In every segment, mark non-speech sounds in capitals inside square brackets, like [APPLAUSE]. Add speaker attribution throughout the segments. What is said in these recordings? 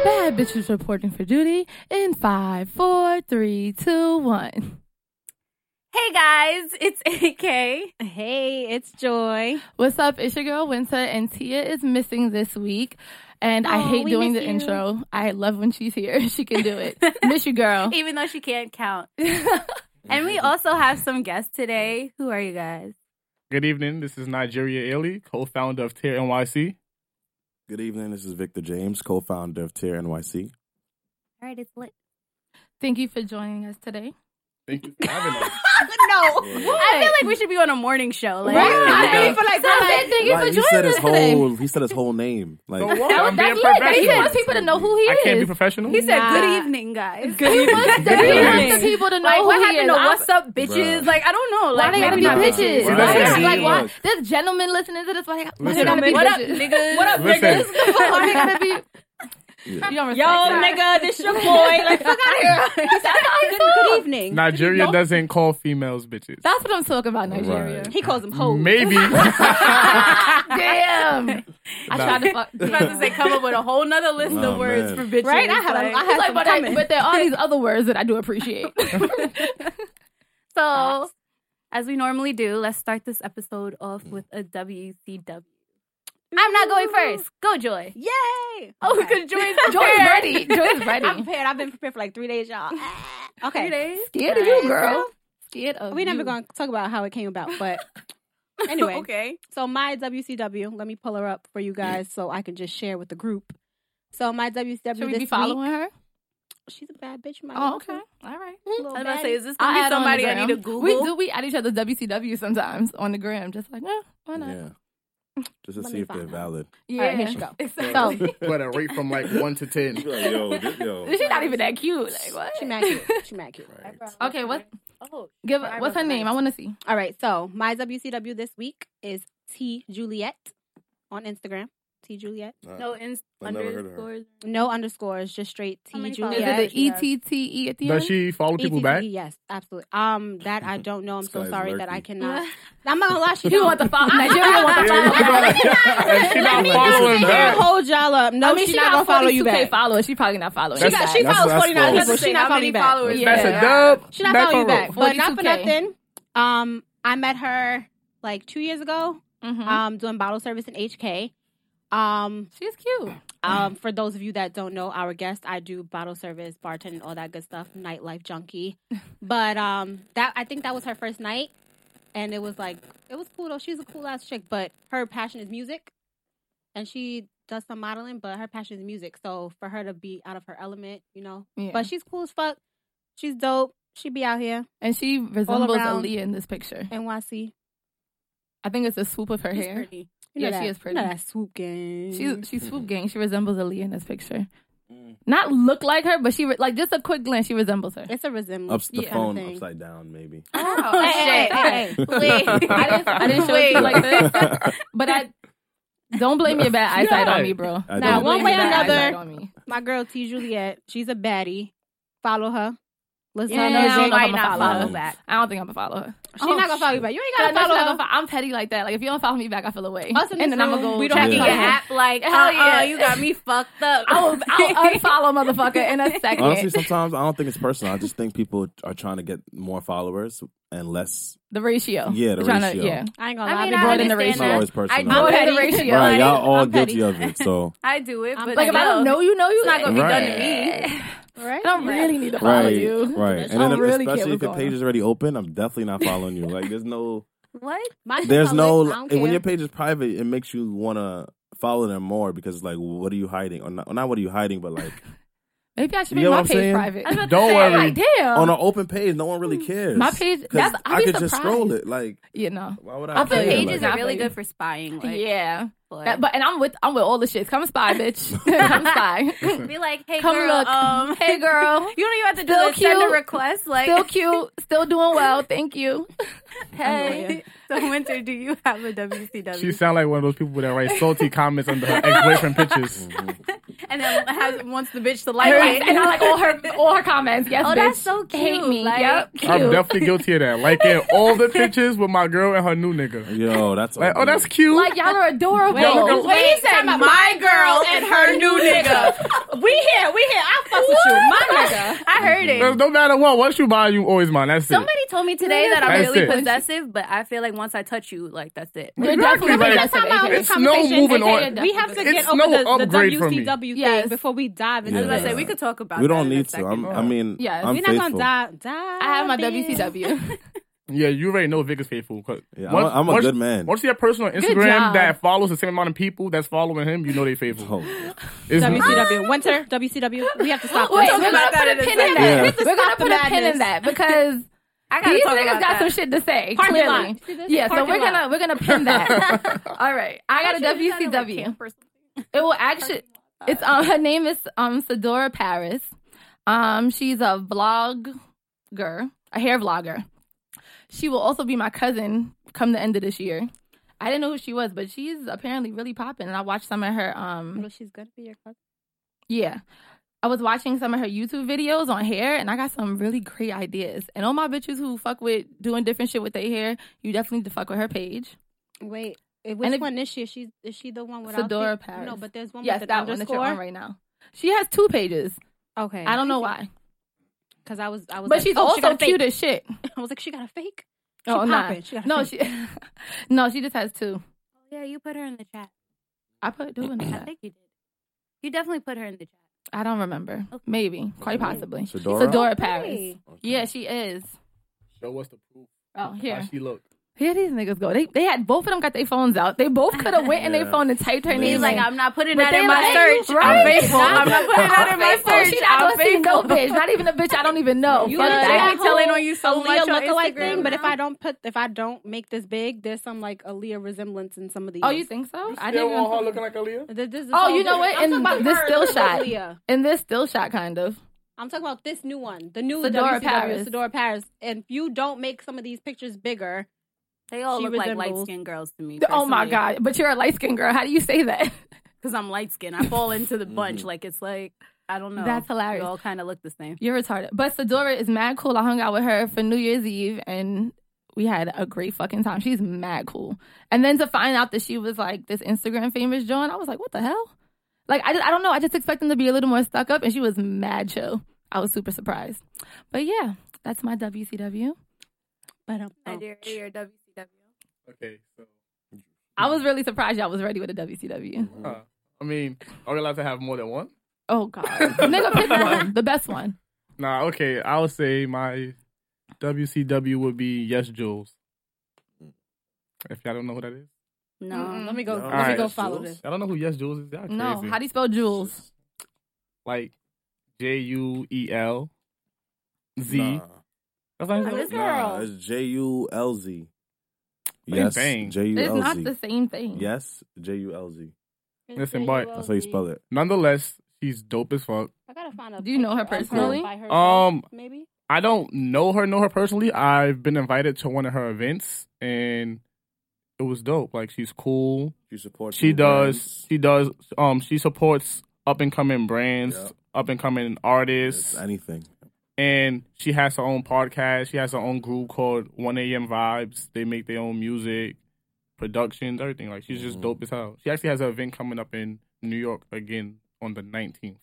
Speaker 1: Bad bitches reporting for duty in five, four, three, two, one.
Speaker 2: Hey guys,
Speaker 1: [LAUGHS]
Speaker 2: it's AK.
Speaker 3: Hey, it's Joy.
Speaker 1: What's up? It's your girl Winter, and Tia is missing this week. And I
Speaker 2: Aw,
Speaker 1: hate
Speaker 2: we
Speaker 1: doing the
Speaker 2: miss you.
Speaker 1: intro. I love when she's here. [LAUGHS] She can do it. miss you, girl.
Speaker 2: Even though she can't
Speaker 1: [LAUGHS]
Speaker 2: count. and we also have some guests today. Who are you guys?
Speaker 4: Good evening. This is Nigeria Ailey, co-founder of Tear NYC.
Speaker 5: Good evening. This is Victor James, co-founder of Tear NYC.
Speaker 2: All right, it's lit.
Speaker 1: Thank you for joining us today.
Speaker 4: Thank you for having us.
Speaker 2: no. I feel
Speaker 1: Oh, What?
Speaker 2: like we should be on a morning show. Like,
Speaker 1: Right?
Speaker 5: Yeah,
Speaker 2: I
Speaker 5: we
Speaker 2: mean, for like
Speaker 1: So I said thank you
Speaker 5: Like,
Speaker 1: for
Speaker 5: he said
Speaker 1: joining
Speaker 5: his
Speaker 1: us today.
Speaker 5: whole
Speaker 1: [LAUGHS]
Speaker 5: he said his whole name. Like
Speaker 4: So what?
Speaker 1: That was-
Speaker 4: I'm being
Speaker 1: that's lit. He
Speaker 4: professional.
Speaker 1: wants people to know who he
Speaker 4: I
Speaker 1: is.
Speaker 4: can't be professional.
Speaker 2: he said,
Speaker 1: Nah.
Speaker 2: good evening, guys.
Speaker 1: he wants the, he wants the
Speaker 2: evening.
Speaker 1: people to know
Speaker 2: Like,
Speaker 1: who
Speaker 2: what
Speaker 1: he
Speaker 2: happened
Speaker 1: is.
Speaker 2: to
Speaker 1: I'm-
Speaker 2: what's up, bitches?
Speaker 5: Bruh.
Speaker 2: Like, I don't know.
Speaker 1: Why
Speaker 2: Like,
Speaker 1: they gotta be
Speaker 2: maybe not
Speaker 1: bitches?
Speaker 4: Why
Speaker 1: Why
Speaker 4: they
Speaker 1: they
Speaker 4: gotta
Speaker 1: like
Speaker 5: be
Speaker 1: why?
Speaker 5: bitches?
Speaker 1: There's gentlemen listening to this. Why they got- why they
Speaker 4: Listen.
Speaker 1: gotta be
Speaker 2: What up,
Speaker 1: bitches?
Speaker 2: niggas? What up,
Speaker 4: Listen,
Speaker 1: Why they gotta be?
Speaker 5: Yeah.
Speaker 1: You don't respect
Speaker 3: Yo,
Speaker 1: that.
Speaker 3: nigga, this your boy. Like, fuck out here. He said, good,
Speaker 1: [LAUGHS]
Speaker 3: good evening.
Speaker 4: Nigeria
Speaker 3: No.
Speaker 4: doesn't call females bitches.
Speaker 1: That's what I'm talking about, Nigeria.
Speaker 5: Right.
Speaker 3: He calls him hoe.
Speaker 1: [LAUGHS]
Speaker 4: Maybe.
Speaker 1: Damn. I
Speaker 4: Nah.
Speaker 1: tried to
Speaker 5: [LAUGHS]
Speaker 1: fuck.
Speaker 2: I was about to
Speaker 1: [LAUGHS]
Speaker 2: say, come up with a whole nother list
Speaker 5: Oh,
Speaker 2: of words for
Speaker 5: man.
Speaker 2: bitches.
Speaker 3: Right? I had, a, I
Speaker 2: Like-
Speaker 3: had
Speaker 1: Like,
Speaker 3: some
Speaker 1: but, I,
Speaker 3: coming.
Speaker 2: [LAUGHS]
Speaker 1: but there [LAUGHS] are these other words that I do [LAUGHS] appreciate.
Speaker 2: So, as we normally do, let's start this episode off with a E WCW. I'm not going first. Go, Joy.
Speaker 3: Yay!
Speaker 2: Oh, [LAUGHS]
Speaker 3: Okay.
Speaker 2: because Joy is
Speaker 1: Joy's
Speaker 2: prepared.
Speaker 1: ready. Joy's
Speaker 3: I'm
Speaker 1: ready.
Speaker 3: prepared. I've been prepared for like three
Speaker 2: [LAUGHS]
Speaker 3: days, y'all. Ah.
Speaker 2: Three
Speaker 3: okay.
Speaker 2: days.
Speaker 1: Scared of you, girl. Scared of
Speaker 3: we
Speaker 1: you.
Speaker 3: never going to talk about how it came about, but anyway.
Speaker 2: [LAUGHS] okay.
Speaker 3: So my WCW, let me pull her up for you guys so I can just share with the group. So my WCW
Speaker 1: Should we
Speaker 3: this
Speaker 1: be following
Speaker 3: week,
Speaker 1: her?
Speaker 3: she's a bad bitch. My
Speaker 1: Oh, okay. All right.
Speaker 2: I was about to say, is this
Speaker 1: I'll
Speaker 2: gonna be
Speaker 1: add on the
Speaker 2: somebody I
Speaker 1: gram.
Speaker 2: need to Google?
Speaker 1: We do. We add each other WCW sometimes on the gram. Just like, eh, why not?
Speaker 5: yeah. Just to
Speaker 3: Let
Speaker 5: see
Speaker 3: me
Speaker 5: if they're
Speaker 3: find
Speaker 5: valid.
Speaker 1: Yeah.
Speaker 3: All right, here
Speaker 2: [LAUGHS]
Speaker 3: she go.
Speaker 1: Exactly.
Speaker 4: [LAUGHS] but a rate from like one to
Speaker 1: [LAUGHS]
Speaker 4: ten.
Speaker 5: yo, this, yo.
Speaker 1: She's not even
Speaker 2: [LAUGHS]
Speaker 1: that cute. Like what?
Speaker 3: She mad cute. She mad cute.
Speaker 1: Okay, what?
Speaker 2: Oh,
Speaker 1: Give
Speaker 2: Her
Speaker 1: what's her
Speaker 2: eyebrows are
Speaker 1: name?
Speaker 2: nice.
Speaker 1: I want to see.
Speaker 3: All right, so my WCW this week is T Juliet on Instagram. T Juliet.
Speaker 2: no, in-
Speaker 5: Uh, I never heard of her.
Speaker 2: underscores.
Speaker 3: No underscores, just straight
Speaker 2: How
Speaker 3: T
Speaker 2: many
Speaker 1: Is
Speaker 2: Yeah,
Speaker 1: it the
Speaker 3: Juliet.
Speaker 2: she
Speaker 1: E
Speaker 2: does.
Speaker 1: T T E at the
Speaker 4: Does
Speaker 1: end?
Speaker 4: she follow people
Speaker 3: ETTE, [LAUGHS]
Speaker 4: back? [LAUGHS]
Speaker 3: Yes, absolutely. Um,
Speaker 5: [LAUGHS]
Speaker 3: that I don't know. I'm
Speaker 5: This
Speaker 3: so
Speaker 5: guy's
Speaker 3: sorry that I
Speaker 5: lurky.
Speaker 3: [LAUGHS] cannot. I'm not gonna lie. She
Speaker 1: He
Speaker 3: don't.
Speaker 1: want
Speaker 3: [LAUGHS]
Speaker 1: the [LAUGHS] follow. Nigeria want the follow.
Speaker 4: If she
Speaker 3: Let
Speaker 4: not
Speaker 3: me just sit
Speaker 4: following
Speaker 3: here and
Speaker 4: back.
Speaker 3: hold y'all up. No,
Speaker 1: I mean,
Speaker 3: she,
Speaker 1: she,
Speaker 3: not
Speaker 1: got
Speaker 3: gonna follow you
Speaker 1: 42K
Speaker 3: back.
Speaker 1: Followers. She probably not following.
Speaker 5: She
Speaker 1: you
Speaker 5: got-
Speaker 1: back.
Speaker 3: she
Speaker 5: That's-
Speaker 3: follows
Speaker 5: that's
Speaker 3: 49
Speaker 5: false.
Speaker 3: people.
Speaker 2: Say
Speaker 3: She not
Speaker 2: how
Speaker 3: following
Speaker 2: many
Speaker 3: you back.
Speaker 2: followers.
Speaker 1: Yeah.
Speaker 4: That's a dub.
Speaker 3: She not following you
Speaker 4: on
Speaker 3: back.
Speaker 4: roll.
Speaker 3: But not for
Speaker 1: 42K.
Speaker 3: nothing. Um, I met her like two years ago.
Speaker 1: Mhm.
Speaker 3: Um, doing bottle service in HK. Um,
Speaker 1: She's cute.
Speaker 3: Um, for those of you that don't know, our guest, I do bottle service, bartending, all that good stuff, nightlife
Speaker 1: [LAUGHS]
Speaker 3: junkie. But um, that I think that was her first night, and it was like it was cool though. She's a cool ass chick, but her passion is music, and she does some modeling, but her passion is music. So for her to be out of her element, you know,
Speaker 1: Yeah.
Speaker 3: but she's cool as fuck. She's dope. She be out here
Speaker 1: and she resembles
Speaker 3: around.
Speaker 1: Aaliyah in this picture.
Speaker 3: NYC.
Speaker 1: I think it's the swoop of her
Speaker 2: She's
Speaker 1: hair.
Speaker 2: pretty.
Speaker 3: You
Speaker 1: Yeah,
Speaker 3: know
Speaker 1: she
Speaker 3: that-
Speaker 1: is
Speaker 3: You know
Speaker 1: pretty.
Speaker 3: that swoop game.
Speaker 1: She she's swoop gang. She resembles Aaliyah in this picture. Not look like her, but she re- like just a quick glance. She resembles her.
Speaker 3: it's a resemblance.
Speaker 5: Ups the
Speaker 1: Yeah.
Speaker 5: phone
Speaker 3: Thing.
Speaker 5: upside
Speaker 1: [LAUGHS]
Speaker 5: down, maybe.
Speaker 2: [LAUGHS] Oh,
Speaker 3: Hey,
Speaker 2: shit.
Speaker 3: hey, hey.
Speaker 2: Wait.
Speaker 5: [LAUGHS]
Speaker 2: I didn't, I didn't show it
Speaker 1: Wait.
Speaker 2: to you like this.
Speaker 1: [LAUGHS] But I don't blame your bad eyesight on me, bro.
Speaker 5: I
Speaker 3: Now,
Speaker 5: don't-
Speaker 3: one
Speaker 1: Blame
Speaker 3: way
Speaker 1: your
Speaker 3: or
Speaker 1: bad
Speaker 3: another,
Speaker 1: eyesight on me.
Speaker 3: My girl T Juliet, she's a baddie. Follow her. Listen
Speaker 1: Yeah,
Speaker 3: to
Speaker 1: I
Speaker 3: her
Speaker 1: don't
Speaker 3: music.
Speaker 1: like-
Speaker 2: might not
Speaker 1: follow.
Speaker 2: follow back.
Speaker 1: I don't think I'm gonna follow her.
Speaker 3: She's not gonna follow you back. You
Speaker 1: That's
Speaker 3: ain't
Speaker 1: not
Speaker 3: gotta
Speaker 1: gonna
Speaker 3: follow her.
Speaker 1: fo- I'm petty like that. Like if you don't follow me back, I feel away.
Speaker 3: Us in
Speaker 1: and
Speaker 3: this
Speaker 1: then I'm gonna
Speaker 3: room,
Speaker 1: go
Speaker 3: we don't
Speaker 1: check
Speaker 2: Checking
Speaker 5: Yeah.
Speaker 2: your
Speaker 1: your app.
Speaker 2: app, like,
Speaker 1: Hell
Speaker 2: uh-uh,
Speaker 1: yeah.
Speaker 2: you got me fucked up.
Speaker 1: I'll,
Speaker 2: [LAUGHS]
Speaker 1: I'll unfollow motherfucker in a second.
Speaker 5: Honestly, sometimes I don't think it's personal. I just think people are trying to get more followers and less.
Speaker 1: the ratio.
Speaker 5: Yeah, the
Speaker 1: We're tryna-
Speaker 5: ratio.
Speaker 1: yeah.
Speaker 3: I ain't gonna
Speaker 2: I
Speaker 3: lie.
Speaker 2: mean,
Speaker 3: I
Speaker 2: I
Speaker 3: brought in
Speaker 1: understand
Speaker 3: the
Speaker 5: It's
Speaker 3: race.
Speaker 5: not
Speaker 2: that.
Speaker 5: always
Speaker 2: I
Speaker 5: personal.
Speaker 2: do
Speaker 1: I'm
Speaker 2: it
Speaker 1: petty.
Speaker 2: in the ratio.
Speaker 5: Right, y'all all
Speaker 3: I'm petty.
Speaker 5: guilty of it. So
Speaker 2: I do it,
Speaker 3: I'm
Speaker 2: but
Speaker 1: Like if I
Speaker 2: yo,
Speaker 1: don't know you, know you.
Speaker 2: It's not gonna
Speaker 5: be done to
Speaker 1: to me.
Speaker 3: Right?
Speaker 1: I don't really need to [LAUGHS] follow
Speaker 5: right,
Speaker 1: you.
Speaker 5: right,
Speaker 1: I
Speaker 5: and then
Speaker 1: don't really care
Speaker 5: especially
Speaker 1: what's
Speaker 5: if your
Speaker 1: going
Speaker 5: page
Speaker 1: on.
Speaker 5: is already open, I'm definitely not following you. Like, there's no.
Speaker 2: [LAUGHS] what?
Speaker 3: My shit's
Speaker 5: There's
Speaker 3: public.
Speaker 5: no
Speaker 3: I don't
Speaker 5: and when
Speaker 3: care.
Speaker 5: your page is private, it makes you want to follow them more because it's like, what are you hiding? Or not, not what are you hiding, but like
Speaker 1: Maybe I should
Speaker 5: You
Speaker 1: make
Speaker 5: know
Speaker 1: my
Speaker 5: what I'm
Speaker 1: page
Speaker 5: saying?
Speaker 1: private.
Speaker 2: I'm about to
Speaker 4: Don't
Speaker 2: say,
Speaker 1: I'm
Speaker 4: worry.
Speaker 1: like, damn.
Speaker 5: on an open page, no one really cares.
Speaker 1: My page-
Speaker 5: 'Cause
Speaker 1: that's- I'd
Speaker 5: I
Speaker 1: be
Speaker 5: could just
Speaker 1: surprised.
Speaker 5: scroll it. Like,
Speaker 1: you know.
Speaker 5: why would
Speaker 1: I
Speaker 5: I?
Speaker 1: feel
Speaker 5: care?
Speaker 1: like
Speaker 2: Pages
Speaker 1: like-
Speaker 2: are really good for spying. Like,
Speaker 1: yeah.
Speaker 2: for-
Speaker 1: That- but and I'm with I'm with all the shit. Come spy, bitch. Come
Speaker 2: [LAUGHS]
Speaker 1: spy.
Speaker 2: be like, hey
Speaker 1: Come
Speaker 2: girl,
Speaker 1: look.
Speaker 2: um,
Speaker 1: hey girl.
Speaker 2: [LAUGHS] You don't even have to do
Speaker 1: Still
Speaker 2: it. Send a
Speaker 1: cute.
Speaker 2: request. Like,
Speaker 1: Still cute. Still doing well. Thank you.
Speaker 2: [LAUGHS] hey. So, Winter, do you have a WCW?
Speaker 4: She sound like one of those people that write salty comments under her ex-boyfriend pictures.
Speaker 2: and then has, wants the bitch to like
Speaker 1: Her,
Speaker 2: it.
Speaker 1: and I like
Speaker 2: [LAUGHS]
Speaker 1: all her all her comments. Yes,
Speaker 2: Oh,
Speaker 1: bitch.
Speaker 2: that's so cute.
Speaker 1: Hate me.
Speaker 2: Like,
Speaker 1: yep.
Speaker 4: I'm
Speaker 1: cute.
Speaker 4: definitely guilty of that. Like in all the pictures with my girl and her new nigga.
Speaker 5: Yo, that's
Speaker 4: Like, oh,
Speaker 5: ugly.
Speaker 4: that's cute.
Speaker 1: Like y'all are adorable.
Speaker 4: Yo.
Speaker 1: Wait,
Speaker 3: he said my girl and her new
Speaker 2: [LAUGHS]
Speaker 3: nigga. we here, we here. I fuck with you, my nigga.
Speaker 2: I heard it.
Speaker 4: no, no matter what, once you buy, you always mine. That's
Speaker 2: Somebody told me today that I'm
Speaker 4: That's
Speaker 2: really
Speaker 4: it.
Speaker 2: possessive, but I feel like once I touch you, like that's it.
Speaker 1: You're
Speaker 4: Exactly,
Speaker 1: definitely
Speaker 4: like-
Speaker 1: possessive,
Speaker 3: Time out.
Speaker 1: AK.
Speaker 4: it. It's no moving
Speaker 1: Hey,
Speaker 4: on.
Speaker 1: hey,
Speaker 3: We have to
Speaker 4: It's
Speaker 3: get over
Speaker 4: no
Speaker 3: the, the
Speaker 4: upgrade for me.
Speaker 3: WCW thing
Speaker 1: Yes.
Speaker 3: before we dive into
Speaker 5: Yeah.
Speaker 2: I was
Speaker 3: this.
Speaker 2: gonna say we could talk about.
Speaker 5: we
Speaker 2: that
Speaker 5: don't
Speaker 2: in a
Speaker 5: need to. I'm,
Speaker 2: second.
Speaker 5: I mean,
Speaker 1: Yes.
Speaker 5: I'm
Speaker 1: We're
Speaker 3: We're not
Speaker 5: faithful.
Speaker 3: gonna dive. dive
Speaker 1: I have my
Speaker 3: in.
Speaker 1: WCW.
Speaker 4: Yeah, you already know Vic is faithful. 'cause
Speaker 5: Yeah, I'm a- I'm a good man.
Speaker 4: Once you have a person on
Speaker 1: job.
Speaker 4: Instagram that follows the same amount of people that's following him, you know they faithful.
Speaker 5: [LAUGHS] Oh,
Speaker 4: It's-
Speaker 3: WCW [GASPS] winter WCW. We have to stop.
Speaker 1: Wait,
Speaker 3: this.
Speaker 1: we're gonna put a pin in
Speaker 5: Yeah.
Speaker 1: that.
Speaker 5: Let's
Speaker 1: We're gonna
Speaker 3: stop the
Speaker 1: put a pin in
Speaker 3: madness.
Speaker 1: that [LAUGHS] because
Speaker 2: I gotta
Speaker 1: these
Speaker 2: talk
Speaker 1: niggas got
Speaker 2: about that.
Speaker 1: some shit to say.
Speaker 3: Parking
Speaker 1: clearly,
Speaker 3: lot. See this?
Speaker 1: yeah. So
Speaker 3: Parking
Speaker 1: we're
Speaker 3: lot.
Speaker 1: gonna we're gonna pin [LAUGHS] that. All right, I got a WCW. It will actually. It's um her name is um Sadora Paris. Um, she's a vlogger, a hair vlogger. She will also be my cousin come the end of this year. I didn't know who she was, but she's apparently really popping. And I watched some of her um
Speaker 3: Well, she's gonna be your cousin.
Speaker 1: yeah. I was watching some of her YouTube videos on hair and I got some really great ideas. And all my bitches who fuck with doing different shit with their hair, you definitely need to fuck with her page.
Speaker 3: Wait, eh, which
Speaker 1: if-
Speaker 3: one this year? She's is she the one without
Speaker 1: Fedora
Speaker 3: the-
Speaker 1: Paris.
Speaker 3: No, but there's one
Speaker 1: yes,
Speaker 3: with
Speaker 1: that
Speaker 3: the
Speaker 1: one that you're
Speaker 3: Oh underscore.
Speaker 1: on right now. She has two pages.
Speaker 3: Okay,
Speaker 1: I don't know why.
Speaker 3: because I was I was.
Speaker 1: But
Speaker 3: like,
Speaker 1: she's
Speaker 3: oh, she got
Speaker 1: also
Speaker 3: a fake.
Speaker 1: cute as shit.
Speaker 3: [LAUGHS] I was like, she got a fake. She
Speaker 1: Oh, nah.
Speaker 3: poppin'. She got a
Speaker 1: no,
Speaker 3: fake.
Speaker 1: she, [LAUGHS] no, she just has two.
Speaker 2: Yeah, you put her in the chat.
Speaker 1: I put two in
Speaker 2: I
Speaker 1: that.
Speaker 2: think you did. You definitely put her in the chat.
Speaker 1: I don't remember.
Speaker 2: Okay.
Speaker 1: Maybe, quite possibly.
Speaker 5: Fedora?
Speaker 1: Fedora
Speaker 3: Okay.
Speaker 1: Paris. Yeah, she is.
Speaker 4: Show us the proof.
Speaker 1: Oh, here,
Speaker 4: she look.
Speaker 1: here these niggas go. They they had both of them got their phones out. They both could have went in their
Speaker 5: Yeah.
Speaker 1: phone and typed her
Speaker 5: He's
Speaker 1: name.
Speaker 2: He's like, I'm not putting
Speaker 1: But
Speaker 2: that
Speaker 1: they
Speaker 2: in my
Speaker 1: like,
Speaker 2: search.
Speaker 1: right?
Speaker 2: I'm faithful. I'm not putting that in my
Speaker 1: faithful.
Speaker 2: search.
Speaker 1: She not
Speaker 2: I'm
Speaker 1: gonna see no
Speaker 2: faithful.
Speaker 1: bitch. Not even a bitch I don't even know.
Speaker 3: You
Speaker 1: Fuck
Speaker 3: know,
Speaker 2: But
Speaker 1: that.
Speaker 2: I be
Speaker 3: that
Speaker 2: telling
Speaker 3: whole
Speaker 2: on you so
Speaker 3: Aaliyah
Speaker 2: much on
Speaker 3: lookalike
Speaker 2: Instagram
Speaker 3: thing, but if
Speaker 2: now.
Speaker 3: I don't put, if I don't make this big, there's some like Aaliyah resemblance in some of these.
Speaker 1: Oh, you think so? I didn't. even-
Speaker 4: looking like Aaliyah?
Speaker 3: Th- this is
Speaker 1: Oh,
Speaker 3: all
Speaker 1: you know what?
Speaker 3: different. I'm
Speaker 1: In
Speaker 3: talking about
Speaker 1: this
Speaker 3: her,
Speaker 1: still
Speaker 3: not
Speaker 1: shot.
Speaker 3: Aaliyah.
Speaker 1: In this still shot, kind of.
Speaker 3: I'm talking about this new one, the new
Speaker 1: Fedora
Speaker 3: WCW,
Speaker 1: Paris.
Speaker 3: Fedora Paris. And if you don't make some of these pictures bigger,
Speaker 2: They all
Speaker 3: She
Speaker 2: look like
Speaker 3: resembles-
Speaker 2: light skinned girls to me.
Speaker 1: Oh my god! But you're a light skinned girl. How do you say that? [LAUGHS]
Speaker 2: Because I'm light skinned. I fall into the bunch. Like it's like I don't know.
Speaker 1: That's hilarious.
Speaker 2: You all kind of look the same.
Speaker 1: You're retarded. But Sedora is mad cool. I hung out with her for New Year's Eve and we had a great fucking time. She's mad cool. And then to find out that she was like this Instagram famous John, I was like, what the hell? Like, I, just, I don't know. I just expect them to be a little more stuck up and she was mad chill. I was super surprised. But yeah, that's my WCW.
Speaker 3: but um,
Speaker 2: I dare your WCW.
Speaker 4: Okay, so
Speaker 1: I was really surprised y'all was ready with a WCW.
Speaker 4: huh. uh, I mean, are we allowed to have more than one?
Speaker 1: Oh, God. Nigga, pick one. The best one.
Speaker 4: Nah, okay. I would say my WCW would be Yes Jules. If y'all don't know who that is,
Speaker 2: No.
Speaker 3: um, let me go.
Speaker 5: No.
Speaker 3: Let me
Speaker 4: Alright.
Speaker 3: go follow
Speaker 5: Jules.
Speaker 3: this.
Speaker 4: y'all don't know who Yes Jules is. Y'all crazy.
Speaker 1: No. How do you spell Jules?
Speaker 4: like J U E L Z?
Speaker 5: Nah.
Speaker 4: That's not his
Speaker 2: I'm
Speaker 4: name?
Speaker 2: just-
Speaker 5: Nah,
Speaker 2: Girl.
Speaker 5: it's J U L Z.
Speaker 4: Bang,
Speaker 5: Yes,
Speaker 4: bang.
Speaker 5: J U
Speaker 1: It's not
Speaker 5: L
Speaker 1: the
Speaker 5: Z.
Speaker 1: same thing.
Speaker 5: Yes, J U L Z.
Speaker 4: Listen, Bart.
Speaker 5: That's how you spell it.
Speaker 4: Nonetheless, she's dope as fuck.
Speaker 3: I gotta find a
Speaker 1: Do you know her
Speaker 3: picture of
Speaker 1: personally?
Speaker 3: by herself,
Speaker 4: Um,
Speaker 3: maybe.
Speaker 4: I don't know her, know her personally. I've been invited to one of her events, and it was dope. Like she's cool.
Speaker 5: You support.
Speaker 4: She
Speaker 5: your
Speaker 4: does.
Speaker 5: brands.
Speaker 4: She does. Um, she supports up and coming brands,
Speaker 5: Yeah.
Speaker 4: up and coming
Speaker 5: It's
Speaker 4: artists,
Speaker 5: anything.
Speaker 4: and she has her own podcast. She has her own group called One AM Vibes. They make their own music, productions, everything. Like she's just
Speaker 5: Mhm.
Speaker 4: dope as hell. She actually has an event coming up in New York again on the nineteenth.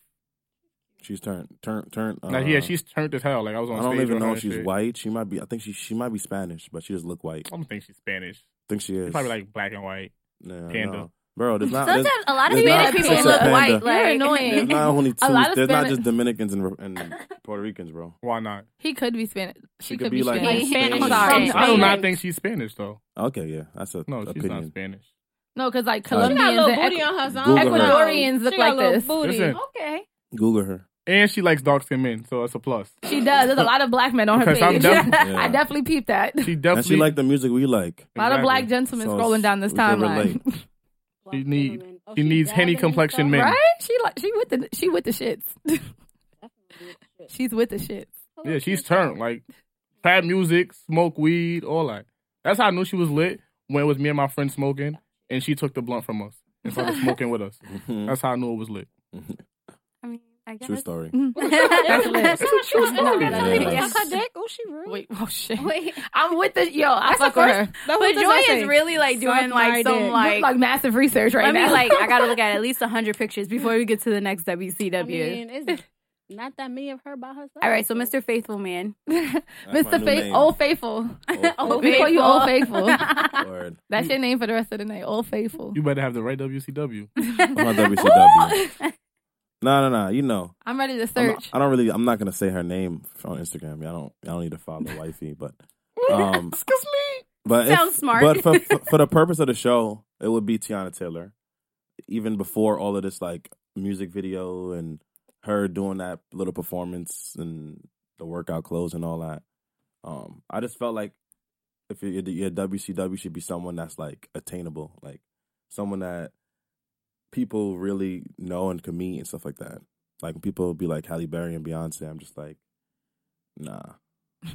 Speaker 5: She's turned, turned, turned. Uh,
Speaker 4: now, yeah, she's turned as hell. Like I was on.
Speaker 5: I don't
Speaker 4: stage
Speaker 5: even
Speaker 4: with her
Speaker 5: know
Speaker 4: and
Speaker 5: if she's
Speaker 4: shit.
Speaker 5: white. She might be. I think she she might be Spanish, but she does look white.
Speaker 4: I don't think she's Spanish.
Speaker 5: I think she
Speaker 4: She's
Speaker 5: is.
Speaker 4: probably like black and white.
Speaker 5: yeah,
Speaker 4: panda.
Speaker 5: No. Bro, there's not. There's,
Speaker 2: Sometimes a lot of
Speaker 5: there's
Speaker 2: Spanish
Speaker 5: not-
Speaker 2: people
Speaker 5: it's a
Speaker 2: look
Speaker 5: panda.
Speaker 2: white. Like
Speaker 1: You're
Speaker 2: [LAUGHS]
Speaker 5: there's
Speaker 1: annoying.
Speaker 5: not only two.
Speaker 1: A lot of
Speaker 5: There's not
Speaker 1: Spani-
Speaker 5: just Dominicans and, and Puerto Ricans, bro.
Speaker 4: Why not?
Speaker 1: He could be Spanish. She, could, be,
Speaker 5: like
Speaker 1: Spanish.
Speaker 3: Spanish.
Speaker 1: I'm
Speaker 3: Sorry.
Speaker 4: I do
Speaker 1: Spain.
Speaker 4: not think she's Spanish though.
Speaker 5: Okay, yeah, that's a
Speaker 4: No, she's not
Speaker 5: opinion.
Speaker 4: Spanish.
Speaker 1: No, because like
Speaker 5: She got a
Speaker 3: She got a
Speaker 1: Colombians
Speaker 3: little
Speaker 1: and
Speaker 3: booty
Speaker 1: Ecu-
Speaker 3: on her
Speaker 5: Google
Speaker 3: song.
Speaker 5: her.
Speaker 1: Ecuadorians look
Speaker 3: She got
Speaker 1: like
Speaker 3: a little
Speaker 1: this.
Speaker 3: Booty.
Speaker 4: Listen.
Speaker 3: Okay.
Speaker 5: Google her.
Speaker 4: And she likes dark skin men, so it's a plus.
Speaker 1: she does. There's a lot of black men on her
Speaker 4: Because I'm
Speaker 1: page.
Speaker 4: def-
Speaker 1: [LAUGHS]
Speaker 5: Yeah.
Speaker 1: I definitely peeped that.
Speaker 4: She
Speaker 5: And
Speaker 4: definitely
Speaker 5: she like the music we like.
Speaker 1: A lot of black
Speaker 4: Exactly.
Speaker 1: gentlemen
Speaker 5: So
Speaker 1: scrolling down this
Speaker 5: we can
Speaker 1: timeline,
Speaker 5: relate.
Speaker 3: Black
Speaker 4: need-
Speaker 3: gentleman. Oh,
Speaker 4: she needs
Speaker 3: dabbing
Speaker 4: henny
Speaker 3: and
Speaker 4: complexion
Speaker 3: stuff?
Speaker 1: [LAUGHS]
Speaker 4: men.
Speaker 1: right? She like she with the she with the shits. [LAUGHS] She's with the shits.
Speaker 4: Yeah, she's turned like trap music, smoke weed, all that. That's how I knew she was lit when it was me and my
Speaker 5: Mm-hmm.
Speaker 4: friend smoking, and she took the blunt from us and started smoking with us. That's how I knew it was lit.
Speaker 2: I guess.
Speaker 5: True story.
Speaker 1: That's lit.
Speaker 5: Yeah.
Speaker 3: Suck her dick. Oh, she rude.
Speaker 1: Wait, oh shit.
Speaker 2: Wait,
Speaker 1: I'm with the yo. I
Speaker 3: That's
Speaker 1: fuck
Speaker 3: the
Speaker 1: with
Speaker 3: first-
Speaker 1: her.
Speaker 3: That
Speaker 2: but
Speaker 3: was
Speaker 2: Joy
Speaker 3: the
Speaker 2: is really like
Speaker 3: Suck
Speaker 2: doing like
Speaker 3: my
Speaker 2: some
Speaker 1: Like,
Speaker 3: dick.
Speaker 2: like.
Speaker 1: like massive research right
Speaker 2: let
Speaker 1: now.
Speaker 2: me like I [LAUGHS] gotta look at at least hundred pictures before we get to the next WCW.
Speaker 3: I mean, it's not that many of her by herself.
Speaker 2: All right, so Mr. Faithful Man.
Speaker 5: That's my
Speaker 1: Mr.
Speaker 5: new
Speaker 1: Faith,
Speaker 5: name.
Speaker 1: Old Faithful.
Speaker 5: Oh,
Speaker 1: We call you Old Faithful.
Speaker 2: [LAUGHS]
Speaker 5: Lord.
Speaker 1: That's your name for the rest of the night. Old Faithful.
Speaker 4: You better have the right WCW.
Speaker 5: I'm on WCW. No, no, no. You know,
Speaker 1: I'm ready to
Speaker 5: I'm not-
Speaker 1: search. [LAUGHS]
Speaker 5: I don't really. I'm not gonna say her name on Instagram. I don't. I don't need to follow wifey, but um, but if-
Speaker 2: Sounds smart.
Speaker 5: But for, for for the purpose of the show, it would be Tiana Taylor, even before all of this like music video and her doing that little performance and the workout clothes and all that. Um, I just felt like if your your WCW should be someone that's like attainable, like someone that people really know and can meet and stuff like that. Like people be like Halle Berry and Beyonce, I'm just like, nah,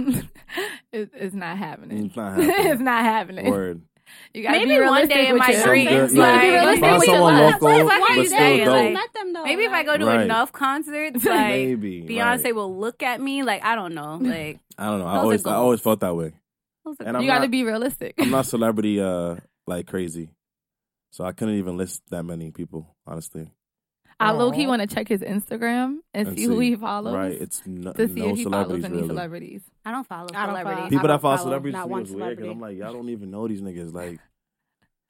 Speaker 1: it, it's not happening.
Speaker 5: It's not happening.
Speaker 1: [LAUGHS] it's not happening.
Speaker 5: Word.
Speaker 1: You gotta
Speaker 2: Maybe
Speaker 1: be
Speaker 2: one
Speaker 1: realistic
Speaker 2: day in
Speaker 1: with
Speaker 2: my
Speaker 1: your-
Speaker 2: dreams,
Speaker 5: Some good-
Speaker 1: You gotta be
Speaker 5: yeah.
Speaker 1: realistic
Speaker 5: Find
Speaker 1: with your
Speaker 5: someone
Speaker 1: life.
Speaker 2: but
Speaker 5: local, but
Speaker 2: still saying,
Speaker 5: dope.
Speaker 2: like-
Speaker 3: Let them know.
Speaker 2: Maybe if I
Speaker 3: like-
Speaker 2: go to
Speaker 5: Right.
Speaker 2: enough concerts,
Speaker 5: [LAUGHS]
Speaker 2: like
Speaker 5: Maybe
Speaker 2: Beyonce
Speaker 5: right.
Speaker 2: will look at me. Like I don't
Speaker 5: [LAUGHS]
Speaker 2: know. Like
Speaker 5: I don't know. I
Speaker 2: Those are
Speaker 5: always I
Speaker 2: goals.
Speaker 5: always felt that way. And I'm
Speaker 1: You gotta
Speaker 5: not,
Speaker 1: be realistic.
Speaker 5: I'm not celebrity uh like crazy. So I couldn't even list that many people, honestly.
Speaker 1: [LAUGHS] I low key want to check his Instagram and,
Speaker 5: And
Speaker 1: see, who
Speaker 5: see.
Speaker 1: he follows
Speaker 5: right. It's no,
Speaker 1: to see
Speaker 5: no
Speaker 1: if he follows
Speaker 5: celebrities
Speaker 1: any
Speaker 5: really.
Speaker 1: celebrities.
Speaker 2: I don't follow
Speaker 3: I don't
Speaker 2: celebrities.
Speaker 5: People
Speaker 3: I
Speaker 5: that
Speaker 3: don't
Speaker 5: follow
Speaker 3: follow
Speaker 5: celebrities
Speaker 3: not
Speaker 5: to me
Speaker 3: one
Speaker 5: was weird because
Speaker 3: celebrity.
Speaker 5: I'm like, y'all don't even know these niggas. Like,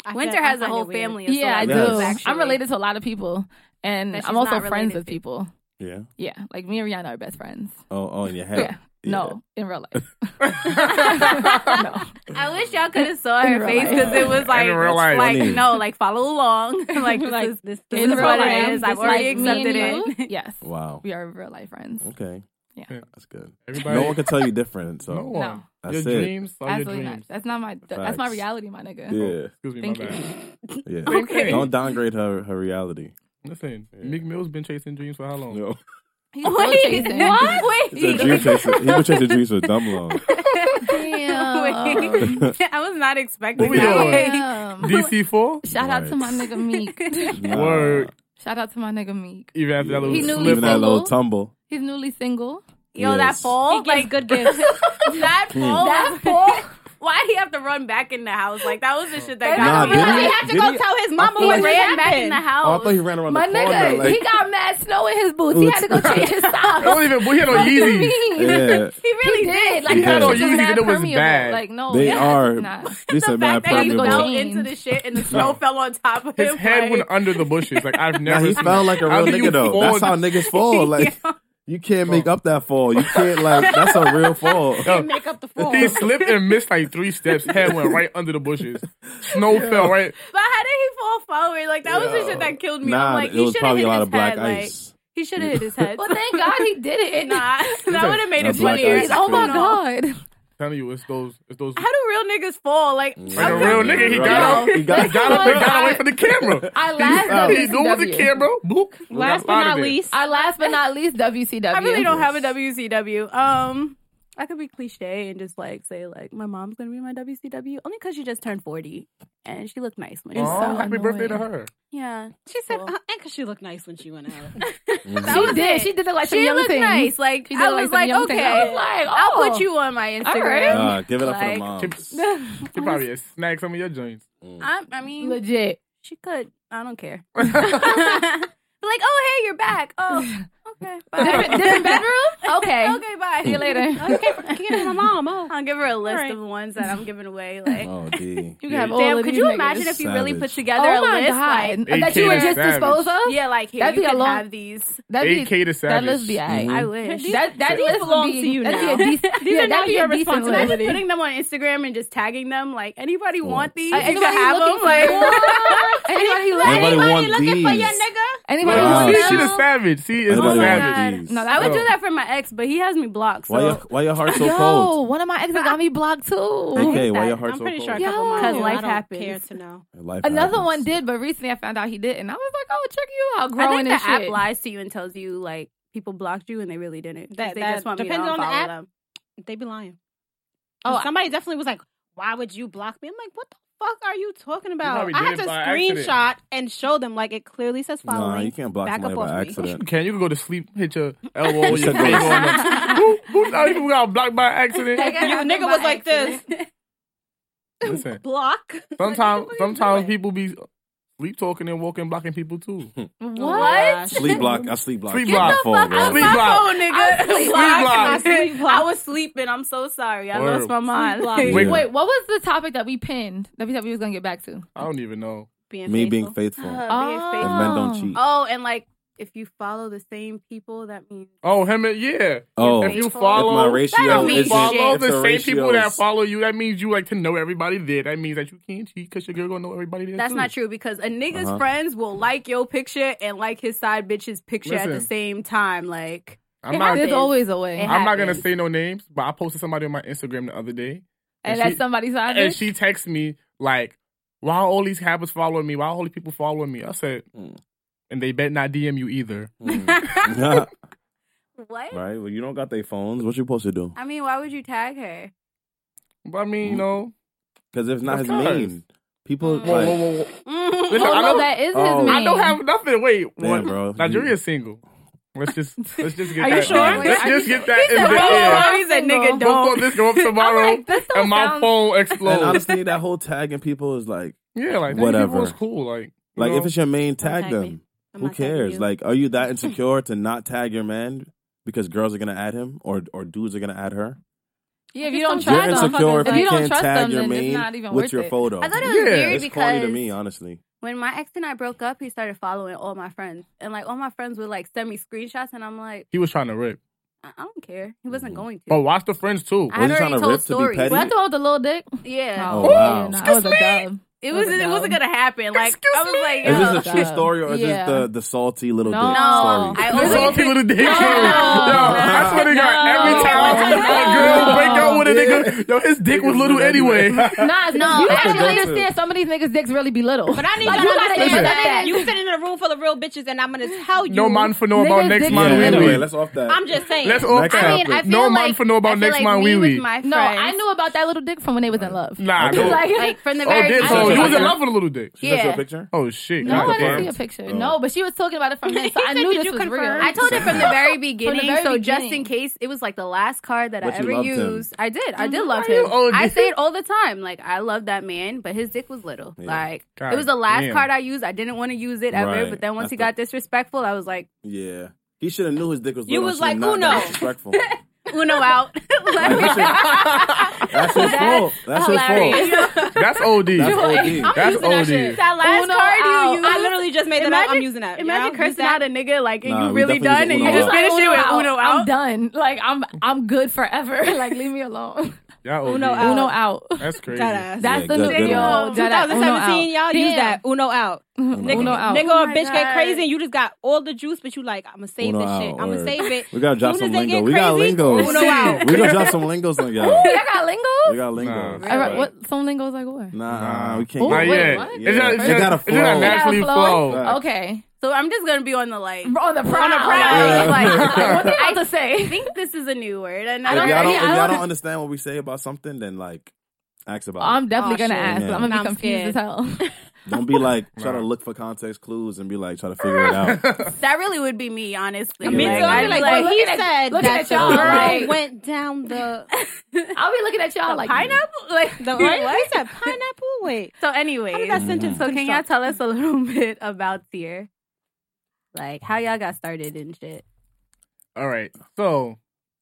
Speaker 3: I
Speaker 2: Winter
Speaker 3: feel- I
Speaker 2: has a
Speaker 3: find
Speaker 2: whole
Speaker 3: it weird.
Speaker 2: family. Of
Speaker 1: Yeah, I do.
Speaker 5: Yes.
Speaker 2: celebrities, actually.
Speaker 1: I'm related to a lot of people, and
Speaker 2: That she's
Speaker 1: I'm also
Speaker 2: not
Speaker 1: friends
Speaker 2: related
Speaker 1: with
Speaker 2: to.
Speaker 1: people.
Speaker 5: yeah.
Speaker 1: Yeah, like me and Rihanna are best friends.
Speaker 5: Oh, oh, in your head.
Speaker 1: Yeah. No, in real life.
Speaker 5: [LAUGHS]
Speaker 1: [LAUGHS]
Speaker 2: I wish y'all could have saw her
Speaker 1: real
Speaker 2: face because it was like,
Speaker 4: In real life.
Speaker 2: like
Speaker 5: Funny.
Speaker 2: no, like follow along. [LAUGHS] like this
Speaker 3: Like,
Speaker 2: is
Speaker 3: this,
Speaker 2: this
Speaker 1: In
Speaker 2: is
Speaker 1: real
Speaker 2: what
Speaker 1: life,
Speaker 2: it is. I've
Speaker 1: just
Speaker 2: already
Speaker 1: like me and
Speaker 2: accepted
Speaker 1: you.
Speaker 2: it.
Speaker 1: Yes,
Speaker 5: [LAUGHS] Wow.
Speaker 1: we are real life friends.
Speaker 5: Okay.
Speaker 1: Yeah.
Speaker 5: That's good.
Speaker 4: Everybody,
Speaker 5: No one can tell you different.
Speaker 4: [LAUGHS]
Speaker 5: So
Speaker 4: No one.
Speaker 1: No.
Speaker 5: that's
Speaker 4: your
Speaker 5: it.
Speaker 4: dreams are your
Speaker 1: Absolutely not.
Speaker 4: dreams.
Speaker 1: That's not my. That's my
Speaker 5: Facts.
Speaker 1: reality, my nigga.
Speaker 5: Yeah.
Speaker 4: Excuse me,
Speaker 1: Thank
Speaker 4: my
Speaker 1: you.
Speaker 4: bad.
Speaker 5: Yeah.
Speaker 4: [LAUGHS] Okay.
Speaker 5: Don't downgrade her her reality.
Speaker 4: Listen,
Speaker 5: Yeah.
Speaker 4: Meek Mill's been chasing dreams for how long? [LAUGHS]
Speaker 5: No.
Speaker 1: He's still chasing.
Speaker 2: What?
Speaker 5: He's a [LAUGHS] dream chaser. [LAUGHS] He been chasing dreams for dumb long.
Speaker 1: Damn.
Speaker 2: [LAUGHS] Wait. Oh. I was not expecting
Speaker 4: What we
Speaker 2: that.
Speaker 4: doing?
Speaker 1: Damn.
Speaker 4: DC four.
Speaker 1: Shout out to my nigga
Speaker 2: [LAUGHS]
Speaker 1: Meek.
Speaker 5: Nah.
Speaker 4: Word.
Speaker 1: Shout out to my nigga Meek.
Speaker 4: Even after that
Speaker 1: He
Speaker 4: little
Speaker 1: knew
Speaker 4: slip
Speaker 5: Even
Speaker 1: was
Speaker 5: that
Speaker 4: up.
Speaker 5: little
Speaker 1: single.
Speaker 5: tumble.
Speaker 1: He's newly single.
Speaker 2: Yo, that
Speaker 5: Yes. Hmm.
Speaker 2: fall, like [LAUGHS]
Speaker 3: good gifts.
Speaker 2: that fall,
Speaker 1: That
Speaker 2: that fall. [LAUGHS] Why did he have to run back in the house? Like that was the shit that
Speaker 5: Nah,
Speaker 2: got me.
Speaker 5: didn't
Speaker 2: Like,
Speaker 5: he?
Speaker 2: he had
Speaker 5: Did he-
Speaker 2: tell his mama
Speaker 5: I
Speaker 2: he
Speaker 5: thought-
Speaker 2: ran back in the
Speaker 5: Oh, I
Speaker 2: house.
Speaker 5: thought he ran around
Speaker 1: My
Speaker 5: the corner.
Speaker 1: nigga,
Speaker 5: like,
Speaker 1: he got mad snow in his boots. He had to go change his
Speaker 4: I
Speaker 1: socks. [LAUGHS]
Speaker 4: don't even. We had on Yeezy.
Speaker 1: Mean.
Speaker 5: yeah.
Speaker 2: he
Speaker 1: [LAUGHS]
Speaker 2: really
Speaker 1: He did. Like
Speaker 5: He had
Speaker 1: it
Speaker 5: on
Speaker 1: was just
Speaker 4: Yeezys
Speaker 1: mad
Speaker 4: and it was
Speaker 1: permeable.
Speaker 4: bad.
Speaker 1: Like no,
Speaker 5: They
Speaker 1: it's [LAUGHS]
Speaker 5: are.
Speaker 1: not.
Speaker 5: These
Speaker 2: the
Speaker 5: are bad
Speaker 2: fact that he
Speaker 1: permeable.
Speaker 2: fell
Speaker 5: permeable.
Speaker 1: Jeans.
Speaker 2: into the shit
Speaker 5: [LAUGHS]
Speaker 2: and the snow fell on top of
Speaker 4: His
Speaker 2: him.
Speaker 4: head
Speaker 2: like,
Speaker 4: went under the bushes. Like I've
Speaker 5: Nah,
Speaker 4: never. [LAUGHS]
Speaker 5: he
Speaker 4: seen
Speaker 5: fell
Speaker 4: it.
Speaker 5: like a
Speaker 4: How
Speaker 5: real
Speaker 4: do you
Speaker 5: nigga though.
Speaker 4: fall-
Speaker 5: That's how niggas
Speaker 2: [LAUGHS]
Speaker 5: fall. Like you can't make up that fall. You can't like that's a real fall.
Speaker 4: [LAUGHS] Yo,
Speaker 3: Make up the
Speaker 4: [LAUGHS]
Speaker 3: form.
Speaker 4: he slipped and missed like three steps. Head went right under the bushes. Snow fell right.
Speaker 2: But how did he fall forward? Like that was the shit that killed me. I'm
Speaker 5: Nah,
Speaker 2: like,
Speaker 5: it was
Speaker 2: he should have
Speaker 5: probably
Speaker 2: hit
Speaker 5: a lot
Speaker 2: his
Speaker 5: of black
Speaker 2: head. Like,
Speaker 5: ice.
Speaker 2: he should have hit
Speaker 1: [LAUGHS]
Speaker 2: his head.
Speaker 1: Well, thank God he did it. [LAUGHS]
Speaker 2: [LAUGHS] nah, that would have made
Speaker 5: That
Speaker 2: it
Speaker 5: black
Speaker 2: funnier.
Speaker 5: ice is
Speaker 1: Oh my
Speaker 5: No.
Speaker 1: God.
Speaker 4: telling you, it's those. It's those.
Speaker 2: How do real niggas fall? Like,
Speaker 4: Like a
Speaker 2: I'm-
Speaker 4: real nigga, he
Speaker 5: Right.
Speaker 4: got up.
Speaker 5: He got-
Speaker 4: [LAUGHS]
Speaker 5: [LAUGHS]
Speaker 4: He got up and got away from the camera.
Speaker 1: I last
Speaker 4: He knew it was a
Speaker 1: WCW.
Speaker 4: camera. Boop. We
Speaker 3: Last
Speaker 4: got
Speaker 3: but
Speaker 4: out of
Speaker 3: not
Speaker 4: there.
Speaker 3: least,
Speaker 1: I last but not least WCW.
Speaker 2: I really don't have a WCW. Um, I could be cliche and just like say like my mom's gonna be my WCW only because she just turned forty and she looked nice when she
Speaker 4: Oh,
Speaker 2: saw.
Speaker 4: happy
Speaker 1: annoying.
Speaker 4: birthday to her.
Speaker 2: Yeah,
Speaker 3: she said,
Speaker 2: cool.
Speaker 3: uh, and because she looked nice when she went [LAUGHS] out.
Speaker 2: That
Speaker 1: She
Speaker 2: was
Speaker 1: did.
Speaker 2: it.
Speaker 1: She did it like some
Speaker 2: She
Speaker 1: young
Speaker 2: looked
Speaker 1: thing.
Speaker 2: nice. Like
Speaker 1: She did
Speaker 2: I
Speaker 1: like
Speaker 2: was
Speaker 1: some
Speaker 2: like,
Speaker 1: young
Speaker 2: okay,
Speaker 1: thing. I was like, oh.
Speaker 2: will put you on my
Speaker 1: All
Speaker 2: Instagram.
Speaker 1: right.
Speaker 5: Uh, give it up for the
Speaker 2: Like-
Speaker 5: mom.
Speaker 4: She, [LAUGHS]
Speaker 5: [LAUGHS]
Speaker 4: she probably snagged some of your joints.
Speaker 1: Um,
Speaker 2: I, I mean,
Speaker 1: Legit.
Speaker 2: she could. I
Speaker 1: [LAUGHS]
Speaker 2: don't care. [LAUGHS] but like, oh hey, you're back. Oh, okay, bye.
Speaker 1: Different, different
Speaker 2: [LAUGHS]
Speaker 1: bedroom? Okay.
Speaker 2: okay, bye.
Speaker 1: See you later. [LAUGHS]
Speaker 3: okay, give it to my mom. Oh,
Speaker 2: I'll give her a list
Speaker 3: All right.
Speaker 2: of the ones that I'm giving [LAUGHS] away. Like,
Speaker 5: Oh D.
Speaker 1: You can have all
Speaker 2: damn,
Speaker 1: of
Speaker 2: could
Speaker 1: these
Speaker 2: you
Speaker 1: niggas.
Speaker 2: imagine if you really
Speaker 5: Savage.
Speaker 2: put together
Speaker 1: Oh
Speaker 2: a
Speaker 1: my
Speaker 2: list?
Speaker 1: god.
Speaker 2: Like,
Speaker 1: that you would
Speaker 4: AK
Speaker 1: just
Speaker 4: Savage.
Speaker 1: dispose of?
Speaker 2: yeah, like here
Speaker 1: That'd
Speaker 2: you
Speaker 1: be a
Speaker 2: can
Speaker 1: long-
Speaker 2: have these.
Speaker 1: That'd be,
Speaker 4: AK to
Speaker 1: that
Speaker 4: Savage. Mm-hmm.
Speaker 1: list be aight.
Speaker 5: Mhm.
Speaker 2: I wish.
Speaker 1: That that
Speaker 2: These
Speaker 1: list
Speaker 2: belong
Speaker 1: would be,
Speaker 2: to you
Speaker 1: that'd
Speaker 2: now.
Speaker 1: Be a dec-
Speaker 2: [LAUGHS] These
Speaker 1: yeah,
Speaker 2: are
Speaker 1: that'd
Speaker 2: not
Speaker 1: be
Speaker 2: your
Speaker 1: a decent
Speaker 2: responsibility.
Speaker 1: list.
Speaker 2: Imagine putting them on Instagram and just tagging them. Like anybody want these?
Speaker 1: Uh,
Speaker 2: you can
Speaker 1: anybody
Speaker 2: have
Speaker 1: looking
Speaker 2: them.
Speaker 1: for
Speaker 2: Like
Speaker 1: Anybody like
Speaker 5: Anybody want these?
Speaker 2: [LAUGHS]
Speaker 1: anybody
Speaker 5: Wow.
Speaker 1: want
Speaker 4: See,
Speaker 5: Wow.
Speaker 4: she the
Speaker 1: them?
Speaker 4: savage. See, it's
Speaker 5: Anybody
Speaker 2: my
Speaker 4: savage.
Speaker 5: want these?
Speaker 1: No,
Speaker 2: [LAUGHS] I would
Speaker 4: Oh.
Speaker 2: do that for my ex, but he has me blocked.
Speaker 5: why your
Speaker 2: So
Speaker 5: why your heart so
Speaker 1: Yo,
Speaker 5: cold?
Speaker 1: one of my exes got me blocked too.
Speaker 5: Okay, why your
Speaker 3: I'm
Speaker 5: heart so
Speaker 3: pretty
Speaker 5: cold?
Speaker 3: sure a
Speaker 1: Yo.
Speaker 3: couple months
Speaker 1: Because
Speaker 3: ago,
Speaker 2: life
Speaker 3: I don't
Speaker 2: happens.
Speaker 3: care to know.
Speaker 5: Life
Speaker 1: Another
Speaker 5: happens.
Speaker 1: one did, but recently I found out he didn't. I was like, oh, check you out,
Speaker 2: I
Speaker 1: growing
Speaker 2: think the
Speaker 1: and
Speaker 2: app
Speaker 1: shit.
Speaker 2: lies to you and tells you like people blocked you and they really didn't. 'Cause
Speaker 3: That-
Speaker 2: they
Speaker 3: that
Speaker 2: just want me to
Speaker 3: depends on the
Speaker 2: unfollow
Speaker 3: app.
Speaker 2: them.
Speaker 3: They be lying.
Speaker 1: Oh,
Speaker 3: Oh, somebody definitely was like, "Why would you block me?" I'm like, "What the fuck are you talking about?
Speaker 4: probably
Speaker 3: I
Speaker 4: did
Speaker 3: had
Speaker 4: it
Speaker 3: to
Speaker 4: by
Speaker 3: screenshot
Speaker 4: accident.
Speaker 3: and show them. Like it clearly says following.
Speaker 5: Nah, you can't block
Speaker 3: Back
Speaker 5: somebody
Speaker 3: up off
Speaker 5: by
Speaker 3: me.
Speaker 4: You
Speaker 5: accident.
Speaker 4: can you can go to sleep, hit your
Speaker 5: [LAUGHS]
Speaker 4: elbow or
Speaker 5: You
Speaker 4: your
Speaker 5: said go to
Speaker 4: finger on the- Who who now you got blocked
Speaker 2: [LAUGHS]
Speaker 4: by accident?
Speaker 1: That happened
Speaker 3: nigga
Speaker 1: by
Speaker 3: was like
Speaker 1: accident.
Speaker 4: Listen,
Speaker 2: [LAUGHS]
Speaker 3: Block.
Speaker 4: sometimes
Speaker 3: What are you
Speaker 4: sometimes
Speaker 3: doing?
Speaker 4: people be sleep talking and walking blocking people
Speaker 5: [LAUGHS]
Speaker 4: too.
Speaker 2: Oh [LAUGHS]
Speaker 1: What?
Speaker 5: Sleep block. I sleep block.
Speaker 4: Sleep
Speaker 5: Get
Speaker 4: block.
Speaker 5: the fuck
Speaker 1: Get the fuck
Speaker 5: out
Speaker 1: out
Speaker 5: of
Speaker 4: Sleep
Speaker 5: my
Speaker 2: my
Speaker 4: block.
Speaker 2: phone, nigga.
Speaker 1: Sleep
Speaker 4: block.
Speaker 3: Sleep block.
Speaker 2: I was sleeping. I'm so
Speaker 5: [LAUGHS]
Speaker 2: sorry. I
Speaker 4: Word.
Speaker 2: lost my mind.
Speaker 3: block.
Speaker 5: phone.
Speaker 4: Wait,
Speaker 5: Yeah.
Speaker 1: Wait, what was the topic that we pinned that we said we was gonna get back to?
Speaker 4: I don't even know.
Speaker 3: Being
Speaker 5: Me
Speaker 3: faithful.
Speaker 5: being faithful.
Speaker 2: Uh, being
Speaker 1: Oh.
Speaker 2: faithful.
Speaker 5: And men don't cheat.
Speaker 2: Oh, and like if you follow the same people, that means
Speaker 4: Oh, him and yeah.
Speaker 5: Oh,
Speaker 4: if you
Speaker 5: if
Speaker 2: faithful.
Speaker 5: my
Speaker 4: follow
Speaker 5: ratio
Speaker 2: don't mean
Speaker 5: is
Speaker 2: shit.
Speaker 4: follow
Speaker 5: if
Speaker 4: the same people that
Speaker 5: ratio's-
Speaker 4: follow you, that means you like to know everybody there. That means that you can't cheat because your girl gonna know everybody there.
Speaker 2: that's
Speaker 4: too.
Speaker 2: not true because a nigga's
Speaker 5: Uh-huh.
Speaker 2: friends will like your picture and like his side bitch's picture at the
Speaker 4: Listen.
Speaker 2: same time. Like
Speaker 4: I'm
Speaker 2: It
Speaker 4: not.
Speaker 1: There's
Speaker 2: happens.
Speaker 1: always a way,
Speaker 2: It
Speaker 4: I'm not gonna
Speaker 2: happens.
Speaker 4: say no names, but I posted somebody on my Instagram the other day,
Speaker 1: and
Speaker 4: and
Speaker 1: that's
Speaker 4: she-
Speaker 1: somebody's
Speaker 4: and
Speaker 1: side.
Speaker 4: she texted me like, "Why are all these habits following me? Why are all these people following me?" I said,
Speaker 5: Mm.
Speaker 4: "And they bet not DM you either." [LAUGHS]
Speaker 5: right.
Speaker 2: what?
Speaker 5: Hmm. Well, you don't got their phones. What you supposed to do?
Speaker 2: I mean, why would you tag [LAUGHS] her?
Speaker 4: But I mean, you
Speaker 5: Mm.
Speaker 4: know,
Speaker 5: Because it's not
Speaker 4: Of
Speaker 5: his
Speaker 4: course.
Speaker 5: main. People
Speaker 2: Mm.
Speaker 4: whoa,
Speaker 5: like,
Speaker 4: whoa, whoa, whoa. Listen,
Speaker 1: Oh no,
Speaker 4: I don't-
Speaker 1: that is his
Speaker 5: Oh.
Speaker 1: name.
Speaker 4: I don't have nothing. Wait,
Speaker 5: Damn,
Speaker 4: what?
Speaker 5: bro.
Speaker 4: Nigeria's single. Let's just let's just get
Speaker 2: Are you
Speaker 4: that.
Speaker 2: sure?
Speaker 4: Let's
Speaker 2: Are
Speaker 4: just
Speaker 2: you
Speaker 4: get that in
Speaker 2: Bro,
Speaker 4: the air
Speaker 2: he said, nigga,
Speaker 4: before
Speaker 2: don't.
Speaker 4: this go up tomorrow
Speaker 1: I'm like, this don't
Speaker 4: and my
Speaker 1: sound-
Speaker 4: phone
Speaker 5: and
Speaker 4: explodes.
Speaker 5: honestly, that whole tagging people is like,
Speaker 4: yeah, like
Speaker 5: Whatever.
Speaker 4: whatever. It's cool. Like you
Speaker 5: like
Speaker 4: know?
Speaker 5: if it's your main,
Speaker 3: Don't
Speaker 5: tag,
Speaker 3: tag
Speaker 5: them.
Speaker 3: me. I'm
Speaker 5: Who
Speaker 3: not tagging
Speaker 5: cares?
Speaker 3: you.
Speaker 5: Like, are you that insecure to not tag your man because girls are gonna add him or or dudes are gonna add her?
Speaker 1: Yeah, if you don't
Speaker 3: Just don't
Speaker 5: You're
Speaker 1: trust them,
Speaker 5: insecure if
Speaker 1: if
Speaker 5: you,
Speaker 1: you don't
Speaker 5: can't
Speaker 1: trust
Speaker 5: tag
Speaker 1: them,
Speaker 5: your
Speaker 1: then it's
Speaker 5: main
Speaker 1: not even
Speaker 5: with
Speaker 1: worth
Speaker 5: your
Speaker 1: it.
Speaker 5: photo.
Speaker 2: I thought it was
Speaker 4: Yeah,
Speaker 2: weird
Speaker 5: it's
Speaker 2: because
Speaker 5: corny to me, honestly.
Speaker 2: when my ex and I broke up, he started following all my friends, and like all my friends would like send me screenshots, and I'm like,
Speaker 4: he was trying to rip,
Speaker 2: I, I don't care. He wasn't
Speaker 5: Mhm.
Speaker 2: going to.
Speaker 4: but watch the friends too.
Speaker 2: I had
Speaker 5: Was he
Speaker 2: already
Speaker 5: trying to
Speaker 2: told
Speaker 5: rip to be
Speaker 2: stories.
Speaker 5: petty?
Speaker 1: Was that the one with the little dick?
Speaker 2: Yeah,
Speaker 5: Oh, wow.
Speaker 1: no, I was a dub.
Speaker 2: it was. It wasn't gonna happen. Like I was like,
Speaker 5: Is
Speaker 2: yo,
Speaker 5: this a true
Speaker 1: Yeah.
Speaker 5: story or is
Speaker 1: Yeah.
Speaker 5: this the the salty little
Speaker 1: No.
Speaker 5: dick?
Speaker 2: No.
Speaker 5: Sorry.
Speaker 2: I
Speaker 4: This
Speaker 2: always-
Speaker 4: [LAUGHS] all people to date you. Yo,
Speaker 2: No.
Speaker 4: I swear to God, every
Speaker 1: No.
Speaker 4: time a girl break up with a nigga, yo, his dick was little [LAUGHS] anyway.
Speaker 1: Nah, it's-
Speaker 2: No,
Speaker 1: you
Speaker 2: that's
Speaker 1: actually
Speaker 5: adulthood.
Speaker 1: understand some of these niggas' dicks really be little.
Speaker 3: But I need
Speaker 1: Like,
Speaker 3: you
Speaker 1: you
Speaker 3: to
Speaker 1: gotta
Speaker 3: understand
Speaker 1: accept
Speaker 3: that
Speaker 1: that.
Speaker 3: you sitting in a room full of real bitches, and I'm gonna tell you.
Speaker 4: No man for know about
Speaker 1: Niggas
Speaker 4: next
Speaker 1: dick
Speaker 5: Yeah,
Speaker 1: is
Speaker 4: man wee
Speaker 1: little.
Speaker 5: anyway,
Speaker 4: wee.
Speaker 5: let's off that.
Speaker 3: I'm just saying.
Speaker 4: Let's all
Speaker 5: Next
Speaker 2: I mean,
Speaker 5: topic.
Speaker 2: I feel
Speaker 4: No man
Speaker 2: like,
Speaker 4: for know
Speaker 2: I
Speaker 4: about
Speaker 2: feel
Speaker 4: next
Speaker 2: like
Speaker 4: man
Speaker 2: me
Speaker 4: wee
Speaker 2: with
Speaker 4: wee.
Speaker 2: my
Speaker 1: No,
Speaker 2: friends.
Speaker 1: I knew about that little dick from when they was in love.
Speaker 4: Nah,
Speaker 5: Okay.
Speaker 4: no.
Speaker 1: Like,
Speaker 2: like from the
Speaker 4: Oh,
Speaker 2: very.
Speaker 4: did
Speaker 2: I
Speaker 4: so
Speaker 2: knew
Speaker 4: you was
Speaker 2: about
Speaker 4: in
Speaker 2: it.
Speaker 4: love with a little dick.
Speaker 5: She sent you
Speaker 2: Yeah.
Speaker 5: a picture.
Speaker 4: Oh shit.
Speaker 1: no,
Speaker 4: God
Speaker 1: I
Speaker 4: damn.
Speaker 1: didn't see a picture.
Speaker 5: Oh.
Speaker 1: No, but she was talking about it from him, so I
Speaker 3: said,
Speaker 1: knew
Speaker 3: "Did
Speaker 1: this
Speaker 3: you
Speaker 1: was real.
Speaker 3: confirm?"
Speaker 2: I told it from the very beginning.
Speaker 1: very
Speaker 2: so just
Speaker 1: beginning.
Speaker 2: in case, it was like the last card that
Speaker 5: But
Speaker 2: I
Speaker 5: you
Speaker 2: ever
Speaker 5: loved him.
Speaker 2: used. I did. I did
Speaker 4: Mhm.
Speaker 2: love
Speaker 4: Are you
Speaker 2: him.
Speaker 4: old?
Speaker 2: I
Speaker 4: [LAUGHS]
Speaker 2: say it all the time. Like I love that man, but his dick was little.
Speaker 5: Yeah.
Speaker 2: Like
Speaker 4: God
Speaker 2: it was the last
Speaker 4: damn.
Speaker 2: card I used. I didn't want to use it ever.
Speaker 5: Right.
Speaker 2: But then once he
Speaker 5: That's
Speaker 2: got disrespectful, I was like,
Speaker 5: Yeah. He should have knew his dick was
Speaker 3: You
Speaker 5: little.
Speaker 3: was
Speaker 5: She was
Speaker 3: like,
Speaker 5: not that
Speaker 3: Uno.
Speaker 5: disrespectful.
Speaker 2: Uno
Speaker 5: [LAUGHS]
Speaker 2: out. [LAUGHS] Like,
Speaker 5: Like,
Speaker 2: [LAUGHS]
Speaker 5: That's his fault. That's his fault.
Speaker 2: hilarious.
Speaker 4: That's OD.
Speaker 5: That's OD.
Speaker 4: That's
Speaker 3: using that
Speaker 4: OD.
Speaker 2: that last
Speaker 1: Uno
Speaker 2: card
Speaker 1: out.
Speaker 2: you used.
Speaker 3: I literally just made that up. I'm
Speaker 2: Imagine-
Speaker 3: using that.
Speaker 2: Imagine
Speaker 3: yeah? Use
Speaker 2: cursing out
Speaker 3: that.
Speaker 2: a nigga like and
Speaker 5: Nah,
Speaker 2: you
Speaker 5: we
Speaker 2: really
Speaker 5: definitely
Speaker 2: done and
Speaker 5: use
Speaker 2: you
Speaker 5: Uno
Speaker 2: just
Speaker 5: out.
Speaker 2: finish it with Uno
Speaker 1: I'm
Speaker 2: out.
Speaker 1: done. Like I'm, I'm good forever. Like leave me alone.
Speaker 4: Y'all OD.
Speaker 3: Uno out.
Speaker 1: Uno out.
Speaker 4: That's crazy.
Speaker 3: That ass.
Speaker 1: That's
Speaker 5: Yeah,
Speaker 1: the
Speaker 5: good-
Speaker 1: new
Speaker 5: good
Speaker 1: yo,
Speaker 5: one.
Speaker 1: that ass, Uno out.
Speaker 3: 2017, y'all use that.
Speaker 1: Damn.
Speaker 3: Uno out.
Speaker 5: Uno
Speaker 1: Uno out.
Speaker 3: Nigga
Speaker 2: Oh
Speaker 3: or
Speaker 2: my
Speaker 3: bitch
Speaker 2: God.
Speaker 3: get crazy and you just got all the juice, but you like, I'm gonna save
Speaker 5: Uno
Speaker 3: this shit.
Speaker 5: out,
Speaker 3: I'm gonna
Speaker 5: word.
Speaker 3: save it.
Speaker 5: We gotta drop
Speaker 3: Soon as
Speaker 5: some
Speaker 3: they
Speaker 5: lingo.
Speaker 3: get
Speaker 5: We got
Speaker 3: crazy,
Speaker 5: lingos.
Speaker 3: Uno out.
Speaker 5: We gonna drop some lingos on y'all.
Speaker 1: I got
Speaker 5: We
Speaker 1: lingos.
Speaker 5: got
Speaker 4: Nah.
Speaker 5: lingos.
Speaker 4: All
Speaker 1: All right, what some lingos like what?
Speaker 5: Nah,
Speaker 4: Nah.
Speaker 5: we can't.
Speaker 1: Ooh,
Speaker 4: Not
Speaker 1: Wait,
Speaker 4: yet.
Speaker 1: what?
Speaker 4: It's
Speaker 5: Yeah.
Speaker 4: not, it's
Speaker 5: It gotta
Speaker 4: not, it's not
Speaker 5: flow.
Speaker 4: naturally
Speaker 1: It gotta flow.
Speaker 4: flow.
Speaker 5: Right.
Speaker 1: Okay,
Speaker 2: So I'm just gonna be on the like.
Speaker 1: on the prowl.
Speaker 2: On the prowl.
Speaker 5: Yeah.
Speaker 1: [LAUGHS]
Speaker 2: Like,
Speaker 1: what
Speaker 2: [LAUGHS]
Speaker 1: are you
Speaker 2: I
Speaker 1: about to say?
Speaker 2: think this is a new word. And I
Speaker 5: If y'all
Speaker 2: don't,
Speaker 1: Yeah,
Speaker 5: don't, if
Speaker 1: I
Speaker 5: y'all
Speaker 1: don't-
Speaker 5: don't understand what we say about something, then like, ask about
Speaker 1: I'm definitely
Speaker 3: Oh,
Speaker 1: gonna
Speaker 3: shit.
Speaker 1: ask.
Speaker 5: Yeah.
Speaker 1: I'm gonna be
Speaker 3: Nah, I'm
Speaker 1: confused as
Speaker 3: scared.
Speaker 1: hell. [LAUGHS]
Speaker 5: it. Don't be like
Speaker 4: [LAUGHS]
Speaker 5: try to
Speaker 4: Nah.
Speaker 5: look for context clues and be like try to figure it out.
Speaker 4: [LAUGHS]
Speaker 2: that really would be me, honestly.
Speaker 5: Me too. I'd
Speaker 2: I'd
Speaker 5: be
Speaker 2: be
Speaker 5: like,
Speaker 3: But
Speaker 1: Look
Speaker 3: he
Speaker 1: at-
Speaker 3: said
Speaker 1: look
Speaker 3: that
Speaker 1: at y'all,
Speaker 3: the girl
Speaker 1: right?
Speaker 3: went down
Speaker 2: [LAUGHS]
Speaker 3: the
Speaker 1: I'll be looking at y'all like
Speaker 2: pineapple. [LAUGHS] Like
Speaker 3: the right. He said pineapple. Wait,
Speaker 2: So, anyway,
Speaker 3: how did that sentence
Speaker 2: so can y'all
Speaker 3: construct?
Speaker 2: tell us a little [LAUGHS] bit about Seer? Like how y'all got started and shit.
Speaker 4: All right. So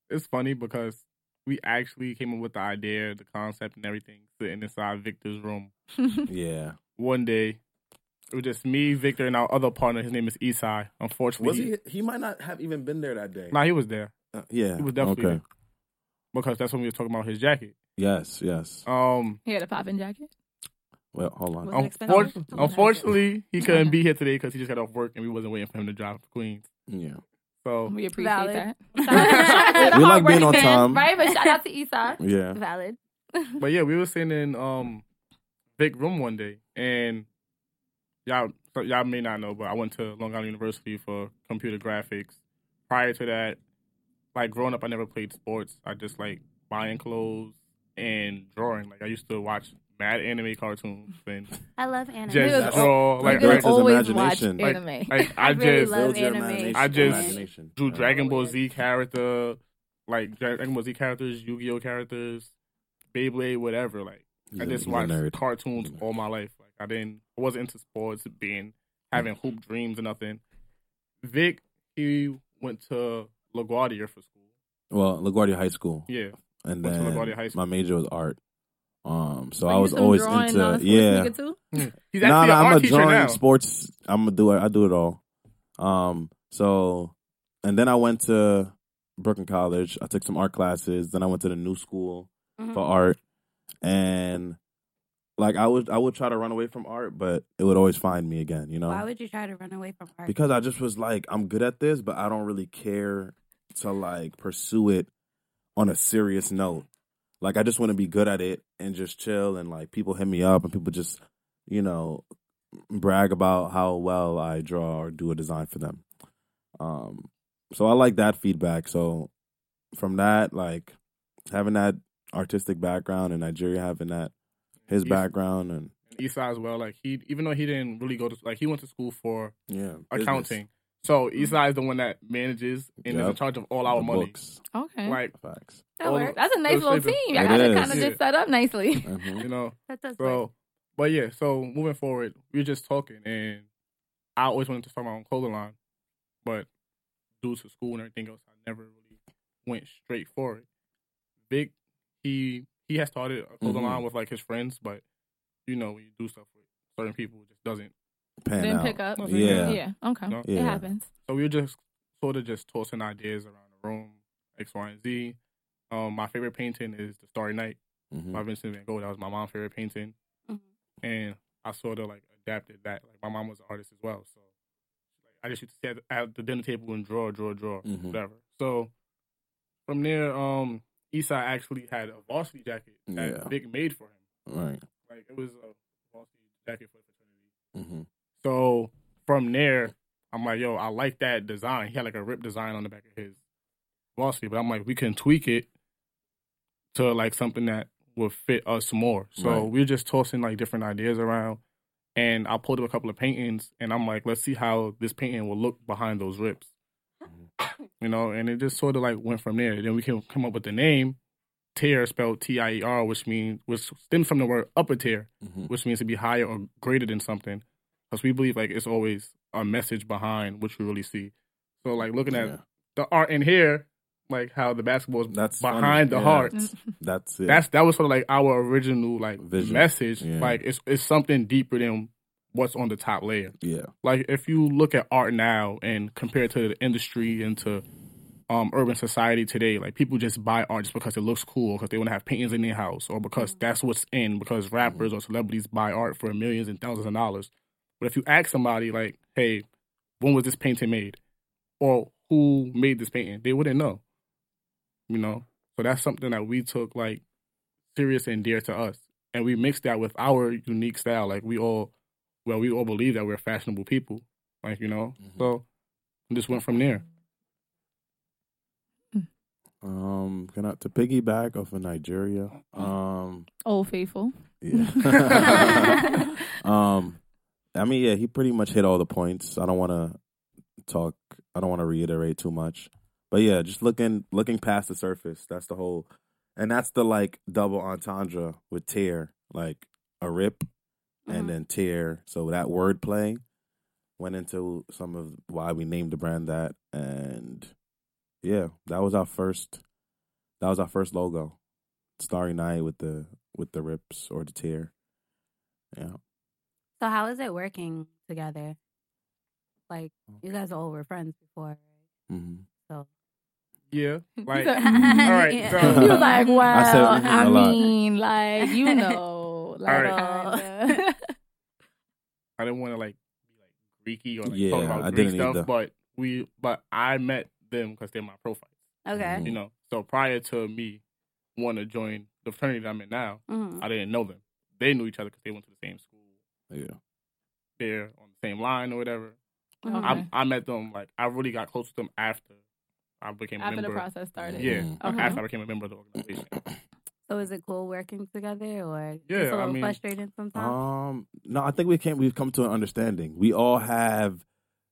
Speaker 4: it's funny because we actually came up with the idea, the concept, and everything sitting inside Victor's room
Speaker 5: yeah.
Speaker 4: one day. It was just me, Victor, and our other partner. His name is Isai. Unfortunately,
Speaker 5: Was he? He might not have even been there that day.
Speaker 4: Nah, he was there
Speaker 5: Uh, yeah.
Speaker 4: He was definitely
Speaker 5: okay.
Speaker 4: because that's when we were talking about his jacket.
Speaker 5: Yes. Yes.
Speaker 4: Um,
Speaker 1: He had a poppin' jacket.
Speaker 5: Well, hold on.
Speaker 3: Wasn't
Speaker 4: unfor-
Speaker 3: expecting-
Speaker 1: Oh.
Speaker 4: unfortunately, he
Speaker 5: [LAUGHS]
Speaker 4: couldn't be here today because he just got off work and we wasn't waiting for him to drive to Queens.
Speaker 5: Yeah.
Speaker 4: So
Speaker 1: We appreciate
Speaker 2: Valid.
Speaker 1: that. [LAUGHS]
Speaker 5: [LAUGHS] We like being on time.
Speaker 1: Right, but shout out to Eastside.
Speaker 5: Yeah.
Speaker 2: Valid.
Speaker 4: But yeah, we were sitting in um Vic room one day, and y'all so y'all may not know, but I went to Long Island University for computer graphics. Prior to that, like growing up, I never played sports. I just like buying clothes and drawing. Like I used to watch mad anime
Speaker 1: [LAUGHS]
Speaker 4: cartoons and
Speaker 2: I love anime.
Speaker 4: just
Speaker 1: It was
Speaker 4: draw
Speaker 1: Niggas
Speaker 4: like
Speaker 5: It was
Speaker 4: like,
Speaker 5: all-
Speaker 1: always watch
Speaker 5: imagination.
Speaker 1: anime.
Speaker 5: Like-
Speaker 4: like I,
Speaker 2: [LAUGHS] I really
Speaker 4: just
Speaker 2: love
Speaker 5: Builds your
Speaker 2: anime.
Speaker 5: imagination.
Speaker 4: I just
Speaker 5: Imagination.
Speaker 4: drew
Speaker 5: Yeah.
Speaker 4: Dragon Ball Z character, like Dragon Ball Z characters, Yu Gi Oh characters, Beyblade, whatever. Like I
Speaker 5: He's a-
Speaker 4: just
Speaker 5: he's a
Speaker 4: watched
Speaker 5: nerd.
Speaker 4: cartoons
Speaker 5: He's a nerd.
Speaker 4: all my life. Like I didn't, I wasn't into sports,
Speaker 5: Hmm.
Speaker 4: being having hoop dreams or nothing. Vic, he went to LaGuardia for school.
Speaker 5: Well, LaGuardia High School.
Speaker 4: Yeah, Went
Speaker 5: And
Speaker 4: to
Speaker 5: then
Speaker 4: LaGuardia High School.
Speaker 5: my major was art. Um, so
Speaker 1: Are
Speaker 5: I
Speaker 1: you
Speaker 5: was
Speaker 1: some
Speaker 5: always
Speaker 1: drawing
Speaker 5: into
Speaker 1: non-sports
Speaker 5: yeah.
Speaker 1: nigga too?
Speaker 4: he's actually
Speaker 5: No, no,
Speaker 4: an
Speaker 5: I'm
Speaker 4: art
Speaker 5: a
Speaker 4: teacher
Speaker 5: drawing
Speaker 4: now.
Speaker 5: sports. I'm gonna do it. I do it all. Um, so and then I went to Brooklyn College. I took some art classes. Then I went to the new school
Speaker 2: Mhm.
Speaker 4: Mm-hmm.
Speaker 5: for art, and like I would, I would try to run away from art, but it would always find me again. You know,
Speaker 2: Why would you try to run away from art?
Speaker 5: because I just was like, I'm good at this, but I don't really care to like pursue it on a serious note. Like I just want to be good at it and just chill and like people hit me up and people just, you know, brag about how well I draw or do a design for them. Um so I like that feedback. So from that like having that artistic background in Nigeria having that his
Speaker 4: He's-
Speaker 5: background and
Speaker 4: Eastside as well. Like he, even though he didn't really go to, like he went to school for
Speaker 5: yeah,
Speaker 4: accounting. So Eastside is the one that manages and is in
Speaker 5: Hmm. Yep.
Speaker 4: charge of all our money.
Speaker 5: books,
Speaker 1: Okay.
Speaker 4: Like
Speaker 5: facts.
Speaker 1: That
Speaker 4: all-
Speaker 1: works. That's a nice
Speaker 4: those
Speaker 1: little
Speaker 4: papers.
Speaker 1: team.
Speaker 5: It
Speaker 1: Y'all kind
Speaker 5: is.
Speaker 1: of
Speaker 4: Yeah.
Speaker 1: did set up nicely.
Speaker 5: Mhm.
Speaker 4: you know.
Speaker 2: That does work. [LAUGHS]
Speaker 4: So, but yeah. So moving forward, we were just talking, and I always wanted to start my own clothing line, but due to school and everything else, I never really went straight for it. Vic, he he has started a clothing
Speaker 5: Mhm.
Speaker 4: line with like his friends, but you know when you do stuff with certain people, it just doesn't.
Speaker 5: Pan
Speaker 1: [LAUGHS] Didn't
Speaker 5: out.
Speaker 1: pick up.
Speaker 5: Yeah.
Speaker 1: Yeah. Okay.
Speaker 4: No.
Speaker 5: Yeah.
Speaker 1: It happens.
Speaker 4: So we were just sort of just tossing ideas around the room, X, Y, and Z. Um, my favorite painting is the Starry Night.
Speaker 5: Mhm.
Speaker 4: by Vincent Van Gogh. That was my mom's favorite painting,
Speaker 2: Mhm.
Speaker 4: and I sort of like adapted that. Like my mom was an artist as well, so like, I just used to sit at the- at the dinner table and draw, draw, draw,
Speaker 5: Mhm.
Speaker 4: whatever. So from there, um, Isai actually had a varsity jacket that
Speaker 5: Yeah.
Speaker 4: Vic made for him.
Speaker 5: Right.
Speaker 4: Like it was a varsity jacket for the fraternity.
Speaker 5: Mm-hmm.
Speaker 4: So from there, I'm like, yo, I like that design. He had like a rip design on the back of his varsity, but I'm like, we can tweak it to like something that will fit us more. So
Speaker 5: Right.
Speaker 4: we are just tossing like different ideas around. And I pulled up a couple of paintings and I'm like, let's see how this painting will look behind those rips. You know, and it just sort of like went from there. Then we can come up with the name, tear spelled T I E R, which means which stems from the word upper tier
Speaker 5: Mm-hmm.
Speaker 4: which means to be higher or greater than something, because we believe like it's always a message behind what you really see. So like looking at
Speaker 5: Yeah.
Speaker 4: the art in here, like how the basketball is
Speaker 5: That's funny.
Speaker 4: behind the
Speaker 5: Yeah.
Speaker 4: heart.
Speaker 5: [LAUGHS] That's it.
Speaker 4: That's that was sort of like our original like
Speaker 5: Vision.
Speaker 4: message.
Speaker 5: Yeah.
Speaker 4: Like it's it's something deeper than what's on the top layer.
Speaker 5: yeah.
Speaker 4: Like if you look at art now and compare it to the industry and to um, urban society today, like people just buy art just because it looks cool, because they want to have paintings in their house, or because that's what's in. Because rappers or celebrities buy art for millions and thousands of dollars. But if you ask somebody, like, "Hey, when was this painting made?" or "Who made this painting?" they wouldn't know. You know, so that's something that we took like serious and dear to us, and we mixed that with our unique style. Like we all, well, we all believe that we're fashionable people. Like you know,
Speaker 5: Mhm.
Speaker 4: so just went from there.
Speaker 5: Um, can I to piggyback off of Nigeria? Um,
Speaker 1: Old faithful.
Speaker 5: yeah.
Speaker 1: [LAUGHS]
Speaker 5: [LAUGHS] um, I mean, yeah, he pretty much hit all the points. I don't want to talk. I don't want to reiterate too much. But yeah, just looking looking past the surface. That's the whole, and that's the like double entendre with tear, like a rip,
Speaker 2: Mm-hmm.
Speaker 5: and then tear. So that wordplay went into some of why we named the brand that, and yeah, that was our first. That was our first logo, Starry Night with the with the rips or the tear. Yeah.
Speaker 2: So how is it working together? Like you guys all were friends before.
Speaker 5: hmm
Speaker 4: Yeah, like
Speaker 1: He's
Speaker 5: [LAUGHS]
Speaker 4: all
Speaker 2: [LAUGHS]
Speaker 4: right, so-
Speaker 1: [LAUGHS] He was like, "Well, I,
Speaker 5: said mm, a lot.
Speaker 1: mean, like, [LAUGHS] you know, like,
Speaker 4: right.
Speaker 1: uh, [LAUGHS]
Speaker 4: I didn't want to like be like Greeky or like
Speaker 5: Yeah,
Speaker 4: talk about
Speaker 5: I
Speaker 4: Greek
Speaker 5: didn't
Speaker 4: stuff,
Speaker 5: either.
Speaker 4: but we but I met them because they're my profile.
Speaker 2: okay.
Speaker 5: Mhm.
Speaker 4: You know, so prior to me wanting to join the fraternity that I'm in now,
Speaker 2: Mhm.
Speaker 4: I didn't know them. They knew each other because they went to the same school.
Speaker 5: Yeah.
Speaker 4: They're on the same line or whatever.
Speaker 2: Mhm.
Speaker 1: Okay.
Speaker 4: I I met them like I really got close to them after I became a
Speaker 1: after the
Speaker 4: member.
Speaker 1: process started.
Speaker 4: Yeah,
Speaker 5: Mhm.
Speaker 4: like,
Speaker 1: Okay. [LAUGHS]
Speaker 5: [CLEARS THROAT]
Speaker 4: after I became a member of the organization.
Speaker 2: So is it cool working together or
Speaker 4: Yeah,
Speaker 2: it's a
Speaker 4: I
Speaker 2: little
Speaker 4: mean-
Speaker 2: frustrating sometimes?
Speaker 5: Um, no, I think we can. We've come to an understanding. We all have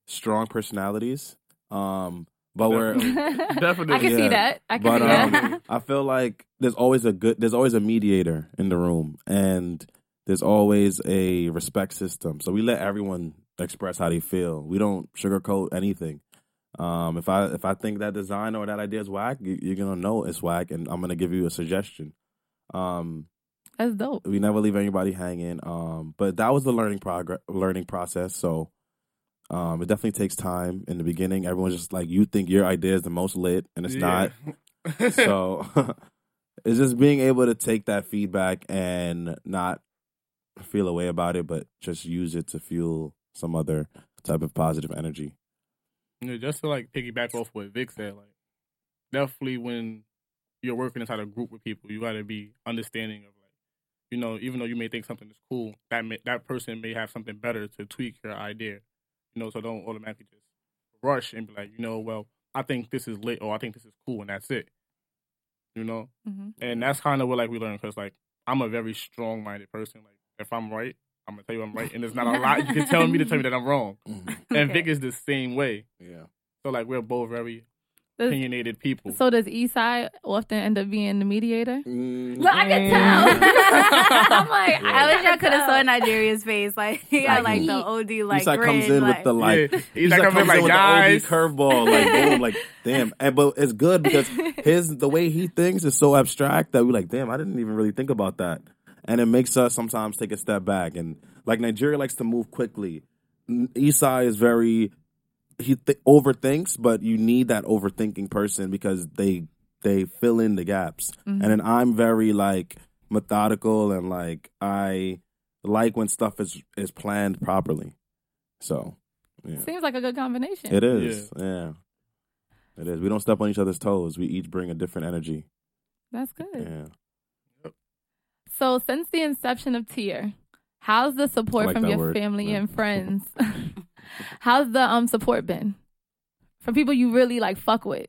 Speaker 5: strong personalities. Um,
Speaker 1: [LAUGHS]
Speaker 5: but we're.
Speaker 4: Definitely. Definitely.
Speaker 1: I can see
Speaker 5: Yeah.
Speaker 1: that. I can
Speaker 5: But
Speaker 1: see
Speaker 5: um,
Speaker 1: that. [LAUGHS]
Speaker 2: Yeah.
Speaker 5: I feel like there's always a good, there's always a mediator in the room, and there's always a respect system. So we let everyone express how they feel. We don't sugarcoat anything. Um, if I if I think that design or that idea is whack, you, you're gonna know it's whack, and I'm gonna give you a suggestion. Um,
Speaker 1: That's dope.
Speaker 5: we never leave anybody hanging. Um, but that was the learning progress, learning process. So, um, it definitely takes time. In the beginning, everyone's just like, you think your idea is the most lit, and it's not
Speaker 4: [LAUGHS] not.
Speaker 5: so [LAUGHS] it's just being able to take that feedback and not feel away about it, but just use it to fuel some other type of positive energy.
Speaker 4: Yeah, just to like piggyback off what Vic said, like definitely when you're working inside a group with people, you gotta be understanding of like, you know, even though you may think something is cool, that may, that person may have something better to tweak your idea, you know. So don't automatically just rush and be like, you know, well, I think this is lit or I think this is cool, and that's it, you know.
Speaker 1: Mhm.
Speaker 4: And that's kind of what like we learned because like I'm a very strong minded person. Like if I'm right, I'm gonna tell you I'm right, and there's not a lot you can tell me to tell me that I'm wrong. And Vic is the same way.
Speaker 5: Yeah.
Speaker 4: So like we're both very
Speaker 1: Does-
Speaker 4: opinionated people.
Speaker 1: So does Eastside often end up being the mediator?
Speaker 5: Mm,
Speaker 1: Look, I can tell. [LAUGHS] I'm like,
Speaker 5: Yeah.
Speaker 1: I
Speaker 2: [LAUGHS] I
Speaker 1: wish
Speaker 2: wish
Speaker 1: y'all
Speaker 2: I
Speaker 1: could have
Speaker 2: could have
Speaker 1: saw
Speaker 2: saw
Speaker 1: it.
Speaker 2: Nigeria's face, like [LAUGHS] yeah, like the OD like
Speaker 5: Eastside
Speaker 2: grin,
Speaker 5: comes in
Speaker 2: like,
Speaker 5: with the like.
Speaker 4: yeah, he's
Speaker 5: He's
Speaker 4: like,
Speaker 5: like
Speaker 4: I'm
Speaker 5: comes in
Speaker 4: like
Speaker 5: with
Speaker 4: guys.
Speaker 5: the OD curveball, [LAUGHS] like boom, like damn. And, but it's good [LAUGHS] because his the way he thinks is so abstract that we're like, damn, I didn't even really think about that. And it makes us sometimes take a step back. And like Nigeria likes to move quickly. N- Isai is very he th- overthinks, but you need that overthinking person because they they fill in the gaps.
Speaker 1: Mm-hmm.
Speaker 5: And then I'm very like methodical and like I like when stuff is is planned properly. So yeah.
Speaker 1: Seems like a good combination.
Speaker 5: It is. Yeah. It is. We don't step on each other's toes. We each bring a different energy.
Speaker 1: That's good.
Speaker 5: Yeah.
Speaker 1: So since the inception of Tier, how's the support
Speaker 5: I like
Speaker 1: from
Speaker 5: that
Speaker 1: your
Speaker 5: word.
Speaker 1: family
Speaker 5: Yeah.
Speaker 1: and friends? [LAUGHS] how's the um support been from people you really like fuck with?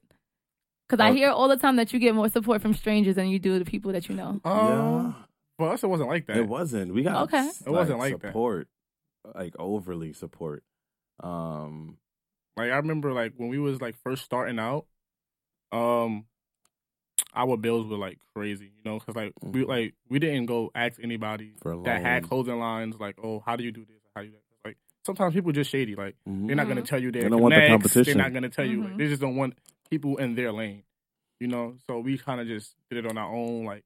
Speaker 1: Because I
Speaker 5: Uh,
Speaker 1: hear all the time that you get more support from strangers than you do the people that you know.
Speaker 4: Um, For us, it wasn't like that.
Speaker 5: It wasn't. We got
Speaker 1: Okay.
Speaker 5: s-
Speaker 4: It wasn't like that.
Speaker 5: support. Like overly support. Um
Speaker 4: Like I remember, like when we was like first starting out, um, our bills were like crazy, you know, because like we
Speaker 5: Mhm.
Speaker 4: like we didn't go ask anybody
Speaker 5: for a
Speaker 4: that had
Speaker 5: long-
Speaker 4: clothing lines like, oh, how do you do this? How do you do that? like? Sometimes people just shady. Like
Speaker 5: Mhm.
Speaker 4: they're not gonna tell you their
Speaker 5: They don't want the
Speaker 4: connects,
Speaker 5: competition.
Speaker 4: They're not gonna tell you. Like,
Speaker 1: Mhm.
Speaker 4: they just don't want people in their lane, you know. So we kind of just did it on our own, like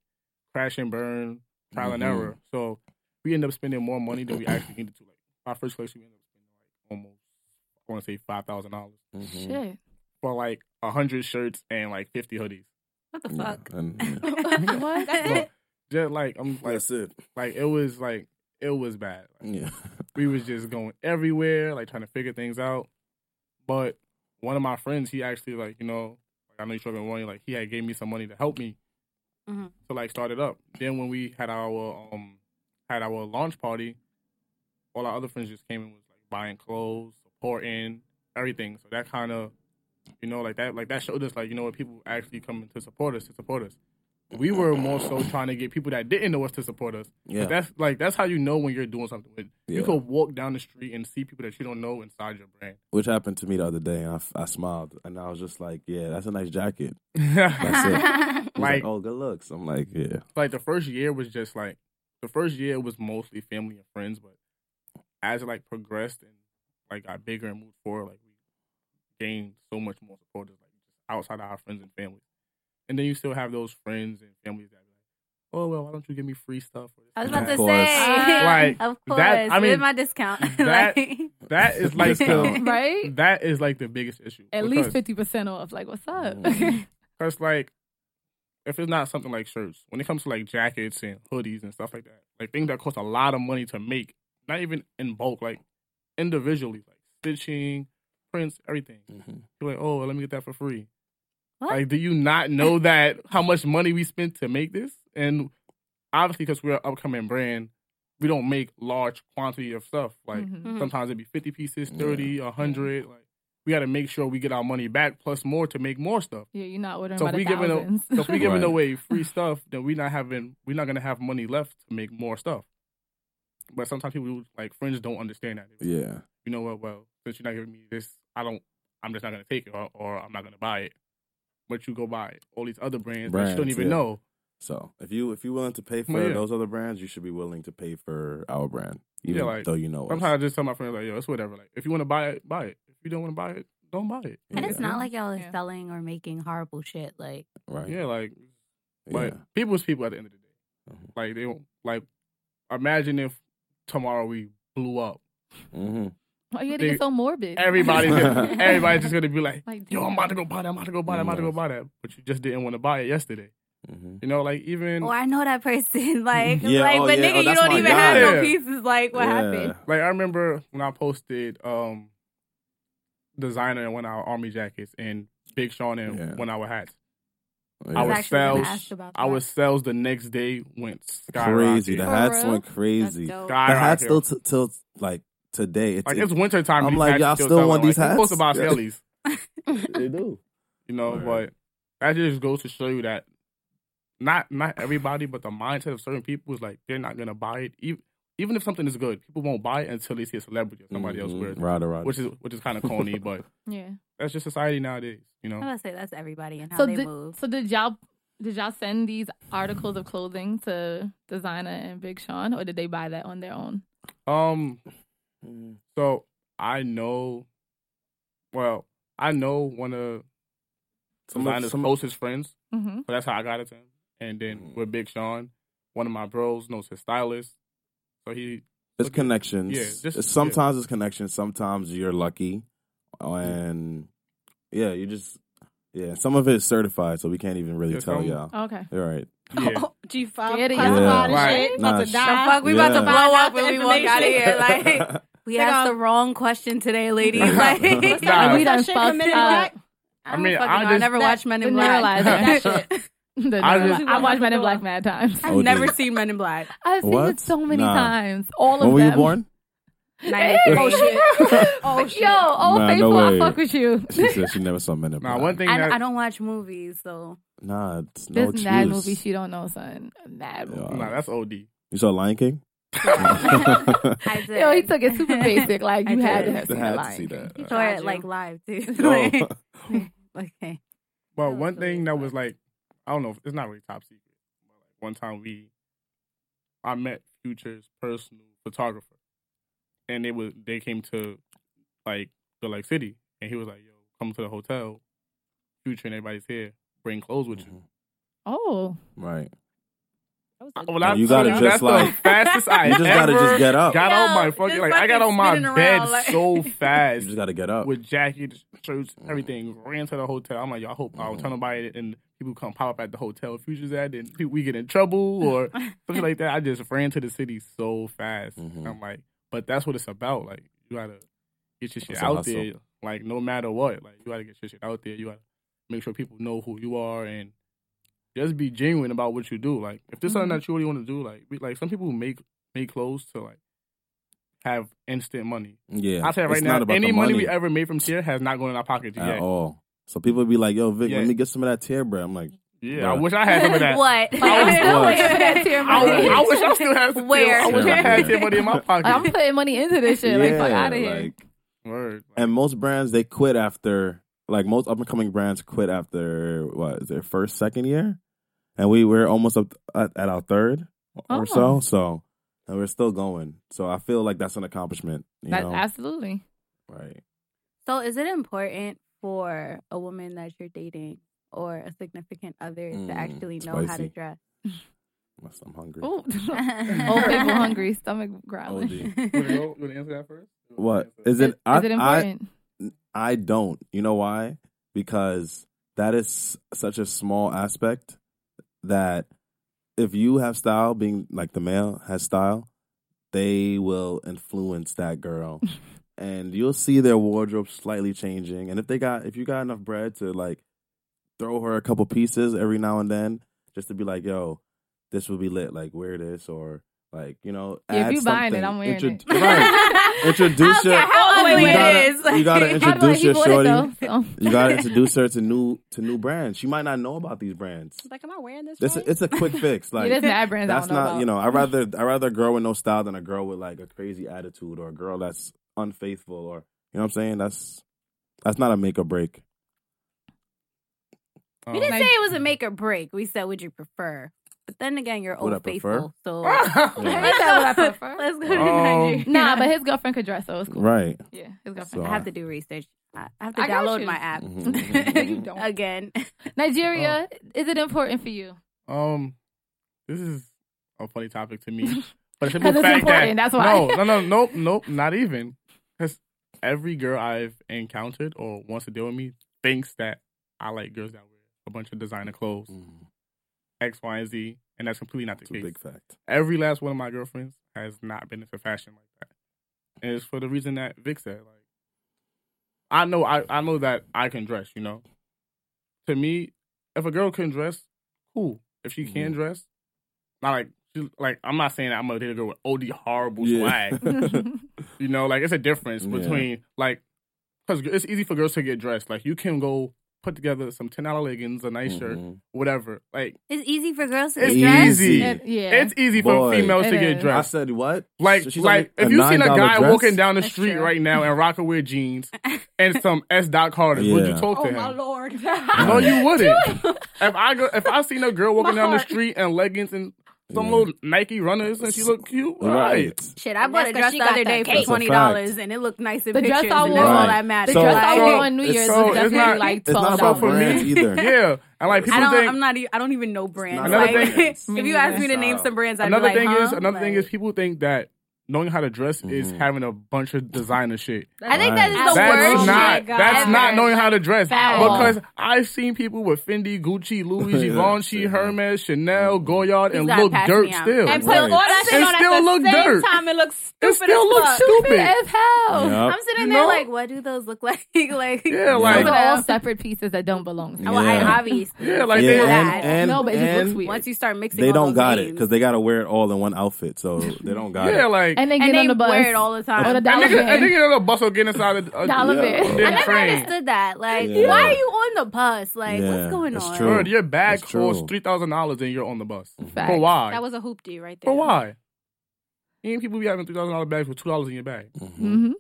Speaker 4: crash and burn, trial and
Speaker 5: Mhm.
Speaker 4: error. So we ended up spending more money than we actually needed to. Like our first collection, we ended up spending like almost, I want to say five thousand dollars
Speaker 5: Mhm.
Speaker 1: Shit.
Speaker 4: for like hundred shirts and like fifty hoodies.
Speaker 2: what the
Speaker 5: Yeah.
Speaker 2: fuck?
Speaker 5: And,
Speaker 2: [LAUGHS]
Speaker 5: [LAUGHS] yeah.
Speaker 1: What?
Speaker 5: Well,
Speaker 4: Just like I'm like
Speaker 5: That's it.
Speaker 4: like it was like it was bad. Like,
Speaker 5: Yeah.
Speaker 4: we was just going everywhere, like trying to figure things out. But one of my friends, he actually like, you know, like I know you struggling with money, like he had gave me some money to help me
Speaker 2: Mhm.
Speaker 4: to like start it up. Then when we had our um had our launch party, all our other friends just came and was like buying clothes, supporting everything. So that kind of you know like that like that showed us like you know what people actually coming to support us to support us. We were more so trying to get people that didn't know us to support us. 'Cause
Speaker 5: Yeah.
Speaker 4: That's like that's how you know when you're doing something. When
Speaker 5: Yeah.
Speaker 4: You could walk down the street and see people that you don't know inside your [LAUGHS] brand.
Speaker 5: Which happened to me the other day, and I, f- I smiled, and I was just like, "Yeah, that's a nice jacket." That's it. He's
Speaker 4: like
Speaker 5: like, "Oh, good looks." I'm like, "Yeah."
Speaker 4: like the first year was just like the first year was mostly family and friends, but as it like progressed and like got bigger and moved forward, like we gained so much more supporters, like just outside of our friends and family. And then you still have those friends and families that be like, oh well, why don't you give me free stuff? Or this
Speaker 2: I was
Speaker 4: and
Speaker 2: about to
Speaker 5: Of
Speaker 4: that.
Speaker 5: course.
Speaker 2: say,
Speaker 4: Like,
Speaker 2: [LAUGHS] of course,
Speaker 4: that- I
Speaker 2: with
Speaker 4: mean,
Speaker 2: my discount. [LAUGHS]
Speaker 4: that-
Speaker 2: like,
Speaker 4: that is like the,
Speaker 5: Discount. [LAUGHS]
Speaker 1: right?
Speaker 4: [LAUGHS] that is like the biggest issue.
Speaker 1: At
Speaker 4: because-
Speaker 1: least fifty percent off. Like, what's up? [LAUGHS]
Speaker 5: Mhm.
Speaker 4: Cause like, if it's not something like shirts, when it comes to like jackets and hoodies and stuff like that, like things that cost a lot of money to make, not even in bulk, like individually, like stitching, prints, everything.
Speaker 5: Mhm.
Speaker 4: You're like, oh, let me get that for free.
Speaker 2: What?
Speaker 4: Like, do you not know that how much money we spent to make this? And obviously, because we're an upcoming brand, we don't make large quantity of stuff. Like
Speaker 1: Mhm.
Speaker 2: Mhm.
Speaker 4: sometimes it'd be fifty pieces,
Speaker 5: Yeah.
Speaker 4: 30, a hundred. Like we got to make sure we get our money back plus more to make more stuff.
Speaker 1: Yeah, you're not ordering
Speaker 4: So
Speaker 1: by
Speaker 4: if
Speaker 1: the
Speaker 4: we giving a,
Speaker 1: thousands.
Speaker 4: so if we giving
Speaker 5: Right.
Speaker 4: away free stuff, then we not having we're not gonna have money left to make more stuff. But sometimes people like friends don't understand that. They're like,
Speaker 5: Yeah.
Speaker 4: You know what? Well, since you're not giving me this, I don't. I'm just not gonna take it, or, or I'm not gonna buy it. But you go buy all these other brands, that you don't
Speaker 5: Brands,
Speaker 4: even
Speaker 5: yeah.
Speaker 4: know.
Speaker 5: So if you if you're willing to pay for
Speaker 4: Well, yeah.
Speaker 5: those other brands, you should be willing to pay for our brand, even
Speaker 4: Yeah, like,
Speaker 5: though you know us.
Speaker 4: Sometimes I just tell my friends like, "Yo, it's whatever. Like, if you want to buy it, buy it. If you don't want to buy it, don't buy it."
Speaker 2: And it's
Speaker 5: Yeah.
Speaker 2: not like y'all is
Speaker 1: Yeah.
Speaker 2: selling or making horrible shit. Like,
Speaker 5: right.
Speaker 4: Yeah, like,
Speaker 5: Yeah.
Speaker 4: but people's people at the end of the day.
Speaker 5: Mhm.
Speaker 4: Like they don't like. Imagine if tomorrow we blew up.
Speaker 5: hmm
Speaker 1: [LAUGHS] Why you gotta
Speaker 4: They-
Speaker 1: get so morbid? [LAUGHS]
Speaker 4: Everybody's gonna, everybody's just gonna be like,
Speaker 1: Like,
Speaker 4: "Yo, I'm about to go buy that. I'm about to go buy that. I'm about to go buy that." But you just didn't want to buy it yesterday.
Speaker 5: hmm
Speaker 4: You know, like even
Speaker 2: oh, I know that person. [LAUGHS] Like,
Speaker 5: Yeah,
Speaker 2: like,
Speaker 5: oh,
Speaker 2: but
Speaker 5: yeah,
Speaker 2: nigga,
Speaker 5: oh,
Speaker 2: you
Speaker 5: that's
Speaker 2: don't
Speaker 5: my
Speaker 2: even
Speaker 4: guy.
Speaker 2: have
Speaker 4: Yeah.
Speaker 2: no pieces. Like, what happened?
Speaker 4: like I remember when I posted um designer and one hour army jackets and Big Sean and
Speaker 5: Yeah.
Speaker 4: one hour hats.
Speaker 5: Yeah.
Speaker 4: I was
Speaker 2: actually gonna
Speaker 4: sales.
Speaker 2: ask about
Speaker 4: Our sales the next day went
Speaker 5: crazy.
Speaker 4: skyrocketing.
Speaker 5: The
Speaker 3: For
Speaker 5: hats
Speaker 3: real?
Speaker 5: went crazy. The
Speaker 3: That's dope.
Speaker 5: hats
Speaker 4: Skyrocketing.
Speaker 5: still t- till like today. It's,
Speaker 4: like it's winter time.
Speaker 5: I'm
Speaker 4: these
Speaker 5: like,
Speaker 4: hats
Speaker 5: y'all still
Speaker 4: selling.
Speaker 5: want these
Speaker 4: like, You're supposed to buy
Speaker 5: hats? Yeah.
Speaker 4: Skellies, [LAUGHS]
Speaker 5: [LAUGHS] they do.
Speaker 4: you know.
Speaker 5: Right.
Speaker 4: But that just goes to show you that not not everybody, but the mindset of certain people is like they're not gonna buy it. Even even if something is good, people won't buy it until they see a celebrity or somebody else wear it,
Speaker 5: Right, Mm-hmm. right.
Speaker 4: which is which is kind of
Speaker 5: [LAUGHS]
Speaker 4: corny. but
Speaker 1: yeah.
Speaker 4: that's just society nowadays, you
Speaker 2: I'm
Speaker 4: know.
Speaker 2: gonna say that's everybody and how
Speaker 1: So
Speaker 2: they
Speaker 1: did,
Speaker 2: move.
Speaker 1: so did y'all did y'all send these articles of clothing to designer and Big Sean, or did they buy that on their own?
Speaker 2: Uh.
Speaker 4: Um,
Speaker 5: Mm-hmm.
Speaker 4: so I know, well, I know one of
Speaker 5: some of,
Speaker 4: Designer's
Speaker 5: some of,
Speaker 4: closest friends.
Speaker 1: Mm-hmm.
Speaker 4: So that's how I got it to him. And then
Speaker 5: Mm.
Speaker 4: with Big Sean, one of my bros knows his stylist.
Speaker 2: [LAUGHS]
Speaker 4: So he
Speaker 5: it's connections.
Speaker 4: Yeah, just-
Speaker 5: It's- sometimes it's connections. Sometimes you're lucky, and yeah, you just yeah. Some of it is certified, so we can't even really
Speaker 4: Yeah,
Speaker 5: tell
Speaker 4: some-
Speaker 3: Oh.
Speaker 5: y'all.
Speaker 1: Okay.
Speaker 5: You're right.
Speaker 3: [LAUGHS]
Speaker 2: Oh.
Speaker 4: yeah.
Speaker 3: G five,
Speaker 1: Yeah, they-
Speaker 5: Yeah.
Speaker 3: shit,
Speaker 5: Nah,
Speaker 3: about to
Speaker 5: sh-
Speaker 3: die.
Speaker 2: The fuck, we about to
Speaker 5: Yeah.
Speaker 2: blow up
Speaker 3: Find out
Speaker 2: when
Speaker 3: the
Speaker 2: we walk out of here. Like, [LAUGHS]
Speaker 4: [LAUGHS]
Speaker 2: we
Speaker 3: They
Speaker 2: asked
Speaker 3: gonna-
Speaker 2: the wrong question today, ladies. Like,
Speaker 5: Nah,
Speaker 1: Like, we
Speaker 3: That
Speaker 1: done
Speaker 3: shit
Speaker 1: fucked [LAUGHS]
Speaker 3: committed
Speaker 1: up.
Speaker 4: I mean,
Speaker 2: fucking
Speaker 4: I
Speaker 2: know. I
Speaker 4: just-
Speaker 2: never
Speaker 3: That-
Speaker 2: watched Men in
Speaker 1: the neuralizer,
Speaker 2: Black.
Speaker 4: that
Speaker 1: shit. The
Speaker 4: I
Speaker 1: neuro-
Speaker 4: just-
Speaker 1: I watched Men in Black mad times.
Speaker 2: [LAUGHS] I've
Speaker 5: Oh,
Speaker 2: never
Speaker 5: dude.
Speaker 2: seen Men in Black.
Speaker 1: I've seen
Speaker 5: What?
Speaker 1: it so many
Speaker 5: Nah.
Speaker 1: times. All of
Speaker 5: When were
Speaker 1: them. [LAUGHS]
Speaker 5: you born?
Speaker 1: oh shit! [LAUGHS] oh shit! Yo, old
Speaker 5: Nah, no
Speaker 1: faithful, I
Speaker 5: way.
Speaker 1: fuck with
Speaker 5: [LAUGHS]
Speaker 1: you.
Speaker 5: She said she never saw men in
Speaker 4: Now
Speaker 5: Black.
Speaker 4: one thing
Speaker 2: I,
Speaker 4: that
Speaker 2: I don't watch movies, so
Speaker 5: Nah, it's no
Speaker 1: This
Speaker 5: excuse.
Speaker 1: mad movie she don't know, son. Mad movie.
Speaker 5: Yeah.
Speaker 4: nah, that's OD.
Speaker 5: You saw
Speaker 1: [LAUGHS]
Speaker 5: Lion King? [LAUGHS]
Speaker 2: I did.
Speaker 1: Yo, he took it
Speaker 2: [LAUGHS]
Speaker 1: super basic. [LAUGHS] Like
Speaker 2: I
Speaker 1: you had
Speaker 2: did.
Speaker 1: to have
Speaker 5: I
Speaker 1: seen the
Speaker 5: had to
Speaker 1: Lion
Speaker 5: see
Speaker 1: King.
Speaker 5: that.
Speaker 2: He
Speaker 5: Uh,
Speaker 2: tore it
Speaker 3: you.
Speaker 2: like live too. [LAUGHS]
Speaker 1: [LAUGHS]
Speaker 5: Oh.
Speaker 2: Like, okay. That
Speaker 4: But one
Speaker 2: was really
Speaker 4: thing that was
Speaker 2: fun.
Speaker 4: like, I don't know, if it's not really top secret. But like one time we, I met Future's personal photographer, and they was they came to, like the like city, and he was like, "Yo, come to the hotel, Future and everybody's here. Bring clothes with you."
Speaker 5: Mhm.
Speaker 1: Oh,
Speaker 5: [LAUGHS] right.
Speaker 3: was
Speaker 4: I-
Speaker 3: a-
Speaker 4: Well,
Speaker 5: No,
Speaker 4: I,
Speaker 5: Mm-hmm. you gotta
Speaker 4: that's
Speaker 5: just,
Speaker 4: the
Speaker 5: like-
Speaker 4: fastest I
Speaker 5: You just gotta
Speaker 4: ever
Speaker 5: just get up.
Speaker 4: Got on
Speaker 2: Yo,
Speaker 4: my fucking
Speaker 2: just
Speaker 4: like I got
Speaker 2: fucking
Speaker 4: on my
Speaker 2: spinning
Speaker 4: bed
Speaker 2: around, like- [LAUGHS]
Speaker 4: so
Speaker 5: You
Speaker 4: fast
Speaker 5: just got to get up.
Speaker 4: with jacket, shirts, everything. Ran to the hotel. I'm like, yo, I hope I don't
Speaker 5: Mm-hmm.
Speaker 4: tell nobody, that- and people come pop up at the hotel. Futures at, and pe- we get in trouble or
Speaker 5: [LAUGHS]
Speaker 4: something like that. I just ran to the city so fast.
Speaker 5: Mhm.
Speaker 4: I'm like, but that's what it's about. Like you gotta get your shit
Speaker 5: It's a
Speaker 4: out
Speaker 5: hustle.
Speaker 4: there. Like no matter what, like you gotta get your shit out there. You gotta make sure people know who you are and just be genuine about what you do. Like if there's something
Speaker 5: Mm-hmm.
Speaker 4: that you really want to do, like we, like some people make make clothes to like have instant money.
Speaker 5: yeah.
Speaker 4: I'll tell you right
Speaker 5: it's
Speaker 4: now,
Speaker 5: not about
Speaker 4: any
Speaker 5: the
Speaker 4: money
Speaker 5: money,
Speaker 4: we ever made from here has not gone in our pocket
Speaker 5: at
Speaker 4: yet.
Speaker 5: all. So people be like, yo, Vic,
Speaker 4: Yeah.
Speaker 5: let me get some of that tear bread. I'm like,
Speaker 4: Yeah, I
Speaker 5: Bruh.
Speaker 4: wish I had some
Speaker 1: [LAUGHS]
Speaker 4: of
Speaker 2: [LAUGHS]
Speaker 4: that.
Speaker 2: What?
Speaker 5: was-
Speaker 4: I, wish, I wish I still had some.
Speaker 2: Where?
Speaker 4: I wish I had some money in my pocket.
Speaker 1: I'm putting money into this shit. like fuck
Speaker 5: yeah,
Speaker 1: out of here.
Speaker 5: like-
Speaker 4: [LAUGHS]
Speaker 5: [LAUGHS]
Speaker 4: Word. Like,
Speaker 5: and most brands, they quit after, like most up and coming brands quit after, what, is their first, second year? And we were almost up at, at our third
Speaker 1: Oh.
Speaker 5: or so. So, and we're still going. So I feel like that's an accomplishment. You
Speaker 1: That,
Speaker 5: know?
Speaker 1: absolutely.
Speaker 5: right.
Speaker 2: So, is it important for a woman that you're dating or a significant other
Speaker 5: Mm,
Speaker 2: to actually know how
Speaker 5: spicy.
Speaker 2: to dress?
Speaker 5: Unless I'm hungry. [LAUGHS]
Speaker 1: Ooh. [LAUGHS]
Speaker 2: [LAUGHS]
Speaker 1: Old people hungry, stomach growling. [LAUGHS]
Speaker 5: OD.
Speaker 4: you wanna go- you wanna answer that first?
Speaker 5: What is it? I,
Speaker 1: Is it
Speaker 5: I
Speaker 1: important?
Speaker 5: I don't. You know why? Because that is such a small aspect that if you have style, being like the male has style, they will influence that girl,
Speaker 1: [LAUGHS]
Speaker 5: and you'll see their wardrobe slightly changing. And if they got, if you got enough bread to like throw her a couple pieces every now and then, just to be like, yo, this will be lit. Like wear this or Like you know,
Speaker 1: Yeah, if
Speaker 5: add
Speaker 1: you buying it,
Speaker 5: something.
Speaker 1: I'm wearing
Speaker 5: Introd-
Speaker 1: it.
Speaker 5: [LAUGHS]
Speaker 1: [LAUGHS]
Speaker 5: right. Introduce
Speaker 2: care
Speaker 5: your.
Speaker 2: how
Speaker 1: You
Speaker 2: ugly
Speaker 5: gotta-
Speaker 2: it is. [LAUGHS]
Speaker 5: you gotta
Speaker 2: Like,
Speaker 1: I don't know,
Speaker 5: introduce
Speaker 1: he
Speaker 5: your
Speaker 1: bought it,
Speaker 5: shorty.
Speaker 1: though, so.
Speaker 5: You gotta introduce her to new to new brands. She might not know about these brands.
Speaker 3: It's like, am I wearing this?
Speaker 5: It's
Speaker 3: right?
Speaker 5: a, it's a quick fix.
Speaker 1: Yeah,
Speaker 5: Like
Speaker 1: there's mad brands I
Speaker 5: that's
Speaker 1: don't know
Speaker 5: not
Speaker 1: about. [LAUGHS]
Speaker 5: you know. I rather I rather a girl with no style than a girl with like a crazy attitude or a girl that's unfaithful or you know what I'm saying. That's that's not a make or break.
Speaker 2: we
Speaker 1: Oh.
Speaker 2: didn't say it was a make or break. We said, would you prefer? But then again, you're
Speaker 5: Would I
Speaker 2: old faithful.
Speaker 1: [LAUGHS]
Speaker 2: So
Speaker 4: [LAUGHS]
Speaker 1: I said what I prefer.
Speaker 2: let's go to
Speaker 4: Um,
Speaker 2: Nigeria.
Speaker 1: Ah. [LAUGHS] Nah, but his girlfriend could dress, so it's cool.
Speaker 5: Right.
Speaker 1: Yeah, his girlfriend.
Speaker 2: [LAUGHS]
Speaker 5: So
Speaker 2: I have to do research. I I have to
Speaker 1: I got
Speaker 2: download
Speaker 1: you.
Speaker 2: my app [LAUGHS]
Speaker 5: Mhm.
Speaker 1: You don't.
Speaker 2: again.
Speaker 5: [LAUGHS]
Speaker 1: Nigeria,
Speaker 5: Oh.
Speaker 1: is it important for you?
Speaker 4: Um, this is a funny topic
Speaker 1: [LAUGHS]
Speaker 4: to me, but it's
Speaker 1: 'Cause it's important, that's why.
Speaker 4: No, no, no, nope, nope, not even. Because every girl I've encountered or wants to deal with me thinks that I like girls that wear a bunch of designer clothes, X, Y, and Z, and that's completely not Mm. the
Speaker 5: It's Mm. a
Speaker 4: case.
Speaker 5: big fact.
Speaker 4: Every last one of my girlfriends has not been into fashion like that, and it's for the reason that Vic said. Like, I know, I, I know that I can dress. You know, to me, if a girl can dress, cool. If she can
Speaker 5: Mhm.
Speaker 4: dress, not like she, like I'm not saying that I'm gonna date a girl with OD horrible
Speaker 5: Yeah. [LAUGHS]
Speaker 1: [LAUGHS]
Speaker 4: swag. You know, like it's a difference
Speaker 5: Yeah.
Speaker 4: between like because it's easy for girls to get dressed. Like you can go put together some ten dollar leggings, a nice shirt,
Speaker 5: Mhm.
Speaker 4: whatever. Like
Speaker 2: It's easy for girls to
Speaker 4: It's
Speaker 2: dress.
Speaker 4: easy.
Speaker 1: It- yeah.
Speaker 4: it's easy for
Speaker 5: Boy.
Speaker 4: females to
Speaker 1: It
Speaker 4: get
Speaker 1: is.
Speaker 5: I
Speaker 4: dressed.
Speaker 5: said what?
Speaker 4: Like,
Speaker 5: So
Speaker 4: like
Speaker 5: on
Speaker 4: if you seen a
Speaker 5: $9
Speaker 4: guy
Speaker 5: dress?
Speaker 4: walking down the
Speaker 2: That's
Speaker 4: street
Speaker 2: true.
Speaker 4: right now in rocker wear
Speaker 2: [LAUGHS]
Speaker 4: jeans and some S Doc Carters, would you
Speaker 5: Yeah.
Speaker 4: talk to
Speaker 3: oh
Speaker 4: him?
Speaker 3: my lord!
Speaker 2: [LAUGHS]
Speaker 4: No, you wouldn't. if I go, if I seen a girl walking
Speaker 3: My
Speaker 4: down the
Speaker 3: heart.
Speaker 4: street in leggings and some
Speaker 5: Yeah.
Speaker 4: little Nike runners and she look cute, right?
Speaker 5: right. [LAUGHS]
Speaker 2: Shit, I bought
Speaker 3: That's
Speaker 2: a
Speaker 3: 'cause
Speaker 2: dress
Speaker 3: she
Speaker 2: the
Speaker 3: got
Speaker 2: other
Speaker 3: that
Speaker 2: day
Speaker 5: cake.
Speaker 2: for
Speaker 5: That's a
Speaker 2: twenty dollars, and it looked nice in
Speaker 1: The dress
Speaker 2: pictures.
Speaker 1: I
Speaker 2: and that's
Speaker 1: wore-
Speaker 2: all
Speaker 5: Right.
Speaker 2: that matters.
Speaker 1: the dress I
Speaker 4: So-
Speaker 1: wore on New
Speaker 5: it's
Speaker 1: Year's
Speaker 5: so-
Speaker 1: was
Speaker 5: it's
Speaker 1: definitely
Speaker 4: not-
Speaker 1: like
Speaker 5: it's not
Speaker 1: twelve
Speaker 5: about
Speaker 4: So for
Speaker 1: dollars.
Speaker 5: brands
Speaker 4: me, [LAUGHS]
Speaker 5: either.
Speaker 4: yeah. And like
Speaker 2: I
Speaker 4: people
Speaker 2: don't.
Speaker 4: think
Speaker 2: I'm not. e- I don't even know brands.
Speaker 5: Another
Speaker 2: Like, [LAUGHS]
Speaker 4: thing-
Speaker 2: if you asked me to name some brands, I'd
Speaker 4: another
Speaker 2: be like,
Speaker 4: thing
Speaker 2: huh?
Speaker 4: is another thing
Speaker 2: Like-
Speaker 4: is people think that knowing how to dress is
Speaker 5: Mhm.
Speaker 4: having a bunch of designer shit.
Speaker 2: I think that is
Speaker 3: That's
Speaker 2: the
Speaker 4: That's
Speaker 2: worst.
Speaker 3: Oh my
Speaker 4: not
Speaker 3: God.
Speaker 4: that's not
Speaker 2: Ever.
Speaker 4: knowing how to dress
Speaker 1: At all.
Speaker 4: because I've seen people with Fendi, Gucci, Louis,
Speaker 5: [LAUGHS] Yeah.
Speaker 4: Givenchy, Hermes, Chanel, Goyard, and
Speaker 2: He's not
Speaker 4: look
Speaker 2: passing
Speaker 4: dirt
Speaker 2: me out.
Speaker 4: still.
Speaker 3: and
Speaker 5: put
Speaker 3: put
Speaker 5: all
Speaker 3: all that shit
Speaker 4: It
Speaker 3: on
Speaker 4: still
Speaker 3: at the
Speaker 4: look
Speaker 3: same
Speaker 4: dirt.
Speaker 3: time. It looks
Speaker 4: It
Speaker 3: stupid.
Speaker 4: still
Speaker 3: as
Speaker 4: looks
Speaker 3: fuck.
Speaker 1: Stupid
Speaker 4: stupid.
Speaker 1: as hell.
Speaker 5: Yup.
Speaker 2: Oh, I'm sitting
Speaker 4: You
Speaker 2: there
Speaker 4: know?
Speaker 2: like, what do those look [LAUGHS] like? like,
Speaker 4: Yeah,
Speaker 1: Those
Speaker 4: like
Speaker 1: are all
Speaker 2: Yeah.
Speaker 1: separate pieces that don't belong.
Speaker 5: Yeah.
Speaker 1: together.
Speaker 2: well, I obviously.
Speaker 4: yeah, like
Speaker 5: yeah,
Speaker 4: they
Speaker 5: and, and,
Speaker 1: No, but it just
Speaker 5: and
Speaker 1: looks weird.
Speaker 2: Once you start mixing,
Speaker 5: they
Speaker 2: all
Speaker 5: don't
Speaker 2: those
Speaker 5: got it
Speaker 2: names.
Speaker 5: because they got to wear it all in one outfit, so they don't got
Speaker 4: yeah,
Speaker 5: it.
Speaker 4: like
Speaker 1: And they get
Speaker 2: and
Speaker 1: on
Speaker 2: they
Speaker 1: the bus.
Speaker 2: wear it all the time.
Speaker 1: Or the
Speaker 4: I
Speaker 1: dollar
Speaker 4: think I
Speaker 1: bin.
Speaker 4: think it'll bustle get inside a, a
Speaker 1: Dollar
Speaker 5: Yeah.
Speaker 1: bin.
Speaker 5: Yeah.
Speaker 2: I
Speaker 4: damn
Speaker 2: never
Speaker 4: train.
Speaker 2: understood that. Like,
Speaker 5: Yeah.
Speaker 2: why are you on the bus? Like,
Speaker 5: Yeah,
Speaker 2: what's going
Speaker 5: that's
Speaker 2: on?
Speaker 5: true.
Speaker 4: Word, your bag
Speaker 5: That's
Speaker 4: costs
Speaker 5: true.
Speaker 4: three thousand dollars and you're on the bus.
Speaker 1: Facts.
Speaker 4: For why?
Speaker 3: That was a hoopty right there.
Speaker 4: For why? You ain't people be having three thousand dollar bags with two dollars in your bag.
Speaker 5: Mhm.
Speaker 1: hmm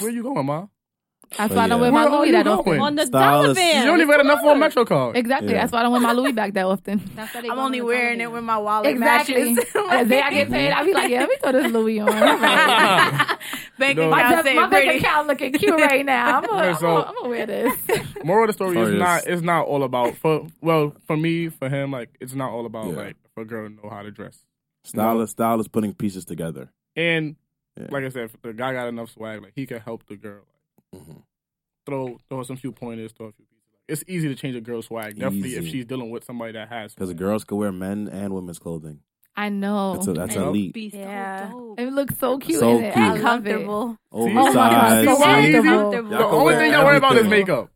Speaker 4: Where you going, ma?
Speaker 1: That's
Speaker 5: Oh,
Speaker 1: why I don't
Speaker 5: yeah.
Speaker 1: wear my
Speaker 4: Where are
Speaker 1: Louis
Speaker 4: you
Speaker 1: that often.
Speaker 4: going?
Speaker 3: On the
Speaker 5: Style
Speaker 3: dollar
Speaker 5: is-
Speaker 3: bin.
Speaker 4: You don't even have enough for a Metro card.
Speaker 1: Exactly.
Speaker 5: Yeah.
Speaker 1: That's why I don't wear my Louis back that
Speaker 2: [LAUGHS]
Speaker 1: often.
Speaker 3: That's what they
Speaker 2: I'm
Speaker 3: go on
Speaker 2: only
Speaker 3: the
Speaker 2: wearing it
Speaker 3: dollar
Speaker 2: when
Speaker 3: bin.
Speaker 2: my wallet
Speaker 1: Exactly.
Speaker 2: matches. [LAUGHS]
Speaker 1: the day I get paid, I be like, yeah, let me throw this Louis on. My,
Speaker 2: [LAUGHS] Bank
Speaker 4: No.
Speaker 2: account
Speaker 1: def-
Speaker 2: say
Speaker 1: my bank
Speaker 2: pretty.
Speaker 1: account looking cute right now. I'm
Speaker 4: Yeah,
Speaker 1: gonna,
Speaker 4: so-
Speaker 1: I'm gonna wear this. [LAUGHS]
Speaker 4: Moral of the story
Speaker 5: Sorry,
Speaker 4: is
Speaker 5: it's-
Speaker 4: not. It's not all about for. Well, for me, for him, like it's not all about
Speaker 5: Yeah.
Speaker 4: like if a girl know how to dress.
Speaker 5: Style is style is putting pieces together.
Speaker 4: And
Speaker 5: Yeah.
Speaker 4: like I said, if the guy got enough swag, like he can help the girl.
Speaker 5: Mhm.
Speaker 4: Throw throw some few pointers, throw a few pieces. It's easy to change a girl's swag, definitely if
Speaker 5: Easy.
Speaker 4: she's dealing with somebody that has.
Speaker 5: Because girls could wear men and women's clothing.
Speaker 1: I know.
Speaker 5: That's a, that's
Speaker 4: Nope.
Speaker 5: elite.
Speaker 3: Be so
Speaker 2: Yeah.
Speaker 3: dope.
Speaker 1: It looks so cute.
Speaker 5: So
Speaker 1: in it.
Speaker 2: [LAUGHS]
Speaker 5: cute.
Speaker 1: I love it. [LAUGHS]
Speaker 2: Comfortable.
Speaker 1: my God,
Speaker 5: Oversized.
Speaker 1: so
Speaker 4: It's easy.
Speaker 1: comfortable.
Speaker 4: The
Speaker 5: Y'all can
Speaker 4: only
Speaker 5: wear
Speaker 4: thing y'all worry about is
Speaker 5: everything.
Speaker 4: makeup,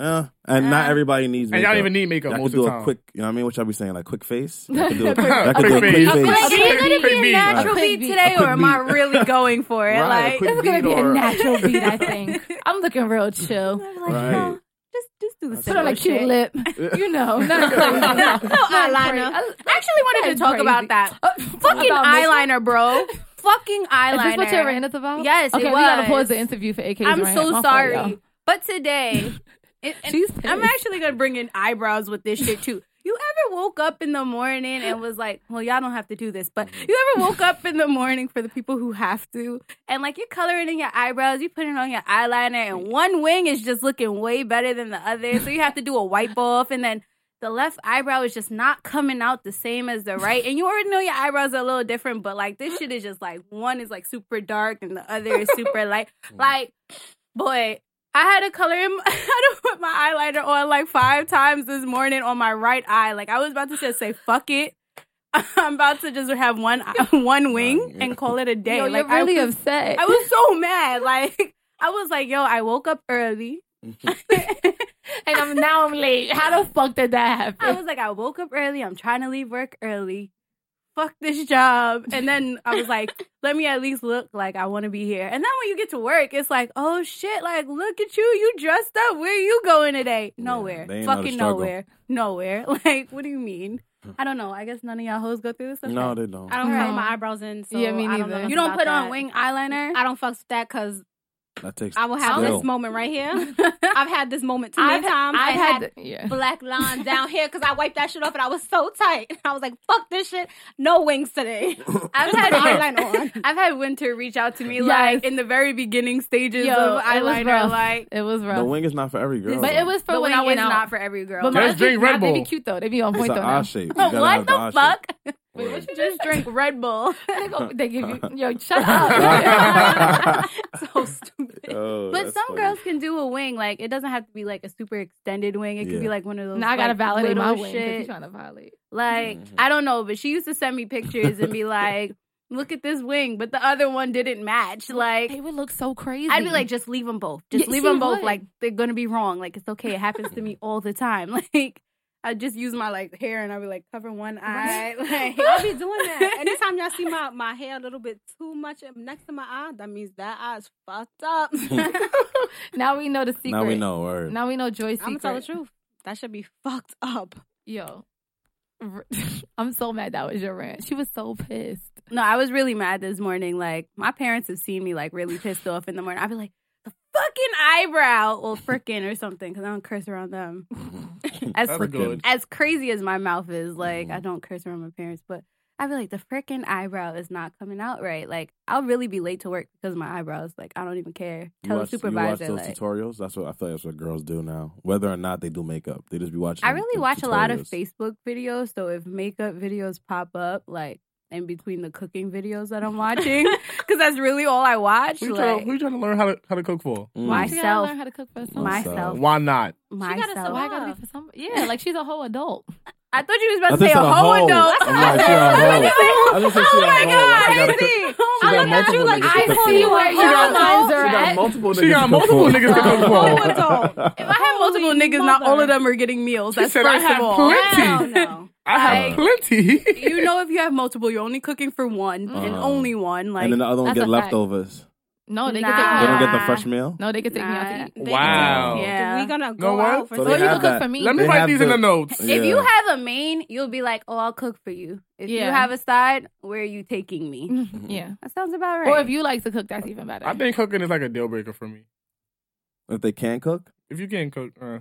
Speaker 5: Uh, and not
Speaker 2: Uh.
Speaker 5: everybody needs
Speaker 4: and
Speaker 5: makeup.
Speaker 4: y'all don't even need makeup
Speaker 5: Y'all
Speaker 4: most of
Speaker 5: could do
Speaker 4: the
Speaker 5: a
Speaker 4: time.
Speaker 5: quick, you know what I mean? What y'all be saying? Like
Speaker 1: [LAUGHS]
Speaker 5: quick face? Y'all could do a,
Speaker 1: Quick-
Speaker 5: y'all could
Speaker 4: quick
Speaker 5: do a
Speaker 4: face.
Speaker 5: quick
Speaker 4: A
Speaker 5: face.
Speaker 2: Like,
Speaker 1: Okay.
Speaker 2: is it gonna be a
Speaker 4: Quick beat.
Speaker 2: natural
Speaker 1: Right.
Speaker 2: beat today, or am I
Speaker 5: [LAUGHS]
Speaker 2: really going for it?
Speaker 5: Right,
Speaker 2: Like,
Speaker 5: quick
Speaker 1: It's gonna
Speaker 5: beat
Speaker 1: be a
Speaker 5: or-
Speaker 1: natural beat, I think. I'm looking real chill.
Speaker 2: I'm [LAUGHS] like,
Speaker 5: Right.
Speaker 2: no, just just do the
Speaker 5: That's
Speaker 1: Put on a
Speaker 5: Similar
Speaker 1: cute
Speaker 2: shit.
Speaker 1: [LAUGHS] lip. You know, not [LAUGHS] crazy. no,
Speaker 3: eyeliner.
Speaker 2: I actually wanted to
Speaker 1: That's
Speaker 2: talk
Speaker 1: crazy.
Speaker 2: about that. Uh, Fucking
Speaker 1: About makeup? [LAUGHS]
Speaker 2: eyeliner, bro. Fucking eyeliner.
Speaker 1: Is this what your rant is about?
Speaker 2: Yes, it
Speaker 1: Okay, we gotta
Speaker 2: was.
Speaker 1: pause the interview for AK's rant.
Speaker 2: I'm
Speaker 1: My
Speaker 2: so
Speaker 1: fault,
Speaker 2: sorry.
Speaker 1: y'all.
Speaker 2: but
Speaker 1: [LAUGHS]
Speaker 2: today, it, and
Speaker 1: She's
Speaker 2: I'm
Speaker 1: pissed.
Speaker 2: actually gonna bring in eyebrows with this shit too. You ever woke up in the morning and was like, "Well, y'all don't have to do this," but you ever woke up in the morning for the people who have to, and like you're coloring in your eyebrows, you putting on your eyeliner, and one wing is just looking way better than the other, so you have to do
Speaker 1: [LAUGHS]
Speaker 2: a wipe off, and then the left eyebrow is just not coming out the same as the right. And you already know your eyebrows are a little different, but like this shit is just like one is like super dark and the other is
Speaker 1: [LAUGHS]
Speaker 2: super light. Like, boy, I had to color in [LAUGHS] my, I had to put my eyeliner on like five times this morning on my right eye. Like I was about to just say fuck it. [LAUGHS] I'm about to just have one [LAUGHS] eye- one wing and call it a
Speaker 1: [LAUGHS]
Speaker 2: day.
Speaker 1: Yo,
Speaker 2: like
Speaker 1: you're really
Speaker 2: I, was,
Speaker 1: upset.
Speaker 2: I was so mad. Like [LAUGHS] I was like, yo, I woke up early.
Speaker 1: and I'm now I'm late. How the fuck did that
Speaker 2: I
Speaker 1: happen?
Speaker 2: was like, I woke up early. I'm trying to leave work early. fuck this job. And then I was
Speaker 5: [LAUGHS]
Speaker 2: like, let me at least look like I want to be here. And then when you get to work, it's like, oh shit, like look at you, you dressed up. Where you going today?
Speaker 5: Yeah,
Speaker 2: Nowhere.
Speaker 5: they ain't know the
Speaker 2: Fucking
Speaker 5: struggle. Hmm.
Speaker 2: nowhere. Nowhere. [LAUGHS] Like, what do you mean? I don't know. I guess none of y'all hoes go through this. Okay.
Speaker 5: [LAUGHS] No, they don't.
Speaker 3: I don't
Speaker 1: All
Speaker 3: put
Speaker 1: right.
Speaker 3: my eyebrows in. So
Speaker 1: Yeah, me
Speaker 3: I don't
Speaker 1: neither.
Speaker 3: know
Speaker 2: you don't
Speaker 3: about
Speaker 2: put on
Speaker 3: that.
Speaker 2: wing eyeliner.
Speaker 3: I don't fuck with that because
Speaker 5: That takes.
Speaker 3: I will have
Speaker 5: skill.
Speaker 3: this moment
Speaker 2: [LAUGHS]
Speaker 3: right here. I've had this moment too many
Speaker 1: I've-
Speaker 3: times.
Speaker 1: I've
Speaker 3: I
Speaker 1: had, the- yeah.
Speaker 3: black line down here because I wiped that shit off and I was so tight. [LAUGHS] I was like, fuck this shit. No
Speaker 4: [LAUGHS]
Speaker 3: wings today.
Speaker 2: I've
Speaker 3: Put
Speaker 2: had
Speaker 3: the eyeliner on.
Speaker 2: I've had winter reach out to me
Speaker 1: Yes.
Speaker 2: like in the very beginning stages
Speaker 1: Yo,
Speaker 2: of
Speaker 1: it was
Speaker 2: eyeliner,
Speaker 1: rough.
Speaker 2: like.
Speaker 1: It was rough.
Speaker 5: the wing is not for every girl.
Speaker 1: but
Speaker 5: though.
Speaker 1: it was for
Speaker 2: But
Speaker 1: when
Speaker 2: when
Speaker 1: I
Speaker 2: I was
Speaker 1: went out.
Speaker 2: not for every girl.
Speaker 1: But
Speaker 4: Just
Speaker 1: my
Speaker 4: drink Red
Speaker 1: They be
Speaker 4: Bull.
Speaker 1: cute though. They be on
Speaker 5: It's
Speaker 1: point
Speaker 5: an
Speaker 1: though.
Speaker 5: eye
Speaker 1: now.
Speaker 5: shape. You gotta have
Speaker 2: what the
Speaker 5: eye shape.
Speaker 2: fuck?
Speaker 1: Wait,
Speaker 3: [LAUGHS]
Speaker 1: what you
Speaker 2: Just drink Red Bull.
Speaker 1: [LAUGHS] They, go, they give you yo shut
Speaker 2: [LAUGHS]
Speaker 1: up.
Speaker 3: so
Speaker 5: [LAUGHS]
Speaker 3: stupid.
Speaker 5: Oh,
Speaker 2: But
Speaker 5: that's
Speaker 2: some
Speaker 5: funny.
Speaker 2: girls can do a wing. Like it doesn't have to be like a super extended wing. It could be
Speaker 5: Yeah.
Speaker 2: like one of those.
Speaker 1: now I gotta
Speaker 2: like,
Speaker 1: validate my
Speaker 2: little
Speaker 1: wing. 'cause
Speaker 2: shit.
Speaker 1: You trying to violate?
Speaker 2: Like
Speaker 5: Mhm.
Speaker 2: I don't know, but she used to send me pictures
Speaker 3: [LAUGHS]
Speaker 2: and be like, "Look at this wing," but the other one didn't match.
Speaker 1: They
Speaker 2: Like
Speaker 1: would look so crazy.
Speaker 2: I'd be like, "Just leave them both. Just
Speaker 1: Yeah,
Speaker 2: leave
Speaker 1: she
Speaker 2: them both.
Speaker 1: would.
Speaker 2: Like they're gonna be wrong. Like it's okay. It happens
Speaker 1: [LAUGHS]
Speaker 2: to me all the time. [LAUGHS] Like I just use my like hair and I'd be like cover one eye. [LAUGHS] Like
Speaker 1: [LAUGHS]
Speaker 3: I'll be doing that. Anytime y'all
Speaker 2: [LAUGHS]
Speaker 3: see my, my hair a little bit too much next to my eye, that means that eye is
Speaker 2: [LAUGHS]
Speaker 3: fucked up. [LAUGHS]
Speaker 1: now we know the secret.
Speaker 5: Now we know. Word.
Speaker 1: Now we know Joy's
Speaker 3: I'm gonna
Speaker 1: secret.
Speaker 3: tell the truth. That should be fucked
Speaker 2: [LAUGHS]
Speaker 3: up.
Speaker 1: Yo, [LAUGHS] I'm so mad that was your rant. She was so pissed.
Speaker 2: no, I was really mad this morning. Like my parents have seen me like really pissed off in the morning. I'd be like. The fucking eyebrow, or frickin' or something, because I don't curse around them.
Speaker 5: [LAUGHS]
Speaker 2: As
Speaker 4: That's good.
Speaker 2: as crazy as my mouth is, like
Speaker 5: Mm-hmm.
Speaker 2: I don't curse around my parents, but I feel like the freaking eyebrow is not coming out right. Like I'll really be late to work because of my eyebrows. Like I don't even care.
Speaker 5: You
Speaker 2: Tell the
Speaker 5: watch-
Speaker 2: supervisor.
Speaker 5: You watch those
Speaker 2: Like
Speaker 5: tutorials. That's what I feel. That's what girls do now, whether or not they do makeup. They just be watching.
Speaker 2: I really
Speaker 5: the
Speaker 2: watch a lot of
Speaker 5: tutorials.
Speaker 2: Facebook videos, so if makeup videos pop up, like in between the cooking videos that I'm watching,
Speaker 5: [LAUGHS]
Speaker 2: because that's really all I watch.
Speaker 4: What you, trying,
Speaker 2: Like
Speaker 4: what you trying to learn how to, how to cook for?
Speaker 5: Mm. Oh,
Speaker 2: Why-
Speaker 1: She
Speaker 2: Myself.
Speaker 1: gotta learn how to cook for herself.
Speaker 2: [LAUGHS]
Speaker 5: Myself.
Speaker 2: myself,
Speaker 4: Why not?
Speaker 3: gotta
Speaker 2: myself.
Speaker 1: Why I gotta be for somebody? Yeah, like she's a whole adult.
Speaker 2: I thought you was
Speaker 5: I
Speaker 2: about to say
Speaker 5: think
Speaker 2: a
Speaker 5: she a
Speaker 2: whole
Speaker 5: hoe.
Speaker 2: adult. [LAUGHS]
Speaker 5: I'm like, she a hoe. I just said she
Speaker 2: Oh
Speaker 5: a
Speaker 2: my
Speaker 5: hoe.
Speaker 2: God,
Speaker 5: She got a- she got
Speaker 3: at you
Speaker 5: multiple
Speaker 3: like,
Speaker 5: niggas
Speaker 3: I
Speaker 5: to cook
Speaker 3: see
Speaker 5: for.
Speaker 3: you
Speaker 1: Where
Speaker 2: [LAUGHS]
Speaker 3: are.
Speaker 1: your minds are
Speaker 5: She got
Speaker 1: at.
Speaker 5: multiple
Speaker 2: Oh
Speaker 4: She got
Speaker 5: niggas to cook
Speaker 4: multiple
Speaker 5: for.
Speaker 4: niggas
Speaker 5: [LAUGHS]
Speaker 4: to
Speaker 2: [LAUGHS]
Speaker 4: cook for.
Speaker 2: If I have multiple
Speaker 3: Holy
Speaker 2: niggas, not all
Speaker 3: mother.
Speaker 2: of them are getting meals.
Speaker 4: She
Speaker 5: [LAUGHS]
Speaker 2: That's
Speaker 4: said, I
Speaker 2: first
Speaker 4: have
Speaker 2: of all.
Speaker 4: plenty.
Speaker 3: Hell no.
Speaker 4: I have plenty.
Speaker 2: you know if you have multiple, you're only cooking for one and
Speaker 5: Uh-huh.
Speaker 2: only one. Like
Speaker 5: and then the other one
Speaker 1: that's
Speaker 5: get
Speaker 1: a fact.
Speaker 5: leftovers.
Speaker 1: No, they
Speaker 2: Nah.
Speaker 5: They don't
Speaker 1: can take
Speaker 5: get
Speaker 1: me out.
Speaker 5: the fresh
Speaker 2: Ah.
Speaker 5: meal.
Speaker 1: [LAUGHS] No, they can take me out to
Speaker 2: Nah.
Speaker 1: eat.
Speaker 4: Wow.
Speaker 2: Yeah.
Speaker 3: We gonna
Speaker 4: Know
Speaker 3: go
Speaker 4: what?
Speaker 3: out for
Speaker 5: So
Speaker 1: Or
Speaker 5: they
Speaker 1: you
Speaker 5: have
Speaker 1: can cook
Speaker 5: that.
Speaker 1: for me.
Speaker 4: Let me
Speaker 5: They
Speaker 4: write
Speaker 5: have
Speaker 4: these in
Speaker 5: the-
Speaker 4: the notes.
Speaker 2: if you
Speaker 5: Yeah.
Speaker 2: have a main, you'll be like, "Oh, I'll cook for you." If you
Speaker 1: Yeah.
Speaker 2: have a side, where are you taking me?
Speaker 1: [LAUGHS] yeah.
Speaker 2: That sounds about right.
Speaker 1: Or if you like to cook, that's even better.
Speaker 4: I think cooking is like a deal breaker for me.
Speaker 5: If they can't cook,
Speaker 4: If you can't cook, uh,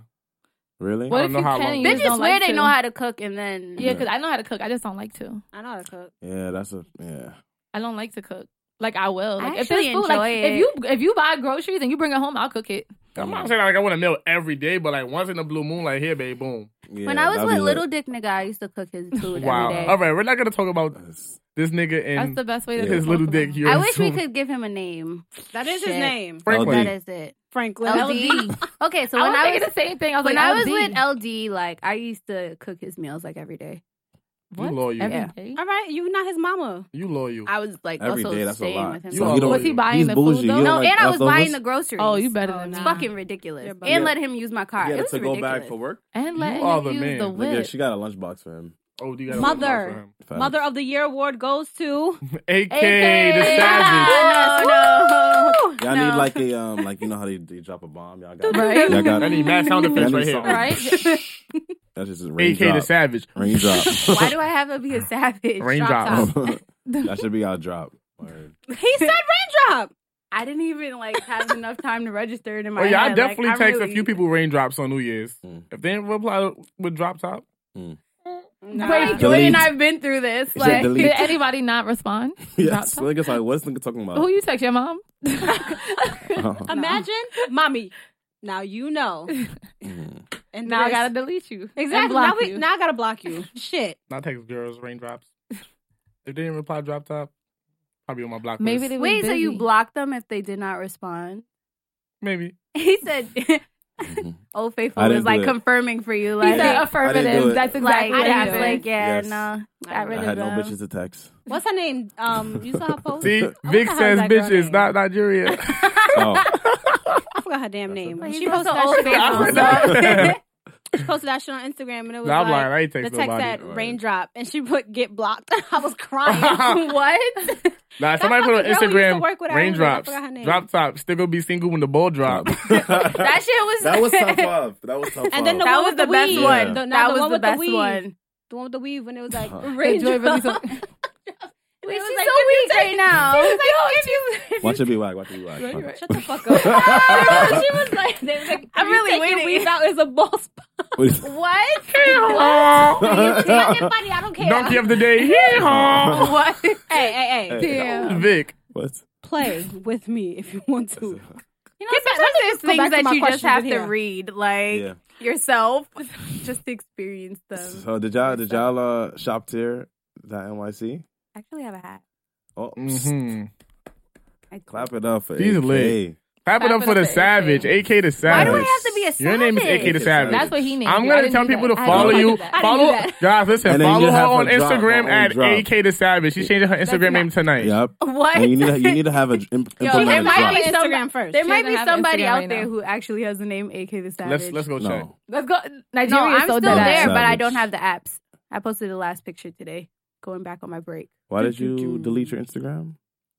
Speaker 5: really?
Speaker 1: what
Speaker 4: I
Speaker 1: if
Speaker 4: don't know
Speaker 1: you
Speaker 4: how
Speaker 1: can?
Speaker 4: long-
Speaker 1: and you
Speaker 2: they're
Speaker 1: just
Speaker 2: just,
Speaker 1: don't
Speaker 2: where
Speaker 1: like
Speaker 2: they
Speaker 1: to?
Speaker 2: know how to cook, and then
Speaker 1: Yeah, because I know how to cook. I just don't like to.
Speaker 3: I know how to cook.
Speaker 5: Yeah, that's a yeah.
Speaker 1: I don't like to cook. Like I will.
Speaker 2: I
Speaker 1: Like if
Speaker 2: actually
Speaker 1: there's food, like
Speaker 2: enjoy
Speaker 1: if you if you buy groceries and you bring it home, I'll cook it.
Speaker 4: I'm
Speaker 2: Mm.
Speaker 4: not saying like I want a meal every day, but like once in a blue moon, like here, babe, boom.
Speaker 5: yeah
Speaker 2: when I was
Speaker 5: that'd
Speaker 2: with
Speaker 5: be lit.
Speaker 2: Little Dick Nigga, I used to cook [LAUGHS] his food
Speaker 4: Wow.
Speaker 2: every day.
Speaker 4: All right, we're not gonna talk about
Speaker 5: That's-
Speaker 4: this nigga
Speaker 1: That's
Speaker 4: and
Speaker 1: the best way to
Speaker 5: Yeah.
Speaker 1: cook
Speaker 4: his little
Speaker 1: for
Speaker 4: dick.
Speaker 1: me.
Speaker 4: here.
Speaker 2: I wish we could give him a name.
Speaker 3: That is his
Speaker 2: Shit.
Speaker 3: name.
Speaker 4: Franklin.
Speaker 2: That is it.
Speaker 3: Franklin.
Speaker 2: LD. [LAUGHS] Okay, so
Speaker 1: I
Speaker 2: when
Speaker 1: was
Speaker 2: I
Speaker 1: thinking
Speaker 2: was
Speaker 1: the same thing. I was
Speaker 2: when
Speaker 1: like,
Speaker 2: I was
Speaker 1: LD.
Speaker 2: with LD, like I used to cook his meals like every day.
Speaker 1: What?
Speaker 4: You lawyer.
Speaker 1: Every
Speaker 2: Yeah.
Speaker 1: day?
Speaker 3: All right, you not his mama.
Speaker 4: You loyal.
Speaker 2: I was like
Speaker 5: Every
Speaker 2: also
Speaker 5: day, that's a
Speaker 2: staying
Speaker 5: lot.
Speaker 2: with him.
Speaker 4: You all
Speaker 5: he don't-
Speaker 4: Was he
Speaker 1: buying
Speaker 5: he's
Speaker 1: the
Speaker 5: bougie.
Speaker 1: food,
Speaker 5: You
Speaker 1: though?
Speaker 5: don't
Speaker 2: no,
Speaker 5: like
Speaker 2: and I was
Speaker 5: leftovers?
Speaker 2: buying the groceries.
Speaker 1: Oh, you better
Speaker 3: Oh,
Speaker 1: than
Speaker 3: nah.
Speaker 1: me.
Speaker 2: It's fucking ridiculous.
Speaker 3: Yeah, but-
Speaker 2: and
Speaker 5: Yeah.
Speaker 2: let him use my car.
Speaker 5: You
Speaker 2: It
Speaker 5: got
Speaker 2: was
Speaker 5: to go
Speaker 2: ridiculous. [LAUGHS]
Speaker 5: back for work.
Speaker 1: And
Speaker 4: You
Speaker 1: letting
Speaker 4: are
Speaker 1: you
Speaker 4: the
Speaker 1: use
Speaker 4: man.
Speaker 1: the
Speaker 4: Look
Speaker 5: Nigga,
Speaker 1: whip.
Speaker 5: she got a lunchbox for him.
Speaker 4: oh, you got
Speaker 3: Mother.
Speaker 5: Facts.
Speaker 3: Mother of the Year award goes to.
Speaker 4: AK,
Speaker 1: AK.
Speaker 4: the savage.
Speaker 2: Ah, no, no.
Speaker 5: Y'all
Speaker 2: no.
Speaker 5: need like a um like you know how they, they drop a bomb. Y'all got
Speaker 1: Right.
Speaker 5: Y'all got
Speaker 4: I need mad sound effects right here.
Speaker 5: Right.
Speaker 1: Right?
Speaker 5: that's just a
Speaker 4: AK the
Speaker 5: raindrop.
Speaker 4: savage. [LAUGHS]
Speaker 5: Raindrop.
Speaker 2: Why do I have to
Speaker 5: [LAUGHS]
Speaker 2: be a savage?
Speaker 4: Raindrop.
Speaker 2: [LAUGHS]
Speaker 5: that should be our drop. Word. [LAUGHS]
Speaker 3: He [LAUGHS] said raindrop.
Speaker 2: I didn't even like have enough time to register it in my
Speaker 4: Oh yeah,
Speaker 2: head.
Speaker 4: I
Speaker 2: Like,
Speaker 4: definitely text
Speaker 2: really-
Speaker 4: a few people raindrops on New Year's.
Speaker 5: Mm.
Speaker 4: If they didn't reply with drop top,
Speaker 3: Nah.
Speaker 2: Wait,
Speaker 5: Delete.
Speaker 2: Joy and I've been through this.
Speaker 5: Is it
Speaker 2: Like,
Speaker 5: delete?
Speaker 1: Did anybody not respond?
Speaker 5: Yes,
Speaker 1: top?
Speaker 5: niggas like what's nigga talking
Speaker 2: [LAUGHS]
Speaker 5: about? [LAUGHS]
Speaker 1: Who you text? Your mom?
Speaker 3: Imagine, mommy. Now you know. [LAUGHS]
Speaker 5: Mm.
Speaker 3: And
Speaker 1: Now I
Speaker 3: this-
Speaker 1: gotta delete you. and
Speaker 3: exactly.
Speaker 1: block
Speaker 3: Now, we,
Speaker 1: you.
Speaker 3: now I gotta block you. Shit.
Speaker 4: not text girls
Speaker 2: [LAUGHS]
Speaker 4: raindrops. if they didn't reply drop top, probably on my block.
Speaker 1: Maybe
Speaker 4: list.
Speaker 1: they was
Speaker 2: [LAUGHS] wait, so you
Speaker 1: busy.
Speaker 2: blocked them if they did not respond? [LAUGHS]
Speaker 4: maybe.
Speaker 2: He said, [LAUGHS] "Old
Speaker 5: I
Speaker 2: Faithful
Speaker 5: didn't
Speaker 2: was
Speaker 5: do
Speaker 2: like
Speaker 5: it. "Oh,
Speaker 2: confirming for you."
Speaker 1: He
Speaker 2: Like,
Speaker 1: said
Speaker 5: I didn't do
Speaker 1: affirmative.
Speaker 5: it.
Speaker 1: That's
Speaker 2: like,
Speaker 1: exactly
Speaker 2: I
Speaker 1: what
Speaker 2: was
Speaker 1: happened.
Speaker 2: like, yeah,
Speaker 5: Yes.
Speaker 2: no, got
Speaker 3: I
Speaker 2: rid
Speaker 5: I
Speaker 2: of
Speaker 5: had no
Speaker 2: them.
Speaker 5: bitches
Speaker 2: [LAUGHS]
Speaker 5: to text.
Speaker 3: What's her name? Um, you saw her post. [LAUGHS]
Speaker 4: See,
Speaker 3: I
Speaker 4: Vic
Speaker 3: wonder
Speaker 4: says
Speaker 3: how is that girl
Speaker 4: bitches,
Speaker 3: named?
Speaker 4: not
Speaker 3: [LAUGHS]
Speaker 4: Nigeria. [LAUGHS]
Speaker 5: Oh,
Speaker 3: I forgot her damn name.
Speaker 5: That's
Speaker 3: She posted that
Speaker 2: Faithful.
Speaker 3: shit. [LAUGHS]
Speaker 4: Faithful.
Speaker 2: so-
Speaker 3: She posted that shit on Instagram, and it was
Speaker 4: Nah, I'm lying.
Speaker 3: like
Speaker 4: I ain't
Speaker 3: the
Speaker 4: text
Speaker 3: text
Speaker 4: nobody.
Speaker 3: said
Speaker 5: Right.
Speaker 3: raindrop, and she put get blocked. [LAUGHS] I was
Speaker 2: [LAUGHS]
Speaker 3: crying.
Speaker 2: what?
Speaker 4: Nah, if somebody put on
Speaker 3: fucking girl who used to work
Speaker 4: Instagram
Speaker 3: with Aaron Rodgers, I
Speaker 4: raindrops,
Speaker 3: forgot her name.
Speaker 4: drop top, still gonna be single when the ball
Speaker 3: [LAUGHS]
Speaker 4: drop.
Speaker 5: [LAUGHS]
Speaker 2: That shit was. [LAUGHS]
Speaker 5: that was top five. That was top five.
Speaker 3: And then the
Speaker 2: That
Speaker 3: one
Speaker 2: was
Speaker 3: with
Speaker 2: the best
Speaker 3: weave.
Speaker 5: one.
Speaker 3: The,
Speaker 2: that
Speaker 3: the
Speaker 2: was
Speaker 3: one
Speaker 2: the
Speaker 3: with
Speaker 2: best
Speaker 3: the weave.
Speaker 2: one.
Speaker 3: The one with the weave when it was like
Speaker 5: Huh.
Speaker 1: Enjoy
Speaker 3: raindrop.
Speaker 1: release of-
Speaker 2: Wait,
Speaker 3: It was
Speaker 2: she's so
Speaker 3: like,
Speaker 2: weak right
Speaker 3: [LAUGHS]
Speaker 2: now.
Speaker 5: watch it be whack. Watch it be whack.
Speaker 3: Shut the fuck up. she was like, they was like
Speaker 2: I'm
Speaker 3: I'm
Speaker 2: really
Speaker 3: really
Speaker 2: waiting.
Speaker 3: taking weave out is a ball spot.
Speaker 2: What?
Speaker 5: [LAUGHS]
Speaker 3: Anybody, I don't
Speaker 4: [LAUGHS]
Speaker 3: care.
Speaker 4: Donkey of the day. Yeehaw.
Speaker 2: What?
Speaker 3: Hey, hey, hey.
Speaker 2: Damn.
Speaker 4: [LAUGHS] Vic.
Speaker 3: [LAUGHS]
Speaker 5: What?
Speaker 3: Play with me if you want to.
Speaker 2: You know, sometimes there's
Speaker 3: go
Speaker 2: things
Speaker 3: back to my
Speaker 2: that you just
Speaker 3: questions in
Speaker 2: have to
Speaker 3: here.
Speaker 2: read, like
Speaker 5: Yeah.
Speaker 2: yourself, [LAUGHS] just to experience [LAUGHS] them.
Speaker 5: So did y'all did y'all uh, shop tier that NYC?
Speaker 2: I actually have a hat.
Speaker 5: Oh, psst.
Speaker 4: Mhm.
Speaker 2: I
Speaker 5: clap it up for
Speaker 4: He's
Speaker 5: AK.
Speaker 4: lit. Clap it
Speaker 1: Clap
Speaker 4: up for the savage. AK the
Speaker 2: Why
Speaker 4: savage.
Speaker 2: do I have to be a savage?
Speaker 4: Your name is AK the
Speaker 5: Savage.
Speaker 4: savage.
Speaker 1: That's what he means.
Speaker 4: I'm
Speaker 1: I
Speaker 4: gonna
Speaker 1: didn't
Speaker 4: tell
Speaker 1: do
Speaker 4: people to
Speaker 1: that. I don't
Speaker 4: follow
Speaker 1: do
Speaker 4: you.
Speaker 1: that.
Speaker 3: I
Speaker 4: Follow
Speaker 3: didn't do that.
Speaker 4: guys. Listen,
Speaker 5: And then
Speaker 4: follow
Speaker 5: you
Speaker 4: her
Speaker 5: have
Speaker 4: on
Speaker 5: her drop,
Speaker 4: Instagram
Speaker 5: her own
Speaker 4: at
Speaker 5: drop.
Speaker 4: AK the savage. She's changing her Instagram name tonight.
Speaker 5: Yep.
Speaker 2: What?
Speaker 5: And you need to, you need to have a imp-
Speaker 2: Yo, there
Speaker 5: implement a
Speaker 2: might
Speaker 5: drop.
Speaker 2: be
Speaker 3: Instagram
Speaker 2: some,
Speaker 3: first.
Speaker 2: There
Speaker 3: She
Speaker 2: might
Speaker 1: doesn't
Speaker 2: be
Speaker 1: have
Speaker 2: somebody
Speaker 1: Instagram
Speaker 2: out
Speaker 1: right
Speaker 2: there
Speaker 1: now.
Speaker 2: who actually has the name AK the Savage.
Speaker 4: Let's let's go check.
Speaker 5: No.
Speaker 1: Let's go.
Speaker 2: no,
Speaker 1: Nigeria
Speaker 2: I'm
Speaker 1: so
Speaker 2: still
Speaker 1: dead.
Speaker 2: there, but I
Speaker 5: Savage.
Speaker 2: don't have the apps. I posted the last picture today, going back on my break.
Speaker 5: Why did you delete your Instagram?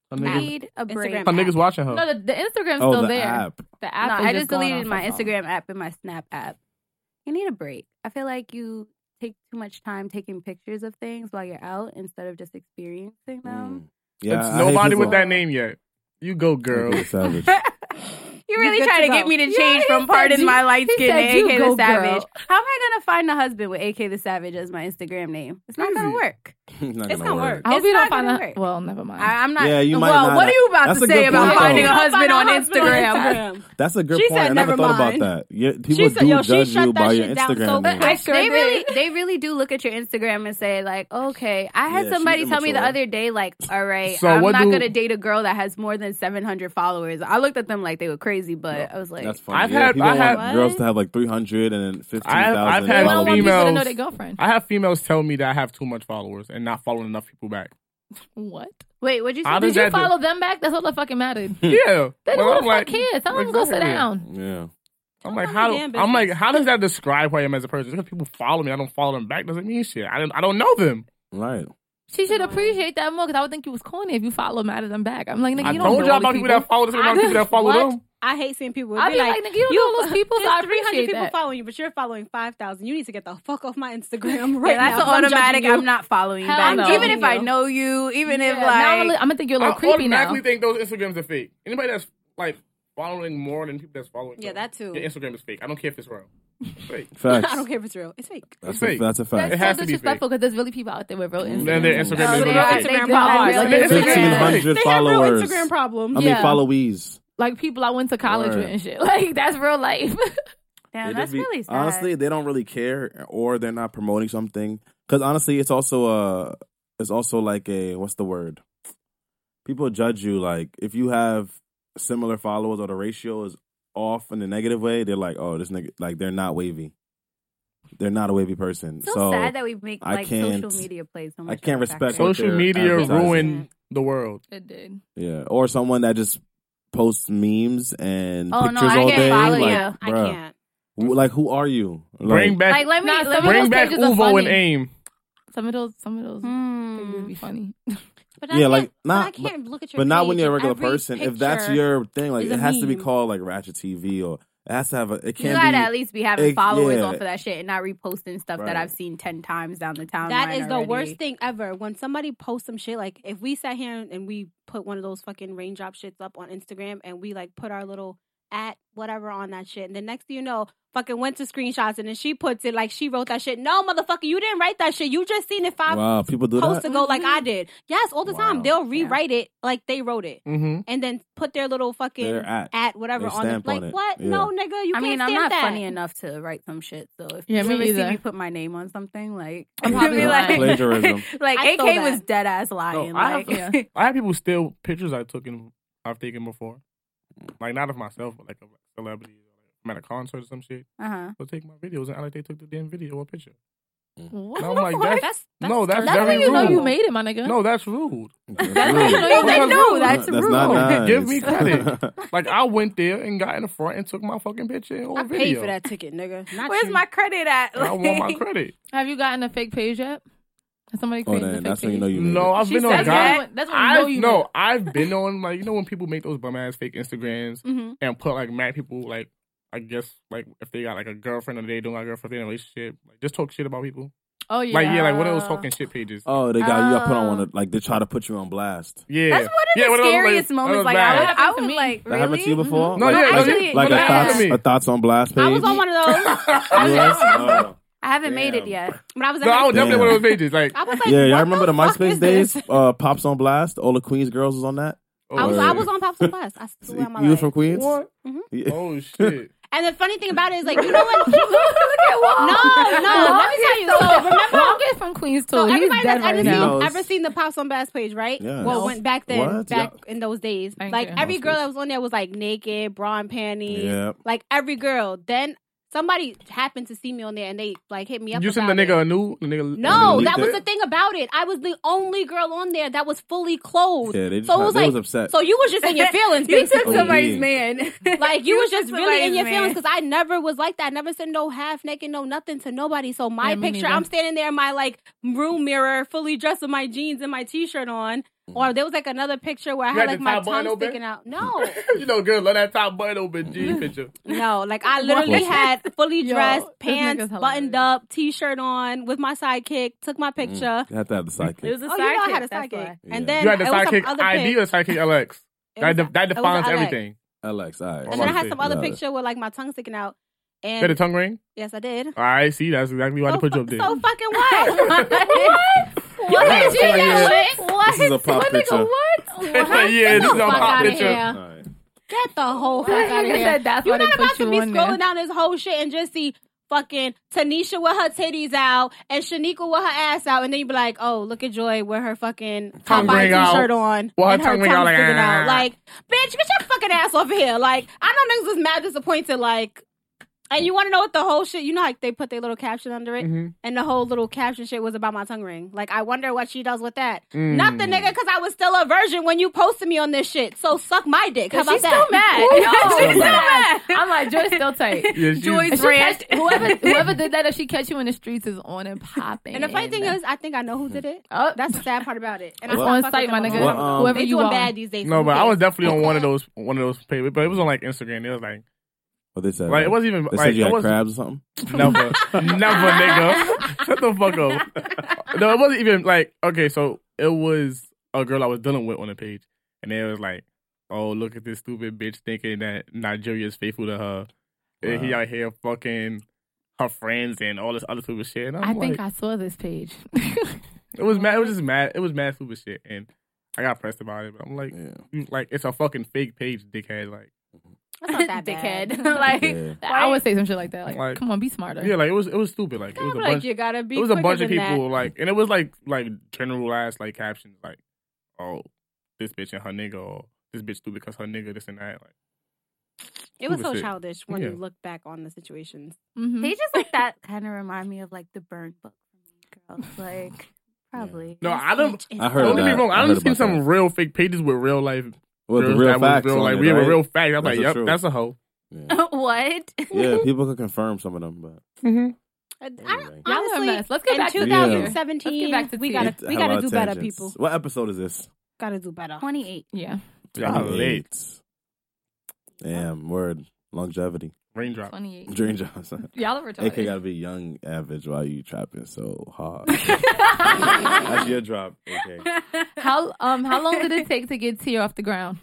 Speaker 4: Her
Speaker 3: App.
Speaker 4: niggas,
Speaker 2: Need a break.
Speaker 3: Instagram
Speaker 4: her niggas watching her.
Speaker 1: No, the, the Instagram's
Speaker 5: Oh,
Speaker 1: still
Speaker 5: the
Speaker 1: there.
Speaker 5: app.
Speaker 1: The app.
Speaker 2: no,
Speaker 1: is
Speaker 2: I just
Speaker 1: going
Speaker 2: deleted
Speaker 1: off
Speaker 2: my
Speaker 1: her phone.
Speaker 2: Instagram app and my Snap app. You need a break. I feel like you take too much time taking pictures of things while you're out instead of just experiencing
Speaker 5: Mm.
Speaker 2: them.
Speaker 5: Yeah, I
Speaker 4: Hmm. it's
Speaker 5: hate
Speaker 4: nobody with
Speaker 5: people.
Speaker 4: that name yet. You go, girl.
Speaker 5: AK
Speaker 4: [LAUGHS]
Speaker 5: the Savage.
Speaker 2: you really
Speaker 3: good
Speaker 2: try
Speaker 3: to
Speaker 2: to get
Speaker 3: go.
Speaker 2: me to
Speaker 1: Yeah,
Speaker 2: change
Speaker 1: he
Speaker 2: from
Speaker 1: said
Speaker 2: pardon
Speaker 1: you-
Speaker 2: my light
Speaker 1: he
Speaker 2: skin
Speaker 1: said
Speaker 2: to
Speaker 1: you
Speaker 2: AK
Speaker 1: go,
Speaker 2: the Savage.
Speaker 1: girl.
Speaker 2: How am I gonna find a husband with AK the Savage as my Instagram name? It's not gonna
Speaker 4: Easy.
Speaker 2: work.
Speaker 5: it's not
Speaker 3: It's
Speaker 5: gonna
Speaker 3: not
Speaker 5: work.
Speaker 1: I hope
Speaker 2: It's
Speaker 1: you
Speaker 2: not
Speaker 1: don't find
Speaker 2: gonna
Speaker 1: that.
Speaker 2: work.
Speaker 1: Well, never mind.
Speaker 2: I, I'm not.
Speaker 5: Yeah, you might
Speaker 2: well,
Speaker 5: not-
Speaker 2: what are you about
Speaker 5: That's
Speaker 2: to
Speaker 5: a good
Speaker 2: say about
Speaker 5: point,
Speaker 2: finding
Speaker 5: though.
Speaker 2: a husband on
Speaker 3: Husband on
Speaker 2: Instagram?
Speaker 5: That's a good
Speaker 3: She
Speaker 5: point.
Speaker 3: said
Speaker 5: I never
Speaker 3: never
Speaker 5: thought
Speaker 3: mind.
Speaker 5: about that. Yeah, people
Speaker 3: said-
Speaker 5: do
Speaker 3: yo, she
Speaker 5: judge
Speaker 3: shut
Speaker 5: you
Speaker 3: that
Speaker 5: by your
Speaker 3: shit down
Speaker 5: Instagram
Speaker 3: so
Speaker 5: name.
Speaker 1: fast.
Speaker 2: I,
Speaker 1: I sure
Speaker 2: they
Speaker 1: did.
Speaker 2: really, they really do look at your Instagram and say like, okay. I had
Speaker 5: Yeah,
Speaker 2: somebody
Speaker 5: she's
Speaker 2: tell me the
Speaker 5: immature.
Speaker 2: other day like, all right,
Speaker 4: So
Speaker 2: I'm
Speaker 4: what
Speaker 2: not
Speaker 4: do-
Speaker 2: gonna date a girl that has more than 700 followers. I looked at them like they were crazy, but I was like,
Speaker 5: That's funny.
Speaker 4: I've
Speaker 5: yeah,
Speaker 4: had-
Speaker 5: people
Speaker 4: I
Speaker 5: want
Speaker 3: had-
Speaker 5: girls to have like 300 and then 15,000.
Speaker 4: I've had
Speaker 1: I don't want people
Speaker 5: followers.
Speaker 1: to know
Speaker 4: females.
Speaker 1: their girlfriend.
Speaker 4: I have females tell me that I have too much followers and not following enough people back.
Speaker 1: What?
Speaker 2: wait, what'd you say?
Speaker 4: How
Speaker 1: Did
Speaker 4: does
Speaker 1: you
Speaker 4: that do-
Speaker 1: follow them back? That's all that fucking
Speaker 4: [LAUGHS]
Speaker 1: mattered.
Speaker 5: Hmm.
Speaker 4: Yeah.
Speaker 1: Then who
Speaker 4: Well,
Speaker 1: the
Speaker 4: I'm
Speaker 1: fuck
Speaker 4: like-
Speaker 1: cares? Tell them to go sit
Speaker 4: Exactly.
Speaker 1: down.
Speaker 5: Yeah.
Speaker 4: I'm like,
Speaker 3: Tell
Speaker 4: how?
Speaker 3: them
Speaker 4: I'm like,
Speaker 3: business.
Speaker 4: how does that describe who I am as a person? Just because people follow me, I don't follow them back. Doesn't mean shit. I don't. I don't know them.
Speaker 3: [LAUGHS]
Speaker 5: Right.
Speaker 1: She should appreciate that more because I would think you was corny if you follow them out of them back. I'm like, nigga,
Speaker 4: I
Speaker 1: you don't
Speaker 4: told
Speaker 1: know
Speaker 4: y'all
Speaker 1: all
Speaker 4: about
Speaker 1: these
Speaker 4: people that follow this.
Speaker 3: I-
Speaker 4: About people that follow
Speaker 3: What?
Speaker 4: them.
Speaker 3: I hate seeing people.
Speaker 1: I'll
Speaker 3: be like,
Speaker 1: nigga, you don't know all [LAUGHS] those people. so I
Speaker 3: There's 300
Speaker 1: appreciate
Speaker 3: people
Speaker 1: that.
Speaker 3: following you, but you're following 5,000. You need to get the fuck off my Instagram right
Speaker 2: Yeah, that's
Speaker 3: now.
Speaker 2: an
Speaker 3: 'cause I'm
Speaker 2: automatic.
Speaker 3: judging you.
Speaker 2: I'm not following you
Speaker 1: Hell
Speaker 2: back.
Speaker 1: no.
Speaker 2: Even if I
Speaker 3: You.
Speaker 2: know you, even if
Speaker 1: Yeah,
Speaker 2: like,
Speaker 1: now I'm, li- I'm gonna think you're a
Speaker 4: I
Speaker 1: little creepy now.
Speaker 4: automatically think those Instagrams are fake. Anybody that's like following more than people that's following.
Speaker 3: Yeah,
Speaker 4: them,
Speaker 3: that too.
Speaker 4: Your Instagram is fake. I don't care if it's real. It's fake.
Speaker 5: Facts.
Speaker 3: I don't care if it's real. It's fake.
Speaker 5: That's, a,
Speaker 4: Fake.
Speaker 5: that's a fact.
Speaker 4: It
Speaker 1: That's
Speaker 4: has
Speaker 1: so
Speaker 4: to be
Speaker 1: disrespectful because there's really people out there with real
Speaker 5: Mm.
Speaker 1: Instagram.
Speaker 4: Then their Instagram
Speaker 2: Oh, they
Speaker 4: is really
Speaker 2: got
Speaker 4: fake.
Speaker 2: Instagram
Speaker 1: They got
Speaker 2: problems.
Speaker 1: real
Speaker 2: Like,
Speaker 1: Instagram.
Speaker 2: Instagram.
Speaker 5: 1,500
Speaker 3: They have real
Speaker 5: followers.
Speaker 3: Instagram
Speaker 5: I
Speaker 3: problems.
Speaker 5: mean,
Speaker 1: Yeah.
Speaker 5: followees.
Speaker 1: Like people I went to college
Speaker 5: Word.
Speaker 1: with and shit. [LAUGHS] Like that's real life.
Speaker 2: Damn,
Speaker 5: They
Speaker 2: that's
Speaker 5: just be-
Speaker 2: really sad.
Speaker 5: honestly they don't really care or they're not promoting something because honestly it's also uh it's also like a what's the word people judge you like if you have similar followers or the ratio is off in a negative way they're like oh this nigga like they're not wavy they're not a wavy person
Speaker 2: so,
Speaker 5: so,
Speaker 2: sad that we make
Speaker 5: I
Speaker 2: like social
Speaker 5: can't-
Speaker 2: media play so much.
Speaker 5: i
Speaker 2: of
Speaker 5: can't
Speaker 2: a factor.
Speaker 5: respect what
Speaker 4: Social
Speaker 5: they're
Speaker 4: media
Speaker 5: advertising.
Speaker 4: ruined the world.
Speaker 1: it did.
Speaker 5: yeah or someone that just posts memes and
Speaker 2: Oh, no,
Speaker 5: pictures
Speaker 2: I
Speaker 5: all
Speaker 2: can't
Speaker 5: day
Speaker 2: follow
Speaker 5: like,
Speaker 2: you.
Speaker 3: I
Speaker 5: bruh,
Speaker 3: can't.
Speaker 5: who- like who are you like,
Speaker 4: Bring back.
Speaker 2: Like, let me
Speaker 1: Nah,
Speaker 2: let me
Speaker 1: some of
Speaker 4: Bring
Speaker 1: those
Speaker 4: back
Speaker 1: pages are
Speaker 4: Uvo and
Speaker 1: funny.
Speaker 4: Aim.
Speaker 1: Some of those, some of those things would be funny.
Speaker 3: But
Speaker 5: Yeah,
Speaker 3: I
Speaker 5: like,
Speaker 3: can't, but
Speaker 5: not-
Speaker 3: I can't look at your
Speaker 5: But not when
Speaker 3: page
Speaker 5: you're a
Speaker 3: and
Speaker 5: regular
Speaker 3: every
Speaker 5: person. If that's
Speaker 3: picture-
Speaker 5: your thing, like
Speaker 3: is
Speaker 5: it
Speaker 3: a
Speaker 5: has to be
Speaker 3: meme.
Speaker 5: called like Ratchet TV or it has to have a. It
Speaker 2: You
Speaker 5: can't
Speaker 2: gotta
Speaker 5: be.
Speaker 2: at least be having
Speaker 5: Egg-
Speaker 2: followers
Speaker 5: yeah.
Speaker 2: off of that shit and not reposting stuff
Speaker 5: Right.
Speaker 2: that I've seen ten times down the town.
Speaker 3: That is the worst thing ever. When somebody posts some shit, like if we sat here and we put one of those fucking raindrop shits up on Instagram and we like put our little at whatever on that shit, and the next thing you know, fucking went to screenshots and then she puts it like she wrote that shit. No, motherfucker, you didn't write that shit. You just seen it five
Speaker 5: wow, people do
Speaker 3: posts
Speaker 5: that.
Speaker 3: ago, like I did. Yes, all the
Speaker 5: Wow.
Speaker 3: time they'll rewrite it like they wrote it
Speaker 4: Mm-hmm.
Speaker 3: and then put their little fucking
Speaker 5: They're
Speaker 3: [LAUGHS]
Speaker 5: at.
Speaker 3: at whatever
Speaker 5: They
Speaker 3: on it.
Speaker 5: stamp on
Speaker 3: Like
Speaker 5: it.
Speaker 3: what?
Speaker 5: Yeah.
Speaker 3: No, nigga, you
Speaker 2: I
Speaker 3: can't
Speaker 2: mean, I'm
Speaker 3: stamp
Speaker 2: not
Speaker 3: that.
Speaker 2: funny enough to write some shit, so if
Speaker 1: Yeah,
Speaker 2: you
Speaker 1: me
Speaker 2: ever see
Speaker 1: either.
Speaker 2: me put my name on something, like [LAUGHS]
Speaker 1: I'm
Speaker 2: you'll be
Speaker 1: probably lying.
Speaker 5: Plagiarism.
Speaker 2: like
Speaker 3: I
Speaker 2: AK
Speaker 3: stole that.
Speaker 2: was dead ass lying.
Speaker 4: No, I have
Speaker 2: like,
Speaker 1: to-
Speaker 4: I had people steal pictures I took and I've taken before, like not of myself, but like of celebrities. I'm at a concert or some shit.
Speaker 2: [LAUGHS] uh-huh.
Speaker 4: They'll take my videos and act like they took the damn video or picture.
Speaker 1: What?
Speaker 4: And I'm
Speaker 1: the
Speaker 4: like,
Speaker 1: fuck?
Speaker 4: that's,
Speaker 3: that's,
Speaker 4: no, that's,
Speaker 1: That's how
Speaker 4: very
Speaker 1: you know
Speaker 4: rude.
Speaker 1: you made it, my nigga.
Speaker 4: no, that's rude.
Speaker 5: That's
Speaker 1: you
Speaker 4: Because-
Speaker 1: made it.
Speaker 2: no, that's, rude.
Speaker 5: not nice.
Speaker 4: Give me credit. Like I went there and got in the front and took my fucking picture and
Speaker 3: I
Speaker 4: on
Speaker 3: paid
Speaker 4: video.
Speaker 3: for that ticket, nigga. Not
Speaker 2: Where's
Speaker 3: you.
Speaker 2: my credit at?
Speaker 4: And I want my credit.
Speaker 1: Have you gotten a fake page yet? Has somebody
Speaker 5: oh,
Speaker 1: created a
Speaker 5: then
Speaker 1: fake
Speaker 5: that's
Speaker 1: page?
Speaker 5: when you know you made
Speaker 4: No,
Speaker 5: it.
Speaker 4: I've
Speaker 2: She
Speaker 4: been
Speaker 2: said
Speaker 4: on.
Speaker 1: that's,
Speaker 4: God,
Speaker 2: that.
Speaker 1: when, that's when you
Speaker 4: I
Speaker 1: know you made
Speaker 4: no,
Speaker 1: it.
Speaker 4: I've been on like you know when people make those bum ass fake Instagrams
Speaker 3: Mm-hmm.
Speaker 2: Mhm.
Speaker 4: and put like mad people like I guess like if they got like a girlfriend or they don't got a girlfriend they in a relationship like just talk shit about people
Speaker 1: Oh yeah.
Speaker 4: like yeah like one of those talking shit pages
Speaker 5: [LAUGHS] Oh, they got you. got put on
Speaker 1: Uh,
Speaker 5: one. Of, like they try to put you on blast.
Speaker 4: yeah
Speaker 2: That's one of
Speaker 4: yeah,
Speaker 2: the
Speaker 4: one those,
Speaker 2: scariest
Speaker 4: one of
Speaker 2: moments.
Speaker 4: those
Speaker 2: Like
Speaker 4: bad-
Speaker 2: I would,
Speaker 1: That
Speaker 2: I
Speaker 1: happened
Speaker 2: would
Speaker 1: to me.
Speaker 2: like
Speaker 5: That
Speaker 2: really. Mm-hmm.
Speaker 5: happened to you before?
Speaker 4: No,
Speaker 5: like,
Speaker 4: yeah, no,
Speaker 5: like,
Speaker 2: actually,
Speaker 5: like
Speaker 2: no,
Speaker 5: a
Speaker 2: yeah.
Speaker 5: thoughts, a thoughts on blast page.
Speaker 3: I was on one of those,
Speaker 5: You was? Oh.
Speaker 2: I haven't made it
Speaker 5: Damn.
Speaker 2: yet. [LAUGHS]
Speaker 3: but I was
Speaker 4: no I
Speaker 3: like,
Speaker 4: was definitely one
Speaker 5: Damn.
Speaker 4: of those pages like
Speaker 3: I was like,
Speaker 5: yeah, y'all
Speaker 3: what
Speaker 5: remember the
Speaker 3: fuck is
Speaker 5: MySpace
Speaker 3: this?
Speaker 5: days? Uh, Pops on blast. All the Queens girls was on that.
Speaker 4: oh,
Speaker 3: I was, I
Speaker 5: Word.
Speaker 3: was on Pops and Blast. I swear on my
Speaker 5: you was
Speaker 3: life.
Speaker 5: from Queens. [LAUGHS]
Speaker 4: what
Speaker 5: Yeah.
Speaker 4: oh
Speaker 3: [LAUGHS]
Speaker 4: shit
Speaker 3: And the funny thing about it is, like, you know what?
Speaker 2: Look at
Speaker 3: No,
Speaker 2: Walt. [LAUGHS]
Speaker 3: no. Let me tell you. So remember,
Speaker 1: Walker from Queens too.
Speaker 3: so
Speaker 1: He's
Speaker 3: everybody
Speaker 1: dead
Speaker 3: that's
Speaker 1: right
Speaker 3: ever
Speaker 1: now.
Speaker 5: now.
Speaker 3: seen ever seen the Pops on Bass page, right?
Speaker 5: Yeah.
Speaker 3: Well,
Speaker 5: No.
Speaker 3: went back then,
Speaker 5: What?
Speaker 3: back in those days.
Speaker 1: Thank
Speaker 3: like
Speaker 1: you.
Speaker 3: every
Speaker 5: That's
Speaker 3: girl
Speaker 5: good.
Speaker 3: that was on there was like naked, bra and panties.
Speaker 5: Yeah.
Speaker 3: Like every girl. Then somebody happened to see me on there, and they like hit me up.
Speaker 4: you sent the
Speaker 3: about
Speaker 4: nigga
Speaker 3: it.
Speaker 4: a new the nigga
Speaker 3: No,
Speaker 5: Leaked
Speaker 3: that was
Speaker 5: it?
Speaker 3: the thing about it. I was the only girl on there that was fully clothed.
Speaker 5: Yeah, they just
Speaker 3: so it was
Speaker 5: they
Speaker 3: like,
Speaker 5: was upset.
Speaker 3: so you was just in your
Speaker 2: [LAUGHS]
Speaker 3: feelings,
Speaker 2: You took
Speaker 3: basically.
Speaker 5: some-
Speaker 2: somebody's
Speaker 5: yeah.
Speaker 2: [LAUGHS] man.
Speaker 3: Like you was
Speaker 2: took
Speaker 3: just really in
Speaker 2: somebody's
Speaker 3: your
Speaker 2: man.
Speaker 3: feelings because I never was like that. I never sent no half naked, no nothing to nobody. So my
Speaker 1: Yeah, me
Speaker 3: picture,
Speaker 1: neither.
Speaker 3: I'm standing there in my like room mirror, fully dressed with my jeans and my t-shirt on.
Speaker 5: Mm.
Speaker 3: Or there was like another picture where I
Speaker 4: You
Speaker 3: had
Speaker 4: had
Speaker 3: like
Speaker 4: the
Speaker 3: my
Speaker 4: top button
Speaker 3: tongue
Speaker 4: open?
Speaker 3: sticking out. No,
Speaker 4: [LAUGHS] you know girl love that top button open G
Speaker 3: Mm-hmm.
Speaker 4: picture
Speaker 3: no, like
Speaker 5: [LAUGHS]
Speaker 3: I literally
Speaker 5: Wow.
Speaker 3: had fully
Speaker 1: Yo,
Speaker 3: dressed,
Speaker 1: this
Speaker 3: pants
Speaker 1: nigga's hilarious.
Speaker 3: buttoned up, t-shirt on, with my sidekick. Took
Speaker 5: Mm.
Speaker 3: my picture.
Speaker 5: You have to have the
Speaker 2: It
Speaker 5: sidekick.
Speaker 2: was a
Speaker 3: Oh, you know I had a
Speaker 2: sidekick, that's
Speaker 3: sidekick,
Speaker 2: why.
Speaker 5: Yeah.
Speaker 3: and then
Speaker 4: you had the
Speaker 3: it was some
Speaker 4: sidekick
Speaker 3: other
Speaker 4: ID
Speaker 3: pic.
Speaker 4: or sidekick Alex
Speaker 3: It
Speaker 4: that
Speaker 3: was-
Speaker 4: de- that
Speaker 3: it was
Speaker 4: defines
Speaker 3: Alex.
Speaker 4: everything
Speaker 5: Alex, all right.
Speaker 3: And then I had
Speaker 4: Alex.
Speaker 3: some other
Speaker 5: Love it.
Speaker 3: picture with like my tongue sticking out.
Speaker 4: you had a
Speaker 3: And
Speaker 4: tongue ring
Speaker 3: yes, I did.
Speaker 4: I see that's exactly why
Speaker 3: so,
Speaker 4: they put you up
Speaker 3: fu-
Speaker 4: there
Speaker 3: [LAUGHS] so fucking [LAUGHS] what?
Speaker 1: You
Speaker 4: Yeah,
Speaker 1: can't
Speaker 4: it's
Speaker 1: do
Speaker 4: like,
Speaker 1: that
Speaker 4: yeah.
Speaker 1: shit. What?
Speaker 5: This is a pop
Speaker 1: What, nigga,
Speaker 5: picture.
Speaker 1: What?
Speaker 4: It's
Speaker 1: What?
Speaker 4: like, [LAUGHS] yeah, this
Speaker 1: Get
Speaker 4: is
Speaker 1: the
Speaker 4: a
Speaker 1: fuck
Speaker 4: pop
Speaker 1: outta
Speaker 4: picture.
Speaker 1: here.
Speaker 5: All right.
Speaker 3: Get the whole
Speaker 2: [LAUGHS]
Speaker 3: fuck out of
Speaker 1: Nigga
Speaker 3: here.
Speaker 1: said that's
Speaker 3: You're
Speaker 1: why they
Speaker 3: not
Speaker 1: put
Speaker 3: about to
Speaker 1: you
Speaker 3: be
Speaker 1: on there.
Speaker 3: scrolling down this whole shit and just see fucking Tanisha with her titties out and Shaniqua with her ass out, and then you be like, oh, look at Joy with her fucking
Speaker 4: Tongue
Speaker 3: Popeye
Speaker 4: ring out.
Speaker 3: t-shirt on
Speaker 4: Well, her
Speaker 3: and her
Speaker 4: tongue
Speaker 3: tongue
Speaker 4: ring out, like,
Speaker 3: sticking out.
Speaker 4: ah.
Speaker 3: Like, bitch, get your fucking ass off of here. Like, I know niggas was mad disappointed. Like. And you want to know what the whole shit? You know, like they put their little caption under it,
Speaker 4: Mhm.
Speaker 3: and the whole little caption shit was about my tongue ring. Like, I wonder what she does with that.
Speaker 4: Mm.
Speaker 3: Not the nigga, because I was still a virgin when you posted me on this shit. So suck my dick. How about
Speaker 2: She's
Speaker 3: that?
Speaker 2: still mad.
Speaker 3: [LAUGHS]
Speaker 1: Yo,
Speaker 2: She's still
Speaker 1: mad.
Speaker 2: mad. [LAUGHS]
Speaker 1: I'm like, Joy's still tight.
Speaker 4: Yeah,
Speaker 1: [LAUGHS]
Speaker 4: she's-
Speaker 1: If
Speaker 2: Joy's
Speaker 1: she
Speaker 2: rant.
Speaker 1: catch- whoever whoever did that, if she catch you in the streets, is on and popping.
Speaker 3: And the funny thing is, I think I know who did it.
Speaker 1: Oh.
Speaker 3: That's the sad part about it. And
Speaker 1: It's
Speaker 3: I still
Speaker 1: on
Speaker 3: fuck
Speaker 1: site,
Speaker 3: with
Speaker 1: my
Speaker 3: them
Speaker 1: nigga.
Speaker 3: all.
Speaker 5: Well, um,
Speaker 1: Whoever
Speaker 3: They
Speaker 1: you
Speaker 3: doing
Speaker 1: are.
Speaker 3: bad these days.
Speaker 4: No,
Speaker 3: Who
Speaker 4: but I
Speaker 3: cares?
Speaker 4: was definitely on one of those one of those pages, but it was on like Instagram. It was like
Speaker 5: What they said?
Speaker 4: like it wasn't even
Speaker 5: They
Speaker 4: like
Speaker 5: said you
Speaker 4: it
Speaker 5: had
Speaker 4: was never
Speaker 5: crabs or something.
Speaker 4: never
Speaker 5: [LAUGHS]
Speaker 4: nigga. Shut the fuck up. No, it wasn't even like okay. So it was a girl I was dealing with on the page, and it was like, oh look at this stupid bitch thinking that Nigeria is faithful to her, and he
Speaker 5: Wow.
Speaker 4: out here fucking her friends and all this other stupid shit. And I'm
Speaker 1: I think
Speaker 4: like-
Speaker 1: I saw this page. [LAUGHS]
Speaker 4: it was mad. It was just mad. It was mad stupid shit, and I got pressed about it. But I'm like,
Speaker 5: Yeah.
Speaker 4: you- like it's a fucking fake page, dickhead. Like.
Speaker 3: That's not that bad.
Speaker 2: Dickhead. like,
Speaker 5: Yeah.
Speaker 1: I would say some shit like that. Like,
Speaker 4: Like-
Speaker 1: come on, be smarter.
Speaker 4: Yeah, like it was it was stupid. Like it was a bunch.
Speaker 3: you gotta be.
Speaker 4: it was a bunch of
Speaker 3: quicker than
Speaker 4: people. Like and it was like like generalized like captions like, oh, this bitch and her nigga, or this bitch stupid because her nigga this and that. Like
Speaker 3: that. It was
Speaker 4: stupid
Speaker 3: so
Speaker 4: shit.
Speaker 3: childish when
Speaker 4: Yeah.
Speaker 3: you look back on the situations.
Speaker 1: Mhm.
Speaker 2: They just like that kind of remind me of like the burn book girls. [LAUGHS] Like probably.
Speaker 4: no, I don't.
Speaker 5: I heard
Speaker 4: Don't
Speaker 5: of
Speaker 4: get me
Speaker 5: that.
Speaker 4: wrong.
Speaker 5: I
Speaker 4: I
Speaker 5: heard
Speaker 4: don't seen
Speaker 5: about
Speaker 4: some
Speaker 5: that.
Speaker 4: real fake pages with real life.
Speaker 5: Well, the
Speaker 4: girls
Speaker 5: real
Speaker 4: that was
Speaker 5: facts.
Speaker 4: Real
Speaker 5: on
Speaker 4: like
Speaker 5: it,
Speaker 4: we
Speaker 5: right?
Speaker 4: were real facts. I'm
Speaker 5: That's
Speaker 4: like,
Speaker 5: the
Speaker 4: yep,
Speaker 5: truth.
Speaker 4: that's a hoe.
Speaker 5: Yeah.
Speaker 2: [LAUGHS] what?
Speaker 5: Yeah, people can confirm some of them, but
Speaker 3: I,
Speaker 5: Anyway.
Speaker 1: Y'all are a
Speaker 3: honestly,
Speaker 1: mess. Let's get
Speaker 3: in
Speaker 1: back to
Speaker 5: tea.
Speaker 3: 2017,
Speaker 1: Yeah. Let's get back to
Speaker 3: we
Speaker 1: tea.
Speaker 3: gotta
Speaker 5: It
Speaker 3: we
Speaker 5: had a
Speaker 3: gotta
Speaker 5: lot
Speaker 3: do
Speaker 5: of
Speaker 3: better,
Speaker 5: tangents.
Speaker 3: people.
Speaker 5: What episode is this?
Speaker 3: Gotta do better.
Speaker 2: Twenty [LAUGHS] eight.
Speaker 1: yeah.
Speaker 4: Y'all late.
Speaker 5: Damn, word. Longevity. [LAUGHS]
Speaker 4: Raindrop.
Speaker 1: 28.
Speaker 5: Dream jobs. [LAUGHS]
Speaker 1: Y'all are
Speaker 5: AK
Speaker 1: retarded.
Speaker 5: gotta be young, average while you trapping so
Speaker 3: [LAUGHS]
Speaker 5: hard.
Speaker 1: [LAUGHS]
Speaker 5: That's your drop, AK.
Speaker 1: How um how long did
Speaker 2: [LAUGHS]
Speaker 1: it take to get tear off the ground?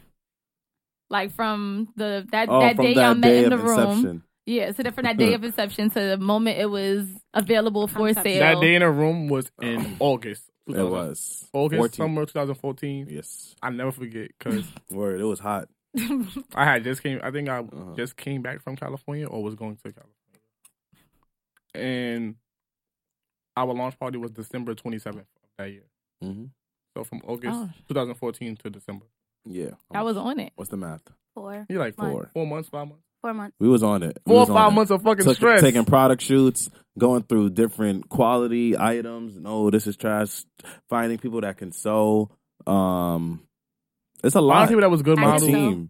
Speaker 1: Like from the that
Speaker 5: Oh,
Speaker 1: that
Speaker 5: from
Speaker 1: day
Speaker 5: that
Speaker 1: y'all met
Speaker 5: day
Speaker 1: in the
Speaker 5: of
Speaker 1: room.
Speaker 5: inception.
Speaker 1: Yeah, so that from that day of inception to the moment it was available for
Speaker 3: Concept.
Speaker 1: sale.
Speaker 4: That day in a room was
Speaker 5: [CLEARS THROAT]
Speaker 4: in August.
Speaker 5: It was.
Speaker 4: August
Speaker 5: 14.
Speaker 4: summer 2014.
Speaker 5: Yes.
Speaker 4: I never forget because
Speaker 5: Word, it was hot.
Speaker 4: I had just came. I think I
Speaker 5: Uh-huh.
Speaker 4: just came back from California or was going to California. And our launch party was December 27th of that year.
Speaker 5: Mm-hmm.
Speaker 4: So from August
Speaker 1: Oh.
Speaker 4: 2014 to December.
Speaker 5: Yeah.
Speaker 1: [LAUGHS] I was on it.
Speaker 5: What's the math?
Speaker 2: Four.
Speaker 4: You're like
Speaker 5: Four.
Speaker 4: four months, five months.
Speaker 2: Four months.
Speaker 5: We was on it. We
Speaker 4: Four or
Speaker 5: was on
Speaker 4: five
Speaker 5: it.
Speaker 4: months of fucking
Speaker 5: Took-
Speaker 4: stress.
Speaker 5: Taking product shoots, going through different quality items. No, this is trash. Finding people that can sew. Um, it's a
Speaker 4: a lot of
Speaker 5: lot.
Speaker 4: people that was good
Speaker 2: I
Speaker 5: My
Speaker 2: models- can sew.
Speaker 4: models.
Speaker 5: team,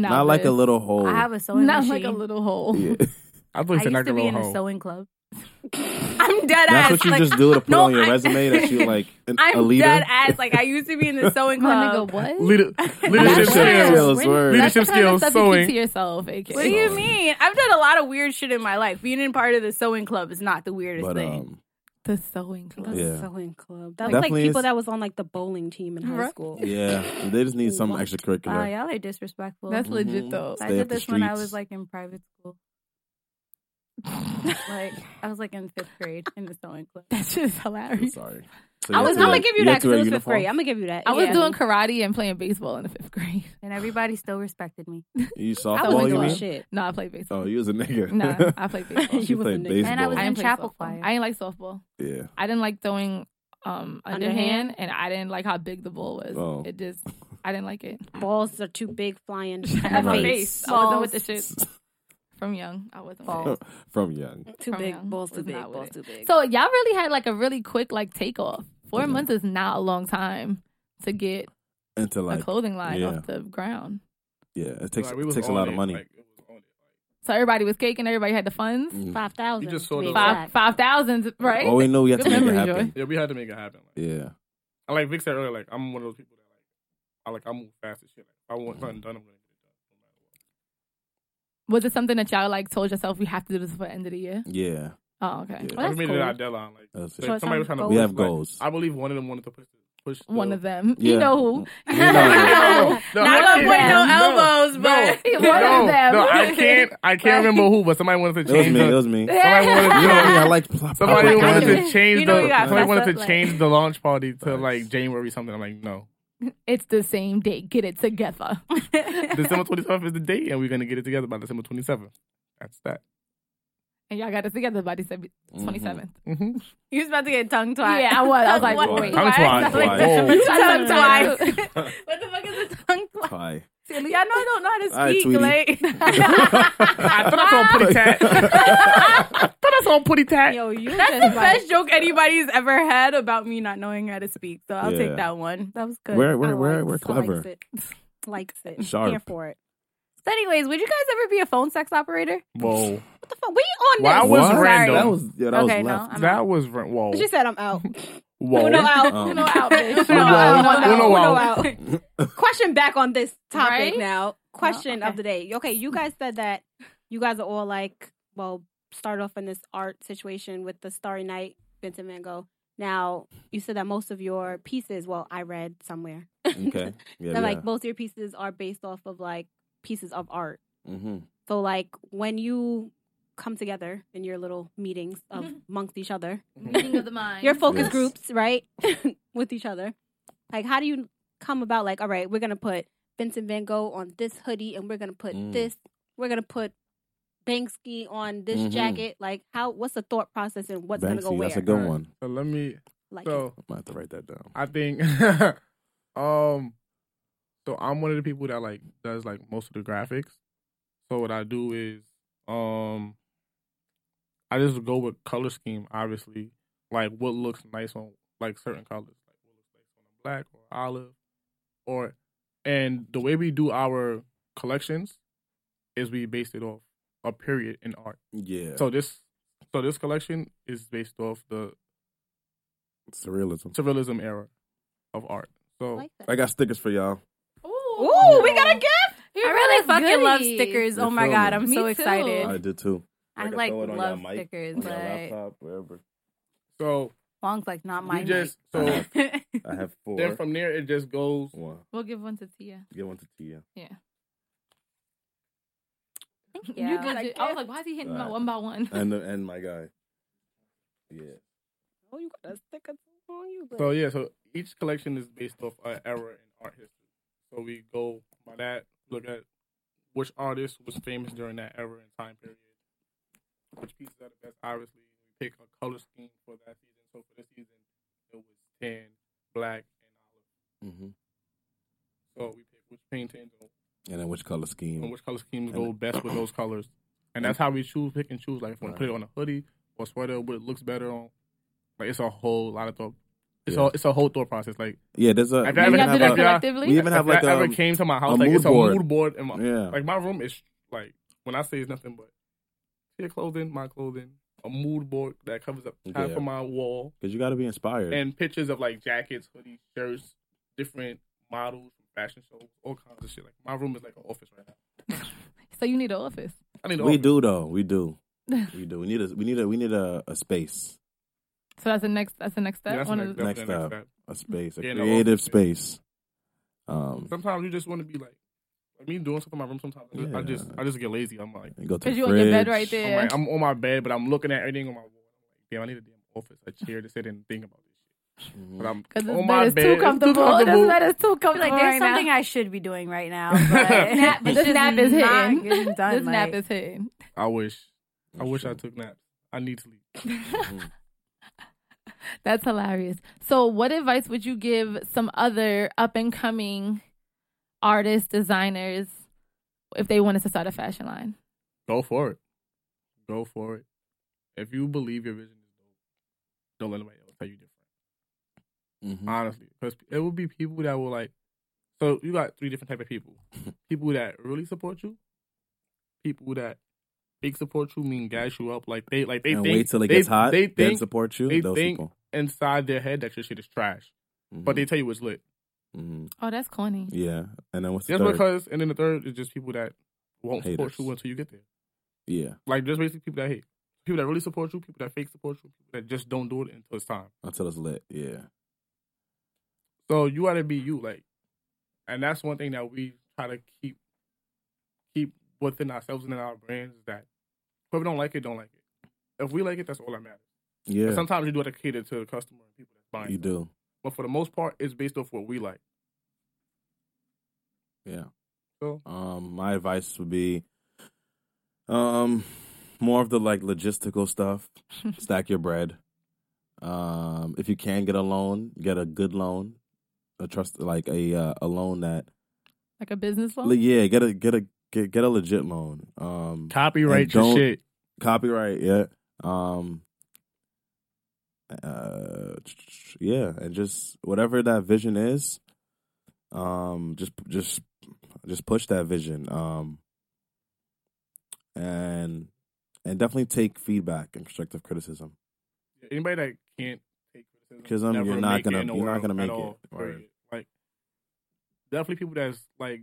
Speaker 5: not, like a little hole.
Speaker 2: I have Oh. a sewing
Speaker 1: not
Speaker 2: machine.
Speaker 1: like a little hole.
Speaker 5: Yeah.
Speaker 4: I thought
Speaker 2: I
Speaker 4: you said
Speaker 2: used
Speaker 4: not
Speaker 2: to
Speaker 4: gonna
Speaker 2: be in
Speaker 4: roll
Speaker 2: a
Speaker 4: hole.
Speaker 2: sewing club. I'm dead ass.
Speaker 5: That's what you
Speaker 2: like,
Speaker 5: just do to put
Speaker 2: No,
Speaker 5: on your
Speaker 2: I-
Speaker 5: resume that you like an,
Speaker 2: [LAUGHS] I'm
Speaker 5: a leader.
Speaker 2: dead ass. Like I used to be in [LAUGHS] the sewing
Speaker 1: [LAUGHS] My
Speaker 2: club.
Speaker 1: nigga, what?
Speaker 2: [LAUGHS]
Speaker 4: [LAUGHS] Leader, leadership
Speaker 5: Leadership
Speaker 4: skills.
Speaker 1: That's
Speaker 5: skills. word.
Speaker 1: the
Speaker 4: Leadership
Speaker 1: kind of
Speaker 4: skills,
Speaker 1: stuff you
Speaker 4: sewing.
Speaker 1: keep to yourself, AK.
Speaker 2: What do you mean? I've done a lot of weird shit in my life. Being in part of the sewing club is not the weirdest
Speaker 5: But
Speaker 2: thing.
Speaker 5: um,
Speaker 1: The sewing club.
Speaker 5: Yeah.
Speaker 3: sewing club. That was like
Speaker 5: Definitely
Speaker 3: people
Speaker 5: is-
Speaker 3: that was on like the bowling team in high
Speaker 1: Right.
Speaker 3: school.
Speaker 5: yeah, they just need some
Speaker 3: What?
Speaker 2: wow,
Speaker 5: extracurricular.
Speaker 2: Ah, y'all are disrespectful.
Speaker 1: That's legit
Speaker 5: Mhm.
Speaker 1: though. [LAUGHS]
Speaker 5: Stay
Speaker 2: I
Speaker 5: up
Speaker 2: did
Speaker 5: the
Speaker 2: this when I
Speaker 5: streets.
Speaker 2: was like in private school. like I was like in fifth grade in the sewing [LAUGHS] club.
Speaker 1: That shit is hilarious.
Speaker 5: Sorry. So
Speaker 3: I
Speaker 5: you
Speaker 3: was.
Speaker 5: had
Speaker 3: I'm
Speaker 5: to-
Speaker 3: gonna give you
Speaker 5: had
Speaker 3: that.
Speaker 5: to
Speaker 3: Cause
Speaker 5: wear
Speaker 3: it was for
Speaker 5: uniform?
Speaker 3: free. I'm gonna give you that.
Speaker 1: I was
Speaker 3: Yeah.
Speaker 1: doing karate and playing baseball in the fifth grade. [LAUGHS]
Speaker 2: And everybody still respected me.
Speaker 5: You
Speaker 3: I wasn't
Speaker 5: softball, you
Speaker 3: doing
Speaker 5: mean?
Speaker 3: shit.
Speaker 1: No, I played baseball.
Speaker 5: Oh, you was a nigga. [LAUGHS]
Speaker 1: Nah, I played baseball.
Speaker 5: she
Speaker 3: You was a
Speaker 5: played
Speaker 3: nigga.
Speaker 5: baseball.
Speaker 2: And I was
Speaker 1: I
Speaker 2: in
Speaker 1: didn't play
Speaker 2: chapel
Speaker 1: softball.
Speaker 2: choir.
Speaker 1: I didn't like softball.
Speaker 5: yeah.
Speaker 1: I didn't like throwing um underhand,
Speaker 3: Underhand?
Speaker 1: and I didn't like how big the ball was.
Speaker 5: Oh.
Speaker 1: It just I didn't like it.
Speaker 3: Balls are too big, flying.
Speaker 1: I
Speaker 3: at my
Speaker 5: Right.
Speaker 1: face.
Speaker 3: face.
Speaker 1: I wasn't with the shit. From young. I wasn't with
Speaker 2: Balls.
Speaker 1: it.
Speaker 5: From young.
Speaker 3: Too
Speaker 1: From
Speaker 3: big.
Speaker 1: young.
Speaker 3: Balls too
Speaker 1: Was
Speaker 3: big.
Speaker 1: not with
Speaker 3: Balls
Speaker 1: it.
Speaker 3: too big.
Speaker 1: So y'all really had like a really quick like takeoff. Four
Speaker 5: Yeah.
Speaker 1: months is not a long time to get
Speaker 5: Into
Speaker 1: a
Speaker 5: like,
Speaker 1: clothing line
Speaker 5: yeah.
Speaker 1: off the ground.
Speaker 5: yeah, it takes
Speaker 4: Like, we
Speaker 5: it
Speaker 4: was
Speaker 5: takes a
Speaker 4: on
Speaker 5: lot
Speaker 4: it,
Speaker 5: of money.
Speaker 4: like, it was on it.
Speaker 1: So everybody was caking, everybody had the funds.
Speaker 5: Mm.
Speaker 3: Five thousand.
Speaker 4: You just saw the-
Speaker 1: Five five thousand, right?
Speaker 5: All we know, we have
Speaker 1: Good
Speaker 5: to make it
Speaker 1: memory,
Speaker 5: happen.
Speaker 4: Yeah, we had to make it happen. Like,
Speaker 5: Yeah.
Speaker 4: I like Vic said earlier, like I'm one of those people that like I like I move fast as shit. Like, if I want
Speaker 5: Uh-huh.
Speaker 4: something done, I'm gonna get it done. no matter what.
Speaker 1: Was it something that y'all like told yourself we have to do this for the end of the year?
Speaker 5: Yeah.
Speaker 1: Oh, okay.
Speaker 5: Yeah.
Speaker 3: Well,
Speaker 4: Like,
Speaker 3: that's
Speaker 4: we made it
Speaker 3: cool.
Speaker 4: our deadline. Like,
Speaker 5: That's
Speaker 4: like,
Speaker 5: it.
Speaker 3: So it's
Speaker 4: somebody
Speaker 3: on
Speaker 4: was trying to
Speaker 3: goals.
Speaker 5: we have
Speaker 4: push, like,
Speaker 5: goals.
Speaker 4: I believe one of them wanted to push. The, push
Speaker 1: One
Speaker 4: the,
Speaker 1: of them.
Speaker 5: Yeah.
Speaker 1: You know who.
Speaker 5: You know
Speaker 4: [LAUGHS] No, no,
Speaker 2: [LAUGHS] Not
Speaker 4: I
Speaker 2: gonna
Speaker 4: can't-
Speaker 2: put no
Speaker 4: no,
Speaker 2: elbows, but [LAUGHS]
Speaker 1: One of
Speaker 4: No,
Speaker 1: them.
Speaker 4: no, I can't. I can't remember who, but somebody wanted to
Speaker 5: It was
Speaker 4: change.
Speaker 5: me. It
Speaker 4: The,
Speaker 5: was
Speaker 3: [LAUGHS]
Speaker 5: me. You know
Speaker 4: somebody
Speaker 5: what
Speaker 4: wanted,
Speaker 5: I mean? I
Speaker 4: no,
Speaker 5: like
Speaker 4: [LAUGHS]
Speaker 5: pl-
Speaker 4: somebody wanted
Speaker 5: proper planning.
Speaker 4: to
Speaker 2: [LAUGHS]
Speaker 4: change
Speaker 2: You know
Speaker 4: the.
Speaker 2: we got
Speaker 4: Somebody
Speaker 2: messed
Speaker 4: wanted
Speaker 2: up,
Speaker 4: to
Speaker 2: like-
Speaker 4: change the launch party to
Speaker 5: Facts.
Speaker 4: like January something. I'm like, no,
Speaker 1: [LAUGHS] It's the same day. Get it together.
Speaker 4: December 27th is the date, and we're gonna get it together by December 27th. That's that.
Speaker 1: And y'all got it together by December 27th.
Speaker 4: Mm-hmm.
Speaker 2: you was about to get tongue twat.
Speaker 1: Yeah, I was.
Speaker 2: [LAUGHS]
Speaker 1: I was like,
Speaker 2: Tongue
Speaker 1: wait.
Speaker 4: Tongue
Speaker 2: twat.
Speaker 4: twat.
Speaker 2: Like,
Speaker 5: Whoa.
Speaker 2: December
Speaker 1: Tongue
Speaker 2: twat.
Speaker 1: twat.
Speaker 2: What the fuck is a tongue twat?
Speaker 3: [LAUGHS]
Speaker 5: [LAUGHS] Hi.
Speaker 2: Y'all know I don't know how
Speaker 5: All right,
Speaker 2: to speak,
Speaker 5: sweetie.
Speaker 2: [LAUGHS] like
Speaker 4: I thought I saw Putty
Speaker 5: [LAUGHS]
Speaker 4: Tat.
Speaker 3: [LAUGHS]
Speaker 4: I thought I saw Putty Tat.
Speaker 2: [LAUGHS]
Speaker 3: Yo, you
Speaker 2: That's
Speaker 3: just
Speaker 2: the best joke anybody's ever had about me not knowing how to speak. So I'll
Speaker 5: Yeah.
Speaker 2: take that one. That was good.
Speaker 5: We're
Speaker 3: I
Speaker 5: we're we're
Speaker 3: likes-
Speaker 5: we're
Speaker 3: likes
Speaker 5: clever.
Speaker 3: it. [LAUGHS] Likes it.
Speaker 5: Sharp.
Speaker 3: Here for it.
Speaker 2: So, anyways, would you guys ever be a phone sex operator?
Speaker 4: Whoa,
Speaker 3: What the fuck? We on
Speaker 4: Wow,
Speaker 3: this?
Speaker 4: I was
Speaker 5: What?
Speaker 4: random.
Speaker 5: That was yeah. That
Speaker 2: Okay,
Speaker 5: was
Speaker 2: no,
Speaker 3: [LAUGHS]
Speaker 5: left.
Speaker 2: I'm
Speaker 4: that
Speaker 2: out.
Speaker 4: was ra- whoa,
Speaker 3: She said I'm out.
Speaker 4: whoa.
Speaker 3: [LAUGHS] Uno out.
Speaker 5: Um, [LAUGHS]
Speaker 3: Uno out, bitch.
Speaker 2: Uno out.
Speaker 3: Uno
Speaker 4: Uh, Uno
Speaker 3: out.
Speaker 4: out.
Speaker 3: Uno
Speaker 4: [LAUGHS]
Speaker 3: out. Question back on this topic
Speaker 1: Right?
Speaker 3: now. Question
Speaker 1: No, okay.
Speaker 3: of the day. Okay, you guys said that you guys are all like, well, start off in this art situation with the Starry Night, Vincent Van Gogh. Now, you said that most of your pieces, well, I read somewhere. [LAUGHS]
Speaker 5: Okay. Yeah.
Speaker 3: that
Speaker 5: yeah.
Speaker 3: like most of your pieces are based off of like pieces of art.
Speaker 5: hmm
Speaker 3: So like when you come together in your little meetings of
Speaker 1: Mhm.
Speaker 3: amongst each other,
Speaker 1: Meeting [LAUGHS] of the mind.
Speaker 3: your focus
Speaker 5: Yes.
Speaker 3: groups, right, [LAUGHS] with each other. Like how do you come about? Like all right, we're gonna put Vincent Van Gogh on this hoodie, and we're gonna put
Speaker 5: Mm.
Speaker 3: this. We're gonna put Banksy on this
Speaker 5: Mhm.
Speaker 3: jacket. Like how? What's the thought process and what's gonna go
Speaker 5: Banksy.
Speaker 3: where?
Speaker 5: That's a good
Speaker 4: Right.
Speaker 5: one.
Speaker 4: So let me.
Speaker 3: like
Speaker 4: So
Speaker 5: I might have to write that down.
Speaker 4: I think, [LAUGHS] um, so I'm one of the people that like does like most of the graphics. So what I do is, um, I just go with color scheme. Obviously, like what looks nice on like certain colors, like what looks nice on black or olive, or and the way we do our collections is we base it off a period in art.
Speaker 5: Yeah.
Speaker 4: So this, so this collection is based off the
Speaker 5: surrealism.
Speaker 4: surrealism era of art. So
Speaker 3: like that.
Speaker 5: I got stickers for y'all.
Speaker 3: Ooh, we got a gift.
Speaker 2: I really fucking love stickers.
Speaker 5: You're
Speaker 2: Oh my god, I'm
Speaker 5: filming.
Speaker 2: so
Speaker 1: Me too.
Speaker 2: excited.
Speaker 5: I
Speaker 1: I
Speaker 5: did too.
Speaker 2: I like love stickers,
Speaker 5: on your
Speaker 2: but
Speaker 5: laptop, wherever.
Speaker 4: so
Speaker 2: Long's like not
Speaker 4: we
Speaker 2: my
Speaker 4: just so
Speaker 5: Uh-huh.
Speaker 1: [LAUGHS]
Speaker 5: I have four.
Speaker 4: then from there it just goes.
Speaker 5: one.
Speaker 1: We'll give one to Tia.
Speaker 5: Get one to Tia.
Speaker 2: Thank
Speaker 1: You good, J- I was like, why is he hitting my
Speaker 5: Alright.
Speaker 1: one by one?
Speaker 5: And the, and my guy. Yeah.
Speaker 3: Oh, you got a sticker on you. but-
Speaker 4: So yeah, so each collection is based off an era in art history. So we go by that, look at which artist was famous during that era and time period, which pieces are the best. Obviously, we pick a color scheme for that season. So for this season, it was tan, black, and olive.
Speaker 5: Mm-hmm.
Speaker 4: So we pick which paintings or
Speaker 5: And then and which color scheme.
Speaker 4: and which color schemes go best with those colors. And
Speaker 5: Mm.
Speaker 4: that's how we choose, pick and choose. Like if we want to put it on a hoodie or sweater, what it looks better on. Like it's a whole lot of thought. It's
Speaker 5: Yeah.
Speaker 4: a it's a whole thought process. Like
Speaker 5: Yeah, there's a.
Speaker 4: Have
Speaker 5: we
Speaker 1: [LAUGHS]
Speaker 4: y'all
Speaker 1: You
Speaker 4: ever
Speaker 1: gotta do
Speaker 5: even
Speaker 1: that
Speaker 4: have a-
Speaker 5: we
Speaker 1: collectively.
Speaker 5: even have
Speaker 4: if
Speaker 5: like um,
Speaker 4: I ever
Speaker 5: a.
Speaker 4: came to my house,
Speaker 5: a
Speaker 4: like
Speaker 5: mood
Speaker 4: it's a
Speaker 5: board.
Speaker 4: mood board. In my,
Speaker 5: Yeah,
Speaker 4: Like my room is like when I say it's nothing but your clothing, my clothing, a mood board that covers up half
Speaker 5: Yeah.
Speaker 4: of my wall,
Speaker 5: because you got to be inspired.
Speaker 4: and pictures of like jackets, hoodies, shirts, different models, fashion shows, all kinds of shit. Like my room is like an office right now.
Speaker 1: So you need an office.
Speaker 4: I need an
Speaker 5: we
Speaker 4: office.
Speaker 5: do though.
Speaker 4: [LAUGHS]
Speaker 5: We do. We do. We need a. We need a. We need a, a space.
Speaker 1: So that's the next. That's the next
Speaker 4: Yeah,
Speaker 1: step.
Speaker 4: that's
Speaker 1: One
Speaker 4: the
Speaker 1: of the,
Speaker 4: next- that's the
Speaker 5: Next
Speaker 4: next step.
Speaker 5: up. A space. A
Speaker 4: Yeah, no,
Speaker 5: creative
Speaker 4: office
Speaker 5: space. Um,
Speaker 4: Sometimes you just want to be like, like me doing something in my room. Sometimes I just- I just
Speaker 5: Yeah.
Speaker 4: I just get lazy. I'm like,
Speaker 5: you go to
Speaker 1: because
Speaker 5: the
Speaker 1: you on your bed right
Speaker 5: fridge.
Speaker 4: I'm
Speaker 1: there.
Speaker 4: like, I'm on my bed, but I'm looking at everything on my wall. I'm like, damn, I need a damn office, a chair to sit in and think about this shit.
Speaker 5: Mhm.
Speaker 4: But I'm
Speaker 1: Because this
Speaker 4: on
Speaker 1: bed
Speaker 4: oh my
Speaker 1: is
Speaker 4: bed.
Speaker 1: too comfortable. [LAUGHS] This bed is too
Speaker 2: I feel
Speaker 1: comfortable.
Speaker 2: like there's
Speaker 1: right
Speaker 2: something
Speaker 1: now.
Speaker 2: I should be doing right now. [LAUGHS] But
Speaker 4: Nap,
Speaker 1: but this
Speaker 2: just
Speaker 1: nap is
Speaker 2: not
Speaker 1: hitting.
Speaker 2: [LAUGHS] getting done,
Speaker 1: This nap
Speaker 2: like-
Speaker 1: is hidden.
Speaker 4: I wish. I
Speaker 5: That's
Speaker 4: wish
Speaker 5: true.
Speaker 4: I took naps. I need sleep.
Speaker 1: That's hilarious. So, what advice would you give some other up and coming artists, designers, if they wanted to start a fashion line?
Speaker 4: Go for it. Go for it. If you believe your vision is dope, don't let anybody else tell you different.
Speaker 5: Mhm.
Speaker 4: Honestly, because it will be people that will like. So you got three different type of
Speaker 5: [LAUGHS]
Speaker 4: people: people that really support you, people that big support you, mean gas you up, like they like [LAUGHS] they
Speaker 5: and
Speaker 4: think
Speaker 5: wait till it
Speaker 4: they-
Speaker 5: gets hot.
Speaker 4: They
Speaker 5: then
Speaker 4: think
Speaker 5: support you.
Speaker 4: they
Speaker 5: those
Speaker 4: think-
Speaker 5: people. Mm-hmm.
Speaker 4: inside their head that your shit is trash, but they tell you it's lit.
Speaker 5: hmm
Speaker 1: Oh, that's corny.
Speaker 5: Yeah, and then what's the
Speaker 4: Just
Speaker 5: third?
Speaker 4: because, and then the third is just people that won't support
Speaker 5: Haters.
Speaker 4: you until you get there.
Speaker 5: Yeah,
Speaker 4: Like just basically people that hate, people that really support you, people that fake support you, people that just don't do it until it's time.
Speaker 5: until it's lit. Yeah,
Speaker 4: So you gotta be you, like, and that's one thing that we try to keep keep within ourselves and in our brands is that whoever don't like it, don't like it. If we like it, that's all that matters.
Speaker 5: yeah,
Speaker 4: And sometimes you do it to cater to the customer and people that's buying.
Speaker 5: you
Speaker 4: it.
Speaker 5: do.
Speaker 4: But for the most part, it's based off what we like.
Speaker 5: Yeah.
Speaker 4: So
Speaker 5: Um, my advice would be, um, more of the like logistical stuff. Stack your bread. Um, if you can get a loan, get a good loan, a trust like a uh, a loan that
Speaker 1: [LAUGHS] Like a business
Speaker 5: Like,
Speaker 1: loan?
Speaker 5: yeah, get a get a get, get a legit loan. Um,
Speaker 4: copyright
Speaker 5: your
Speaker 4: your
Speaker 5: don't-
Speaker 4: shit.
Speaker 5: copyright yeah um uh yeah and just whatever that vision is um just just just push that vision um and and definitely take feedback and constructive criticism
Speaker 4: Anybody that can't take criticism,
Speaker 5: 'Cause, um,
Speaker 4: never
Speaker 5: you're not
Speaker 4: make it
Speaker 5: gonna-
Speaker 4: in the
Speaker 5: you're not
Speaker 4: world
Speaker 5: gonna
Speaker 4: at
Speaker 5: make
Speaker 4: all,
Speaker 5: it, right.
Speaker 4: period. Like definitely people that's like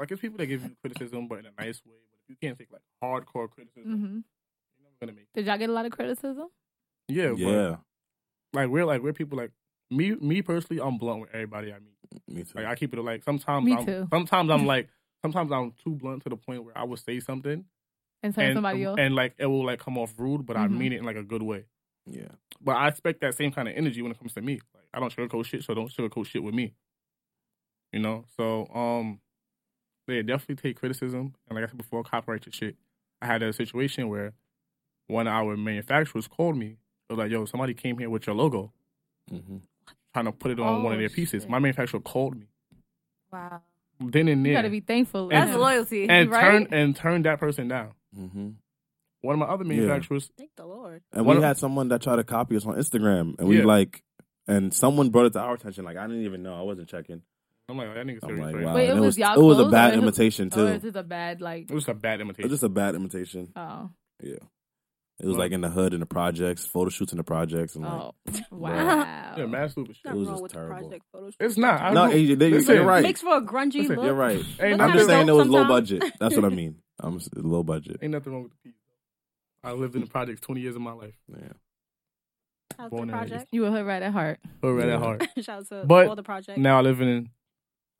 Speaker 4: like it's people that give you criticism, but in a nice way. But if you can't take like hardcore criticism,
Speaker 1: hmm
Speaker 4: you're never gonna make.
Speaker 1: Did y'all get a lot of criticism?
Speaker 4: It. Yeah, yeah.
Speaker 5: yeah
Speaker 4: But, like we're like we're people like me. Me personally, I'm blunt with everybody I meet.
Speaker 5: me too
Speaker 4: Like I keep it like sometimes.
Speaker 1: Me
Speaker 4: I'm,
Speaker 1: too. [LAUGHS]
Speaker 4: Sometimes I'm like sometimes I'm too blunt to the point where I would say something
Speaker 1: And turn
Speaker 4: and um,
Speaker 1: somebody off?
Speaker 4: and like it will like come off rude, but
Speaker 1: Mhm.
Speaker 4: I mean it in like a good way.
Speaker 5: yeah
Speaker 4: But I expect that same kind of energy when it comes to me. Like I don't sugarcoat shit, so don't sugarcoat shit with me. You know? So um yeah, definitely take criticism. And like I said before, copyright your shit. I had a situation where one of our manufacturers called me. They was like, yo, somebody came here with your logo,
Speaker 5: hmm
Speaker 4: trying to put it on
Speaker 1: Oh,
Speaker 4: one of their pieces.
Speaker 1: shit.
Speaker 4: My manufacturer called me.
Speaker 2: wow,
Speaker 4: Then and
Speaker 1: You gotta
Speaker 4: there.
Speaker 1: be thankful.
Speaker 4: And-
Speaker 2: that's loyalty.
Speaker 4: and
Speaker 1: right?
Speaker 4: turned
Speaker 2: [LAUGHS]
Speaker 4: and turned that person down.
Speaker 5: hmm
Speaker 4: One of my other
Speaker 5: Yeah.
Speaker 4: manufacturers
Speaker 3: Thank the Lord.
Speaker 5: and
Speaker 4: One
Speaker 5: we
Speaker 4: of-
Speaker 5: had someone that tried to copy us on instagram and we
Speaker 4: Yeah.
Speaker 5: like and someone brought it to our attention like i didn't even know i wasn't checking
Speaker 4: I'm like, oh, that nigga
Speaker 5: i'm
Speaker 4: serious.
Speaker 5: like
Speaker 4: right?
Speaker 5: wow
Speaker 1: Wait, it
Speaker 5: and
Speaker 1: was y'all
Speaker 5: it was a
Speaker 1: clothes or
Speaker 5: bad
Speaker 1: who-
Speaker 5: imitation too
Speaker 1: Or is this a bad, like,
Speaker 4: It was a bad
Speaker 5: It was
Speaker 4: imitation.
Speaker 5: just a bad imitation.
Speaker 1: oh,
Speaker 5: Yeah. It was
Speaker 4: Wow.
Speaker 5: like in the hood, in the projects, photo shoots in the projects, and like
Speaker 1: oh, wow.
Speaker 4: yeah, mad stupid shit.
Speaker 5: It
Speaker 3: Nothing
Speaker 5: was
Speaker 3: wrong
Speaker 5: just
Speaker 3: with the
Speaker 5: terrible.
Speaker 3: project photo shoot.
Speaker 4: It's not. I
Speaker 5: no,
Speaker 4: agree.
Speaker 5: you, they- you're
Speaker 4: Listen.
Speaker 5: right.
Speaker 3: Makes for a grungy
Speaker 4: Listen,
Speaker 3: look.
Speaker 5: you're right.
Speaker 4: Ain't
Speaker 3: Look
Speaker 5: I'm
Speaker 3: how
Speaker 5: just
Speaker 3: they
Speaker 5: saying it
Speaker 3: go
Speaker 5: was low
Speaker 3: sometimes.
Speaker 5: budget. That's what I mean. I'm s- low budget.
Speaker 4: Ain't nothing wrong with the peas. I lived
Speaker 5: [LAUGHS]
Speaker 4: in the projects 20 years of my life.
Speaker 5: Yeah.
Speaker 3: Shout out to
Speaker 4: Born
Speaker 3: the
Speaker 4: and
Speaker 3: project.
Speaker 1: You were her right at heart.
Speaker 4: But right
Speaker 5: Yeah.
Speaker 4: at
Speaker 1: [LAUGHS]
Speaker 4: heart.
Speaker 3: [LAUGHS] Shout out to
Speaker 4: But
Speaker 3: all the projects.
Speaker 4: Now I live in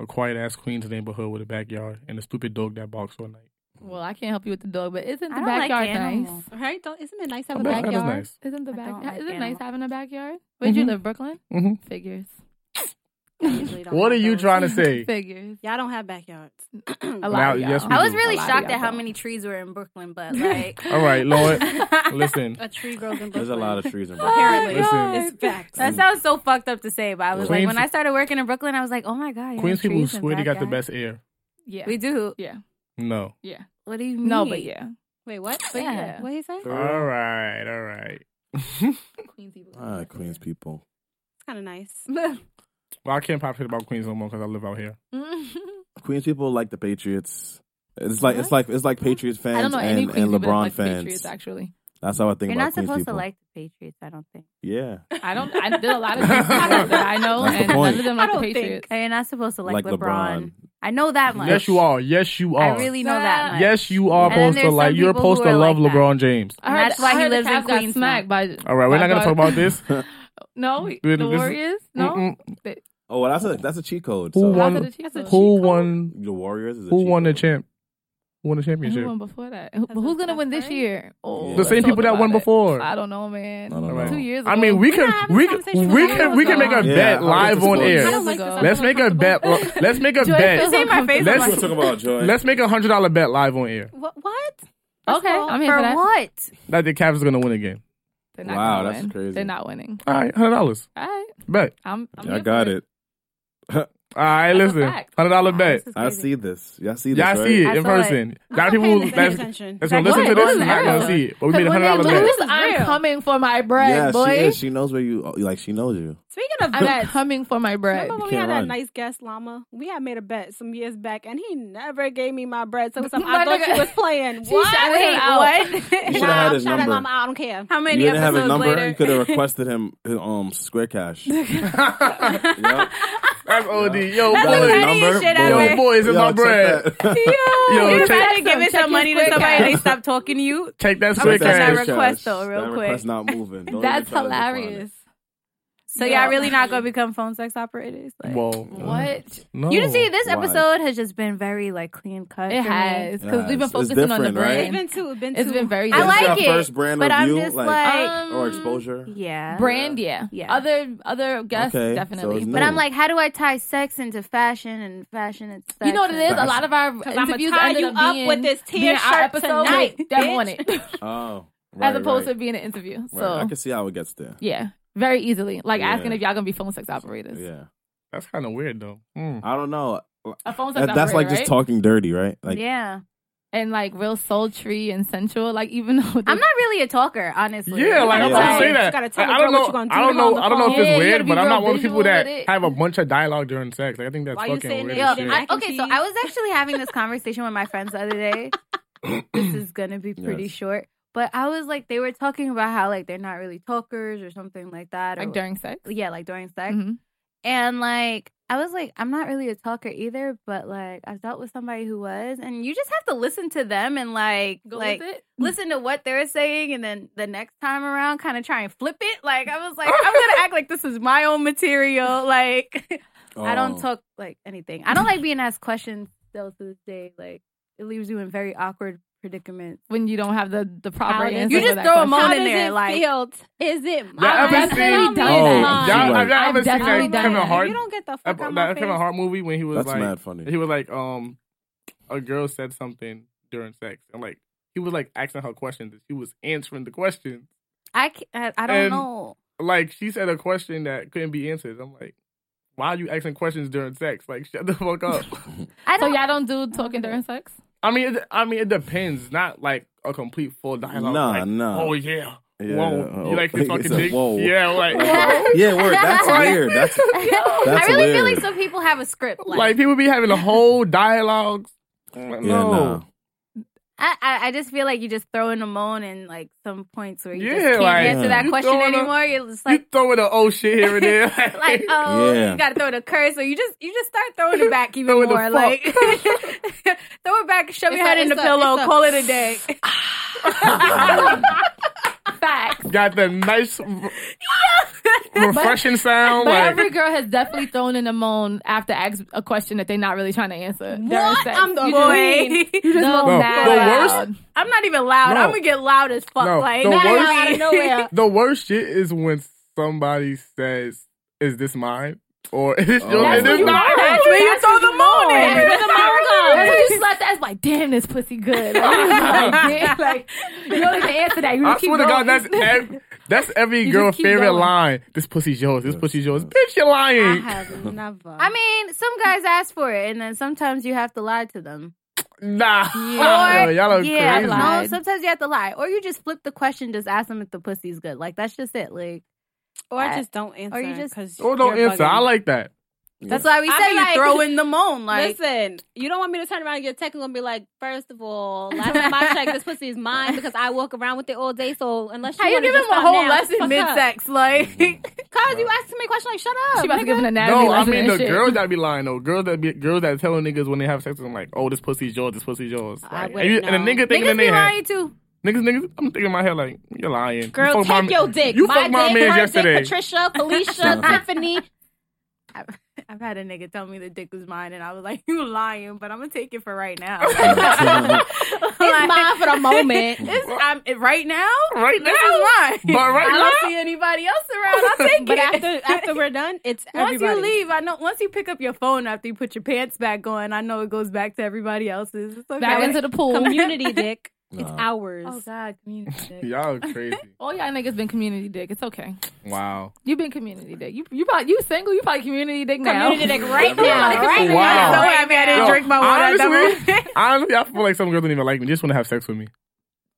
Speaker 4: a quiet ass Queens neighborhood with a backyard and a stupid dog that barks all night.
Speaker 1: Well, I can't help you with the dog, but isn't the
Speaker 2: I don't like
Speaker 1: backyard nice?
Speaker 2: animals.
Speaker 3: Right? Don't, isn't it nice to
Speaker 5: A
Speaker 3: have a
Speaker 5: backyard
Speaker 3: backyard?
Speaker 5: is
Speaker 4: nice.
Speaker 1: Isn't the
Speaker 2: I
Speaker 1: back?
Speaker 2: don't like
Speaker 1: isn't it nice
Speaker 2: animals.
Speaker 1: having a backyard? Where'd you
Speaker 4: Mhm.
Speaker 1: live, Brooklyn?
Speaker 4: Mm-hmm.
Speaker 1: Figures.
Speaker 3: Usually don't
Speaker 4: What are
Speaker 3: have
Speaker 4: you
Speaker 3: those.
Speaker 4: trying
Speaker 1: [LAUGHS]
Speaker 4: to say?
Speaker 1: Figures.
Speaker 3: Y'all don't have backyards.
Speaker 1: A lot
Speaker 4: Now-
Speaker 1: of y'all.
Speaker 4: yes, we
Speaker 2: I was
Speaker 4: do.
Speaker 2: really
Speaker 1: A lot of
Speaker 2: shocked
Speaker 1: y'all
Speaker 2: at how
Speaker 1: don't.
Speaker 2: many trees were in Brooklyn, but
Speaker 4: [LAUGHS]
Speaker 2: like, [LAUGHS]
Speaker 4: All right, Lord,
Speaker 1: [LAUGHS]
Speaker 4: listen.
Speaker 3: A tree grows in Brooklyn.
Speaker 5: There's a lot of trees in Brooklyn.
Speaker 2: apparently,
Speaker 4: Listen.
Speaker 3: [LAUGHS] It's fact.
Speaker 2: that sounds so fucked up to say. But I was like,
Speaker 4: Queens-
Speaker 2: when I started working in Brooklyn, I was like, oh my god, y'all
Speaker 4: Queens
Speaker 2: have
Speaker 4: people
Speaker 2: trees in
Speaker 4: swear they got the
Speaker 2: backyard.
Speaker 4: best air.
Speaker 1: Yeah.
Speaker 2: We do.
Speaker 1: yeah.
Speaker 4: No.
Speaker 1: Yeah.
Speaker 2: What do you mean?
Speaker 1: No, but yeah.
Speaker 3: Wait, what? But
Speaker 1: Yeah.
Speaker 3: yeah. What did he say?
Speaker 5: Girl.
Speaker 4: All right. All
Speaker 5: [LAUGHS]
Speaker 4: right.
Speaker 1: Queens evil.
Speaker 5: Ah, Queens people.
Speaker 3: It's kind of nice.
Speaker 4: Well, I can't pop shit about Queens no more because I live out here.
Speaker 5: Queens people like the Patriots. It's like it's like it's like Patriots fans
Speaker 1: I don't know any
Speaker 5: and,
Speaker 1: Queens
Speaker 5: and
Speaker 1: people that
Speaker 5: LeBron
Speaker 1: like
Speaker 5: fans.
Speaker 1: Patriots actually.
Speaker 5: That's how I think
Speaker 2: You're
Speaker 5: about
Speaker 2: not
Speaker 5: Queens
Speaker 2: supposed
Speaker 5: people.
Speaker 2: to like the Patriots, I don't think.
Speaker 5: yeah,
Speaker 1: I don't. I, there are a lot of Queens people that I know,
Speaker 5: That's the
Speaker 1: and none of
Speaker 5: point.
Speaker 1: them like
Speaker 3: I
Speaker 1: the
Speaker 3: don't think-
Speaker 1: Patriots.
Speaker 2: And you're not supposed to like,
Speaker 5: like,
Speaker 2: LeBron.
Speaker 5: LeBron.
Speaker 2: I know that much.
Speaker 4: Yes, you are. Yes, you
Speaker 2: I
Speaker 4: are.
Speaker 2: really know that much.
Speaker 4: Yes, you are
Speaker 2: And then
Speaker 4: supposed to
Speaker 2: there's
Speaker 4: like.
Speaker 2: some
Speaker 4: You're
Speaker 2: people who
Speaker 4: supposed to
Speaker 2: are
Speaker 4: love
Speaker 2: like that.
Speaker 4: LeBron James.
Speaker 1: I heard-
Speaker 2: That's why
Speaker 1: I
Speaker 2: he
Speaker 1: heard the
Speaker 2: lives in
Speaker 1: Cavs got
Speaker 2: Queens now.
Speaker 1: smacked by.
Speaker 4: All right, we're not gonna talk about this.
Speaker 1: No,
Speaker 4: This-
Speaker 1: the Warriors. No,
Speaker 4: Mm-mm.
Speaker 1: They-
Speaker 5: Oh, well, that's a that's a cheat code.
Speaker 4: Who
Speaker 5: so-
Speaker 1: Lots
Speaker 4: won-
Speaker 1: of the Chiefs
Speaker 3: That's a
Speaker 1: though.
Speaker 4: Who
Speaker 3: Chico?
Speaker 4: won?
Speaker 5: The Warriors is a
Speaker 4: Who
Speaker 5: cheat
Speaker 4: won the
Speaker 5: code.
Speaker 4: champ? Who won the
Speaker 1: And Who
Speaker 4: championship?
Speaker 1: won before that? Who,
Speaker 3: That's
Speaker 1: who's
Speaker 3: what's
Speaker 1: gonna win this
Speaker 3: happening.
Speaker 1: year? Oh,
Speaker 5: Yeah.
Speaker 4: The same
Speaker 1: talk
Speaker 4: people that won
Speaker 1: about it.
Speaker 4: before.
Speaker 1: I don't know, man.
Speaker 5: I don't
Speaker 4: All right.
Speaker 5: know.
Speaker 1: Two years.
Speaker 4: I
Speaker 1: ago.
Speaker 4: mean, we
Speaker 3: We're
Speaker 4: can
Speaker 3: not having
Speaker 4: we
Speaker 3: a
Speaker 4: can
Speaker 3: conversation
Speaker 4: we
Speaker 3: about
Speaker 4: can we can make a
Speaker 3: basketball.
Speaker 5: Yeah,
Speaker 4: bet
Speaker 5: I don't
Speaker 4: live
Speaker 5: think
Speaker 4: on
Speaker 5: it's
Speaker 4: air.
Speaker 3: I
Speaker 1: Years
Speaker 3: don't like this.
Speaker 1: ago.
Speaker 3: I'm
Speaker 4: Let's
Speaker 3: not
Speaker 4: make a bet. uh,
Speaker 3: comfortable.
Speaker 4: Let's make a
Speaker 1: Joy
Speaker 4: bet.
Speaker 1: feels
Speaker 2: See my face?
Speaker 4: Let's-
Speaker 5: Let's talk about Joy.
Speaker 4: Let's make a hundred dollar bet live on air
Speaker 3: [LAUGHS] What? What?
Speaker 1: Okay, I'm here
Speaker 2: for
Speaker 1: for that.
Speaker 2: what?
Speaker 4: that the Cavs are gonna win again.
Speaker 1: They're not
Speaker 5: Wow,
Speaker 1: gonna
Speaker 5: that's
Speaker 1: win.
Speaker 5: crazy.
Speaker 1: They're not winning.
Speaker 4: All right, hundred dollars
Speaker 1: All right,
Speaker 4: bet.
Speaker 1: I'm. I'm
Speaker 5: I
Speaker 1: here
Speaker 5: got
Speaker 1: for
Speaker 5: it.
Speaker 4: All right,
Speaker 1: That's a
Speaker 4: listen,
Speaker 1: fact.
Speaker 4: hundred
Speaker 2: Oh,
Speaker 4: dollar bet.
Speaker 5: I see this. Y'all see this?
Speaker 4: Y'all
Speaker 5: right?
Speaker 4: see
Speaker 2: I
Speaker 4: it in
Speaker 2: saw it.
Speaker 4: person.
Speaker 3: I'm
Speaker 4: Y'all
Speaker 3: not
Speaker 4: people
Speaker 3: paying
Speaker 4: that's
Speaker 3: this
Speaker 4: that's
Speaker 3: paying
Speaker 4: gonna
Speaker 3: attention.
Speaker 1: Like,
Speaker 4: listen to
Speaker 1: what?
Speaker 4: this
Speaker 1: This
Speaker 4: and
Speaker 1: is
Speaker 4: not gonna
Speaker 1: real.
Speaker 4: see it. But we
Speaker 1: Because
Speaker 4: made a
Speaker 1: when they
Speaker 4: hundred dollar bet.
Speaker 1: lose,
Speaker 3: This is
Speaker 1: I'm
Speaker 3: real.
Speaker 1: coming for my
Speaker 5: Yeah,
Speaker 1: bread,
Speaker 5: she
Speaker 1: boy.
Speaker 5: is. She knows where you. Like she knows you.
Speaker 3: Speaking of
Speaker 1: I'm
Speaker 3: bets,
Speaker 1: coming for my bread.
Speaker 3: remember when we
Speaker 5: can't
Speaker 3: had
Speaker 5: run.
Speaker 3: that nice guest llama? We had made a bet some years back, and he never gave me my bread. So it was something
Speaker 1: My
Speaker 3: I thought
Speaker 1: nigga-
Speaker 3: you was playing.
Speaker 1: She shouted him out.
Speaker 5: You
Speaker 2: What?
Speaker 5: should have had his
Speaker 3: shout out
Speaker 5: number.
Speaker 3: llama. out, I don't care.
Speaker 2: How [LAUGHS]
Speaker 5: You
Speaker 2: many
Speaker 5: didn't have
Speaker 2: episodes
Speaker 5: his number.
Speaker 2: later?
Speaker 5: You could have requested him his, um
Speaker 2: [LAUGHS]
Speaker 5: square cash. Yup.
Speaker 4: [LAUGHS] That's OD. Yo,
Speaker 5: You got
Speaker 2: the
Speaker 5: his
Speaker 4: boys.
Speaker 2: funniest shit
Speaker 5: boy.
Speaker 2: ever.
Speaker 4: Yo, boys, it's
Speaker 5: Yo,
Speaker 4: my
Speaker 2: [LAUGHS]
Speaker 5: check
Speaker 4: bread.
Speaker 5: that.
Speaker 2: [LAUGHS]
Speaker 4: Yo,
Speaker 2: you
Speaker 4: check-
Speaker 2: try to give
Speaker 1: check
Speaker 2: it some
Speaker 1: his
Speaker 2: money to
Speaker 1: Square
Speaker 2: somebody and they
Speaker 1: Cash.
Speaker 2: stop talking to
Speaker 4: [LAUGHS]
Speaker 2: you.
Speaker 4: Take that
Speaker 2: I'm gonna
Speaker 4: square
Speaker 2: send that
Speaker 4: cash.
Speaker 5: Square cash.
Speaker 2: request, though, real
Speaker 5: That
Speaker 2: quick.
Speaker 5: request not
Speaker 2: [LAUGHS]
Speaker 5: moving. Don't
Speaker 1: That's
Speaker 5: even try to decline it.
Speaker 1: hilarious.
Speaker 2: So
Speaker 1: Yeah.
Speaker 2: y'all really not gonna become phone sex operators? Like,
Speaker 4: Whoa.
Speaker 1: What?
Speaker 4: No.
Speaker 2: you didn't see this
Speaker 4: Oh,
Speaker 5: Why?
Speaker 2: episode has just been very like clean cut. for me.
Speaker 1: It has because we've
Speaker 5: Yeah,
Speaker 1: been
Speaker 5: it's- it's
Speaker 1: focusing on the
Speaker 5: different, right?
Speaker 3: It's
Speaker 1: brand.
Speaker 3: been two. It's been two.
Speaker 1: It's been very.
Speaker 2: I
Speaker 5: Is
Speaker 1: different.
Speaker 5: this
Speaker 2: like
Speaker 5: our
Speaker 2: it,
Speaker 5: first brand
Speaker 2: but I'm
Speaker 5: review,
Speaker 2: just
Speaker 5: like,
Speaker 2: like, mm.
Speaker 1: Um,
Speaker 5: or exposure.
Speaker 2: [LAUGHS] yeah.
Speaker 1: Brand, yeah.
Speaker 2: Yeah.
Speaker 1: Other other guests
Speaker 5: Okay, so
Speaker 1: definitely.
Speaker 5: it's
Speaker 1: but
Speaker 2: But
Speaker 4: Oh.
Speaker 2: I'm
Speaker 5: No.
Speaker 2: like, how do I tie sex into fashion and fashion and sex?
Speaker 1: you know what it is? A
Speaker 5: Fashion.
Speaker 1: lot of our
Speaker 3: Because I'm
Speaker 1: interviews
Speaker 3: gonna tie
Speaker 1: ended
Speaker 3: you
Speaker 1: up
Speaker 3: up
Speaker 1: being,
Speaker 3: with this
Speaker 1: being
Speaker 3: tear
Speaker 1: our
Speaker 3: shirt
Speaker 1: episode
Speaker 3: tonight.
Speaker 1: with [LAUGHS] that
Speaker 3: bitch.
Speaker 1: on it,
Speaker 5: Oh, right,
Speaker 1: as opposed
Speaker 5: right,
Speaker 1: to being an interview.
Speaker 5: right. I
Speaker 1: So
Speaker 5: can see how it gets there.
Speaker 1: yeah, very easily. Like
Speaker 5: Yeah.
Speaker 1: asking if y'all gonna be phone sex operators.
Speaker 5: Yeah,
Speaker 4: That's kind of weird though. Hmm.
Speaker 5: I don't know.
Speaker 1: A phone sex
Speaker 5: That, that's
Speaker 1: operator,
Speaker 5: like
Speaker 1: right?
Speaker 5: just talking dirty, right? Like
Speaker 2: yeah.
Speaker 1: and like real sultry and sensual. Like even [LAUGHS] though
Speaker 2: I'm not really a talker, honestly.
Speaker 4: Yeah, like I'm
Speaker 5: Yeah.
Speaker 4: about to say
Speaker 3: You
Speaker 4: that.
Speaker 3: gotta
Speaker 4: I
Speaker 3: tell the
Speaker 4: I don't
Speaker 3: girl what
Speaker 4: know.
Speaker 3: you gonna do
Speaker 4: I don't
Speaker 3: to her on
Speaker 4: know.
Speaker 3: the
Speaker 4: I don't know
Speaker 1: phone.
Speaker 4: if it's
Speaker 1: Yeah, you gotta
Speaker 4: weird,
Speaker 1: be
Speaker 4: but I'm
Speaker 1: real
Speaker 4: not one of the people
Speaker 1: visual
Speaker 4: that
Speaker 1: with it.
Speaker 4: have a bunch of dialogue during sex. Like, I think that's
Speaker 3: Why you
Speaker 4: fucking
Speaker 3: saying
Speaker 4: weird.
Speaker 3: that?
Speaker 4: as
Speaker 2: Yo,
Speaker 4: shit.
Speaker 3: Yeah.
Speaker 2: I,
Speaker 3: Mac and
Speaker 2: okay, so
Speaker 3: cheese.
Speaker 2: I was actually having this conversation with my friends the other day.
Speaker 1: [COUGHS]
Speaker 2: this is gonna be pretty
Speaker 5: Yes.
Speaker 2: short, but I was like, they were talking about how like they're not really talkers or something like that. Or,
Speaker 1: like during sex.
Speaker 2: yeah, like during sex,
Speaker 1: Mhm.
Speaker 2: and like. I was like, I'm not really a talker either, but like I've dealt with somebody who was, and you just have to listen to them and like,
Speaker 1: Go
Speaker 2: like
Speaker 1: with it.
Speaker 2: [LAUGHS] listen to what they're saying, and then the next time around, kind of try and flip it. Like I was like,
Speaker 1: [LAUGHS]
Speaker 2: I'm gonna act like this is my own material. Like I
Speaker 5: oh.
Speaker 2: don't talk like anything. I don't like being asked questions still to this day. Like it leaves you in very awkward predicaments.
Speaker 1: when you don't have the the proper
Speaker 3: How does-
Speaker 1: answer.
Speaker 2: You
Speaker 1: for
Speaker 2: just
Speaker 1: that
Speaker 2: throw a
Speaker 1: question.
Speaker 2: moan
Speaker 3: How
Speaker 2: in
Speaker 3: does
Speaker 2: there,
Speaker 3: it
Speaker 2: like-
Speaker 3: feel? Is it?
Speaker 4: Y'all
Speaker 3: mine?
Speaker 4: ever seen-
Speaker 1: definitely done
Speaker 5: Oh,
Speaker 1: that.
Speaker 5: yeah.
Speaker 4: Y'all, I've,
Speaker 1: I've
Speaker 4: ever seen
Speaker 1: definitely
Speaker 4: that
Speaker 1: done
Speaker 4: Kevin
Speaker 1: that.
Speaker 4: Hart,
Speaker 3: You don't get the fuck
Speaker 4: ep-
Speaker 3: out my
Speaker 4: that
Speaker 3: face.
Speaker 4: Kevin Hart movie when he was
Speaker 5: That's
Speaker 4: like,
Speaker 5: mad funny.
Speaker 4: he was like, um, a girl said something during sex, and like he was like asking her questions, and she was answering the question.
Speaker 2: I ca- I, I don't
Speaker 4: And-
Speaker 2: know.
Speaker 4: Like she said a question that couldn't be answered. I'm like, why are you asking questions during sex? Like shut the fuck
Speaker 5: [LAUGHS]
Speaker 4: up.
Speaker 2: I
Speaker 1: So
Speaker 2: [LAUGHS] don't.
Speaker 1: y'all don't do talking during sex.
Speaker 4: I mean, it, I mean, it depends. Not like a complete full dialogue.
Speaker 5: Nah,
Speaker 4: like,
Speaker 5: nah.
Speaker 4: Oh yeah.
Speaker 5: Yeah,
Speaker 4: whoa,
Speaker 5: oh,
Speaker 4: you like this
Speaker 5: it's
Speaker 4: fucking
Speaker 5: a
Speaker 4: dick?
Speaker 5: whoa.
Speaker 4: Yeah, like,
Speaker 5: [LAUGHS] yeah, word. That's weird. That's [LAUGHS]
Speaker 2: I
Speaker 5: that's
Speaker 2: really
Speaker 5: weird.
Speaker 2: feel like some people have a script. Like,
Speaker 4: [LAUGHS] like people be having a whole dialogues.
Speaker 5: yeah,
Speaker 4: no.
Speaker 5: nah.
Speaker 2: I, I I just feel like you just throw in a moan and like some points where you
Speaker 4: Yeah,
Speaker 2: just can't
Speaker 4: like,
Speaker 2: answer that
Speaker 4: you
Speaker 2: question
Speaker 4: throwing a-
Speaker 2: anymore. You're just
Speaker 4: you [LAUGHS]
Speaker 2: like.
Speaker 4: throwing an oh shit here and there. [LAUGHS]
Speaker 2: Like oh,
Speaker 5: Yeah.
Speaker 2: you gotta throw the curse, or you just you just start throwing it back even
Speaker 4: Throwing the
Speaker 2: more.
Speaker 4: fuck.
Speaker 2: Like [LAUGHS] throw it back, shove
Speaker 3: It's
Speaker 2: your head
Speaker 3: a-
Speaker 2: in the
Speaker 3: it's a-
Speaker 2: pillow,
Speaker 3: it's a-
Speaker 2: call it a
Speaker 3: [LAUGHS]
Speaker 2: day.
Speaker 5: [LAUGHS]
Speaker 1: Facts.
Speaker 4: got the nice, re- refreshing sound.
Speaker 1: But every
Speaker 4: Like,
Speaker 1: girl has definitely thrown in a moan after asked a question that they're not really trying to answer. during
Speaker 3: What?
Speaker 1: sex.
Speaker 3: I'm the
Speaker 1: You just-
Speaker 2: [LAUGHS] Boy,
Speaker 1: you just moan
Speaker 4: No,
Speaker 1: mad
Speaker 4: the
Speaker 1: loud.
Speaker 2: I'm not even loud.
Speaker 4: No.
Speaker 2: I'm gonna get loud as fuck.
Speaker 4: No,
Speaker 2: like
Speaker 4: the
Speaker 2: not even
Speaker 4: worst-
Speaker 2: [LAUGHS]
Speaker 3: Out of nowhere.
Speaker 4: [LAUGHS] the worst shit is when somebody says, "Is this mine?" or "Is this
Speaker 5: Oh.
Speaker 4: your?"
Speaker 5: That's
Speaker 4: Is
Speaker 5: what
Speaker 4: this
Speaker 5: you
Speaker 4: mine?
Speaker 2: That's where you throw the moan in.
Speaker 1: Where the moan [LAUGHS] go? That's when you slept. That's like, damn, this [LAUGHS] pussy good. Like, you just like, damn, like, you don't even answer that. You
Speaker 4: [LAUGHS] I
Speaker 1: keep
Speaker 4: swear to
Speaker 1: going. [LAUGHS]
Speaker 4: God, that's ev- That's every
Speaker 1: You
Speaker 4: girl
Speaker 1: just keep
Speaker 4: favorite
Speaker 1: going.
Speaker 4: line. This pussy's yours. This
Speaker 5: Yes,
Speaker 4: pussy's yours.
Speaker 5: yes.
Speaker 4: Bitch, you're
Speaker 2: I
Speaker 4: lying.
Speaker 3: have never.
Speaker 2: [LAUGHS] I mean, some guys ask for it, and then sometimes you have to lie to them.
Speaker 4: Nah.
Speaker 2: Or,
Speaker 4: Yo, [LAUGHS] y'all are
Speaker 2: yeah,
Speaker 4: crazy.
Speaker 1: Lied.
Speaker 2: no, sometimes you have to lie, or you just flip the question, just ask them if the pussy's good. Like that's just it. Like
Speaker 3: or I just don't answer.
Speaker 2: Or you just-
Speaker 3: 'cause
Speaker 4: Oh, don't
Speaker 3: you're
Speaker 4: answer.
Speaker 3: bugging.
Speaker 4: I like that.
Speaker 2: that's why we
Speaker 3: I
Speaker 2: say
Speaker 3: mean,
Speaker 2: you
Speaker 3: like-
Speaker 2: throw in the moan. Like
Speaker 3: [LAUGHS] Listen, you don't want me to turn around and get technical and be like, first of all, last time I checked, this pussy is mine because I walk around with it all day. So unless you
Speaker 2: how you
Speaker 3: wanna
Speaker 2: give him
Speaker 3: just
Speaker 2: a
Speaker 3: stop
Speaker 2: whole
Speaker 3: now,
Speaker 2: lesson
Speaker 3: fuck
Speaker 2: mid
Speaker 3: up.
Speaker 2: sex?
Speaker 4: [LAUGHS]
Speaker 2: [LAUGHS] Like
Speaker 3: Cause you asked me a question like, shut up.
Speaker 1: She about to
Speaker 3: nigga.
Speaker 1: give an anatomy
Speaker 4: No, I
Speaker 1: lesson
Speaker 4: mean
Speaker 1: and
Speaker 4: the
Speaker 1: shit.
Speaker 4: girls that be lying though. Girls that be girls that telling niggas when they have sex with them like, oh, this pussy's yours, this pussy's yours.
Speaker 3: I
Speaker 4: Like,
Speaker 3: wouldn't
Speaker 4: and, you, and the
Speaker 3: know.
Speaker 4: nigga thinking
Speaker 2: niggas
Speaker 4: in
Speaker 2: be
Speaker 4: their head,
Speaker 2: lying too.
Speaker 4: niggas, niggas. I'm thinking in my head like, you're lying. You
Speaker 3: Girl,
Speaker 4: fucked my
Speaker 3: take
Speaker 4: ma-
Speaker 3: your dick.
Speaker 4: You
Speaker 3: my
Speaker 4: fucked my
Speaker 3: dick,
Speaker 4: man
Speaker 3: her
Speaker 4: yesterday.
Speaker 3: Dick, Patricia,
Speaker 2: [LAUGHS]
Speaker 3: Felicia, Tiffany.
Speaker 2: I've had a nigga tell me the dick was mine, and I was like, [LAUGHS] "You lying?" But I'm gonna take it for right now.
Speaker 3: It's mine for the moment.
Speaker 2: [LAUGHS] It's, I'm, it- right now,
Speaker 4: Right
Speaker 2: this
Speaker 4: now?
Speaker 2: is mine.
Speaker 4: But right
Speaker 2: I
Speaker 4: now?
Speaker 2: don't see anybody else around. I'll take
Speaker 3: But
Speaker 2: it.
Speaker 3: after after we're done, it's
Speaker 2: [LAUGHS] once
Speaker 3: everybody.
Speaker 2: you leave, I know. Once you pick up your phone after you put your pants back on, I know it goes back to everybody else's. It's okay.
Speaker 1: Back into the pool.
Speaker 4: [LAUGHS]
Speaker 3: community dick. It's
Speaker 5: Nah.
Speaker 3: ours.
Speaker 1: [LAUGHS]
Speaker 2: oh God, community. [LAUGHS]
Speaker 4: Y'all are crazy.
Speaker 1: All Oh, y'all niggas been community dick. It's okay.
Speaker 4: Wow.
Speaker 1: You've been community dick. You you probably you single. You probably community dick now.
Speaker 2: [LAUGHS]
Speaker 3: Community dick right
Speaker 1: Everybody
Speaker 3: now,
Speaker 1: can
Speaker 3: right
Speaker 1: see
Speaker 3: now.
Speaker 2: I'm so
Speaker 4: Wow.
Speaker 2: happy I didn't
Speaker 4: Yo,
Speaker 2: drink my water. that
Speaker 4: honestly,
Speaker 2: morning.
Speaker 4: [LAUGHS] honestly, I feel like some girls don't even like me. They just want to have sex with
Speaker 3: [LAUGHS]
Speaker 4: me.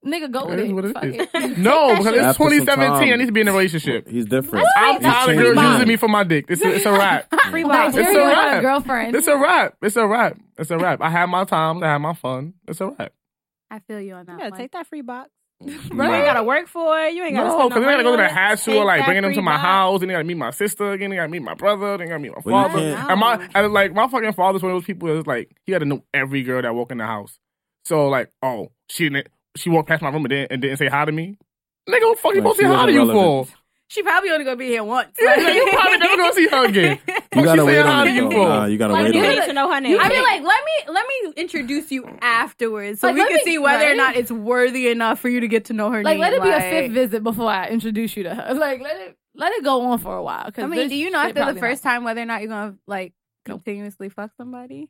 Speaker 1: Nigga, go with
Speaker 4: That is what
Speaker 1: it.
Speaker 4: it
Speaker 1: Fuck
Speaker 4: is.
Speaker 1: it.
Speaker 4: No, because it's
Speaker 5: After some
Speaker 4: 2017. I
Speaker 5: time-
Speaker 4: need to be in a
Speaker 3: [LAUGHS]
Speaker 4: relationship. [LAUGHS]
Speaker 5: He's different.
Speaker 4: I'm
Speaker 5: He's
Speaker 4: tired of
Speaker 5: changed
Speaker 4: girls
Speaker 5: his
Speaker 4: using me
Speaker 5: mind.
Speaker 4: for my dick. It's a, it's a wrap.
Speaker 3: [LAUGHS]
Speaker 2: Free
Speaker 1: Like,
Speaker 2: box.
Speaker 1: you're
Speaker 4: It's
Speaker 1: the
Speaker 4: a
Speaker 1: one
Speaker 4: wrap.
Speaker 1: girlfriend.
Speaker 4: It's a wrap. It's a wrap. It's a wrap. I had my time. I had my fun. It's a wrap.
Speaker 2: I feel you on that.
Speaker 3: Yeah,
Speaker 2: one.
Speaker 3: take that free box.
Speaker 1: Right.
Speaker 3: You ain't gotta work for it. You ain't gotta.
Speaker 4: No,
Speaker 3: spend
Speaker 4: because they
Speaker 3: money
Speaker 4: gotta go to
Speaker 3: on
Speaker 4: the
Speaker 3: it.
Speaker 4: hassle
Speaker 3: Take
Speaker 4: of like
Speaker 3: that
Speaker 4: bringing them
Speaker 3: free
Speaker 4: to my
Speaker 3: box.
Speaker 4: house, and they gotta meet my sister again, they gotta meet my brother, then they gotta meet my
Speaker 5: Well, you
Speaker 4: father. And
Speaker 5: can't-
Speaker 3: Oh.
Speaker 4: my and like my fucking father's one of those people that's like he gotta know every girl that walk in the house. So like, oh, she didn't, she walked past my room and didn't, and didn't say hi to me. Nigga, what the fuck you
Speaker 5: Like,
Speaker 4: supposed to say
Speaker 5: she
Speaker 4: hi to
Speaker 5: wasn't
Speaker 4: you for?
Speaker 5: relevant.
Speaker 2: She probably only gonna be here once.
Speaker 4: Yeah,
Speaker 2: [LAUGHS]
Speaker 4: like, you probably never gonna see her
Speaker 3: [LAUGHS]
Speaker 4: again.
Speaker 5: You
Speaker 4: What
Speaker 5: gotta
Speaker 4: she
Speaker 5: wait
Speaker 4: saying hi
Speaker 5: on
Speaker 4: to
Speaker 5: it.
Speaker 4: you
Speaker 5: though.
Speaker 4: for?
Speaker 5: Nah, you gotta
Speaker 3: Like,
Speaker 5: wait
Speaker 3: you
Speaker 5: on
Speaker 3: need
Speaker 5: it.
Speaker 3: to know her name.
Speaker 2: I mean, like, let me let me introduce you afterwards, so
Speaker 1: Like,
Speaker 2: we
Speaker 1: let
Speaker 2: can
Speaker 1: me-
Speaker 2: see whether or
Speaker 1: right?
Speaker 2: not it's worthy enough for you to get to know her.
Speaker 1: like
Speaker 2: name.
Speaker 1: let it be a
Speaker 2: Like-
Speaker 1: fifth visit before I introduce you to her. [LAUGHS] Like let it let it go on for a while. 'cause
Speaker 2: I mean,
Speaker 1: this
Speaker 2: do you know
Speaker 1: shit
Speaker 2: after the
Speaker 1: probably
Speaker 2: first
Speaker 1: not-
Speaker 2: time whether or not you're gonna like
Speaker 1: Nope.
Speaker 2: continuously fuck somebody?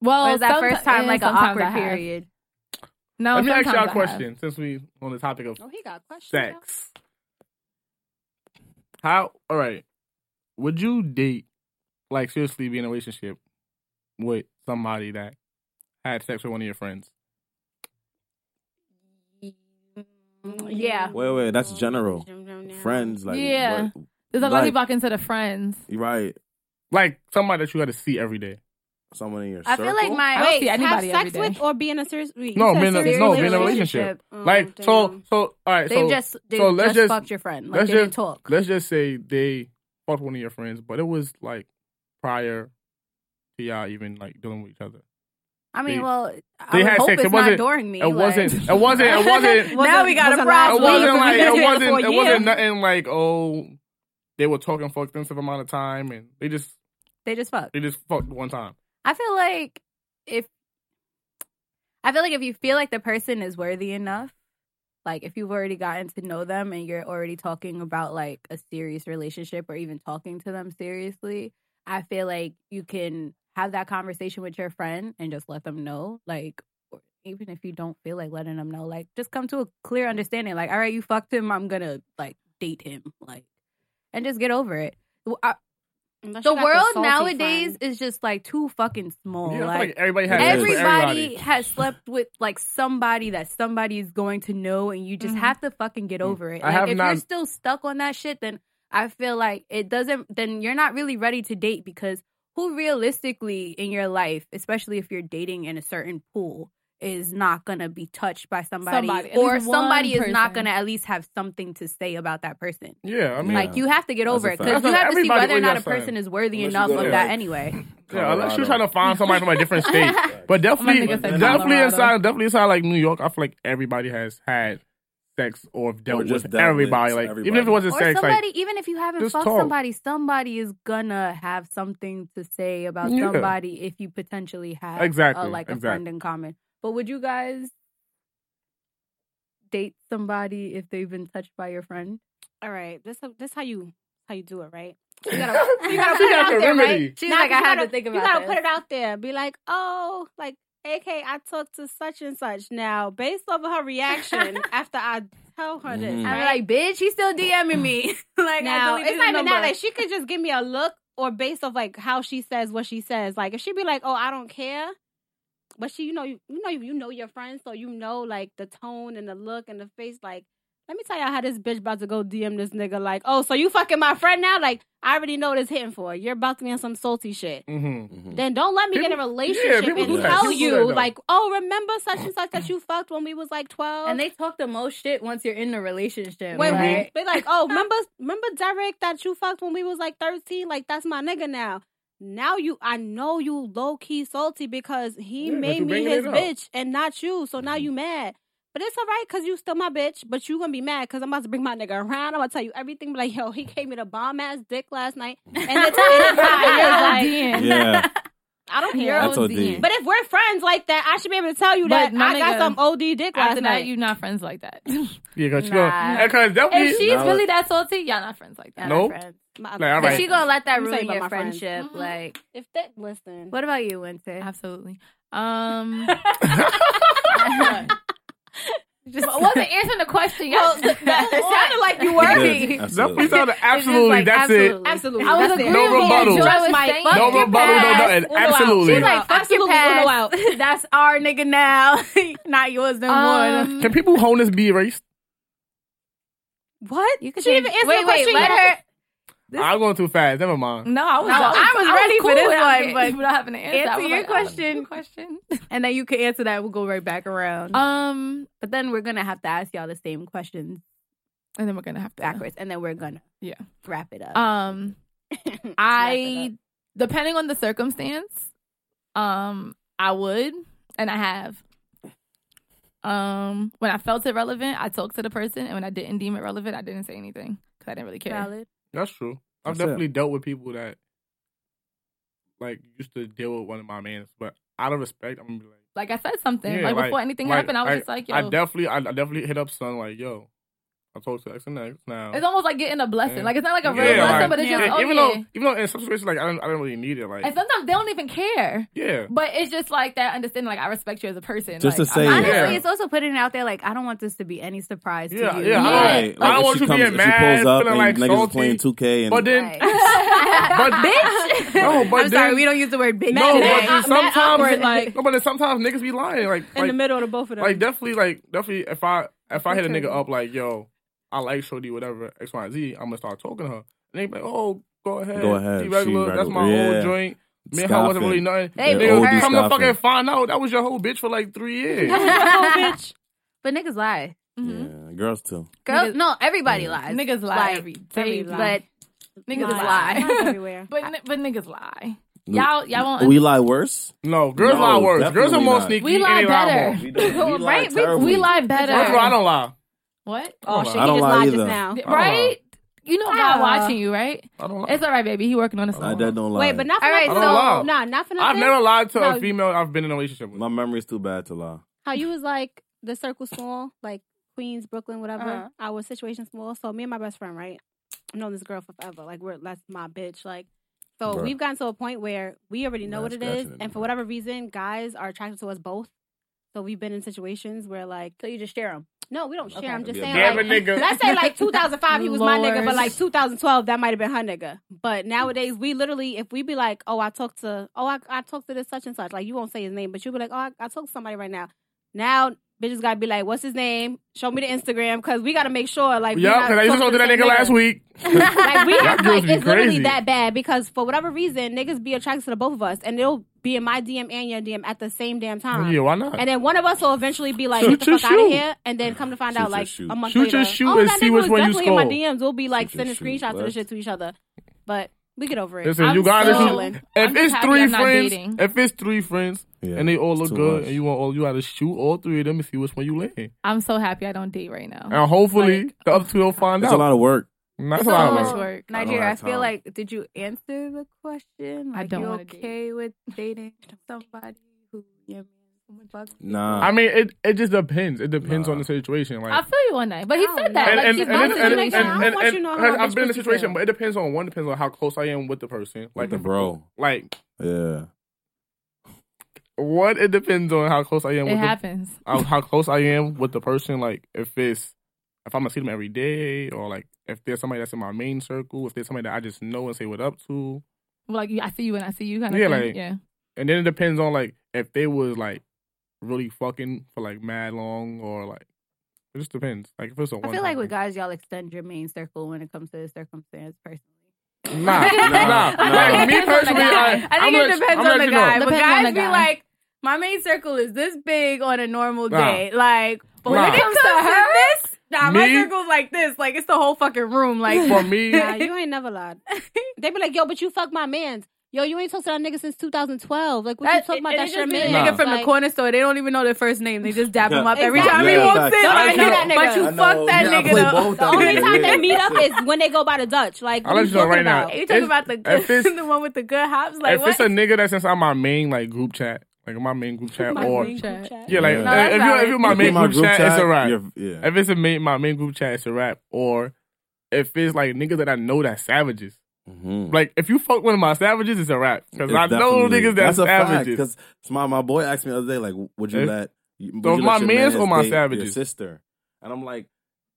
Speaker 1: Well,
Speaker 2: or is that
Speaker 1: someti-
Speaker 2: first time
Speaker 1: yeah,
Speaker 2: like an
Speaker 1: sometimes I
Speaker 2: awkward
Speaker 1: have.
Speaker 2: period?
Speaker 1: No,
Speaker 4: Let me ask
Speaker 1: sometimes
Speaker 4: y'all
Speaker 1: I
Speaker 4: a
Speaker 1: have.
Speaker 4: question since we on the topic of
Speaker 3: oh, he got questions. now.
Speaker 4: sex. How? All right. Would you date, like, seriously, be in a relationship with somebody that had sex with one of your friends?
Speaker 3: Mm,
Speaker 2: Yeah.
Speaker 5: Wait, wait, that's general. Friends, like
Speaker 1: Yeah.
Speaker 5: what-
Speaker 1: There's a lot of
Speaker 5: Like-
Speaker 1: people I consider
Speaker 2: [LAUGHS]
Speaker 1: friends.
Speaker 5: you're right.
Speaker 4: Like somebody that you got to see every day.
Speaker 5: Someone in your
Speaker 2: I
Speaker 5: circle.
Speaker 2: feel like my
Speaker 1: I don't
Speaker 3: Wait,
Speaker 1: see
Speaker 3: have
Speaker 1: anybody every
Speaker 3: sex
Speaker 1: day.
Speaker 3: with or be in a serious? wait, you
Speaker 4: No,
Speaker 3: said
Speaker 4: be in a-
Speaker 3: serious
Speaker 4: no, be in a relationship.
Speaker 3: Oh,
Speaker 4: like so,
Speaker 3: damn.
Speaker 4: so all right.
Speaker 2: They've
Speaker 4: so
Speaker 2: just they
Speaker 4: so
Speaker 2: have
Speaker 4: let's
Speaker 2: just,
Speaker 4: just-
Speaker 2: fucked your friend. Like
Speaker 4: let's
Speaker 2: they didn't
Speaker 4: just-
Speaker 2: talk.
Speaker 4: let's just say they fucked one of your friends, but it was like prior to y'all even like dealing with each other.
Speaker 2: I
Speaker 4: they-
Speaker 2: mean, well,
Speaker 4: they
Speaker 2: I would
Speaker 4: had
Speaker 2: hope
Speaker 4: sex. It
Speaker 2: it's not
Speaker 4: wasn't-
Speaker 2: during me.
Speaker 4: It
Speaker 2: like- [LAUGHS]
Speaker 4: wasn't. [LAUGHS] It wasn't. It wasn't.
Speaker 2: Now we got a
Speaker 3: wasn't
Speaker 2: problem. [LAUGHS]
Speaker 4: It
Speaker 3: last week.
Speaker 4: wasn't like it
Speaker 3: Yeah,
Speaker 4: wasn't
Speaker 3: for a
Speaker 4: it wasn't
Speaker 3: year.
Speaker 4: nothing like oh they were talking for extensive amount of time and they just
Speaker 2: They just fucked.
Speaker 4: they just fucked one time.
Speaker 2: I feel like if I feel like if you feel like the person is worthy enough, like if you've already gotten to know them and you're already talking about like a serious relationship or even talking to them seriously, I feel like you can have that conversation with your friend and just let them know, like or even if you don't feel like letting them know, like just come to a clear understanding, like all right, you fucked him, I'm gonna like date him, like and just get over it. Well, I-
Speaker 3: Unless
Speaker 2: the
Speaker 3: you got
Speaker 2: world
Speaker 3: salty
Speaker 2: nowadays
Speaker 3: friend.
Speaker 2: is just like too fucking small.
Speaker 4: Yeah, I feel
Speaker 2: Oh, like,
Speaker 4: like everybody has sex with
Speaker 2: everybody,
Speaker 4: everybody.
Speaker 2: has slept with like somebody that somebody is going to know, and you just
Speaker 1: Mhm.
Speaker 2: have to fucking get
Speaker 4: Mm.
Speaker 2: over it.
Speaker 4: I
Speaker 2: Like,
Speaker 4: have
Speaker 2: if
Speaker 4: not-
Speaker 2: you're still stuck on that shit, then I feel like it doesn't. Then you're not really ready to date because who realistically in your life, especially if you're dating in a certain pool. Is not gonna be touched by somebody,
Speaker 1: Somebody, at
Speaker 2: or
Speaker 1: least one
Speaker 2: somebody is
Speaker 1: person.
Speaker 2: not gonna at least have something to say about that person.
Speaker 4: Yeah, I mean,
Speaker 5: Yeah.
Speaker 2: Like you have to get
Speaker 5: That's
Speaker 2: over
Speaker 5: a
Speaker 2: it
Speaker 5: fact.
Speaker 2: because you have to see
Speaker 4: Everybody
Speaker 2: whether or
Speaker 4: always
Speaker 2: not
Speaker 4: got
Speaker 2: a person
Speaker 4: something.
Speaker 2: is worthy
Speaker 5: Unless you
Speaker 2: enough
Speaker 5: go
Speaker 2: of
Speaker 5: to,
Speaker 2: that
Speaker 5: like,
Speaker 2: anyway.
Speaker 5: Oh,
Speaker 4: yeah, unless you're
Speaker 5: Colorado. [LAUGHS]
Speaker 4: trying to find somebody from
Speaker 2: [LAUGHS]
Speaker 4: a different state, but definitely,
Speaker 1: nigga said
Speaker 4: definitely
Speaker 1: Colorado.
Speaker 4: inside, definitely inside like New York, I feel like everybody has had sex or dealt
Speaker 5: just
Speaker 4: with
Speaker 5: dealt with
Speaker 4: everybody. Like even if it
Speaker 5: everybody.
Speaker 4: wasn't
Speaker 2: or
Speaker 4: sex,
Speaker 2: somebody,
Speaker 4: like
Speaker 2: even if you haven't
Speaker 4: just
Speaker 2: fucked
Speaker 4: talk.
Speaker 2: somebody, somebody is gonna have something to say about
Speaker 4: Yeah.
Speaker 2: somebody if you potentially have
Speaker 4: Exactly,
Speaker 2: a, like a
Speaker 4: exactly.
Speaker 2: friend in common. But would you guys date somebody if they've been touched by your friend?
Speaker 3: All right, this this how you how you do it, right?
Speaker 4: [LAUGHS]
Speaker 2: [LAUGHS]
Speaker 4: you
Speaker 3: You gotta put it
Speaker 4: got
Speaker 3: out
Speaker 4: the
Speaker 3: there,
Speaker 4: remedy.
Speaker 3: right?
Speaker 2: She's
Speaker 3: Nah,
Speaker 2: like, I
Speaker 3: you
Speaker 2: had to
Speaker 3: gotta-
Speaker 2: think
Speaker 3: You
Speaker 2: about
Speaker 3: gotta
Speaker 2: this.
Speaker 3: put it out there. Be like, oh, [LAUGHS] like, AK, I talked to such and such. Now, based off of her reaction after I
Speaker 2: tell her this. I'm
Speaker 5: Mhm.
Speaker 3: Right.
Speaker 2: like, bitch, he's still DMing me. [LAUGHS] like,
Speaker 3: now
Speaker 2: I
Speaker 3: it's not even that. Like she could just give me a look or based off like how she says what she says. Like if she be like, "Oh, I don't care," but she, you know, you, you know, you know your friends, so you know like the tone and the look and the face. Like, let me tell y'all how this bitch about to go DM this nigga. Like, oh, so you fucking my friend now? Like, I already know what it's hitting for. You're about to be on some salty shit.
Speaker 4: hmm
Speaker 3: [LAUGHS]
Speaker 5: Mhm.
Speaker 3: Then don't let me get in a
Speaker 4: People-
Speaker 3: relationship
Speaker 4: people
Speaker 5: do
Speaker 3: and
Speaker 5: that.
Speaker 3: tell
Speaker 4: do
Speaker 5: People
Speaker 4: that,
Speaker 3: you
Speaker 4: though.
Speaker 3: like, oh, remember such and such that you fucked when we was like twelve.
Speaker 2: and they talk the most shit once you're in the relationship.
Speaker 3: When
Speaker 2: right?
Speaker 3: we they like, oh, remember remember Derek that you fucked when we was like thirteen? Like that's my nigga now. Now you, I know you low key salty because he
Speaker 4: Yeah, 'cause
Speaker 3: made
Speaker 4: you
Speaker 3: me
Speaker 4: bringing
Speaker 3: his
Speaker 4: it up. Mm-hmm.
Speaker 3: bitch and not you. So now you mad. But it's all right because you still my bitch. But you gonna be mad because I'm about to bring my nigga around. I'm gonna tell you everything. Be like, yo, he gave me the bomb ass dick last night,
Speaker 1: [LAUGHS]
Speaker 3: and it's, it's fine. It's like,
Speaker 1: Damn.
Speaker 5: yeah,
Speaker 3: I don't
Speaker 1: Your
Speaker 3: care.
Speaker 5: That's
Speaker 1: own
Speaker 5: OD.
Speaker 1: DM.
Speaker 3: But if we're friends like that, I should be able to tell you
Speaker 1: But
Speaker 3: that
Speaker 1: my
Speaker 3: I got
Speaker 1: nigga-
Speaker 3: some OD dick last
Speaker 1: After that,
Speaker 3: night.
Speaker 1: you not friends like that. [LAUGHS] if
Speaker 4: Yeah, because
Speaker 2: Nah.
Speaker 4: because that was
Speaker 1: she's
Speaker 5: No.
Speaker 1: really that salty, y'all not friends like that.
Speaker 4: No. Nope.
Speaker 2: friends.
Speaker 3: My-
Speaker 4: Like, all
Speaker 2: But
Speaker 4: Right.
Speaker 2: she gonna let that
Speaker 3: I'm sorry
Speaker 2: ruin
Speaker 3: about
Speaker 2: your
Speaker 3: my friends.
Speaker 2: friendship.
Speaker 1: Mhm.
Speaker 2: Like,
Speaker 3: if that listen,
Speaker 2: what about you, [LAUGHS] Winter?
Speaker 1: Absolutely. Um, [LAUGHS]
Speaker 2: Just
Speaker 1: I wasn't answering the question. Y'all. [LAUGHS]
Speaker 3: Well, that
Speaker 2: It
Speaker 3: sounded like you were.
Speaker 5: You did,
Speaker 2: Worthy.
Speaker 4: that
Speaker 5: absolutely.
Speaker 4: was out of [LAUGHS] absolutely.
Speaker 2: like,
Speaker 4: that's
Speaker 2: absolutely.
Speaker 3: Absolutely.
Speaker 1: I was
Speaker 3: That's it.
Speaker 1: agreeing
Speaker 4: No
Speaker 1: with
Speaker 4: rebuttal.
Speaker 1: Joy
Speaker 2: Trust
Speaker 1: was
Speaker 2: my
Speaker 1: saying-
Speaker 4: it. No
Speaker 2: Fuck your
Speaker 4: rebuttal, no
Speaker 2: past.
Speaker 4: nothing.
Speaker 3: Uno out.
Speaker 4: Absolutely.
Speaker 2: She's like, fuck your
Speaker 3: Absolutely, Uno out.
Speaker 2: past. [LAUGHS] That's our nigga now. [LAUGHS] Not yours no more.
Speaker 1: Um,
Speaker 4: Can people honus be erased?
Speaker 3: What?
Speaker 1: You could
Speaker 3: she
Speaker 1: change-
Speaker 3: even answered
Speaker 2: Wait, wait,
Speaker 3: the question.
Speaker 2: let
Speaker 3: yet.
Speaker 2: her. This-
Speaker 4: I'm going too fast. Never mind.
Speaker 1: no, I was,
Speaker 2: No, I was ready for this
Speaker 1: without
Speaker 2: one,
Speaker 1: it-
Speaker 2: but
Speaker 1: without having an answer, I
Speaker 2: answer
Speaker 1: was
Speaker 2: your
Speaker 1: like, oh,
Speaker 2: question.
Speaker 1: good question.
Speaker 2: And then you can answer that. We'll go right back around.
Speaker 1: Um,
Speaker 2: but then we're gonna have to ask y'all the same questions
Speaker 1: and then we're gonna have to
Speaker 2: backwards, and then we're gonna
Speaker 1: Yeah.
Speaker 2: wrap it up.
Speaker 1: Um, I depending on the circumstance, um, I would and I have. Um, when I felt it relevant, I talked to the person, and when I didn't deem it relevant, I didn't say anything because I didn't really care.
Speaker 2: Valid.
Speaker 4: That's true. I've
Speaker 5: That's
Speaker 4: definitely dealt with people that like used to deal with one of my mans, but out of respect, I'm gonna be
Speaker 1: Like
Speaker 4: like,
Speaker 1: I said something,
Speaker 4: Yeah,
Speaker 1: like,
Speaker 4: like-
Speaker 1: before anything
Speaker 4: like,
Speaker 1: happened, I was just like, yo,
Speaker 4: I definitely, I, I definitely hit up son like, yo, I talked to X and X now.
Speaker 1: it's almost like getting a blessing.
Speaker 4: Yeah.
Speaker 1: Like it's not like a real
Speaker 2: Yeah,
Speaker 1: blessing,
Speaker 2: like-
Speaker 1: but it's
Speaker 2: Yeah.
Speaker 1: just oh
Speaker 4: even
Speaker 1: yeah.
Speaker 4: though, even though in some situations, like I don't, I don't really need it. Like,
Speaker 1: and sometimes they don't even care,
Speaker 4: yeah,
Speaker 1: but it's just like that understanding. Like I respect you as a person.
Speaker 5: Just
Speaker 1: like,
Speaker 5: to
Speaker 1: I'm
Speaker 5: say it.
Speaker 1: not-
Speaker 2: Honestly,
Speaker 4: Yeah.
Speaker 2: it's also putting it out there like I don't want this to be any surprise
Speaker 4: yeah, yeah.
Speaker 2: to you.
Speaker 4: I don't,
Speaker 5: Right.
Speaker 4: I don't
Speaker 5: if
Speaker 4: want
Speaker 5: she
Speaker 4: you being
Speaker 5: comes- if she
Speaker 4: mad,
Speaker 5: pulls up
Speaker 4: feeling like
Speaker 5: and niggas
Speaker 4: salty.
Speaker 5: is playing 2K and
Speaker 4: but then, but
Speaker 2: bitch.
Speaker 4: [LAUGHS] No, but
Speaker 2: I'm sorry,
Speaker 4: then-
Speaker 2: we don't use the word bitch.
Speaker 4: no,
Speaker 2: today.
Speaker 4: but then
Speaker 3: Matt
Speaker 4: sometimes,
Speaker 3: awkward, like-
Speaker 4: no, but then sometimes niggas be lying. Like,
Speaker 3: in the
Speaker 4: like,
Speaker 3: middle of the both of them.
Speaker 4: like definitely, like definitely, if I if I hit a nigga up like, yo, I like Shorty, whatever X Y and Z, I'm gonna start talking to her. And they be like, oh, go ahead,
Speaker 5: Go ahead,
Speaker 4: she
Speaker 5: she
Speaker 4: regular, that's my
Speaker 5: regular, yeah.
Speaker 4: old joint. Me and her wasn't
Speaker 5: Scoffing.
Speaker 4: really nothing.
Speaker 2: They
Speaker 5: Yeah,
Speaker 2: be
Speaker 5: old
Speaker 2: hurt.
Speaker 5: dude
Speaker 4: Come to
Speaker 5: scoffing.
Speaker 4: fucking find out, that was your whole bitch for like three
Speaker 1: [LAUGHS]
Speaker 4: years.
Speaker 3: bitch.
Speaker 2: But niggas lie.
Speaker 1: Mhm.
Speaker 5: Yeah, girls too.
Speaker 2: Girls,
Speaker 1: Niggas-
Speaker 2: no, everybody
Speaker 4: Mm.
Speaker 5: Yeah.
Speaker 2: lies.
Speaker 1: Niggas lie
Speaker 2: Like,
Speaker 1: every
Speaker 2: every
Speaker 1: day,
Speaker 2: lie.
Speaker 1: but niggas
Speaker 2: Lies.
Speaker 1: lie.
Speaker 2: [LAUGHS] Lies
Speaker 3: everywhere.
Speaker 1: But ni- but niggas lie. Y'all y'all won't.
Speaker 5: We lie worse.
Speaker 4: No, girls
Speaker 5: No,
Speaker 4: lie worse. Girls are
Speaker 5: definitely
Speaker 4: more
Speaker 5: not.
Speaker 4: sneaky.
Speaker 1: We
Speaker 4: and
Speaker 1: lie
Speaker 4: they
Speaker 1: better.
Speaker 4: more.
Speaker 5: We,
Speaker 1: Well,
Speaker 5: lie
Speaker 1: right? We,
Speaker 5: terribly.
Speaker 1: we lie better.
Speaker 4: First of all, I don't lie.
Speaker 1: What?
Speaker 3: Oh,
Speaker 4: I
Speaker 3: shit,
Speaker 4: don't
Speaker 3: he just
Speaker 5: lie
Speaker 3: lied
Speaker 5: either.
Speaker 3: just now.
Speaker 5: Uh-huh.
Speaker 4: don't
Speaker 1: Right? You know God
Speaker 4: Uh-huh.
Speaker 2: Yeah.
Speaker 1: watching you, right?
Speaker 4: I don't lie.
Speaker 1: It's all right, baby. He working on a
Speaker 5: I
Speaker 1: song.
Speaker 5: did don't lie.
Speaker 3: Wait, but not for
Speaker 2: All right,
Speaker 3: nothing.
Speaker 4: so- Oh.
Speaker 3: nah, not for nothing.
Speaker 4: I've never lied to
Speaker 3: No.
Speaker 4: a female I've been in a relationship with.
Speaker 5: my memory's too bad to lie.
Speaker 3: How you was like the circle small, like Queens, Brooklyn, whatever.
Speaker 2: Uh-huh.
Speaker 3: Our situation small. So me and my best friend, right? I've known this girl forever. Like we're that's my bitch. Like so
Speaker 5: Bruh.
Speaker 3: we've gotten to a point where we already know
Speaker 5: Nah,
Speaker 3: what it
Speaker 5: scratching
Speaker 3: is,
Speaker 5: it.
Speaker 3: and for whatever reason, guys are attracted to us both. So we've been in situations where like
Speaker 2: So you just share them.
Speaker 3: no, we don't share.
Speaker 5: Okay.
Speaker 3: I'm just
Speaker 5: Yeah,
Speaker 3: saying.
Speaker 4: Damn
Speaker 3: like,
Speaker 4: a nigga.
Speaker 3: Let's say like 2005, he was my nigga,
Speaker 1: Lord.
Speaker 3: but like 2012, that might have been her nigga. But nowadays, we literally, if we be like, oh, I talked to, oh, I, I talked to this such and such, like you won't say his name, but you be like, oh, I, I talked to somebody right now. Now, bitches gotta be like, what's his name? Show me the Instagram, because we gotta make sure, like, we
Speaker 4: Yup,
Speaker 3: not
Speaker 4: because I used to
Speaker 3: talking
Speaker 4: talk to that
Speaker 3: the
Speaker 4: nigga
Speaker 3: same
Speaker 4: last week.
Speaker 3: like we
Speaker 4: Y'all
Speaker 3: act
Speaker 4: girls
Speaker 3: like
Speaker 4: be
Speaker 3: it's literally
Speaker 4: crazy.
Speaker 3: that bad because for whatever reason, niggas be attracted to the both of us, and they'll be in my DM and your DM at the same damn time.
Speaker 4: Yeah, why not?
Speaker 3: And then one of us will eventually be like,
Speaker 4: Shoot
Speaker 3: "Get the
Speaker 4: your
Speaker 3: fuck out
Speaker 4: shoot.
Speaker 3: of here!" And then come to find
Speaker 5: Shoot
Speaker 3: out,
Speaker 5: your
Speaker 3: like
Speaker 5: shoot.
Speaker 3: a month
Speaker 4: Shoot
Speaker 3: later,
Speaker 4: your shoot
Speaker 3: oh,
Speaker 4: and
Speaker 3: that
Speaker 4: see
Speaker 3: nigga
Speaker 4: which
Speaker 3: was
Speaker 4: one you
Speaker 3: definitely in my
Speaker 4: scold.
Speaker 3: DMs. We'll be like
Speaker 5: Shoot your
Speaker 3: sending
Speaker 5: shoot,
Speaker 3: screenshots of
Speaker 5: what?
Speaker 3: the shit to each other, but we get over it.
Speaker 4: Listen,
Speaker 1: I'm
Speaker 4: you guys,
Speaker 1: so-
Speaker 4: if, you- if
Speaker 1: I'm
Speaker 4: it's
Speaker 1: happy
Speaker 4: three
Speaker 1: I'm not
Speaker 4: friends,
Speaker 1: dating.
Speaker 4: if it's three friends,
Speaker 5: Yeah,
Speaker 4: and they all
Speaker 5: it's
Speaker 4: look
Speaker 5: too
Speaker 4: good,
Speaker 5: much.
Speaker 4: and you want all you got to shoot all three of them and see which one you land.
Speaker 1: I'm so happy I don't date right now.
Speaker 4: And hopefully the other two will find
Speaker 5: That's
Speaker 4: out.
Speaker 5: a lot of work.
Speaker 4: That's a
Speaker 1: So
Speaker 4: lot of
Speaker 1: much
Speaker 4: work.
Speaker 1: work.
Speaker 5: I don't
Speaker 2: Nigeria, I,
Speaker 5: have
Speaker 2: feel
Speaker 5: time.
Speaker 2: like, did you answer the question? Like,
Speaker 1: don't
Speaker 2: you
Speaker 1: wanna
Speaker 2: okay with dating somebody who your man fucks?
Speaker 5: Nah.
Speaker 4: I mean, it it just depends. It depends
Speaker 5: Nah.
Speaker 4: on the situation. Like,
Speaker 1: I feel you one night, but he
Speaker 3: I
Speaker 1: said
Speaker 3: don't
Speaker 1: that.
Speaker 3: know.
Speaker 1: like,
Speaker 4: Oh, and,
Speaker 1: he's
Speaker 4: and,
Speaker 1: about
Speaker 4: and,
Speaker 1: to do
Speaker 4: and, and,
Speaker 1: it right now.
Speaker 3: I
Speaker 4: and,
Speaker 3: want you to know how
Speaker 4: and-
Speaker 3: my
Speaker 4: I've
Speaker 3: bitch
Speaker 4: been in a
Speaker 3: pussy
Speaker 4: situation,
Speaker 3: feel.
Speaker 4: but it depends on one, depends on how close I am with the person. Like
Speaker 5: the bro.
Speaker 4: like
Speaker 5: Yeah.
Speaker 4: what it depends on how close I am
Speaker 1: It
Speaker 4: with the,
Speaker 1: happens.
Speaker 4: how, how close I am with the person. Like if it's if I'm gonna see them every day, or like if there's somebody that's in my main circle, if there's somebody that I just know and say what up to,
Speaker 1: Like I see you and I see you kind of
Speaker 4: Yeah,
Speaker 1: thing.
Speaker 4: like- [LAUGHS]
Speaker 1: yeah.
Speaker 4: and then it depends on like if they was like really fucking for like mad long or like it just depends. Like if it's a
Speaker 2: I
Speaker 4: one,
Speaker 2: feel like with
Speaker 4: got
Speaker 2: guys, y'all extend your main circle when it comes to this circumstance personally. [LAUGHS]
Speaker 4: nah,
Speaker 2: I
Speaker 4: nah,
Speaker 2: think
Speaker 5: no.
Speaker 4: Like, me
Speaker 1: Depends on the
Speaker 4: personally,
Speaker 1: guy.
Speaker 4: I,
Speaker 2: I think
Speaker 4: am
Speaker 2: it depends on the guy. But
Speaker 1: Depends on
Speaker 2: guys
Speaker 1: the
Speaker 2: be
Speaker 1: guy.
Speaker 2: like, my main circle is this big on a normal
Speaker 4: Nah.
Speaker 2: day. Like, but when
Speaker 4: Nah.
Speaker 2: it comes to her, this, nah, my
Speaker 4: Me?
Speaker 2: circle's like this. Like, it's the whole fucking room. Like,
Speaker 4: For me,
Speaker 3: Nah, you ain't never lied. [LAUGHS] They be like, yo, but you fuck my man's. Yo, you ain't talked to that nigga since 2012. Like, what you talking about?
Speaker 2: and
Speaker 3: That's
Speaker 2: it
Speaker 3: your
Speaker 2: just be
Speaker 3: man.
Speaker 2: a Nigga
Speaker 5: Nah.
Speaker 2: from
Speaker 3: Like,
Speaker 2: the corner store. They don't even know their first name. They just dap him up every time
Speaker 5: Exactly.
Speaker 2: he
Speaker 5: Yeah,
Speaker 2: walks
Speaker 5: facts.
Speaker 2: in.
Speaker 5: Don't
Speaker 2: Like,
Speaker 3: do
Speaker 2: yo,
Speaker 3: that nigga.
Speaker 2: But you
Speaker 5: I know,
Speaker 2: fuck that
Speaker 5: yeah, I
Speaker 2: nigga
Speaker 5: play
Speaker 2: though.
Speaker 5: both
Speaker 3: The
Speaker 5: of them.
Speaker 3: only time
Speaker 5: Yeah.
Speaker 3: they meet up is when they go by the Dutch. Like,
Speaker 4: I'll
Speaker 3: what
Speaker 4: let
Speaker 3: you
Speaker 4: you know
Speaker 3: talking
Speaker 4: right now.
Speaker 3: about?
Speaker 2: You talking
Speaker 4: If-
Speaker 2: about the
Speaker 4: if it's-
Speaker 2: good, the one with the good hops? [LAUGHS] Like,
Speaker 4: if
Speaker 2: what?
Speaker 4: it's a nigga that's inside my main like group chat, like my main group chat,
Speaker 1: My
Speaker 4: or
Speaker 1: main group
Speaker 3: Group
Speaker 1: chat.
Speaker 3: chat.
Speaker 4: yeah, like
Speaker 5: No,
Speaker 2: that's
Speaker 4: if, you,
Speaker 2: valid.
Speaker 4: if you're my
Speaker 5: If
Speaker 4: main
Speaker 5: in my
Speaker 4: group, chat, it's a wrap.
Speaker 5: you're- Yeah.
Speaker 4: If it's a main, my main group chat, it's a wrap. Or if it's like niggas that I know that savages,
Speaker 5: Mhm.
Speaker 4: like if you fuck one of my savages, it's a wrap because
Speaker 5: It's
Speaker 4: I know
Speaker 5: definitely-
Speaker 4: niggas that's,
Speaker 5: a fact.
Speaker 4: savages.
Speaker 5: Because my, my boy asked me the other day, like, would you
Speaker 4: Eh?
Speaker 5: let you- would
Speaker 4: So
Speaker 5: you
Speaker 4: if
Speaker 5: let
Speaker 4: my
Speaker 5: your
Speaker 4: mans or my
Speaker 5: date your
Speaker 4: savages?
Speaker 5: sister? And I'm like,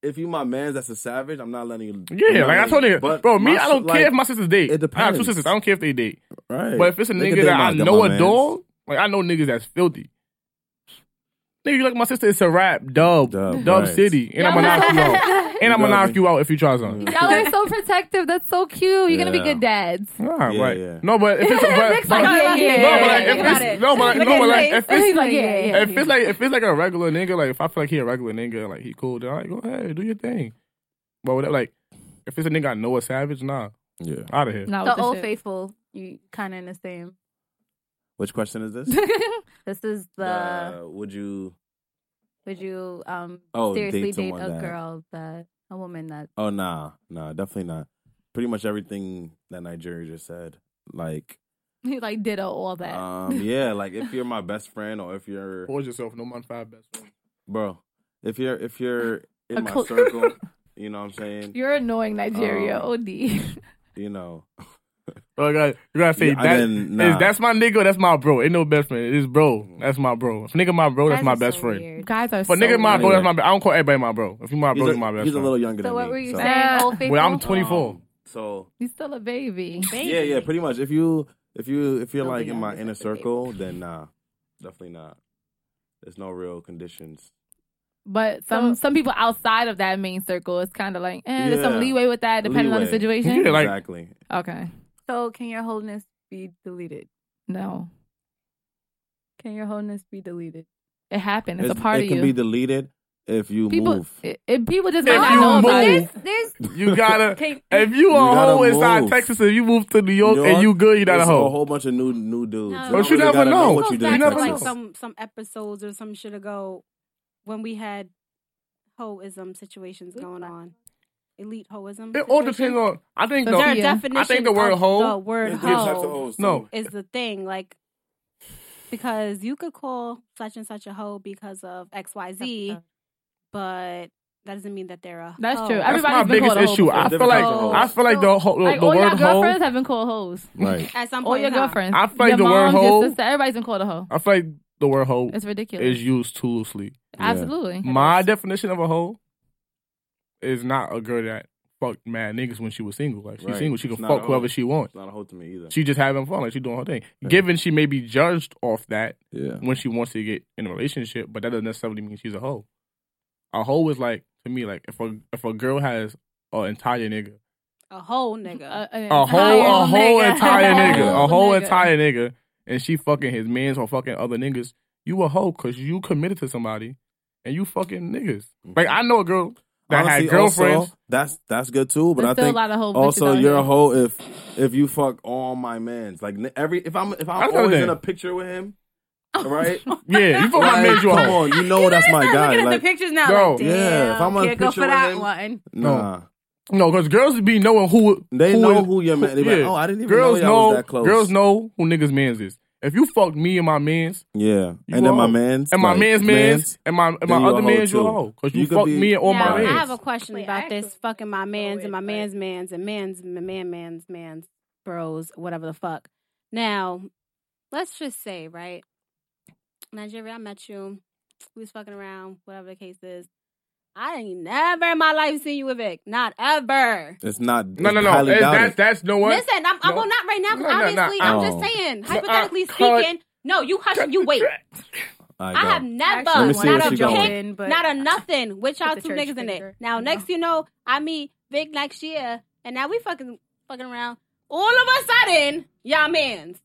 Speaker 5: if you my man's, that's a savage. I'm not letting you.
Speaker 4: yeah, like I told niggas,
Speaker 5: But
Speaker 4: bro, me,
Speaker 5: my
Speaker 4: I
Speaker 5: si-
Speaker 4: don't
Speaker 5: like,
Speaker 4: care if my sisters date. I
Speaker 5: it
Speaker 4: have two
Speaker 5: depends.
Speaker 4: sisters. I don't care if they date.
Speaker 5: Right.
Speaker 4: But if it's a
Speaker 5: They can
Speaker 4: nigga
Speaker 5: date
Speaker 4: that
Speaker 5: my-
Speaker 4: I
Speaker 5: my
Speaker 4: know a
Speaker 5: mans.
Speaker 4: dog, like I know niggas that's filthy. Nigga, you like my sister, it's a rap, dub,
Speaker 5: Dub,
Speaker 4: dub,
Speaker 5: right.
Speaker 4: city, and I'm
Speaker 1: Y'all
Speaker 4: gonna knock you out, and I'm
Speaker 5: You
Speaker 4: gonna
Speaker 5: got
Speaker 4: knock
Speaker 5: me.
Speaker 4: you out if you try
Speaker 5: Mm.
Speaker 4: something.
Speaker 1: Y'all are so protective. That's so cute. You're gonna be
Speaker 5: Yeah.
Speaker 1: good dads.
Speaker 4: Nah,
Speaker 5: Yeah,
Speaker 4: like,
Speaker 5: yeah.
Speaker 4: No, but
Speaker 1: [LAUGHS]
Speaker 4: if
Speaker 1: Nick's
Speaker 4: it's but,
Speaker 1: like,
Speaker 4: but-
Speaker 1: yeah, yeah,
Speaker 4: no,
Speaker 1: yeah,
Speaker 4: but like,
Speaker 1: yeah,
Speaker 4: if
Speaker 1: yeah.
Speaker 4: it's no, but like,
Speaker 1: Look
Speaker 4: no,
Speaker 1: at
Speaker 4: but
Speaker 1: his
Speaker 4: like, if
Speaker 1: He's
Speaker 4: it's
Speaker 1: like, yeah, yeah.
Speaker 4: if it's like if it's like a regular nigga, like if I feel like he a regular nigga, like he cool, then I like, go ahead, do your thing. But with that, like, if it's a nigga I know a savage, nah,
Speaker 5: Yeah.
Speaker 4: out of here.
Speaker 1: Not with
Speaker 2: the old
Speaker 1: shit.
Speaker 2: faithful. You kind of in the same.
Speaker 5: Which question
Speaker 1: [LAUGHS]
Speaker 5: is this?
Speaker 2: This is the.
Speaker 5: Uh, would you?
Speaker 2: would you um
Speaker 5: Oh,
Speaker 2: seriously
Speaker 5: date
Speaker 2: date,
Speaker 5: someone
Speaker 2: a
Speaker 5: that-
Speaker 2: girl that a woman that
Speaker 5: Oh nah, nah, definitely not. Pretty much everything that Nigeria just said. Like,
Speaker 1: He like ditto all that.
Speaker 5: um, yeah, like if you're my best friend or if you're
Speaker 4: Hold yourself, no man five best friend.
Speaker 5: bro, if you're if you're
Speaker 1: [LAUGHS]
Speaker 5: in
Speaker 1: A
Speaker 5: my
Speaker 1: cl-
Speaker 5: circle,
Speaker 1: [LAUGHS]
Speaker 5: you know what I'm saying.
Speaker 1: You're annoying, Nigeria.
Speaker 5: Um,
Speaker 1: Od.
Speaker 5: You know,
Speaker 4: Bro, you gotta, you gotta say
Speaker 5: Yeah, I
Speaker 4: that
Speaker 5: didn't-
Speaker 4: is-
Speaker 5: nah.
Speaker 4: that's my nigga, that's my bro. Ain't no best friend. It's bro. That's my bro. If nigga my bro, Oh, that's
Speaker 2: Guys
Speaker 4: my
Speaker 2: are
Speaker 4: best
Speaker 2: so
Speaker 4: friend.
Speaker 2: weird.
Speaker 1: Guys are.
Speaker 4: But
Speaker 1: so
Speaker 4: nigga my
Speaker 1: weird.
Speaker 4: bro,
Speaker 5: weird.
Speaker 4: that's my bro. I don't call everybody my bro. If you my bro,
Speaker 5: he's,
Speaker 4: you my
Speaker 5: a,
Speaker 4: best
Speaker 5: he's a
Speaker 4: friend.
Speaker 5: little younger
Speaker 2: So
Speaker 5: than
Speaker 2: what
Speaker 5: me.
Speaker 2: were you
Speaker 5: so,
Speaker 2: saying? Old faithful.
Speaker 4: [LAUGHS] Well, I'm 24.
Speaker 5: um, so
Speaker 1: He's still a baby.
Speaker 5: yeah, yeah, pretty much. If you if you if
Speaker 2: Still
Speaker 5: you're like
Speaker 2: the
Speaker 5: in my
Speaker 2: youngest
Speaker 5: inner
Speaker 2: of the baby.
Speaker 5: circle, then nah, definitely not. There's no real conditions.
Speaker 1: But some some people outside of that main circle, it's kind of like, eh, there's some
Speaker 5: Yeah.
Speaker 1: leeway with that, depending on the
Speaker 5: Leeway.
Speaker 1: situation.
Speaker 4: Yeah, [LAUGHS] like-
Speaker 5: exactly.
Speaker 1: Okay,
Speaker 2: So can your wholeness be deleted?
Speaker 1: no,
Speaker 2: Can your wholeness be deleted?
Speaker 1: it happened. It's,
Speaker 5: It's-
Speaker 1: a part
Speaker 5: it
Speaker 1: of
Speaker 5: can
Speaker 1: you.
Speaker 5: be deleted if you
Speaker 1: people,
Speaker 5: move.
Speaker 1: it, it- people just
Speaker 4: If
Speaker 1: might
Speaker 4: you
Speaker 1: not know about
Speaker 4: move-
Speaker 1: it.
Speaker 2: There's, there's
Speaker 4: You gotta
Speaker 2: can,
Speaker 4: if you
Speaker 5: You
Speaker 4: a
Speaker 5: gotta
Speaker 4: hoe inside
Speaker 5: move.
Speaker 4: Texas and you move to New York,
Speaker 5: New
Speaker 4: and you
Speaker 5: York
Speaker 4: good, you not a
Speaker 5: There's
Speaker 4: hoe.
Speaker 5: A whole bunch of new new dudes.
Speaker 3: No.
Speaker 5: don't
Speaker 3: But you
Speaker 5: really
Speaker 4: never
Speaker 5: gotta
Speaker 4: know.
Speaker 5: what
Speaker 3: goes
Speaker 5: you do.
Speaker 3: back
Speaker 5: in
Speaker 4: never
Speaker 3: to
Speaker 5: Texas.
Speaker 4: know.
Speaker 3: like some some episodes or some shit ago when we had hoism situations going on. Elite hoism.
Speaker 4: It all
Speaker 3: situation.
Speaker 4: depends on. I think
Speaker 1: Is
Speaker 3: Their
Speaker 1: there
Speaker 4: the
Speaker 1: Yeah.
Speaker 3: definition.
Speaker 4: I think the word
Speaker 3: of
Speaker 4: hoe-
Speaker 3: The word
Speaker 5: There's
Speaker 3: hoe.
Speaker 5: types of hoes,
Speaker 4: No.
Speaker 5: too.
Speaker 3: is the thing. Like, because you could call such and such a hoe because of XYZ, but that doesn't mean that they're a
Speaker 1: That's
Speaker 3: hoe.
Speaker 1: true.
Speaker 4: that's
Speaker 1: Everybody's
Speaker 4: my
Speaker 1: been
Speaker 4: biggest
Speaker 1: called a hoe
Speaker 4: issue. I
Speaker 5: before.
Speaker 4: feel like
Speaker 3: So-
Speaker 4: I feel like the whole,
Speaker 1: Like
Speaker 4: the
Speaker 1: all
Speaker 4: word
Speaker 1: your
Speaker 4: hoe.
Speaker 1: girlfriends have been called hoes.
Speaker 5: Right.
Speaker 3: At some
Speaker 1: All
Speaker 3: point,
Speaker 1: your
Speaker 3: in time.
Speaker 1: girlfriends.
Speaker 4: I feel like
Speaker 1: your
Speaker 4: the word
Speaker 1: mom, your
Speaker 4: hoe-
Speaker 1: sister, everybody's been called a hoe.
Speaker 4: I feel like the word hoe
Speaker 1: It's ridiculous.
Speaker 4: is used too loosely.
Speaker 1: Absolutely.
Speaker 4: My definition of a hoe is not a girl that fucked mad niggas when she was single. Like she's
Speaker 5: Right.
Speaker 4: single, she can
Speaker 5: It's not a
Speaker 4: fuck
Speaker 5: hoe.
Speaker 4: whoever she wants.
Speaker 5: It's not a hoe to me either.
Speaker 4: She just having fun, like she doing her thing.
Speaker 5: Yeah.
Speaker 4: Given she may be judged off that
Speaker 5: yeah.
Speaker 4: when she wants to get in a relationship, but that doesn't necessarily mean she's a hoe. A hoe is like to me like if a if a girl has an entire nigga
Speaker 3: A whole nigga.
Speaker 1: A, a
Speaker 4: a whole a whole entire nigga, a whole
Speaker 1: nigga.
Speaker 4: entire nigga, and she fucking his mans or fucking other niggas. You a hoe because you committed to somebody, and you fucking niggas. Like I know a girl that
Speaker 5: Honestly,
Speaker 4: had girlfriends.
Speaker 5: Also, that's that's good too. But
Speaker 1: There's
Speaker 5: I
Speaker 1: still
Speaker 5: think
Speaker 1: a lot of hoe bitches
Speaker 5: also
Speaker 1: out
Speaker 5: you're a
Speaker 1: here.
Speaker 5: hoe if if you fuck all my mans. Like n- every if I'm if
Speaker 4: That's
Speaker 5: I'm
Speaker 4: the
Speaker 5: always
Speaker 4: thing.
Speaker 5: in a picture with
Speaker 1: [LAUGHS]
Speaker 5: him,
Speaker 1: Oh
Speaker 5: right?
Speaker 4: yeah, you fucking
Speaker 5: Like,
Speaker 4: Oh, made you a
Speaker 5: come
Speaker 4: hoe.
Speaker 5: on, you know that's my guy.
Speaker 2: looking at
Speaker 5: Like,
Speaker 2: the pictures now.
Speaker 4: Yo,
Speaker 2: like, damn,
Speaker 5: yeah, if I'm on a
Speaker 2: can't go
Speaker 5: picture
Speaker 2: for
Speaker 5: with
Speaker 2: that
Speaker 5: him-
Speaker 2: one.
Speaker 5: nah,
Speaker 4: No, because girls be knowing who
Speaker 5: they
Speaker 4: who
Speaker 5: know
Speaker 4: is-
Speaker 5: who your man. They be like,
Speaker 4: yeah.
Speaker 5: oh, I didn't even
Speaker 4: girls
Speaker 5: know, y'all
Speaker 4: know
Speaker 5: was that close.
Speaker 4: girls know who niggas mans is. If you fucked me and my mans
Speaker 5: Yeah,
Speaker 4: You
Speaker 5: and then
Speaker 4: a
Speaker 5: my
Speaker 4: hoe.
Speaker 5: man's
Speaker 4: and my
Speaker 5: like,
Speaker 4: mans mans and my and
Speaker 5: then
Speaker 4: my
Speaker 5: you a
Speaker 4: other
Speaker 5: hoe,
Speaker 4: mans, you
Speaker 5: too.
Speaker 4: a hoe because you,
Speaker 5: You could
Speaker 4: fucked
Speaker 5: be-
Speaker 4: me and all
Speaker 3: now,
Speaker 4: my
Speaker 5: Yes.
Speaker 3: I
Speaker 4: mans.
Speaker 3: have a question
Speaker 2: Wait,
Speaker 3: about
Speaker 2: actually,
Speaker 3: this fucking my mans and my
Speaker 2: wait,
Speaker 3: mans mans and mans and man mans mans bros whatever the fuck. Now, let's just say right, Nigeria, I met you. We was fucking around, whatever the case is. I ain't never in my life seen you with Vic. Not ever.
Speaker 5: It's not.
Speaker 4: No,
Speaker 5: it's
Speaker 4: no, no.
Speaker 5: highly
Speaker 4: It's-
Speaker 5: doubted.
Speaker 4: That's that's no one.
Speaker 3: Listen, I'm, I'm
Speaker 4: No.
Speaker 3: well, not right now. 'cause
Speaker 4: No, no, no.
Speaker 3: obviously, I'm just
Speaker 5: Oh.
Speaker 3: saying,
Speaker 4: No, uh,
Speaker 3: hypothetically
Speaker 4: cut.
Speaker 3: speaking. No, you hush and you wait.
Speaker 5: All right,
Speaker 3: I
Speaker 5: go.
Speaker 3: have
Speaker 5: Let
Speaker 3: never,
Speaker 5: me see where
Speaker 3: not a
Speaker 5: she going.
Speaker 3: pick, not a nothing with y'all
Speaker 2: With the
Speaker 3: two niggas
Speaker 2: church
Speaker 3: in it.
Speaker 2: finger. No.
Speaker 3: Now next, you know, I meet Vic next year, and now we fucking fucking around. All of a sudden, y'all mans.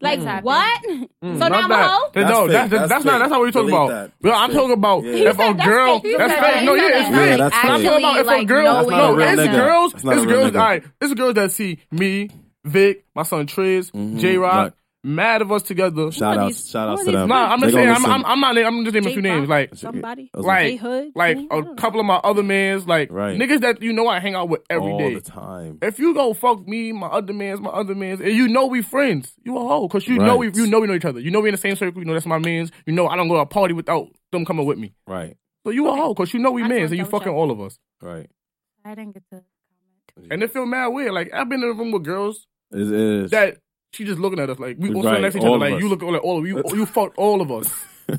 Speaker 3: Like
Speaker 2: Mm.
Speaker 3: what? [LAUGHS]
Speaker 4: Mm,
Speaker 3: So now
Speaker 4: not
Speaker 3: I'm a
Speaker 4: that.
Speaker 3: hoe?
Speaker 5: That's
Speaker 4: no,
Speaker 5: fake.
Speaker 4: that's, that's,
Speaker 5: That's
Speaker 4: not
Speaker 5: fake.
Speaker 4: that's not what we talking
Speaker 5: Delete
Speaker 4: about.
Speaker 5: that.
Speaker 4: Well, I'm talking about
Speaker 5: Yeah. He
Speaker 4: if a
Speaker 3: said that's
Speaker 4: girl,
Speaker 3: fake. He
Speaker 4: that's
Speaker 3: said
Speaker 4: fake.
Speaker 3: that.
Speaker 4: No,
Speaker 3: He
Speaker 4: yeah,
Speaker 3: said
Speaker 4: it's
Speaker 3: that.
Speaker 4: fake.
Speaker 5: Yeah, that's
Speaker 4: I'm
Speaker 5: fake.
Speaker 4: talking about if a
Speaker 2: Like,
Speaker 4: girl,
Speaker 2: no
Speaker 4: no,
Speaker 5: way. That's not a
Speaker 4: it's
Speaker 5: real nigga.
Speaker 4: girls,
Speaker 5: That's not a
Speaker 4: it's
Speaker 5: real
Speaker 4: girls.
Speaker 5: nigga.
Speaker 4: All right, it's girls that see me, Vic, my son Triz,
Speaker 5: Mhm,
Speaker 4: J Rock,
Speaker 5: right.
Speaker 4: mad of us together.
Speaker 5: Shout
Speaker 3: Who are
Speaker 5: outs,
Speaker 3: these-
Speaker 5: shout
Speaker 3: who
Speaker 5: outs
Speaker 3: are
Speaker 5: to
Speaker 3: these
Speaker 5: them.
Speaker 4: No, I'm
Speaker 5: They
Speaker 4: just
Speaker 5: gonna
Speaker 4: saying. I'm,
Speaker 5: listen.
Speaker 4: I'm, I'm not. naming- I'm just naming a few
Speaker 3: Jay
Speaker 4: names.
Speaker 3: Rock,
Speaker 4: Like,
Speaker 3: somebody,
Speaker 5: Those
Speaker 4: Like-
Speaker 3: Jay Hood,
Speaker 4: like oh,
Speaker 3: Jay- I
Speaker 4: a
Speaker 3: don't know.
Speaker 4: couple of my other mans, like
Speaker 5: Right.
Speaker 4: niggas that you know I hang out with every
Speaker 5: all
Speaker 4: day.
Speaker 5: the time.
Speaker 4: If you go fuck me, my other man's, my other man's, and you know we friends, you a hoe, cause you know we,
Speaker 5: Right.
Speaker 4: you know we know each other. You know we in the same circle. You know that's my man's. You know I don't go to a party without them coming with me.
Speaker 5: Right,
Speaker 4: So you a hoe, cause you know we
Speaker 3: I just
Speaker 4: mans,
Speaker 3: wanna
Speaker 4: and you
Speaker 3: double
Speaker 4: fucking
Speaker 3: check.
Speaker 4: all of us.
Speaker 5: right.
Speaker 2: I didn't get to.
Speaker 4: And it feel mad weird. Like I've been in a room with girls
Speaker 5: It is.
Speaker 4: that she just looking at us like we all
Speaker 5: Right,
Speaker 4: sitting next to each
Speaker 5: all
Speaker 4: other.
Speaker 5: of
Speaker 4: Like
Speaker 5: us.
Speaker 4: you look all- like all
Speaker 5: [LAUGHS]
Speaker 4: of you, you fucked all of us.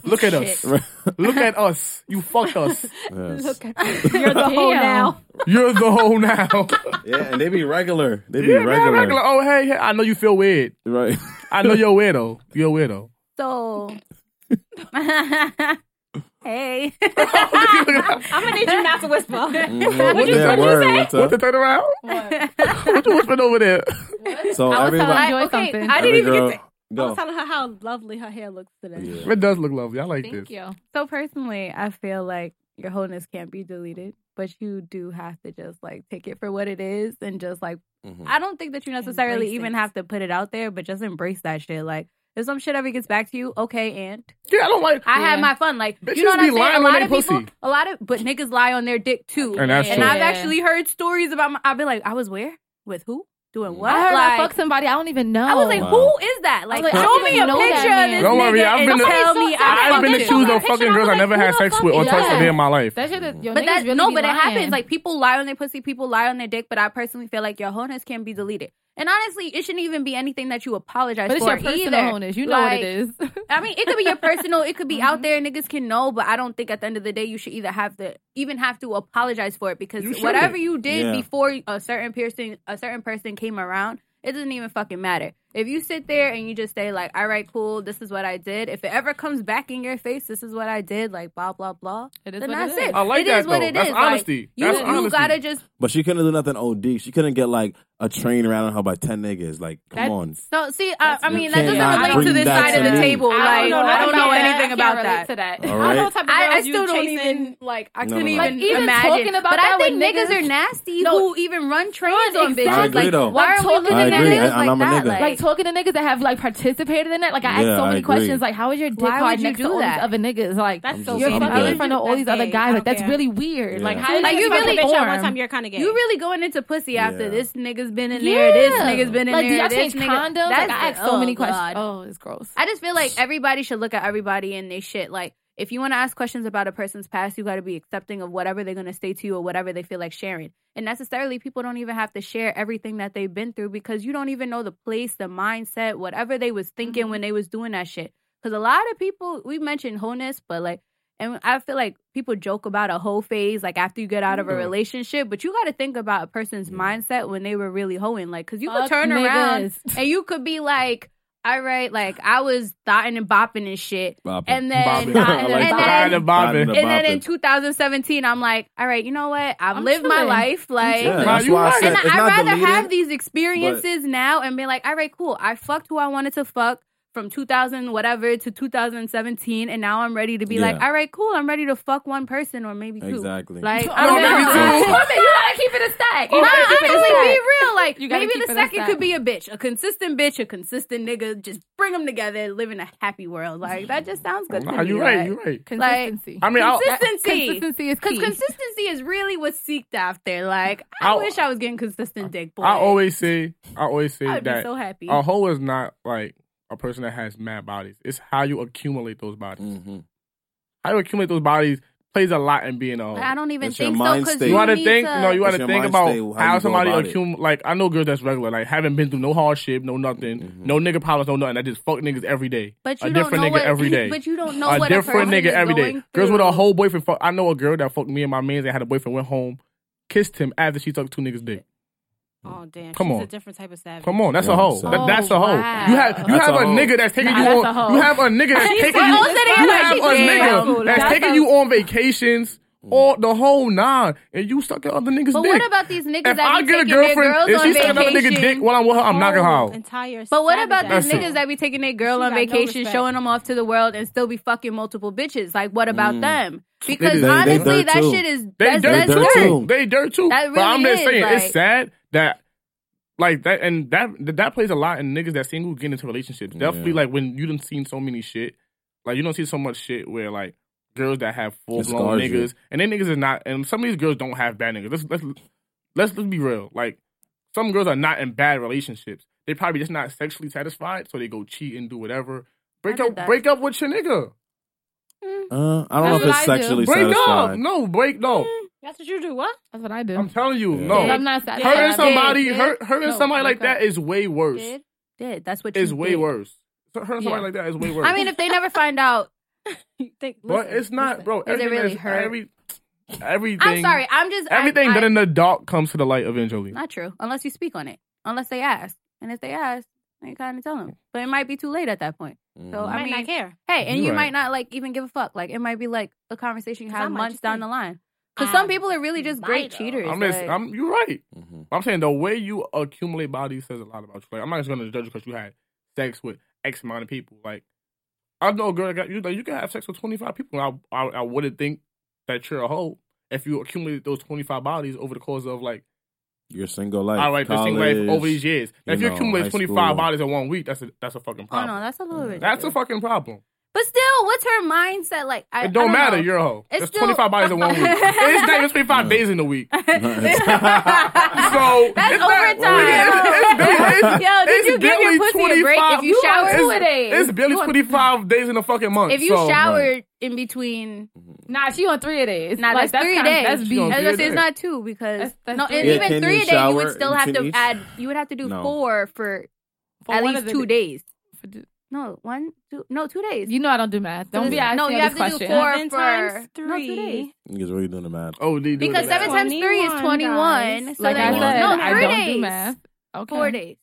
Speaker 4: Look at us.
Speaker 5: Right.
Speaker 4: Look at us. You fucked us.
Speaker 5: [LAUGHS] [LAUGHS]
Speaker 4: [LAUGHS]
Speaker 5: Yes.
Speaker 3: Look at you're the whole
Speaker 2: Damn.
Speaker 3: now.
Speaker 4: You're the hoe now.
Speaker 5: Yeah, and they be regular. They be
Speaker 4: [LAUGHS] Yeah, man,
Speaker 5: regular.
Speaker 4: regular. Oh hey, hey, I know you feel weird.
Speaker 5: Right.
Speaker 4: I know you're a weirdo. You're a
Speaker 5: [LAUGHS]
Speaker 4: weirdo. [LAUGHS]
Speaker 2: [LAUGHS] So,
Speaker 3: [LAUGHS]
Speaker 2: hey,
Speaker 3: I'm gonna need you not to whisper. Uh,
Speaker 5: Mhm.
Speaker 4: What'd you-
Speaker 5: Yeah,
Speaker 4: what'd you
Speaker 5: word,
Speaker 4: say?
Speaker 5: what's up?
Speaker 4: What the turnaround? what [LAUGHS] you whispering over there?
Speaker 5: So
Speaker 1: I
Speaker 5: [LAUGHS]
Speaker 1: was telling
Speaker 5: everybody,
Speaker 1: Joy
Speaker 3: okay,
Speaker 1: something.
Speaker 3: I
Speaker 5: every
Speaker 3: didn't even
Speaker 5: girl,
Speaker 3: get to. I
Speaker 5: go.
Speaker 3: was telling her how lovely her hair looks today.
Speaker 5: Yeah.
Speaker 4: It does look lovely. I like
Speaker 1: Thank
Speaker 4: this.
Speaker 1: you.
Speaker 2: so personally, I feel like your wholeness can't be deleted, but you do have to just like take it for what it is and just like
Speaker 5: Mhm.
Speaker 2: I don't think that you necessarily
Speaker 3: Embrace
Speaker 2: even
Speaker 3: it.
Speaker 2: have to put it out there, but just embrace that shit. Like, if some shit ever gets back to you, okay, and
Speaker 4: Yeah, I don't like.
Speaker 2: I had
Speaker 1: Yeah.
Speaker 2: my fun. Like,
Speaker 4: Bitches
Speaker 2: you know what
Speaker 4: be
Speaker 2: I'm saying?
Speaker 4: lying
Speaker 2: A
Speaker 4: on
Speaker 2: lot
Speaker 4: they
Speaker 2: of people,
Speaker 4: pussy.
Speaker 2: a lot of, but niggas lie on their dick too.
Speaker 4: And that's
Speaker 2: And
Speaker 4: true.
Speaker 2: I've
Speaker 1: Yeah.
Speaker 2: actually heard stories about my, I've been like, I was where? With who? Doing what?
Speaker 1: I heard I
Speaker 2: like,
Speaker 1: fucked somebody I don't even know.
Speaker 2: I was
Speaker 4: Oh,
Speaker 2: like,
Speaker 5: Wow.
Speaker 2: who is that? Like,
Speaker 1: like, I
Speaker 2: show
Speaker 1: don't
Speaker 2: me a
Speaker 1: even know that
Speaker 2: picture of
Speaker 1: man.
Speaker 2: this
Speaker 4: Don't worry,
Speaker 2: nigga
Speaker 4: I've
Speaker 2: and
Speaker 4: been to-
Speaker 2: tell me
Speaker 3: Okay, so-
Speaker 2: I
Speaker 4: I've
Speaker 2: fucked
Speaker 4: been the
Speaker 2: it.
Speaker 4: choose of
Speaker 3: Picture,
Speaker 4: fucking
Speaker 3: I
Speaker 4: girls
Speaker 3: was
Speaker 4: I
Speaker 3: like,
Speaker 4: never
Speaker 3: who
Speaker 4: had
Speaker 3: the
Speaker 4: sex
Speaker 3: fuck
Speaker 4: with or
Speaker 1: is
Speaker 4: touched a
Speaker 1: that?
Speaker 4: day in my life.
Speaker 1: that shit is. Your
Speaker 2: But
Speaker 1: niggas
Speaker 2: that
Speaker 1: really
Speaker 2: no,
Speaker 1: be
Speaker 2: but
Speaker 1: lying.
Speaker 2: it happens. Like people lie on their pussy, people lie on their dick. But I personally feel like your wholeness can be deleted. And honestly, it shouldn't even be anything that you apologize
Speaker 1: but it's
Speaker 2: for
Speaker 1: your personal
Speaker 2: either.
Speaker 1: wholeness. You know what
Speaker 2: Like,
Speaker 1: it is.
Speaker 2: I mean, it could be [LAUGHS] your personal. It could be out there. Niggas can know, but I don't think at the end of the day you should either have to even have to apologize for it because
Speaker 4: You shouldn't.
Speaker 2: whatever you did
Speaker 5: Yeah.
Speaker 2: before a certain person, a certain person came around, it doesn't even fucking matter. If you sit there and you just say like, "All right, cool, this is what I did." If it ever comes back in your face, this is what I did. Like blah blah blah.
Speaker 1: It is
Speaker 2: then
Speaker 1: what it
Speaker 2: that's
Speaker 1: is.
Speaker 2: it.
Speaker 4: I like
Speaker 2: It
Speaker 4: that
Speaker 2: is what
Speaker 4: though.
Speaker 2: it
Speaker 4: That's
Speaker 2: is. Like,
Speaker 4: honesty.
Speaker 2: You
Speaker 4: That's
Speaker 2: you
Speaker 4: honesty.
Speaker 2: gotta just
Speaker 5: But she couldn't do nothing OD. She couldn't get like a train around her by ten niggas. Like, come
Speaker 2: That's-
Speaker 5: on.
Speaker 2: So see, I, I
Speaker 5: You
Speaker 2: mean, that
Speaker 5: cannot
Speaker 2: doesn't relate to
Speaker 5: bring
Speaker 2: this
Speaker 5: that
Speaker 2: side of
Speaker 5: to
Speaker 2: the
Speaker 5: me.
Speaker 2: table. Like,
Speaker 3: I
Speaker 2: I
Speaker 3: don't
Speaker 2: don't know,
Speaker 3: know nothing about that.
Speaker 2: anything about
Speaker 1: I
Speaker 2: that.
Speaker 1: can't relate to
Speaker 5: All
Speaker 1: that.
Speaker 3: I don't know
Speaker 5: right.
Speaker 3: what type of
Speaker 2: I, I
Speaker 3: girls
Speaker 2: still
Speaker 3: you
Speaker 2: don't
Speaker 3: chasing.
Speaker 2: even like. I
Speaker 5: No,
Speaker 2: couldn't
Speaker 5: no, no.
Speaker 2: even,
Speaker 5: Like,
Speaker 1: even
Speaker 2: imagine.
Speaker 1: talking about
Speaker 2: but
Speaker 1: that
Speaker 2: I think
Speaker 1: with
Speaker 2: niggas,
Speaker 1: niggas-
Speaker 2: are nasty
Speaker 1: No,
Speaker 2: who even run trains on
Speaker 1: exactly.
Speaker 2: bitches.
Speaker 5: I agree,
Speaker 2: like,
Speaker 5: though.
Speaker 2: why are we
Speaker 1: I
Speaker 2: looking at niggas
Speaker 5: agree, and- and
Speaker 2: like
Speaker 5: I'm a
Speaker 2: that?
Speaker 5: nigga.
Speaker 2: Like,
Speaker 1: Like talking to niggas that have like participated in it. Like I
Speaker 5: Yeah,
Speaker 1: asked so
Speaker 5: I
Speaker 1: many
Speaker 5: agree.
Speaker 1: questions. Like, how is your dick
Speaker 2: Why
Speaker 1: hard
Speaker 2: would you
Speaker 1: next to
Speaker 2: do
Speaker 1: all these
Speaker 2: that?
Speaker 1: other niggas? Like
Speaker 3: That's
Speaker 5: I'm
Speaker 3: so
Speaker 5: just-
Speaker 1: you're
Speaker 5: I'm
Speaker 1: fucking
Speaker 5: good.
Speaker 1: in front of all these
Speaker 3: That's
Speaker 1: other
Speaker 3: gay.
Speaker 1: guys.
Speaker 3: I
Speaker 1: Like
Speaker 3: don't
Speaker 1: that's
Speaker 3: care.
Speaker 1: really weird.
Speaker 5: Yeah.
Speaker 1: Like how is
Speaker 2: Like,
Speaker 1: this
Speaker 2: you
Speaker 3: Fuck a
Speaker 1: fucking
Speaker 2: really-
Speaker 3: bitch at
Speaker 1: form?
Speaker 3: one time. You're kind of gay.
Speaker 2: you really going into pussy after
Speaker 5: Yeah.
Speaker 2: this nigga's been in
Speaker 1: Yeah.
Speaker 2: there. This nigga's been in
Speaker 1: Like, do
Speaker 2: there.
Speaker 1: y'all change
Speaker 2: This nigga.
Speaker 1: condoms? Like, I asked so
Speaker 2: oh,
Speaker 1: many
Speaker 2: God.
Speaker 1: questions. Oh, it's gross.
Speaker 2: I just feel like everybody should look at everybody and they shit. Like, if you want to ask questions about a person's past, you got to be accepting of whatever they're going to say to you or whatever they feel like sharing. And necessarily, people don't even have to share everything that they've been through because you don't even know the place, the mindset, whatever they was thinking
Speaker 1: Mm-hmm.
Speaker 2: when they was doing that shit. Because a lot of people, we mentioned wholeness, but like, and I feel like people joke about a whole phase, like after you get out of a
Speaker 1: Mm-hmm.
Speaker 4: Yeah.
Speaker 2: relationship, but you got to think about a person's mindset when they were really hoeing. Like, because you could
Speaker 1: Fuck
Speaker 2: turn around
Speaker 1: niggas.
Speaker 2: and you could be like, all right, like I was thotting and bopping and shit.
Speaker 5: Bop it.
Speaker 2: And then,
Speaker 4: Bop it. [LAUGHS]
Speaker 2: uh,
Speaker 5: [LAUGHS] I
Speaker 2: and,
Speaker 5: like
Speaker 2: then,
Speaker 5: that.
Speaker 4: Bad and bobbing.
Speaker 5: Bop it.
Speaker 2: and then in
Speaker 5: Bopping.
Speaker 2: 2017, I'm like, all right, you know what? I've
Speaker 1: I'm
Speaker 2: lived my
Speaker 1: chilling.
Speaker 2: life. Like,
Speaker 5: Yeah,
Speaker 4: Nah,
Speaker 5: that's
Speaker 4: you
Speaker 5: why I
Speaker 4: right.
Speaker 5: said
Speaker 2: and I,
Speaker 5: it's
Speaker 2: would
Speaker 5: not
Speaker 2: rather
Speaker 5: deleted.
Speaker 2: have these experiences now and be like, all right, cool. I fucked who I wanted to fuck from 2000 whatever to 2017, and now I'm ready to be like,
Speaker 5: Yeah.
Speaker 2: all right, cool. I'm ready to fuck one person or maybe two.
Speaker 5: Exactly.
Speaker 2: Like,
Speaker 5: [LAUGHS]
Speaker 1: No,
Speaker 2: I don't
Speaker 4: maybe
Speaker 2: know. [LAUGHS]
Speaker 4: two.
Speaker 2: you gotta keep it a stack.
Speaker 1: You
Speaker 2: nah,
Speaker 1: gotta keep it a
Speaker 2: honestly,
Speaker 1: stack.
Speaker 2: be real. Like,
Speaker 1: You gotta
Speaker 2: maybe
Speaker 1: keep
Speaker 2: the
Speaker 1: it a
Speaker 2: second
Speaker 1: stack.
Speaker 2: could be a bitch, a consistent bitch, a consistent nigga. Just bring them together, and live in a happy world. Like that just sounds good.
Speaker 4: Nah,
Speaker 2: to me,
Speaker 4: you right.
Speaker 2: like.
Speaker 4: You right.
Speaker 1: Consistency.
Speaker 4: I mean, I'll,
Speaker 2: Consistency.
Speaker 1: Consistency is
Speaker 2: Because
Speaker 1: key.
Speaker 2: consistency is really what's seeked after. Like, I
Speaker 4: I'll-
Speaker 2: wish I was getting consistent dick. Boy.
Speaker 4: I always say, I always
Speaker 2: I
Speaker 4: say
Speaker 2: would be
Speaker 4: that Oh,
Speaker 2: so happy.
Speaker 4: a hoe is not like a person that has mad bodies. It's how you accumulate those bodies.
Speaker 5: Mhm.
Speaker 4: How you accumulate those bodies plays a lot in being old.
Speaker 2: I don't even
Speaker 5: It's your
Speaker 2: think so
Speaker 5: mind
Speaker 2: because
Speaker 5: state.
Speaker 2: you,
Speaker 4: You want to
Speaker 2: need
Speaker 4: think,
Speaker 2: to-
Speaker 4: no, you want
Speaker 5: It's
Speaker 4: to
Speaker 5: your
Speaker 4: think
Speaker 5: mind
Speaker 4: about
Speaker 5: state, how
Speaker 4: how,
Speaker 5: you go
Speaker 4: somebody
Speaker 5: about it.
Speaker 4: accumulate. Like I know girls that's regular, like haven't been through no hardship, no nothing,
Speaker 5: Mm-hmm.
Speaker 4: no nigga problems, no nothing. I just fuck niggas every day.
Speaker 2: but you
Speaker 4: a
Speaker 2: don't
Speaker 4: different
Speaker 2: know
Speaker 4: nigga
Speaker 2: what,
Speaker 4: every day.
Speaker 2: But you don't know
Speaker 4: a
Speaker 2: what
Speaker 4: different
Speaker 2: a person
Speaker 4: nigga
Speaker 2: is
Speaker 4: every day.
Speaker 2: going
Speaker 4: Girls with a
Speaker 2: through.
Speaker 4: whole boyfriend. Fuck, I know a girl that fucked me and my man's that had a boyfriend went home, kissed him after she took two niggas dick.
Speaker 3: Oh damn!
Speaker 4: Come
Speaker 3: she's
Speaker 4: on.
Speaker 3: a different type of savage.
Speaker 4: Come on, that's
Speaker 5: Yeah,
Speaker 4: a hoe.
Speaker 5: so-
Speaker 4: That- that's a
Speaker 1: Oh,
Speaker 4: hoe.
Speaker 1: wow.
Speaker 4: You have you
Speaker 5: That's
Speaker 4: have
Speaker 5: a
Speaker 4: a,
Speaker 5: hoe.
Speaker 4: nigga that's taking
Speaker 1: Nah,
Speaker 4: you
Speaker 1: that's a
Speaker 4: on.
Speaker 1: hoe.
Speaker 4: You have a nigga that's
Speaker 1: She's
Speaker 4: taking
Speaker 1: like,
Speaker 4: you.
Speaker 1: oh, so they
Speaker 4: You
Speaker 1: like
Speaker 4: have
Speaker 1: she
Speaker 4: a
Speaker 1: did.
Speaker 4: nigga
Speaker 1: That's a-
Speaker 4: that's taking you on vacations.
Speaker 5: Mm.
Speaker 4: All the whole nine, and you sucking other niggas'
Speaker 2: But
Speaker 4: dick.
Speaker 2: what about these niggas
Speaker 4: if
Speaker 2: that
Speaker 4: I
Speaker 2: be
Speaker 4: get a
Speaker 2: taking their
Speaker 4: girlfriend,
Speaker 2: girls
Speaker 4: if
Speaker 2: on
Speaker 4: she sucking another
Speaker 2: vacation?
Speaker 4: nigga dick while I'm with her, I'm knocking her
Speaker 3: Whole
Speaker 4: out.
Speaker 2: Oh,
Speaker 3: Entire.
Speaker 2: But what about
Speaker 3: savage
Speaker 2: these
Speaker 4: That's
Speaker 3: ass.
Speaker 4: it.
Speaker 2: niggas that be taking their girl
Speaker 3: She
Speaker 2: on
Speaker 3: got no
Speaker 2: vacation,
Speaker 3: respect.
Speaker 2: showing them off to the world, and still be fucking multiple bitches? Like, what about them? Because
Speaker 4: do. Mm. They- they
Speaker 2: honestly,
Speaker 5: dirt
Speaker 2: that
Speaker 5: too.
Speaker 2: shit is
Speaker 4: They
Speaker 2: that's,
Speaker 4: dirt
Speaker 2: that's
Speaker 5: dirt
Speaker 2: dirt.
Speaker 5: too.
Speaker 4: too. They dirt too.
Speaker 2: That
Speaker 4: but I'm
Speaker 2: really
Speaker 4: just saying,
Speaker 2: is, like-
Speaker 4: it's sad that like that and that that plays a lot in niggas that single getting into relationships. Definitely
Speaker 5: Yeah.
Speaker 4: like when you done seen so many shit, like you don't see so much shit where like girls that have full blown
Speaker 5: scars you.
Speaker 4: niggas and then niggas is not and some of these girls don't have bad niggas. Let's let's let's let's be real. Like some girls are not in bad relationships. They probably just not sexually satisfied, so they go cheat and do whatever. Break
Speaker 2: did
Speaker 4: up,
Speaker 2: that.
Speaker 4: break up with your nigga.
Speaker 5: Uh, I don't know
Speaker 1: That's
Speaker 5: if it's
Speaker 1: what I do.
Speaker 5: sexually
Speaker 4: Break
Speaker 5: satisfied.
Speaker 4: up, no, break no.
Speaker 3: Mm, That's what you do. What?
Speaker 1: That's what I do.
Speaker 4: I'm telling you,
Speaker 5: Yeah.
Speaker 4: no.
Speaker 1: I'm not satisfied.
Speaker 4: hurting
Speaker 2: Yeah,
Speaker 4: somebody,
Speaker 2: did,
Speaker 4: hurt, hurting
Speaker 1: No,
Speaker 4: somebody
Speaker 1: like
Speaker 4: like that
Speaker 1: that.
Speaker 4: is way worse.
Speaker 3: Did?
Speaker 2: Did that's what
Speaker 4: Is
Speaker 2: you
Speaker 4: way
Speaker 2: did.
Speaker 4: worse. So Hurting somebody
Speaker 1: Yeah.
Speaker 4: like that is way worse.
Speaker 2: I mean, if they never find out,
Speaker 3: You think?
Speaker 4: but
Speaker 3: listen,
Speaker 4: it's not,
Speaker 3: listen.
Speaker 4: bro.
Speaker 2: it
Speaker 4: Everything
Speaker 2: really
Speaker 4: that's-
Speaker 2: hurt?
Speaker 4: Every, everything.
Speaker 2: I'm sorry. I'm just I-
Speaker 4: Everything
Speaker 2: I-
Speaker 4: done in the dark comes to the light eventually.
Speaker 2: Not true. Unless you speak on it. Unless they ask. And if they ask, then you kind of tell them. But it might be too late at that point.
Speaker 4: Mm-hmm.
Speaker 2: So
Speaker 3: You
Speaker 2: I
Speaker 3: might
Speaker 2: mean,
Speaker 3: not care.
Speaker 2: hey, and
Speaker 4: You're
Speaker 2: you
Speaker 4: right.
Speaker 2: might not like even give a fuck. Like it might be like a conversation you
Speaker 3: 'Cause I
Speaker 2: have
Speaker 3: might
Speaker 2: months
Speaker 3: just
Speaker 2: down
Speaker 3: um, think,
Speaker 2: the line. Because
Speaker 3: "I
Speaker 2: some people are really just great
Speaker 3: might, uh,
Speaker 2: cheaters.
Speaker 4: I'm just,
Speaker 2: like-
Speaker 4: I'm, you're right.
Speaker 5: Mhm.
Speaker 4: I'm saying the way you accumulate bodies says a lot about you. Like, I'm not just going to judge you because you had sex with X amount of people. Like, I know a girl that got you, like, you can have sex with 25 people. and I, I, I wouldn't think that you're a hoe if you accumulated those 25 bodies over the course of like
Speaker 5: Your single life.
Speaker 4: All right, the
Speaker 5: college,
Speaker 4: single life over
Speaker 5: [LAUGHS]
Speaker 4: these years. Now,
Speaker 5: you
Speaker 4: if you
Speaker 5: know, high
Speaker 4: accumulate twenty
Speaker 5: school.
Speaker 4: five bodies in one week, that's a that's a fucking
Speaker 2: oh
Speaker 4: problem.
Speaker 2: no, that's a little bit.
Speaker 4: that's a fucking problem.
Speaker 2: But still, what's her mindset like? I,
Speaker 4: It don't,
Speaker 2: I
Speaker 4: matter.
Speaker 2: know.
Speaker 4: You're a hoe.
Speaker 2: It's
Speaker 4: There's
Speaker 2: still-
Speaker 4: twenty five bodies in one
Speaker 2: [LAUGHS]
Speaker 4: week. it's not even twenty five days in a week. So [LAUGHS]
Speaker 2: That's
Speaker 4: it's not-
Speaker 2: overtime.
Speaker 4: It's, barely- it's-
Speaker 2: [LAUGHS] Yo, did
Speaker 4: it's
Speaker 2: you give
Speaker 4: barely
Speaker 2: your pussy a break
Speaker 4: 25
Speaker 2: if you showered?
Speaker 4: it's-
Speaker 1: two a day.
Speaker 4: It's barely
Speaker 1: You on-
Speaker 4: twenty five days in a fucking
Speaker 2: [LAUGHS]
Speaker 4: month.
Speaker 2: If you
Speaker 4: so,
Speaker 2: showered in between,
Speaker 1: Nah, she on three a days.
Speaker 2: nah,
Speaker 1: Like,
Speaker 2: that's, three
Speaker 1: kinda-
Speaker 2: days.
Speaker 1: That's
Speaker 4: She
Speaker 1: beef.
Speaker 4: on
Speaker 2: I was
Speaker 4: three
Speaker 2: gonna
Speaker 4: a
Speaker 2: say it's
Speaker 4: day.
Speaker 2: not two because
Speaker 1: That's- that's
Speaker 2: no,
Speaker 1: three a
Speaker 2: and
Speaker 1: day.
Speaker 5: Yeah,
Speaker 2: even
Speaker 5: can
Speaker 2: three
Speaker 5: you
Speaker 2: a day you
Speaker 5: shower
Speaker 2: would still have to
Speaker 5: between each?
Speaker 2: add. You would have to do
Speaker 5: No.
Speaker 2: four for
Speaker 1: For
Speaker 2: at
Speaker 1: one of
Speaker 2: least
Speaker 1: the
Speaker 2: two
Speaker 1: day-
Speaker 2: days.
Speaker 1: for the-
Speaker 2: No, one, two, no, two days.
Speaker 1: You know I don't do math. Don't be
Speaker 2: Yeah.
Speaker 1: asking
Speaker 2: No,
Speaker 1: me
Speaker 2: you
Speaker 1: this
Speaker 2: have to do
Speaker 1: question.
Speaker 2: four
Speaker 3: Seven
Speaker 2: for-
Speaker 3: times
Speaker 2: no, two
Speaker 3: three.
Speaker 2: days.
Speaker 5: Niggas really doing the math.
Speaker 4: Oh, they do
Speaker 2: because
Speaker 4: that.
Speaker 2: seven times three is
Speaker 3: 21,
Speaker 2: twenty-one.
Speaker 3: guys.
Speaker 2: So
Speaker 1: Like I
Speaker 2: that's
Speaker 5: Four.
Speaker 1: said,
Speaker 2: no,
Speaker 1: I
Speaker 2: three
Speaker 1: don't
Speaker 2: days.
Speaker 1: do math. Okay. [LAUGHS]
Speaker 2: Four days.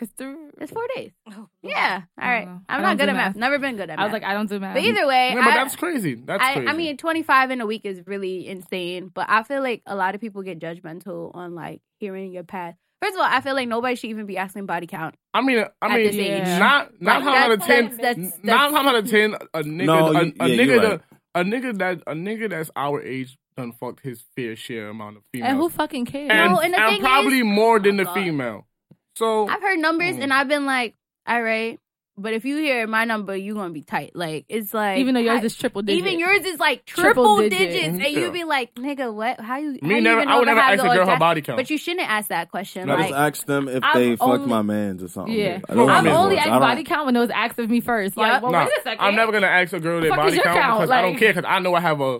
Speaker 1: It's three.
Speaker 2: It's four days.
Speaker 3: Oh,
Speaker 2: Yeah. All right.
Speaker 1: don't know. I
Speaker 2: I'm
Speaker 1: don't
Speaker 2: not
Speaker 1: do
Speaker 2: good at
Speaker 1: math.
Speaker 2: math. Never been good at math.
Speaker 1: I was like, I don't do math.
Speaker 2: but either way,
Speaker 4: Yeah, but
Speaker 2: I-
Speaker 4: that's crazy. That's
Speaker 2: I,
Speaker 4: crazy.
Speaker 2: I mean, 25 in a week is really insane, but I feel like a lot of people get judgmental on like hearing your past. First of all, I feel like nobody should even be asking body count.
Speaker 4: I mean, I
Speaker 2: at
Speaker 4: mean,
Speaker 2: this age.
Speaker 4: not not
Speaker 2: Like,
Speaker 4: out of
Speaker 2: that's-
Speaker 4: ten.
Speaker 2: that's- that's-
Speaker 4: Nine times out of ten, a nigga,
Speaker 5: No,
Speaker 4: a,
Speaker 5: you-
Speaker 4: a
Speaker 5: yeah,
Speaker 4: nigga,
Speaker 5: you're
Speaker 4: that-
Speaker 5: right.
Speaker 4: a nigga that a nigga that's our age done fucked his fair share amount of females,
Speaker 1: and who fucking cares?
Speaker 4: and,
Speaker 2: No, and the
Speaker 4: and
Speaker 2: thing oh,
Speaker 4: probably more than the
Speaker 2: God.
Speaker 4: female. So
Speaker 2: I've heard numbers
Speaker 4: Mm.
Speaker 2: and I've been like, all right, but if you hear my number, you're going to be tight. Like, it's like.
Speaker 1: even though yours
Speaker 2: I-
Speaker 1: is triple digits.
Speaker 2: Even yours is like
Speaker 1: Triple
Speaker 2: triple,
Speaker 1: digit.
Speaker 2: digits, and
Speaker 4: Mhm.
Speaker 2: you
Speaker 4: Yeah.
Speaker 2: be like, "Nigga, what? How you?" how
Speaker 4: me
Speaker 2: you
Speaker 4: never,
Speaker 2: even
Speaker 4: I would
Speaker 2: know
Speaker 4: never
Speaker 2: how
Speaker 4: ask
Speaker 2: to
Speaker 4: a girl her
Speaker 2: audacity-
Speaker 4: body count.
Speaker 2: But you shouldn't ask that question.
Speaker 5: I
Speaker 2: like,
Speaker 5: just ask them if
Speaker 1: I've
Speaker 5: they fucked
Speaker 1: only-
Speaker 5: my mans or something.
Speaker 1: yeah.
Speaker 5: I don't
Speaker 1: I've
Speaker 5: remember.
Speaker 1: only
Speaker 5: I
Speaker 1: asked
Speaker 5: don't-
Speaker 1: body count when it was asked of me first. Like,
Speaker 2: Yup.
Speaker 1: well,
Speaker 4: Nah,
Speaker 1: wait a second.
Speaker 4: I'm never gonna ask a girl
Speaker 1: The
Speaker 4: their
Speaker 1: fuck
Speaker 4: body
Speaker 1: is your
Speaker 4: count,
Speaker 1: count?
Speaker 4: because I don't
Speaker 1: Like-
Speaker 4: care because I know I have a,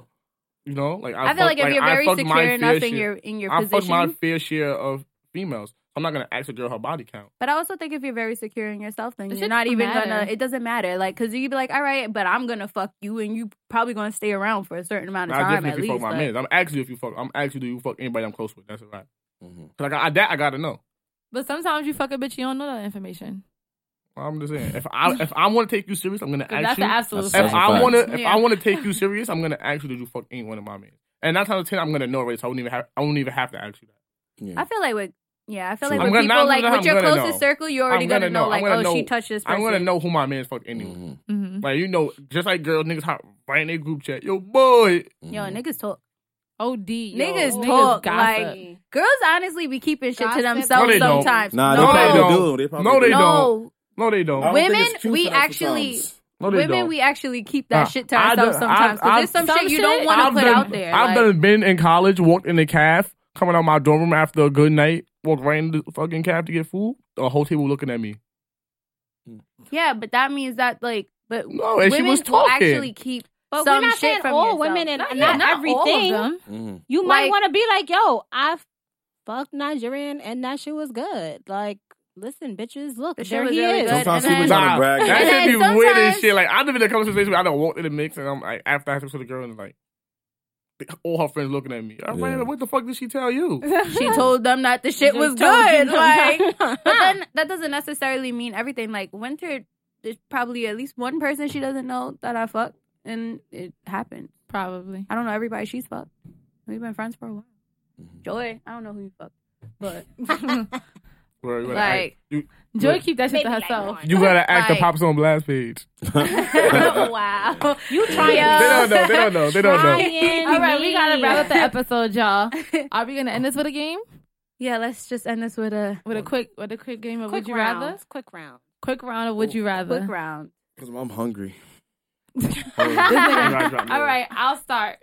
Speaker 4: you know, like I,
Speaker 2: I, feel
Speaker 4: fuck-
Speaker 2: like if you're
Speaker 4: I
Speaker 2: very
Speaker 4: fucked my
Speaker 2: secure enough
Speaker 4: fair
Speaker 2: in
Speaker 4: share-
Speaker 2: your in your
Speaker 4: I fucked
Speaker 2: position,
Speaker 4: my fair share of females. I'm not gonna ask a girl her body count.
Speaker 2: But I also think if you're very secure in yourself, then
Speaker 1: It
Speaker 2: you're not
Speaker 1: shouldn't
Speaker 2: even
Speaker 1: matter.
Speaker 2: gonna. It doesn't matter, like, cause you'd be like, all right, but I'm gonna fuck you, and you probably gonna stay around for a certain amount of
Speaker 4: I
Speaker 2: time
Speaker 4: definitely
Speaker 2: at
Speaker 4: if you
Speaker 2: least.
Speaker 4: fuck my
Speaker 2: but-
Speaker 4: mans. I'm asking you if you fuck. I'm asking you do you fuck anybody I'm close with. That's a right.
Speaker 5: Mhm.
Speaker 4: Cause I got I, that I gotta know.
Speaker 1: But sometimes you fuck a bitch, you don't know that information.
Speaker 4: I'm just saying, if
Speaker 2: [LAUGHS]
Speaker 4: I if I want to take you serious, I'm gonna
Speaker 1: 'Cause
Speaker 4: ask
Speaker 1: that's
Speaker 4: you.
Speaker 1: the absolute
Speaker 5: That's
Speaker 4: if
Speaker 1: fact.
Speaker 5: a
Speaker 4: I
Speaker 5: fact.
Speaker 4: want to, if
Speaker 2: Yeah.
Speaker 4: I want to
Speaker 2: [LAUGHS]
Speaker 4: take you serious, I'm gonna ask you to do fuck any one of my men. And nine times out of ten, I'm gonna know already, so I won't even have, I won't even have to ask you that.
Speaker 5: Yeah.
Speaker 2: I feel like with yeah, I feel like
Speaker 5: I'm
Speaker 2: with
Speaker 4: gonna- now
Speaker 2: people
Speaker 4: I'm
Speaker 2: like
Speaker 4: gonna-
Speaker 2: with your
Speaker 4: I'm gonna
Speaker 2: closest
Speaker 4: know.
Speaker 2: circle, you're already
Speaker 4: I'm
Speaker 2: gonna,
Speaker 4: gonna
Speaker 2: know,
Speaker 4: know.
Speaker 2: like,
Speaker 4: I'm gonna
Speaker 2: oh, she
Speaker 4: know.
Speaker 2: touched this person.
Speaker 4: I'm gonna know who my man's fuck anyway.
Speaker 5: Mhm.
Speaker 1: hmm
Speaker 4: Like you know, just like girls, niggas hot right in their group chat. Yo, boy,
Speaker 2: Yo, niggas talk.
Speaker 1: OD. yo.
Speaker 2: Niggas talk,
Speaker 1: gossip.
Speaker 2: like- Girls honestly be keeping shit to
Speaker 3: Gossip.
Speaker 2: themselves
Speaker 4: No, they don't.
Speaker 2: sometimes.
Speaker 5: Nah,
Speaker 4: No,
Speaker 5: they
Speaker 4: they
Speaker 5: probably
Speaker 4: don't.
Speaker 5: do. They probably
Speaker 4: No, they
Speaker 5: do.
Speaker 4: don't.
Speaker 2: no,
Speaker 4: no, they don't.
Speaker 5: I don't think
Speaker 2: Women,
Speaker 5: it's cute
Speaker 2: we
Speaker 5: for that
Speaker 2: actually-
Speaker 5: sometimes.
Speaker 4: no, they
Speaker 2: women,
Speaker 4: don't.
Speaker 2: we actually keep that
Speaker 4: Nah,
Speaker 2: shit to
Speaker 4: I
Speaker 2: ourselves
Speaker 4: done-
Speaker 2: sometimes.
Speaker 4: I've-
Speaker 2: 'cause there's some,
Speaker 1: I've-
Speaker 2: shit you
Speaker 1: some
Speaker 2: don't
Speaker 1: shit
Speaker 2: want to
Speaker 4: I've
Speaker 2: put
Speaker 4: done-
Speaker 2: out there.
Speaker 4: I've
Speaker 2: like-
Speaker 4: done been in college, walked in the calf, coming out my dorm room after a good night, walked right in the fucking calf to get food. The whole table looking at me.
Speaker 2: Yeah, but that means that like, but
Speaker 4: No, and she
Speaker 2: women
Speaker 4: was
Speaker 2: will
Speaker 4: talking.
Speaker 2: actually keep.
Speaker 3: But
Speaker 1: some
Speaker 3: we're not
Speaker 1: shit
Speaker 3: saying
Speaker 1: from
Speaker 3: all
Speaker 1: yourself.
Speaker 3: women and not,
Speaker 1: yeah, all of
Speaker 3: everything.
Speaker 1: them.
Speaker 5: Mm.
Speaker 3: You might
Speaker 1: Like-
Speaker 3: want to be like, yo, I fucked Nigerian and that shit was good. Like, listen, bitches, look,
Speaker 1: The shit
Speaker 3: there
Speaker 1: was
Speaker 3: he
Speaker 1: really
Speaker 3: is.
Speaker 1: good.
Speaker 5: Sometimes
Speaker 1: and
Speaker 5: people
Speaker 1: then-
Speaker 5: trying to brag.
Speaker 1: And
Speaker 4: That
Speaker 1: then
Speaker 4: should be weird as
Speaker 1: sometimes-
Speaker 4: shit. Like I've been in a conversation where I done walked in the mix and I'm like after I had sex with a girl and like all her friends looking at me. I'm like,
Speaker 5: Yeah.
Speaker 4: what the fuck did she
Speaker 2: [LAUGHS]
Speaker 4: tell you?
Speaker 2: she told them that the shit
Speaker 3: She
Speaker 2: was
Speaker 3: told you
Speaker 2: good.
Speaker 3: no, [LAUGHS]
Speaker 2: Like,
Speaker 3: no, no.
Speaker 2: but
Speaker 3: [LAUGHS]
Speaker 2: then that doesn't necessarily mean everything. Like Winter, there's probably at least one person she doesn't know that I fucked, and it happened.
Speaker 1: Probably.
Speaker 2: I don't know everybody she's fucked. We've been friends for a while.
Speaker 5: Mhm.
Speaker 2: Joy, I don't know who you fucked, but
Speaker 4: Where you gotta
Speaker 2: Like-
Speaker 4: act- you,
Speaker 1: Joy keep that shit to
Speaker 3: Maybe like
Speaker 1: herself.
Speaker 3: [LAUGHS] one.
Speaker 4: you gotta act the
Speaker 2: Like-
Speaker 4: pops on blast page.
Speaker 3: Oh,
Speaker 2: wow,
Speaker 3: [LAUGHS] You trying
Speaker 4: They
Speaker 2: Yeah.
Speaker 4: don't know. They don't know. They don't
Speaker 3: [LAUGHS]
Speaker 4: know.
Speaker 3: Trying
Speaker 1: All right, we gotta
Speaker 3: me.
Speaker 1: wrap up
Speaker 3: [LAUGHS]
Speaker 1: the episode,
Speaker 2: [LAUGHS]
Speaker 1: y'all. Are we gonna end this with a game?
Speaker 2: yeah. Let's just end this with a
Speaker 1: With a quick, with a quick game of
Speaker 3: Quick
Speaker 1: Would You
Speaker 3: round.
Speaker 1: Rather?
Speaker 3: Quick [LAUGHS] round.
Speaker 1: Quick round of Would You Rather? [LAUGHS]
Speaker 2: quick [LAUGHS] round.
Speaker 5: Because I'm hungry.
Speaker 1: This nigga-
Speaker 4: Yeah.
Speaker 1: All right, I'll start.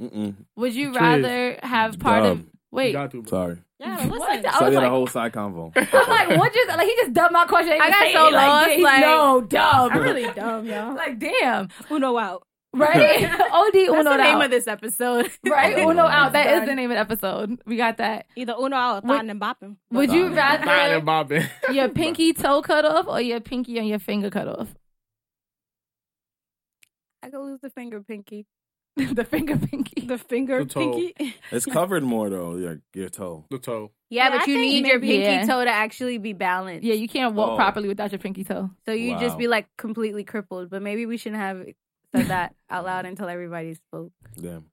Speaker 5: Mm-mm.
Speaker 1: Would you
Speaker 4: Cheers.
Speaker 1: rather have part of?
Speaker 5: Dumb.
Speaker 4: You
Speaker 1: Wait,
Speaker 4: got to, bro.
Speaker 5: Sorry.
Speaker 3: Yeah, but
Speaker 1: What?
Speaker 3: listen.
Speaker 1: I
Speaker 5: So
Speaker 1: was
Speaker 5: we had
Speaker 1: like-
Speaker 5: a whole side convo.
Speaker 1: I'm like, [LAUGHS] what just like he just dumped my question.
Speaker 2: I got so lost,
Speaker 1: Like,
Speaker 2: like-
Speaker 1: no, dumb. [LAUGHS]
Speaker 3: I'm really dumb, y'all.
Speaker 1: like, damn,
Speaker 3: Uno out.
Speaker 1: right?
Speaker 4: [LAUGHS]
Speaker 1: [LAUGHS] Od
Speaker 2: That's [LAUGHS]
Speaker 1: Uno
Speaker 2: the name
Speaker 1: out.
Speaker 2: of this [LAUGHS] episode.
Speaker 1: [LAUGHS] right, Uno out. That is
Speaker 2: Done.
Speaker 1: the name of the episode. We got that.
Speaker 3: Either Uno out or
Speaker 1: Would-
Speaker 3: Thotting and Bopping.
Speaker 1: Would you
Speaker 5: Done.
Speaker 4: Bye,
Speaker 1: rather
Speaker 4: then, Bobby. [LAUGHS]
Speaker 1: your pinky toe cut off or your pinky and your finger cut off? [LAUGHS]
Speaker 2: I could lose the finger, pinky.
Speaker 1: the finger pinky.
Speaker 3: The finger
Speaker 4: The toe.
Speaker 5: It's covered more though, like your toe.
Speaker 4: The toe.
Speaker 2: Yeah,
Speaker 3: Yeah,
Speaker 2: but
Speaker 3: I
Speaker 2: you
Speaker 3: think
Speaker 2: need your
Speaker 1: maybe-
Speaker 2: pinky
Speaker 1: yeah.
Speaker 2: toe to actually be balanced.
Speaker 1: Yeah, you can't walk
Speaker 5: Oh.
Speaker 1: properly without your pinky
Speaker 4: [LAUGHS]
Speaker 1: toe.
Speaker 2: So you just
Speaker 5: Wow.
Speaker 2: be like completely crippled. But maybe we shouldn't have said [LAUGHS] that out loud until everybody spoke.
Speaker 5: Damn.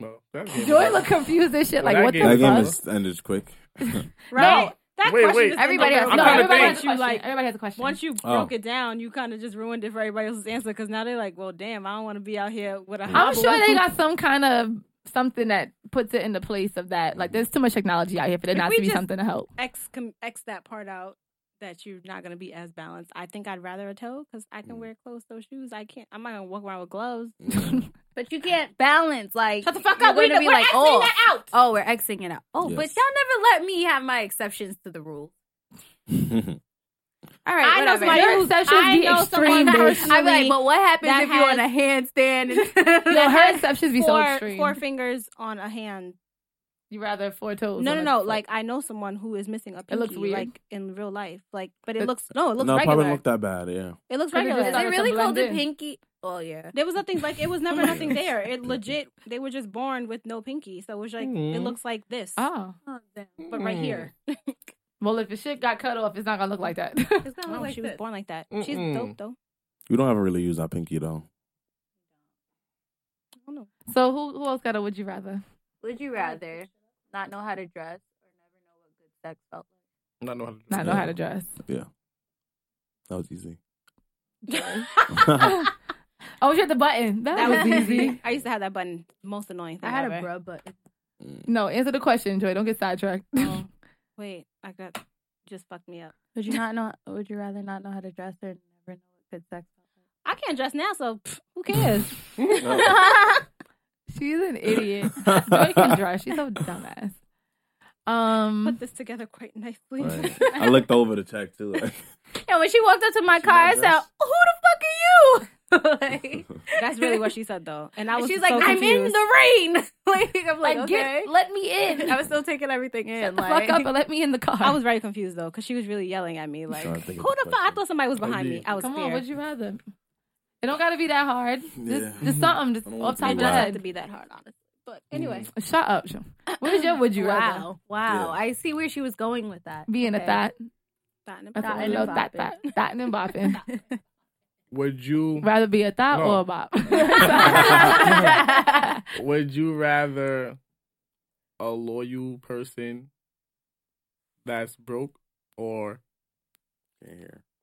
Speaker 4: No, that game-
Speaker 1: Joy look confused and shit. Like,
Speaker 4: That
Speaker 1: what
Speaker 4: game-
Speaker 1: the
Speaker 5: That game
Speaker 1: fuck?
Speaker 5: is ended quick.
Speaker 3: Right?
Speaker 1: No.
Speaker 3: That
Speaker 4: Wait,
Speaker 3: question
Speaker 4: wait.
Speaker 3: is
Speaker 1: Everybody has,
Speaker 4: I'm
Speaker 1: no,
Speaker 4: trying to
Speaker 1: everybody has a
Speaker 4: think.
Speaker 3: You,
Speaker 1: question.
Speaker 3: like-
Speaker 1: everybody has a question.
Speaker 3: Once you
Speaker 5: Oh.
Speaker 3: broke it down, you kind of just ruined everybody else's answer because now they're like, well, damn, I don't want to be out here with a
Speaker 1: I'm
Speaker 3: hobble.
Speaker 1: sure they got some kind of something that puts it in the place of that. Like, there's too much technology out here for there
Speaker 3: If
Speaker 1: not
Speaker 3: we
Speaker 1: to be
Speaker 3: just-
Speaker 1: something to help.
Speaker 3: X, com- X that part out that you're not going to be as balanced. I think I'd rather a toe because I
Speaker 1: Mm.
Speaker 3: can wear closed toe shoes. I can't, I'm not going to walk around with gloves.
Speaker 2: But you can't balance. Like
Speaker 1: [LAUGHS]
Speaker 3: Shut the fuck
Speaker 2: you're
Speaker 3: up. We're,
Speaker 2: gonna
Speaker 3: we're
Speaker 2: be like,
Speaker 3: Xing
Speaker 2: oh,
Speaker 3: that out.
Speaker 2: oh, we're xing it out. Oh, but
Speaker 5: Yes.
Speaker 2: y'all never let me have my exceptions to the [LAUGHS] rule. All right,
Speaker 3: I know
Speaker 2: whatever.
Speaker 3: somebody
Speaker 1: Your
Speaker 3: who's
Speaker 1: exceptions
Speaker 3: I
Speaker 1: be
Speaker 3: know
Speaker 1: extreme, bitch.
Speaker 3: someone
Speaker 2: I'd be like,
Speaker 3: personally
Speaker 2: but what happens
Speaker 3: that
Speaker 2: if you're
Speaker 3: has-
Speaker 2: on a [LAUGHS] handstand?
Speaker 1: You
Speaker 2: And-
Speaker 1: know, her
Speaker 3: has
Speaker 1: exceptions be so
Speaker 3: four,
Speaker 1: extreme.
Speaker 3: four fingers on a hand.
Speaker 1: you rather four toes.
Speaker 3: No, no,
Speaker 1: on
Speaker 3: no.
Speaker 1: a-
Speaker 3: Like I know someone who is missing a pinky,
Speaker 1: looks weird.
Speaker 3: like in real life. Like, but it
Speaker 1: It-
Speaker 3: looks no, it looks
Speaker 5: no, it
Speaker 3: regular.
Speaker 5: probably looked that bad. Yeah.
Speaker 3: it looks
Speaker 1: Could've
Speaker 3: regular.
Speaker 1: just
Speaker 2: Is
Speaker 1: done
Speaker 2: it
Speaker 1: It's
Speaker 2: really
Speaker 1: a
Speaker 2: called a
Speaker 1: blend in.
Speaker 2: pinky? Oh yeah.
Speaker 3: There was nothing like it was never
Speaker 5: [LAUGHS]
Speaker 3: nothing there. It legit they were just born with no pinky, so it was like it
Speaker 5: Mm-hmm.
Speaker 4: Mhm.
Speaker 3: looks like this,
Speaker 5: Ah.
Speaker 1: oh,
Speaker 3: but right
Speaker 5: Mm.
Speaker 3: here.
Speaker 1: well, if the shit got cut off, it's not gonna look like that. [LAUGHS]
Speaker 2: It's gonna
Speaker 3: No,
Speaker 2: look Oh, like
Speaker 3: she was
Speaker 2: this.
Speaker 3: born like that. She's
Speaker 4: Mm-mm.
Speaker 3: dope though.
Speaker 5: We don't ever really use our pinky though.
Speaker 3: I don't know.
Speaker 1: so, who who else got a would you rather?
Speaker 2: Would you rather not know how to dress or never know what good sex felt
Speaker 4: Hmm. Not know how to do
Speaker 1: Not
Speaker 4: that.
Speaker 1: know how to dress.
Speaker 5: That was easy. [LAUGHS]
Speaker 1: Oh, you hit the button. [LAUGHS] That,
Speaker 3: That
Speaker 1: was
Speaker 3: was
Speaker 1: easy.
Speaker 3: easy. [LAUGHS] I used to have that button. Most annoying thing.
Speaker 2: like? I had a
Speaker 3: ever.
Speaker 2: bra button.
Speaker 1: No, answer the question, Joy. Don't get sidetracked. [LAUGHS]
Speaker 3: Oh, [LAUGHS] wait, I got just fucked me up.
Speaker 2: Would you not know? Would you rather not know how to dress or never know what good sex
Speaker 3: I can't dress now, so pff,
Speaker 5: [LAUGHS]
Speaker 3: who cares?
Speaker 1: She's
Speaker 3: [LAUGHS]
Speaker 1: an idiot. Joy can dress. She's so dumbass. Um,
Speaker 3: Put this together quite nicely.
Speaker 5: Right. I looked over the check too. [LAUGHS]
Speaker 2: Yeah, when she walked up to my
Speaker 5: She
Speaker 2: car, I said,
Speaker 5: not dressed?
Speaker 2: "Who the fuck are you?" [LAUGHS] like,
Speaker 3: [LAUGHS] That's really what she said though, and I was
Speaker 2: she's
Speaker 3: so
Speaker 2: like, "I'm in
Speaker 3: confused.
Speaker 2: the rain." [LAUGHS] like, I'm like,
Speaker 1: like,
Speaker 2: "Okay."
Speaker 1: get, let me [LAUGHS] in.
Speaker 2: I was still taking everything in.
Speaker 1: Shut the
Speaker 2: like,
Speaker 1: fuck up
Speaker 2: [LAUGHS]
Speaker 1: and let me in the car. [LAUGHS]
Speaker 3: I was very confused though, because she was really yelling at me, like,
Speaker 5: trying
Speaker 3: "Who
Speaker 5: to
Speaker 3: the
Speaker 5: think of the
Speaker 3: fuck?" I
Speaker 5: question.
Speaker 3: thought somebody was behind
Speaker 4: yeah.
Speaker 3: me. I was
Speaker 1: Come on,
Speaker 3: scared.
Speaker 1: would you rather? It don't gotta be that hard. Just,
Speaker 5: Yeah.
Speaker 1: just something, just
Speaker 5: I don't
Speaker 1: off
Speaker 5: want
Speaker 1: top of
Speaker 5: to be
Speaker 1: the
Speaker 5: wild.
Speaker 3: have to
Speaker 1: head.
Speaker 3: be that hard, honestly. But anyway,
Speaker 1: Shut up. Sean. What is your would you rather?
Speaker 2: Wow, wow.
Speaker 5: Yeah.
Speaker 2: I see where she was going with that.
Speaker 1: Being a
Speaker 2: Okay.
Speaker 1: thot.
Speaker 3: thought and
Speaker 1: That's
Speaker 2: Thotting
Speaker 1: what
Speaker 2: and
Speaker 1: we know. Thot, thot,
Speaker 2: bopping.
Speaker 1: thotting and [LAUGHS] bopping.
Speaker 4: Would you
Speaker 1: Rather be a thot
Speaker 4: No.
Speaker 1: or a [LAUGHS] bop.
Speaker 4: Would you rather a loyal person that's broke or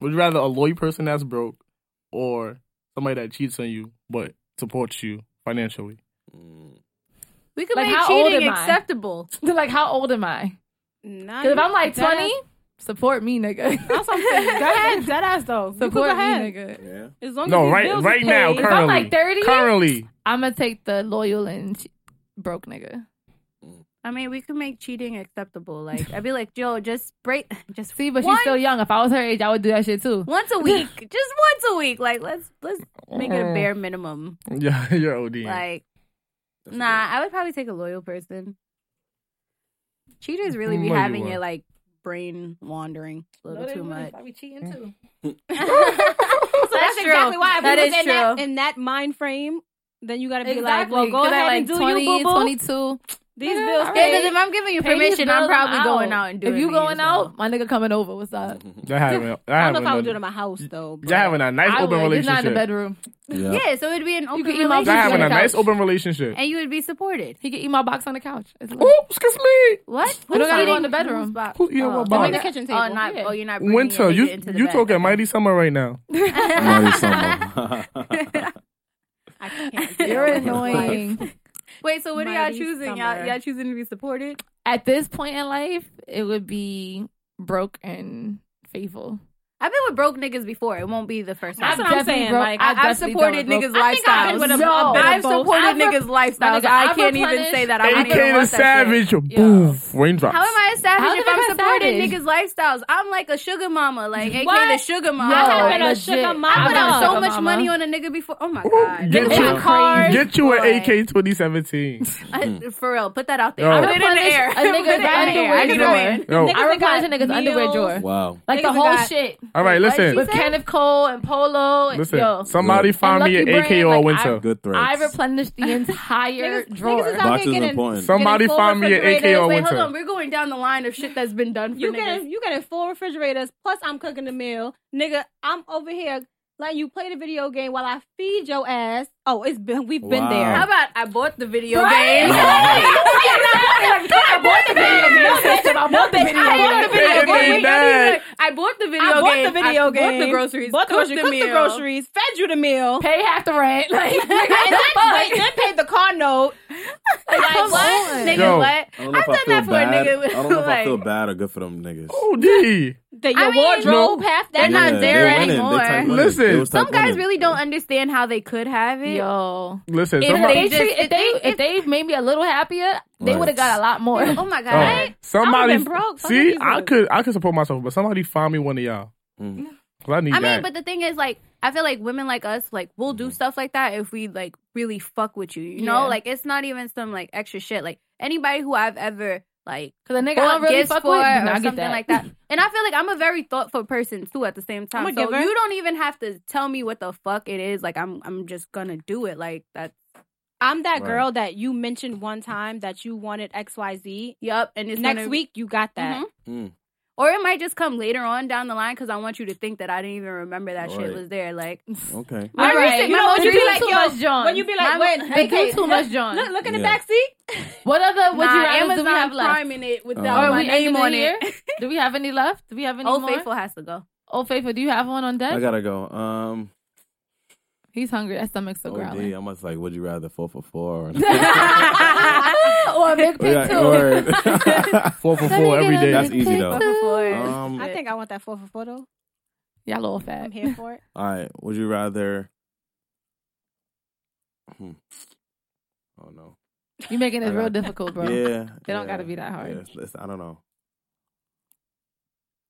Speaker 4: would you rather a loyal person that's broke or somebody that cheats on you but supports you financially?
Speaker 2: We could
Speaker 1: Like,
Speaker 2: make
Speaker 1: how old
Speaker 2: cheating
Speaker 1: am I?
Speaker 2: acceptable.
Speaker 1: They're like, how old am I?
Speaker 3: nah,
Speaker 1: Because if
Speaker 3: you-
Speaker 1: I'm like
Speaker 3: dead
Speaker 1: 20,
Speaker 3: ass-
Speaker 1: support me, nigga.
Speaker 3: that's what I'm
Speaker 1: [LAUGHS]
Speaker 3: saying. Go [LAUGHS] ahead, dead ass though. You could go
Speaker 1: support me,
Speaker 3: ahead.
Speaker 1: nigga.
Speaker 5: Yeah.
Speaker 3: As long
Speaker 4: No,
Speaker 3: as these
Speaker 4: right-
Speaker 3: bills are
Speaker 4: right now,
Speaker 3: paid.
Speaker 1: If I'm
Speaker 4: Currently. [LAUGHS]
Speaker 1: like 30,
Speaker 4: Currently,
Speaker 1: I'm gonna take the loyal and che- broke nigga.
Speaker 2: I mean, we can make cheating acceptable. Like, I'd be like, Joe, just break, [LAUGHS] just
Speaker 1: See, but
Speaker 2: One-
Speaker 1: she's still young. If I was her age, I would do that shit too.
Speaker 2: once a [LAUGHS] week, just once a week. Like, let's let's make it a bare minimum.
Speaker 4: Yeah, you're OD.
Speaker 2: Like, nah, I would probably take a loyal person. Cheaters really be
Speaker 4: Mm, No, you
Speaker 2: having
Speaker 4: won't.
Speaker 2: your like brain wandering a little too much.
Speaker 1: be cheating too.
Speaker 2: [LAUGHS]
Speaker 3: So that's,
Speaker 2: That's
Speaker 3: exactly
Speaker 2: true.
Speaker 3: why if
Speaker 2: That
Speaker 3: we was
Speaker 2: is
Speaker 3: in that
Speaker 2: true.
Speaker 3: in that mind frame, then you gotta be
Speaker 1: Exactly.
Speaker 3: like, well, go
Speaker 1: Could I,
Speaker 3: ahead
Speaker 1: like,
Speaker 3: and do
Speaker 1: 20,
Speaker 3: you, boo boo.
Speaker 1: 22.
Speaker 3: These
Speaker 1: Nigga,
Speaker 3: bills,
Speaker 1: all
Speaker 2: Yeah,
Speaker 1: right.
Speaker 3: paid.
Speaker 2: because if I'm giving you
Speaker 1: Pay these
Speaker 2: permission, I'm
Speaker 1: bills
Speaker 2: probably going out and doing.
Speaker 1: If you
Speaker 2: it
Speaker 1: going
Speaker 2: as well.
Speaker 1: out, my nigga coming over. What's up?
Speaker 4: That having, that
Speaker 3: I don't know if I
Speaker 4: having
Speaker 3: would do it
Speaker 4: a,
Speaker 3: in my house though.
Speaker 4: that having a nice
Speaker 1: I
Speaker 4: open
Speaker 1: would. It's not in the
Speaker 4: relationship.
Speaker 1: bedroom.
Speaker 5: yeah.
Speaker 2: yeah, so it'd be an open
Speaker 1: could eat my
Speaker 4: That
Speaker 1: Just on
Speaker 4: having a
Speaker 1: the
Speaker 2: relationship,
Speaker 4: nice
Speaker 1: couch.
Speaker 4: open relationship.
Speaker 2: and you would be supported.
Speaker 1: He can eat my box on the couch. It's like-
Speaker 4: Oh, excuse me.
Speaker 2: What?
Speaker 1: We don't gotta
Speaker 2: Who's
Speaker 1: go
Speaker 2: eating
Speaker 1: in the bedroom.
Speaker 2: whose box?
Speaker 4: Who- yeah, what
Speaker 2: Oh,
Speaker 4: box?
Speaker 2: in
Speaker 4: The
Speaker 3: kitchen
Speaker 2: Oh,
Speaker 3: table.
Speaker 2: not,
Speaker 1: Yeah.
Speaker 2: oh, you're not bringing
Speaker 4: Winter,
Speaker 2: it
Speaker 4: you
Speaker 2: into the
Speaker 4: you
Speaker 2: bed.
Speaker 4: talking mighty summer right now.
Speaker 5: [LAUGHS] Mighty
Speaker 2: [LAUGHS]
Speaker 5: summer.
Speaker 3: I can't.
Speaker 1: [LAUGHS]
Speaker 2: You're
Speaker 1: You're annoying.
Speaker 2: Wait, so what are y'all
Speaker 3: Mighty
Speaker 2: choosing? Y'all,
Speaker 3: summer.
Speaker 2: y'all choosing to be supported?
Speaker 1: At this point in life, it would be broke and faithful.
Speaker 2: I've been with broke niggas before. It won't be the first
Speaker 3: That's
Speaker 2: time.
Speaker 3: what I'm
Speaker 1: definitely
Speaker 3: saying,
Speaker 1: broke.
Speaker 3: like,
Speaker 1: I've
Speaker 2: I, I've
Speaker 1: definitely done
Speaker 2: supported
Speaker 1: broke.
Speaker 2: niggas'
Speaker 3: I think
Speaker 2: lifestyles.
Speaker 3: I've been with a- a
Speaker 2: no,
Speaker 1: bit of
Speaker 2: I've
Speaker 1: both.
Speaker 2: supported
Speaker 1: I've re-
Speaker 2: niggas' lifestyles.
Speaker 1: nigga,
Speaker 2: I
Speaker 1: I've
Speaker 2: can't even
Speaker 1: replenished-
Speaker 2: say that I
Speaker 4: AK
Speaker 2: wouldn't even
Speaker 4: the
Speaker 2: want that shit.
Speaker 4: Savage,
Speaker 1: Yeah.
Speaker 4: boom, raindrops.
Speaker 2: How am I a savage
Speaker 1: How
Speaker 2: if
Speaker 1: the fuck
Speaker 2: I'm
Speaker 1: I
Speaker 2: supporting
Speaker 1: savage?
Speaker 2: niggas' lifestyles? I'm like a sugar mama, like AK the
Speaker 3: What?
Speaker 2: sugar mama.
Speaker 1: No,
Speaker 3: have been a
Speaker 1: legit.
Speaker 3: sugar mama.
Speaker 2: I
Speaker 1: I've
Speaker 2: put
Speaker 1: been a
Speaker 2: out
Speaker 3: Mama.
Speaker 2: so
Speaker 1: sugar
Speaker 2: much
Speaker 1: mama.
Speaker 2: money on a nigga before. Oh my god,
Speaker 4: Get
Speaker 1: Niggas
Speaker 4: you,
Speaker 1: got cars,
Speaker 4: get you an
Speaker 2: boy.
Speaker 4: AK 2017.
Speaker 2: I, for real, put that out there.
Speaker 4: Yo.
Speaker 2: I put it in the
Speaker 1: Replenish
Speaker 2: air.
Speaker 1: a
Speaker 2: Put it
Speaker 1: nigga's
Speaker 2: in the air. I need a
Speaker 1: underwear
Speaker 2: man.
Speaker 1: drawer.
Speaker 4: Yo,
Speaker 3: Niggas
Speaker 1: I
Speaker 3: that got
Speaker 1: replenished a niggas' underwear
Speaker 3: meals.
Speaker 1: drawer.
Speaker 5: [LAUGHS] wow.
Speaker 1: Like the
Speaker 3: Niggas
Speaker 1: whole
Speaker 3: got-
Speaker 1: shit.
Speaker 4: all right, listen,
Speaker 1: With Kenneth Cole and Polo. And,
Speaker 4: listen.
Speaker 1: yo,
Speaker 4: Somebody find me an
Speaker 1: Lucky
Speaker 4: AK
Speaker 1: Brand,
Speaker 4: or a
Speaker 1: like,
Speaker 4: Winter.
Speaker 5: Good threads.
Speaker 1: I replenished [LAUGHS] the entire
Speaker 3: Niggas- niggas
Speaker 1: drawer.
Speaker 3: is out
Speaker 5: Box
Speaker 3: here
Speaker 5: is
Speaker 3: getting-
Speaker 5: important.
Speaker 4: Somebody
Speaker 3: Getting full
Speaker 4: find me an AK or a
Speaker 3: refrigerators.
Speaker 2: Wait, hold
Speaker 4: Winter.
Speaker 2: on. We're going down the line of shit that's been done for
Speaker 3: You
Speaker 2: niggas.
Speaker 3: getting you getting full refrigerators. Plus, I'm cooking the meal, nigga. I'm over here letting you play the video game while I feed your ass. Oh, it's been we've
Speaker 5: Wow.
Speaker 3: been
Speaker 2: How
Speaker 3: there.
Speaker 2: about I bought the video game?
Speaker 1: I bought the video game. Bitch, I bought the video
Speaker 2: I bought
Speaker 1: game.
Speaker 2: the video game.
Speaker 4: It ain't
Speaker 2: I bought the video
Speaker 4: bad.
Speaker 3: I bought
Speaker 2: game.
Speaker 3: the video
Speaker 2: I
Speaker 3: game.
Speaker 2: Bought the groceries.
Speaker 3: Bought the
Speaker 2: cooked
Speaker 3: groceries. Cooked the
Speaker 2: meal.
Speaker 3: groceries. Fed you the meal.
Speaker 1: Pay half the rent. Like,
Speaker 3: and then, wait,
Speaker 1: what
Speaker 3: then paid the car note.
Speaker 1: the fuck?
Speaker 2: Like, what? Nigga,
Speaker 4: Yo.
Speaker 2: what?
Speaker 5: I don't know if
Speaker 2: I've done that
Speaker 5: I
Speaker 2: for
Speaker 5: feel
Speaker 2: a
Speaker 5: bad.
Speaker 2: nigga.
Speaker 5: I don't know if I
Speaker 2: Like-
Speaker 5: feel bad or good for them niggas.
Speaker 4: OD.
Speaker 3: That your
Speaker 2: I mean,
Speaker 3: wardrobe
Speaker 2: no.
Speaker 3: half
Speaker 2: They're
Speaker 3: that.
Speaker 2: not
Speaker 5: Yeah,
Speaker 2: there
Speaker 5: they winning. They
Speaker 2: anymore.
Speaker 5: type winning.
Speaker 4: Listen.
Speaker 5: They was type
Speaker 2: Some guys
Speaker 5: winning.
Speaker 2: really don't understand how they could have it.
Speaker 1: Yo.
Speaker 4: Listen,
Speaker 1: If
Speaker 4: somebody,
Speaker 1: they,
Speaker 2: just-
Speaker 1: treat, if,
Speaker 2: if they-
Speaker 1: they, if they made me a little happier, they
Speaker 5: Right.
Speaker 1: would have got a lot more.
Speaker 2: Oh my god.
Speaker 4: Oh,
Speaker 2: Right?
Speaker 4: somebody,
Speaker 3: been broke. Some
Speaker 4: see,
Speaker 3: niggas
Speaker 4: I
Speaker 3: broke.
Speaker 4: could, I could support myself, but somebody find me one of y'all.
Speaker 5: Mm.
Speaker 4: Cause I need
Speaker 2: I mean,
Speaker 4: that.
Speaker 2: but the thing is, like, I feel like women like us, like, we'll
Speaker 5: Mm-hmm.
Speaker 2: do stuff like that if we like really fuck with you. You know,
Speaker 1: Yeah.
Speaker 2: like it's not even some like extra shit. Like anybody who I've ever like
Speaker 1: Because a nigga I
Speaker 2: bought
Speaker 1: don't really
Speaker 2: gifts
Speaker 1: fuck
Speaker 2: for
Speaker 1: with,
Speaker 2: or
Speaker 1: did not
Speaker 2: something
Speaker 1: get that.
Speaker 2: like that. And I feel like I'm a very thoughtful person too. At the same time,
Speaker 3: I'm a
Speaker 2: so
Speaker 3: giver.
Speaker 2: you don't even have to tell me what the fuck it is. Like I'm, I'm just gonna do it. Like that's
Speaker 3: I'm that
Speaker 5: Right.
Speaker 3: girl that you mentioned one time that you wanted X Y Z.
Speaker 2: Yup. And it's
Speaker 3: Next
Speaker 2: gonna-
Speaker 3: week you got that.
Speaker 2: Mhm.
Speaker 5: Mm.
Speaker 2: or it might just come later on down the line because I want you to think that I didn't even remember that shit
Speaker 5: Right.
Speaker 2: was there. Like
Speaker 5: Okay.
Speaker 2: My recent-
Speaker 1: you
Speaker 2: my
Speaker 1: know
Speaker 2: most
Speaker 1: when you do
Speaker 2: recent-
Speaker 1: too much, John.
Speaker 3: When you be like,
Speaker 2: My-
Speaker 3: when
Speaker 1: they do
Speaker 3: okay,
Speaker 1: too much, John.
Speaker 3: Look, look in the
Speaker 5: Yeah.
Speaker 3: back seat.
Speaker 1: What other would
Speaker 2: Nah,
Speaker 1: you rather do
Speaker 2: Amazon
Speaker 1: we have left?
Speaker 2: Prime in it with
Speaker 5: Oh.
Speaker 2: that
Speaker 5: Or
Speaker 2: my
Speaker 5: we
Speaker 2: name on
Speaker 1: the
Speaker 2: it.
Speaker 1: year? Do we have any left? Do we have any
Speaker 2: Old
Speaker 1: more?
Speaker 2: Faithful has to go.
Speaker 1: Old Faithful, do you have one on
Speaker 5: I
Speaker 1: deck?
Speaker 5: gotta go. Um,
Speaker 1: He's hungry. That stomach's so growling.
Speaker 5: OD, I'm just like, would you rather four
Speaker 2: [LAUGHS]
Speaker 5: for four? Or
Speaker 1: or a big
Speaker 5: We
Speaker 1: pig
Speaker 5: got-
Speaker 1: too.
Speaker 2: [LAUGHS]
Speaker 5: word.
Speaker 4: four for four every day.
Speaker 5: That's easy though.
Speaker 2: Before.
Speaker 5: Um,
Speaker 3: I think I want that four for photo.
Speaker 1: Y'all little
Speaker 3: I'm
Speaker 1: fat.
Speaker 3: here for [LAUGHS] it.
Speaker 5: [LAUGHS] All right. Would you rather? Hmm. Oh no.
Speaker 1: You making
Speaker 5: I
Speaker 1: this
Speaker 5: got
Speaker 1: real
Speaker 5: it.
Speaker 1: difficult, bro.
Speaker 5: Yeah.
Speaker 1: They don't
Speaker 5: yeah,
Speaker 1: gotta be that hard.
Speaker 5: yeah, it's- it's- I don't know.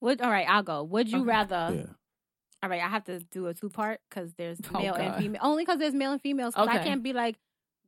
Speaker 3: Would all right, I'll go. Would you
Speaker 1: Okay.
Speaker 2: Uh.
Speaker 3: rather?
Speaker 5: Yeah.
Speaker 3: All right, I have to do a two part because there's
Speaker 1: Oh,
Speaker 3: male and
Speaker 1: God.
Speaker 3: female. Only because there's male and females. 'cause I
Speaker 1: Okay.
Speaker 3: can't be like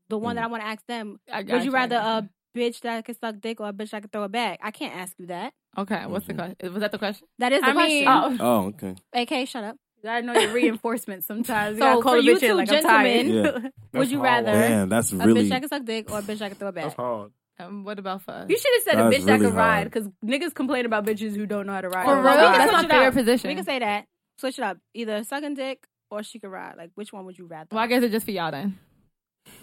Speaker 3: the one that
Speaker 5: Mm.
Speaker 3: I want to ask them.
Speaker 1: I got
Speaker 3: Would you rather
Speaker 1: uh,
Speaker 3: a bitch that can suck dick or a bitch that can throw it back? I can't ask you that.
Speaker 1: Okay, what's the question? Was that the question?
Speaker 3: That is the
Speaker 2: I mean-
Speaker 3: question.
Speaker 1: Oh,
Speaker 5: Oh,
Speaker 2: [LAUGHS]
Speaker 5: okay.
Speaker 3: AK, shut up.
Speaker 2: I know your reinforcements sometimes.
Speaker 3: So,
Speaker 2: gotta call
Speaker 3: for
Speaker 2: a
Speaker 3: you
Speaker 2: bitch in
Speaker 3: two
Speaker 2: like,
Speaker 3: gentlemen-
Speaker 2: I'm
Speaker 5: Yeah.
Speaker 2: tired.
Speaker 3: Would you
Speaker 4: hard.
Speaker 3: rather-
Speaker 5: Man, that's
Speaker 3: A
Speaker 5: really.
Speaker 3: bitch that can suck dick or a bitch that can throw it
Speaker 4: That's
Speaker 3: back.
Speaker 4: hard.
Speaker 1: um, what about for us?
Speaker 2: You should have said
Speaker 5: That's
Speaker 2: a bitch that
Speaker 5: really
Speaker 2: can ride
Speaker 5: hard.
Speaker 2: because niggas complain about bitches who don't know how to ride.
Speaker 1: For
Speaker 3: Oh,
Speaker 1: real,
Speaker 3: well, we can
Speaker 1: that's my
Speaker 3: switch it
Speaker 1: favorite
Speaker 3: out.
Speaker 1: position.
Speaker 3: We can say that. Switch it up. Either sucking dick or she can ride. Like, which one would you rather?
Speaker 1: well, I guess it's just for y'all then.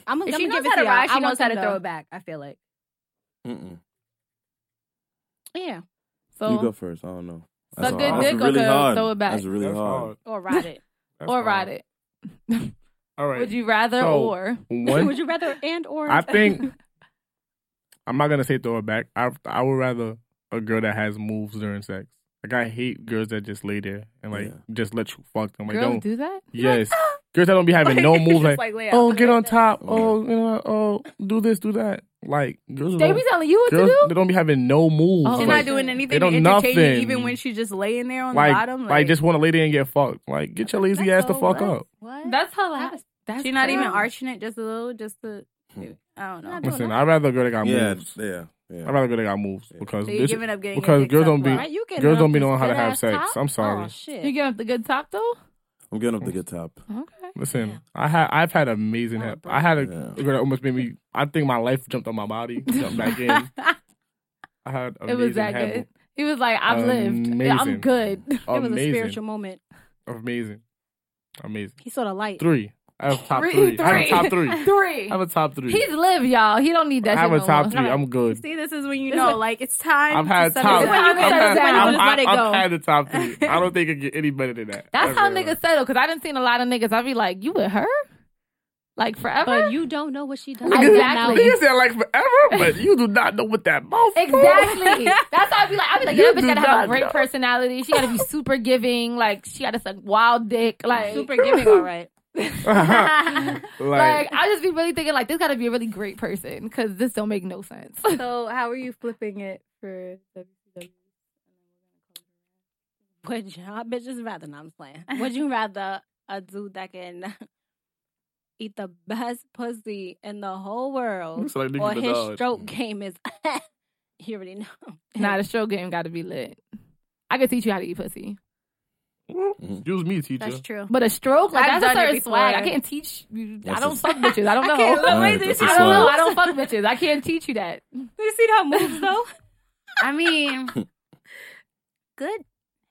Speaker 3: I'm,
Speaker 2: If
Speaker 3: I'm
Speaker 2: she
Speaker 3: gonna
Speaker 2: knows
Speaker 3: give
Speaker 2: how
Speaker 3: it
Speaker 2: to
Speaker 3: y'all.
Speaker 2: ride, she
Speaker 3: I
Speaker 2: knows
Speaker 3: want
Speaker 2: how to
Speaker 3: them,
Speaker 2: throw it
Speaker 3: though.
Speaker 2: back. I feel like.
Speaker 5: Mm-mm.
Speaker 3: Yeah,
Speaker 5: You go
Speaker 1: So
Speaker 5: first. I don't know.
Speaker 1: suck
Speaker 5: hard.
Speaker 1: their
Speaker 5: That's
Speaker 1: dick or
Speaker 5: really
Speaker 1: go
Speaker 5: hard.
Speaker 1: throw it back?
Speaker 5: That's really
Speaker 4: That's
Speaker 5: hard.
Speaker 4: hard.
Speaker 3: or ride it.
Speaker 4: That's
Speaker 1: or
Speaker 4: hard.
Speaker 1: ride it.
Speaker 4: All right.
Speaker 1: Would you rather
Speaker 4: So-
Speaker 1: or
Speaker 4: One,
Speaker 3: would you rather and or?
Speaker 4: I
Speaker 3: [LAUGHS]
Speaker 4: think. I'm not gonna say throw it back. I I would rather a girl that has moves during sex. Like I hate girls that just lay there and like
Speaker 5: Yeah.
Speaker 4: just let you fuck them. Like
Speaker 1: girls
Speaker 4: don't.
Speaker 1: do that?
Speaker 4: Yes. Girls that don't be having no
Speaker 2: Like,
Speaker 4: moves
Speaker 2: just
Speaker 4: like,
Speaker 2: like lay out
Speaker 4: oh
Speaker 2: like
Speaker 4: get on
Speaker 2: that.
Speaker 4: top.
Speaker 5: Yeah.
Speaker 4: Oh you know oh do this do that. Like girls,
Speaker 1: They
Speaker 4: don't,
Speaker 1: be telling you what
Speaker 4: girls
Speaker 1: to
Speaker 4: they
Speaker 1: do.
Speaker 4: don't be having no moves.
Speaker 1: Oh,
Speaker 2: She's
Speaker 1: like,
Speaker 2: not
Speaker 4: like,
Speaker 2: doing anything
Speaker 4: don't
Speaker 2: to entertain
Speaker 4: nothing.
Speaker 2: you, even when she's just laying there on
Speaker 4: like,
Speaker 2: the bottom.
Speaker 4: like, just want to lay there and get fucked. Like get your lazy ass
Speaker 2: that's
Speaker 4: the
Speaker 2: so
Speaker 4: fuck
Speaker 2: what?
Speaker 4: up.
Speaker 2: What?
Speaker 1: That's how
Speaker 3: That
Speaker 1: I.
Speaker 3: was-
Speaker 1: That's
Speaker 2: she's not even
Speaker 1: crazy.
Speaker 2: arching it just a little, just to.
Speaker 4: Hmm.
Speaker 2: I don't know.
Speaker 3: Not doing
Speaker 4: Listen,
Speaker 3: that.
Speaker 4: I'd rather go that got
Speaker 5: yeah,
Speaker 4: moves.
Speaker 5: yeah, yeah.
Speaker 4: I'd rather go that got moves because
Speaker 2: So you're
Speaker 4: this,
Speaker 2: giving up getting
Speaker 4: because
Speaker 2: your dick
Speaker 4: girls
Speaker 2: sucked,
Speaker 4: don't be-
Speaker 2: right?
Speaker 3: Right? You can
Speaker 4: girls
Speaker 3: up
Speaker 4: don't be
Speaker 3: this
Speaker 4: knowing how to
Speaker 3: good
Speaker 4: have
Speaker 3: ass
Speaker 4: sex.
Speaker 3: top.
Speaker 4: I'm sorry.
Speaker 3: Oh, shit.
Speaker 1: You getting up the good top though?
Speaker 5: I'm getting up the good top.
Speaker 1: Okay.
Speaker 4: Listen,
Speaker 3: Yeah.
Speaker 4: I had I've had amazing.
Speaker 1: Oh,
Speaker 3: That
Speaker 4: hap-
Speaker 3: would
Speaker 4: I had a
Speaker 5: burn.
Speaker 4: girl that almost made me. I think my life jumped on
Speaker 1: [LAUGHS]
Speaker 4: my body, jumped back in. I had
Speaker 1: It
Speaker 4: amazing.
Speaker 1: was that
Speaker 4: hap-
Speaker 1: good. He was like, I've lived. Yeah, I'm
Speaker 4: Amazing.
Speaker 1: good. [LAUGHS]
Speaker 3: It was a
Speaker 4: Amazing,
Speaker 3: spiritual moment.
Speaker 4: amazing, amazing.
Speaker 3: He saw the light.
Speaker 4: Three. I have top
Speaker 1: Three-
Speaker 4: three. I have
Speaker 1: [LAUGHS]
Speaker 4: a top [LAUGHS] three. I
Speaker 1: three.
Speaker 4: have a top three.
Speaker 1: He's lived, y'all. He don't need that.
Speaker 4: Hmm. I have
Speaker 1: shit
Speaker 4: a
Speaker 1: no
Speaker 4: top
Speaker 1: more.
Speaker 4: three. I'm good.
Speaker 2: See, this is when you
Speaker 1: This
Speaker 2: know,
Speaker 1: is-
Speaker 2: like it's time.
Speaker 4: I've had
Speaker 2: to
Speaker 4: top.
Speaker 1: This is when you
Speaker 4: I've
Speaker 1: can settle
Speaker 4: had,
Speaker 1: down.
Speaker 4: I'm-
Speaker 1: Just let it
Speaker 4: I've
Speaker 1: go.
Speaker 4: had the top
Speaker 1: [LAUGHS]
Speaker 4: three. I don't think it get any better than that.
Speaker 1: That's how
Speaker 4: Ever.
Speaker 1: niggas settle. Cause I didn't seen a lot of niggas. I be like, you with her, like forever.
Speaker 3: But you don't know what she does.
Speaker 1: Exactly.
Speaker 4: [LAUGHS] Niggas said like forever, but you do not know what that mouth. for. [LAUGHS]
Speaker 1: Exactly.
Speaker 2: [LAUGHS]
Speaker 1: That's why I be like, I be like,
Speaker 4: You
Speaker 1: yeah, that bitch
Speaker 4: do
Speaker 1: gotta have
Speaker 4: not
Speaker 1: a great
Speaker 4: know.
Speaker 1: personality. She
Speaker 4: [LAUGHS]
Speaker 1: gotta be super giving. Like she gotta suck wild dick. Like [LAUGHS]
Speaker 3: Super [LAUGHS] giving, all right.
Speaker 4: [LAUGHS] like,
Speaker 1: Like I just be really thinking like this gotta be a really great person because this don't make no sense. [LAUGHS]
Speaker 2: So, how are you flipping it for E? WCW?
Speaker 3: Would y'all bitches rather? No, I'm just playing. Would you rather a dude that can [LAUGHS] eat the best pussy in the
Speaker 4: [LAUGHS]
Speaker 3: whole world,
Speaker 4: So, like,
Speaker 3: or
Speaker 4: niggas
Speaker 3: his
Speaker 4: denied.
Speaker 3: stroke game is? [LAUGHS] you already know.
Speaker 1: nah, the show game gotta be lit. I could teach you how to eat pussy,
Speaker 4: Use me, teacher.
Speaker 2: That's true.
Speaker 1: but a stroke like
Speaker 2: I've
Speaker 1: that's a
Speaker 2: done it
Speaker 1: certain swag. I
Speaker 2: before.
Speaker 1: can't teach. you I
Speaker 5: That's
Speaker 1: don't
Speaker 5: a-
Speaker 1: fuck bitches. I
Speaker 2: [LAUGHS]
Speaker 1: don't know. I,
Speaker 2: can't
Speaker 4: [LAUGHS]
Speaker 2: look.
Speaker 5: Alright, that's a
Speaker 1: don't know.
Speaker 5: slide.
Speaker 1: I don't fuck bitches. I can't teach you that.
Speaker 3: You see that
Speaker 2: [LAUGHS]
Speaker 3: moves though?
Speaker 2: I
Speaker 4: [LAUGHS]
Speaker 2: mean, good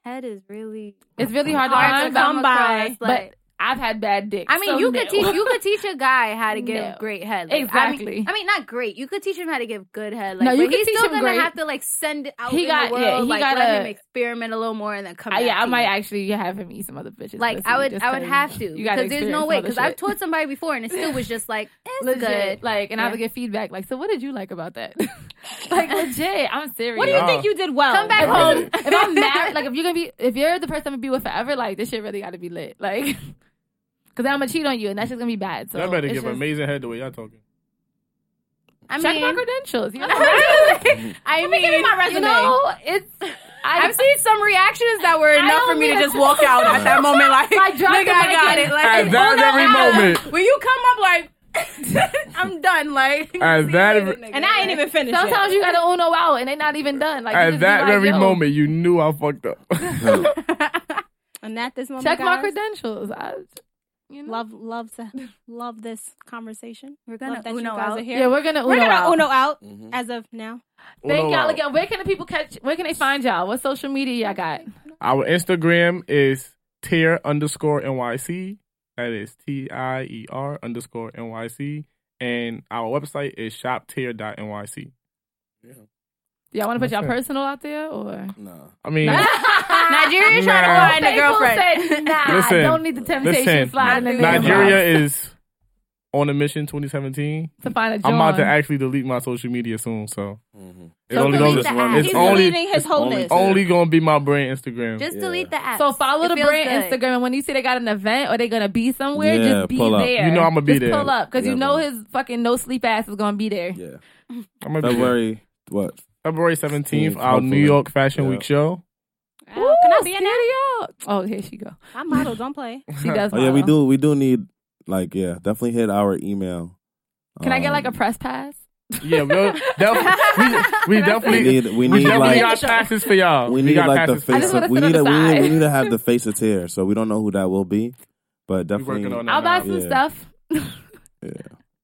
Speaker 2: head is really
Speaker 1: It's really hard,
Speaker 2: hard
Speaker 1: to find,
Speaker 2: to come by.
Speaker 1: but I've had bad dick.
Speaker 2: I mean,
Speaker 1: so
Speaker 2: you could
Speaker 1: no. [LAUGHS]
Speaker 2: teach you could teach a guy how to give
Speaker 1: No.
Speaker 2: great head. Like, I mean- I
Speaker 1: Exactly.
Speaker 2: mean, not great. You could teach him how to give good head. Like,
Speaker 1: No, you
Speaker 2: but
Speaker 1: could
Speaker 2: he's
Speaker 1: teach
Speaker 2: still
Speaker 1: him
Speaker 2: gonna
Speaker 1: great.
Speaker 2: have to like send it out
Speaker 1: He
Speaker 2: in
Speaker 1: got-
Speaker 2: the
Speaker 1: yeah,
Speaker 2: world.
Speaker 1: he
Speaker 2: like
Speaker 1: gotta-
Speaker 2: let him experiment a little more and then come.
Speaker 1: I,
Speaker 2: back
Speaker 1: yeah, I
Speaker 2: to
Speaker 1: might
Speaker 2: you.
Speaker 1: actually have him eat some other bitches.
Speaker 2: Like
Speaker 1: pussy
Speaker 2: I would,
Speaker 1: just
Speaker 2: I would
Speaker 1: 'cause
Speaker 2: have to
Speaker 1: you gotta
Speaker 2: because there's
Speaker 1: experience
Speaker 2: no
Speaker 1: some
Speaker 2: way
Speaker 1: other
Speaker 2: because I've
Speaker 1: shit.
Speaker 2: told somebody before and it still was just like it's
Speaker 1: legit.
Speaker 2: good.
Speaker 1: Like, and I would
Speaker 2: Yeah.
Speaker 1: get feedback like, "So what did you like about that?" [LAUGHS] like legit, I'm serious.
Speaker 3: What do you think you did well?
Speaker 2: Come back
Speaker 1: If I'm-
Speaker 2: home.
Speaker 1: if [LAUGHS] I'm married, like if you're gonna be, if you're the person I'm gonna be with forever, like this shit really gotta be lit, like, [LAUGHS] because I'm gonna cheat on you, and that's just gonna be bad. So
Speaker 4: y'all better
Speaker 1: it's
Speaker 4: give
Speaker 1: just-
Speaker 4: amazing head the way y'all talking.
Speaker 2: I
Speaker 1: Check my
Speaker 2: mean,
Speaker 1: credentials.
Speaker 3: [LAUGHS]
Speaker 1: You know? [LAUGHS]
Speaker 2: I mean,
Speaker 1: You know, it's I,
Speaker 2: I've seen some reactions that were enough
Speaker 1: don't
Speaker 2: for me to
Speaker 1: mean-
Speaker 2: just walk out at that moment. Like,
Speaker 1: I dropped
Speaker 2: nigga,
Speaker 1: the
Speaker 2: I got
Speaker 1: mic
Speaker 2: it.
Speaker 1: and-
Speaker 2: Like,
Speaker 4: At
Speaker 2: it's
Speaker 4: that
Speaker 2: all that
Speaker 4: very
Speaker 2: matters.
Speaker 4: moment.
Speaker 2: when you come up like, I'm done. Like,
Speaker 4: At that
Speaker 2: nigga,
Speaker 4: ve-
Speaker 2: nigga.
Speaker 3: And I ain't even finished.
Speaker 1: sometimes you gotta uno out, and they're not even done. Like you
Speaker 4: At
Speaker 1: just be
Speaker 4: that
Speaker 1: like,
Speaker 4: very
Speaker 1: yo,
Speaker 4: moment, you knew I
Speaker 1: [LAUGHS]
Speaker 4: fucked up. [LAUGHS]
Speaker 3: and at this moment,
Speaker 1: check my
Speaker 3: guys,
Speaker 1: credentials. I, you know?
Speaker 3: Oh Love, love, to- [LAUGHS] love this conversation. We're
Speaker 2: gonna
Speaker 3: love that you
Speaker 2: Uno
Speaker 3: guys
Speaker 2: out.
Speaker 3: are here.
Speaker 1: Yeah, we're gonna uno
Speaker 3: we're gonna
Speaker 1: out.
Speaker 3: uno out
Speaker 5: Mhm.
Speaker 3: as of now.
Speaker 1: Thank
Speaker 4: Uno
Speaker 1: y'all
Speaker 4: out.
Speaker 1: again. Where can the people catch? Where can they find y'all? What social media y'all got?
Speaker 4: Our Instagram is tier underscore NYC. That is T I E R underscore NYC. And our website is shoptier.nyc.
Speaker 1: Y'all want to put y'all
Speaker 4: That's it.
Speaker 1: personal out there
Speaker 4: [LAUGHS]
Speaker 1: or?
Speaker 5: No.
Speaker 4: I mean,
Speaker 2: Nigeria's trying to
Speaker 4: Nah.
Speaker 2: find a girlfriend.
Speaker 1: Said, nah,
Speaker 4: Listen,
Speaker 1: I don't need the temptation
Speaker 4: listen,
Speaker 1: sliding in there.
Speaker 4: Nigeria is on a mission 2017.
Speaker 1: to find a John.
Speaker 4: I'm about to actually delete my social media soon, so
Speaker 5: Mhm.
Speaker 4: it's
Speaker 1: So
Speaker 4: only
Speaker 1: delete
Speaker 4: gonna
Speaker 1: the
Speaker 5: app.
Speaker 4: it's
Speaker 3: He's
Speaker 4: only
Speaker 3: deleting his whole
Speaker 5: only- oh.
Speaker 3: list.
Speaker 4: only gonna be my brand Instagram.
Speaker 2: Just
Speaker 5: Yeah.
Speaker 2: delete the app.
Speaker 1: So follow
Speaker 2: It
Speaker 1: the
Speaker 2: feels
Speaker 1: brand
Speaker 2: good.
Speaker 1: Instagram, and when you see they got an event or they gonna be somewhere,
Speaker 5: Yeah,
Speaker 1: just be
Speaker 5: pull up.
Speaker 1: there.
Speaker 4: You know I'ma be
Speaker 1: Just
Speaker 4: there.
Speaker 1: Pull up because you
Speaker 5: Yeah,
Speaker 1: know
Speaker 5: man.
Speaker 1: his fucking no sleep ass is gonna be there.
Speaker 5: Yeah.
Speaker 4: I'm gonna be
Speaker 5: February what?
Speaker 4: February 17th, our
Speaker 5: Hopefully.
Speaker 4: New York Fashion
Speaker 5: Yeah.
Speaker 4: Week show.
Speaker 3: Oh, can I be in
Speaker 1: Ooh,
Speaker 3: that?
Speaker 1: City Y'all. Oh, here she go.
Speaker 3: I model. Don't play.
Speaker 1: She does.
Speaker 5: [LAUGHS] Oh yeah, we
Speaker 1: model.
Speaker 5: do we do need like yeah, definitely hit our email.
Speaker 1: Can I get
Speaker 5: Um,
Speaker 1: like a press pass?
Speaker 4: Yeah, we'll, def- we, we
Speaker 5: We
Speaker 4: definitely
Speaker 5: need we
Speaker 4: we,
Speaker 5: need
Speaker 4: definitely
Speaker 5: like
Speaker 4: got passes for y'all.
Speaker 5: we need
Speaker 4: got
Speaker 5: like the
Speaker 4: passes for
Speaker 1: I just
Speaker 5: face
Speaker 4: y'all.
Speaker 1: wanna
Speaker 5: of, we
Speaker 1: sit on
Speaker 5: need
Speaker 1: the
Speaker 5: a, we need
Speaker 1: side.
Speaker 5: we need to have the face of tear, so we don't know who that will be, but
Speaker 4: We
Speaker 5: definitely
Speaker 4: working on that.
Speaker 1: I'll buy
Speaker 4: now.
Speaker 1: some
Speaker 5: Yeah.
Speaker 1: stuff.
Speaker 5: yeah,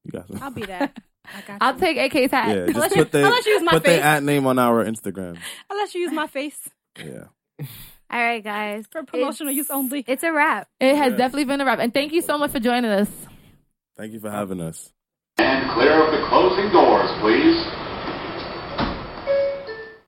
Speaker 5: you got
Speaker 3: I'll be that. I got
Speaker 1: I'll
Speaker 3: you.
Speaker 1: take AK's hat.
Speaker 3: [LAUGHS]
Speaker 5: yeah. Just
Speaker 3: let you-
Speaker 5: put their
Speaker 3: I'll let you use my
Speaker 5: put
Speaker 3: face.
Speaker 5: their at name on our Instagram.
Speaker 3: Unless you use my face
Speaker 5: Yeah,
Speaker 2: All right, guys.
Speaker 3: for promotional use only.
Speaker 2: It's a wrap.
Speaker 1: [LAUGHS] It has
Speaker 5: Yeah.
Speaker 1: definitely been a wrap, and thank you so much for joining us.
Speaker 5: thank you for having us.
Speaker 6: And clear of the closing doors, please.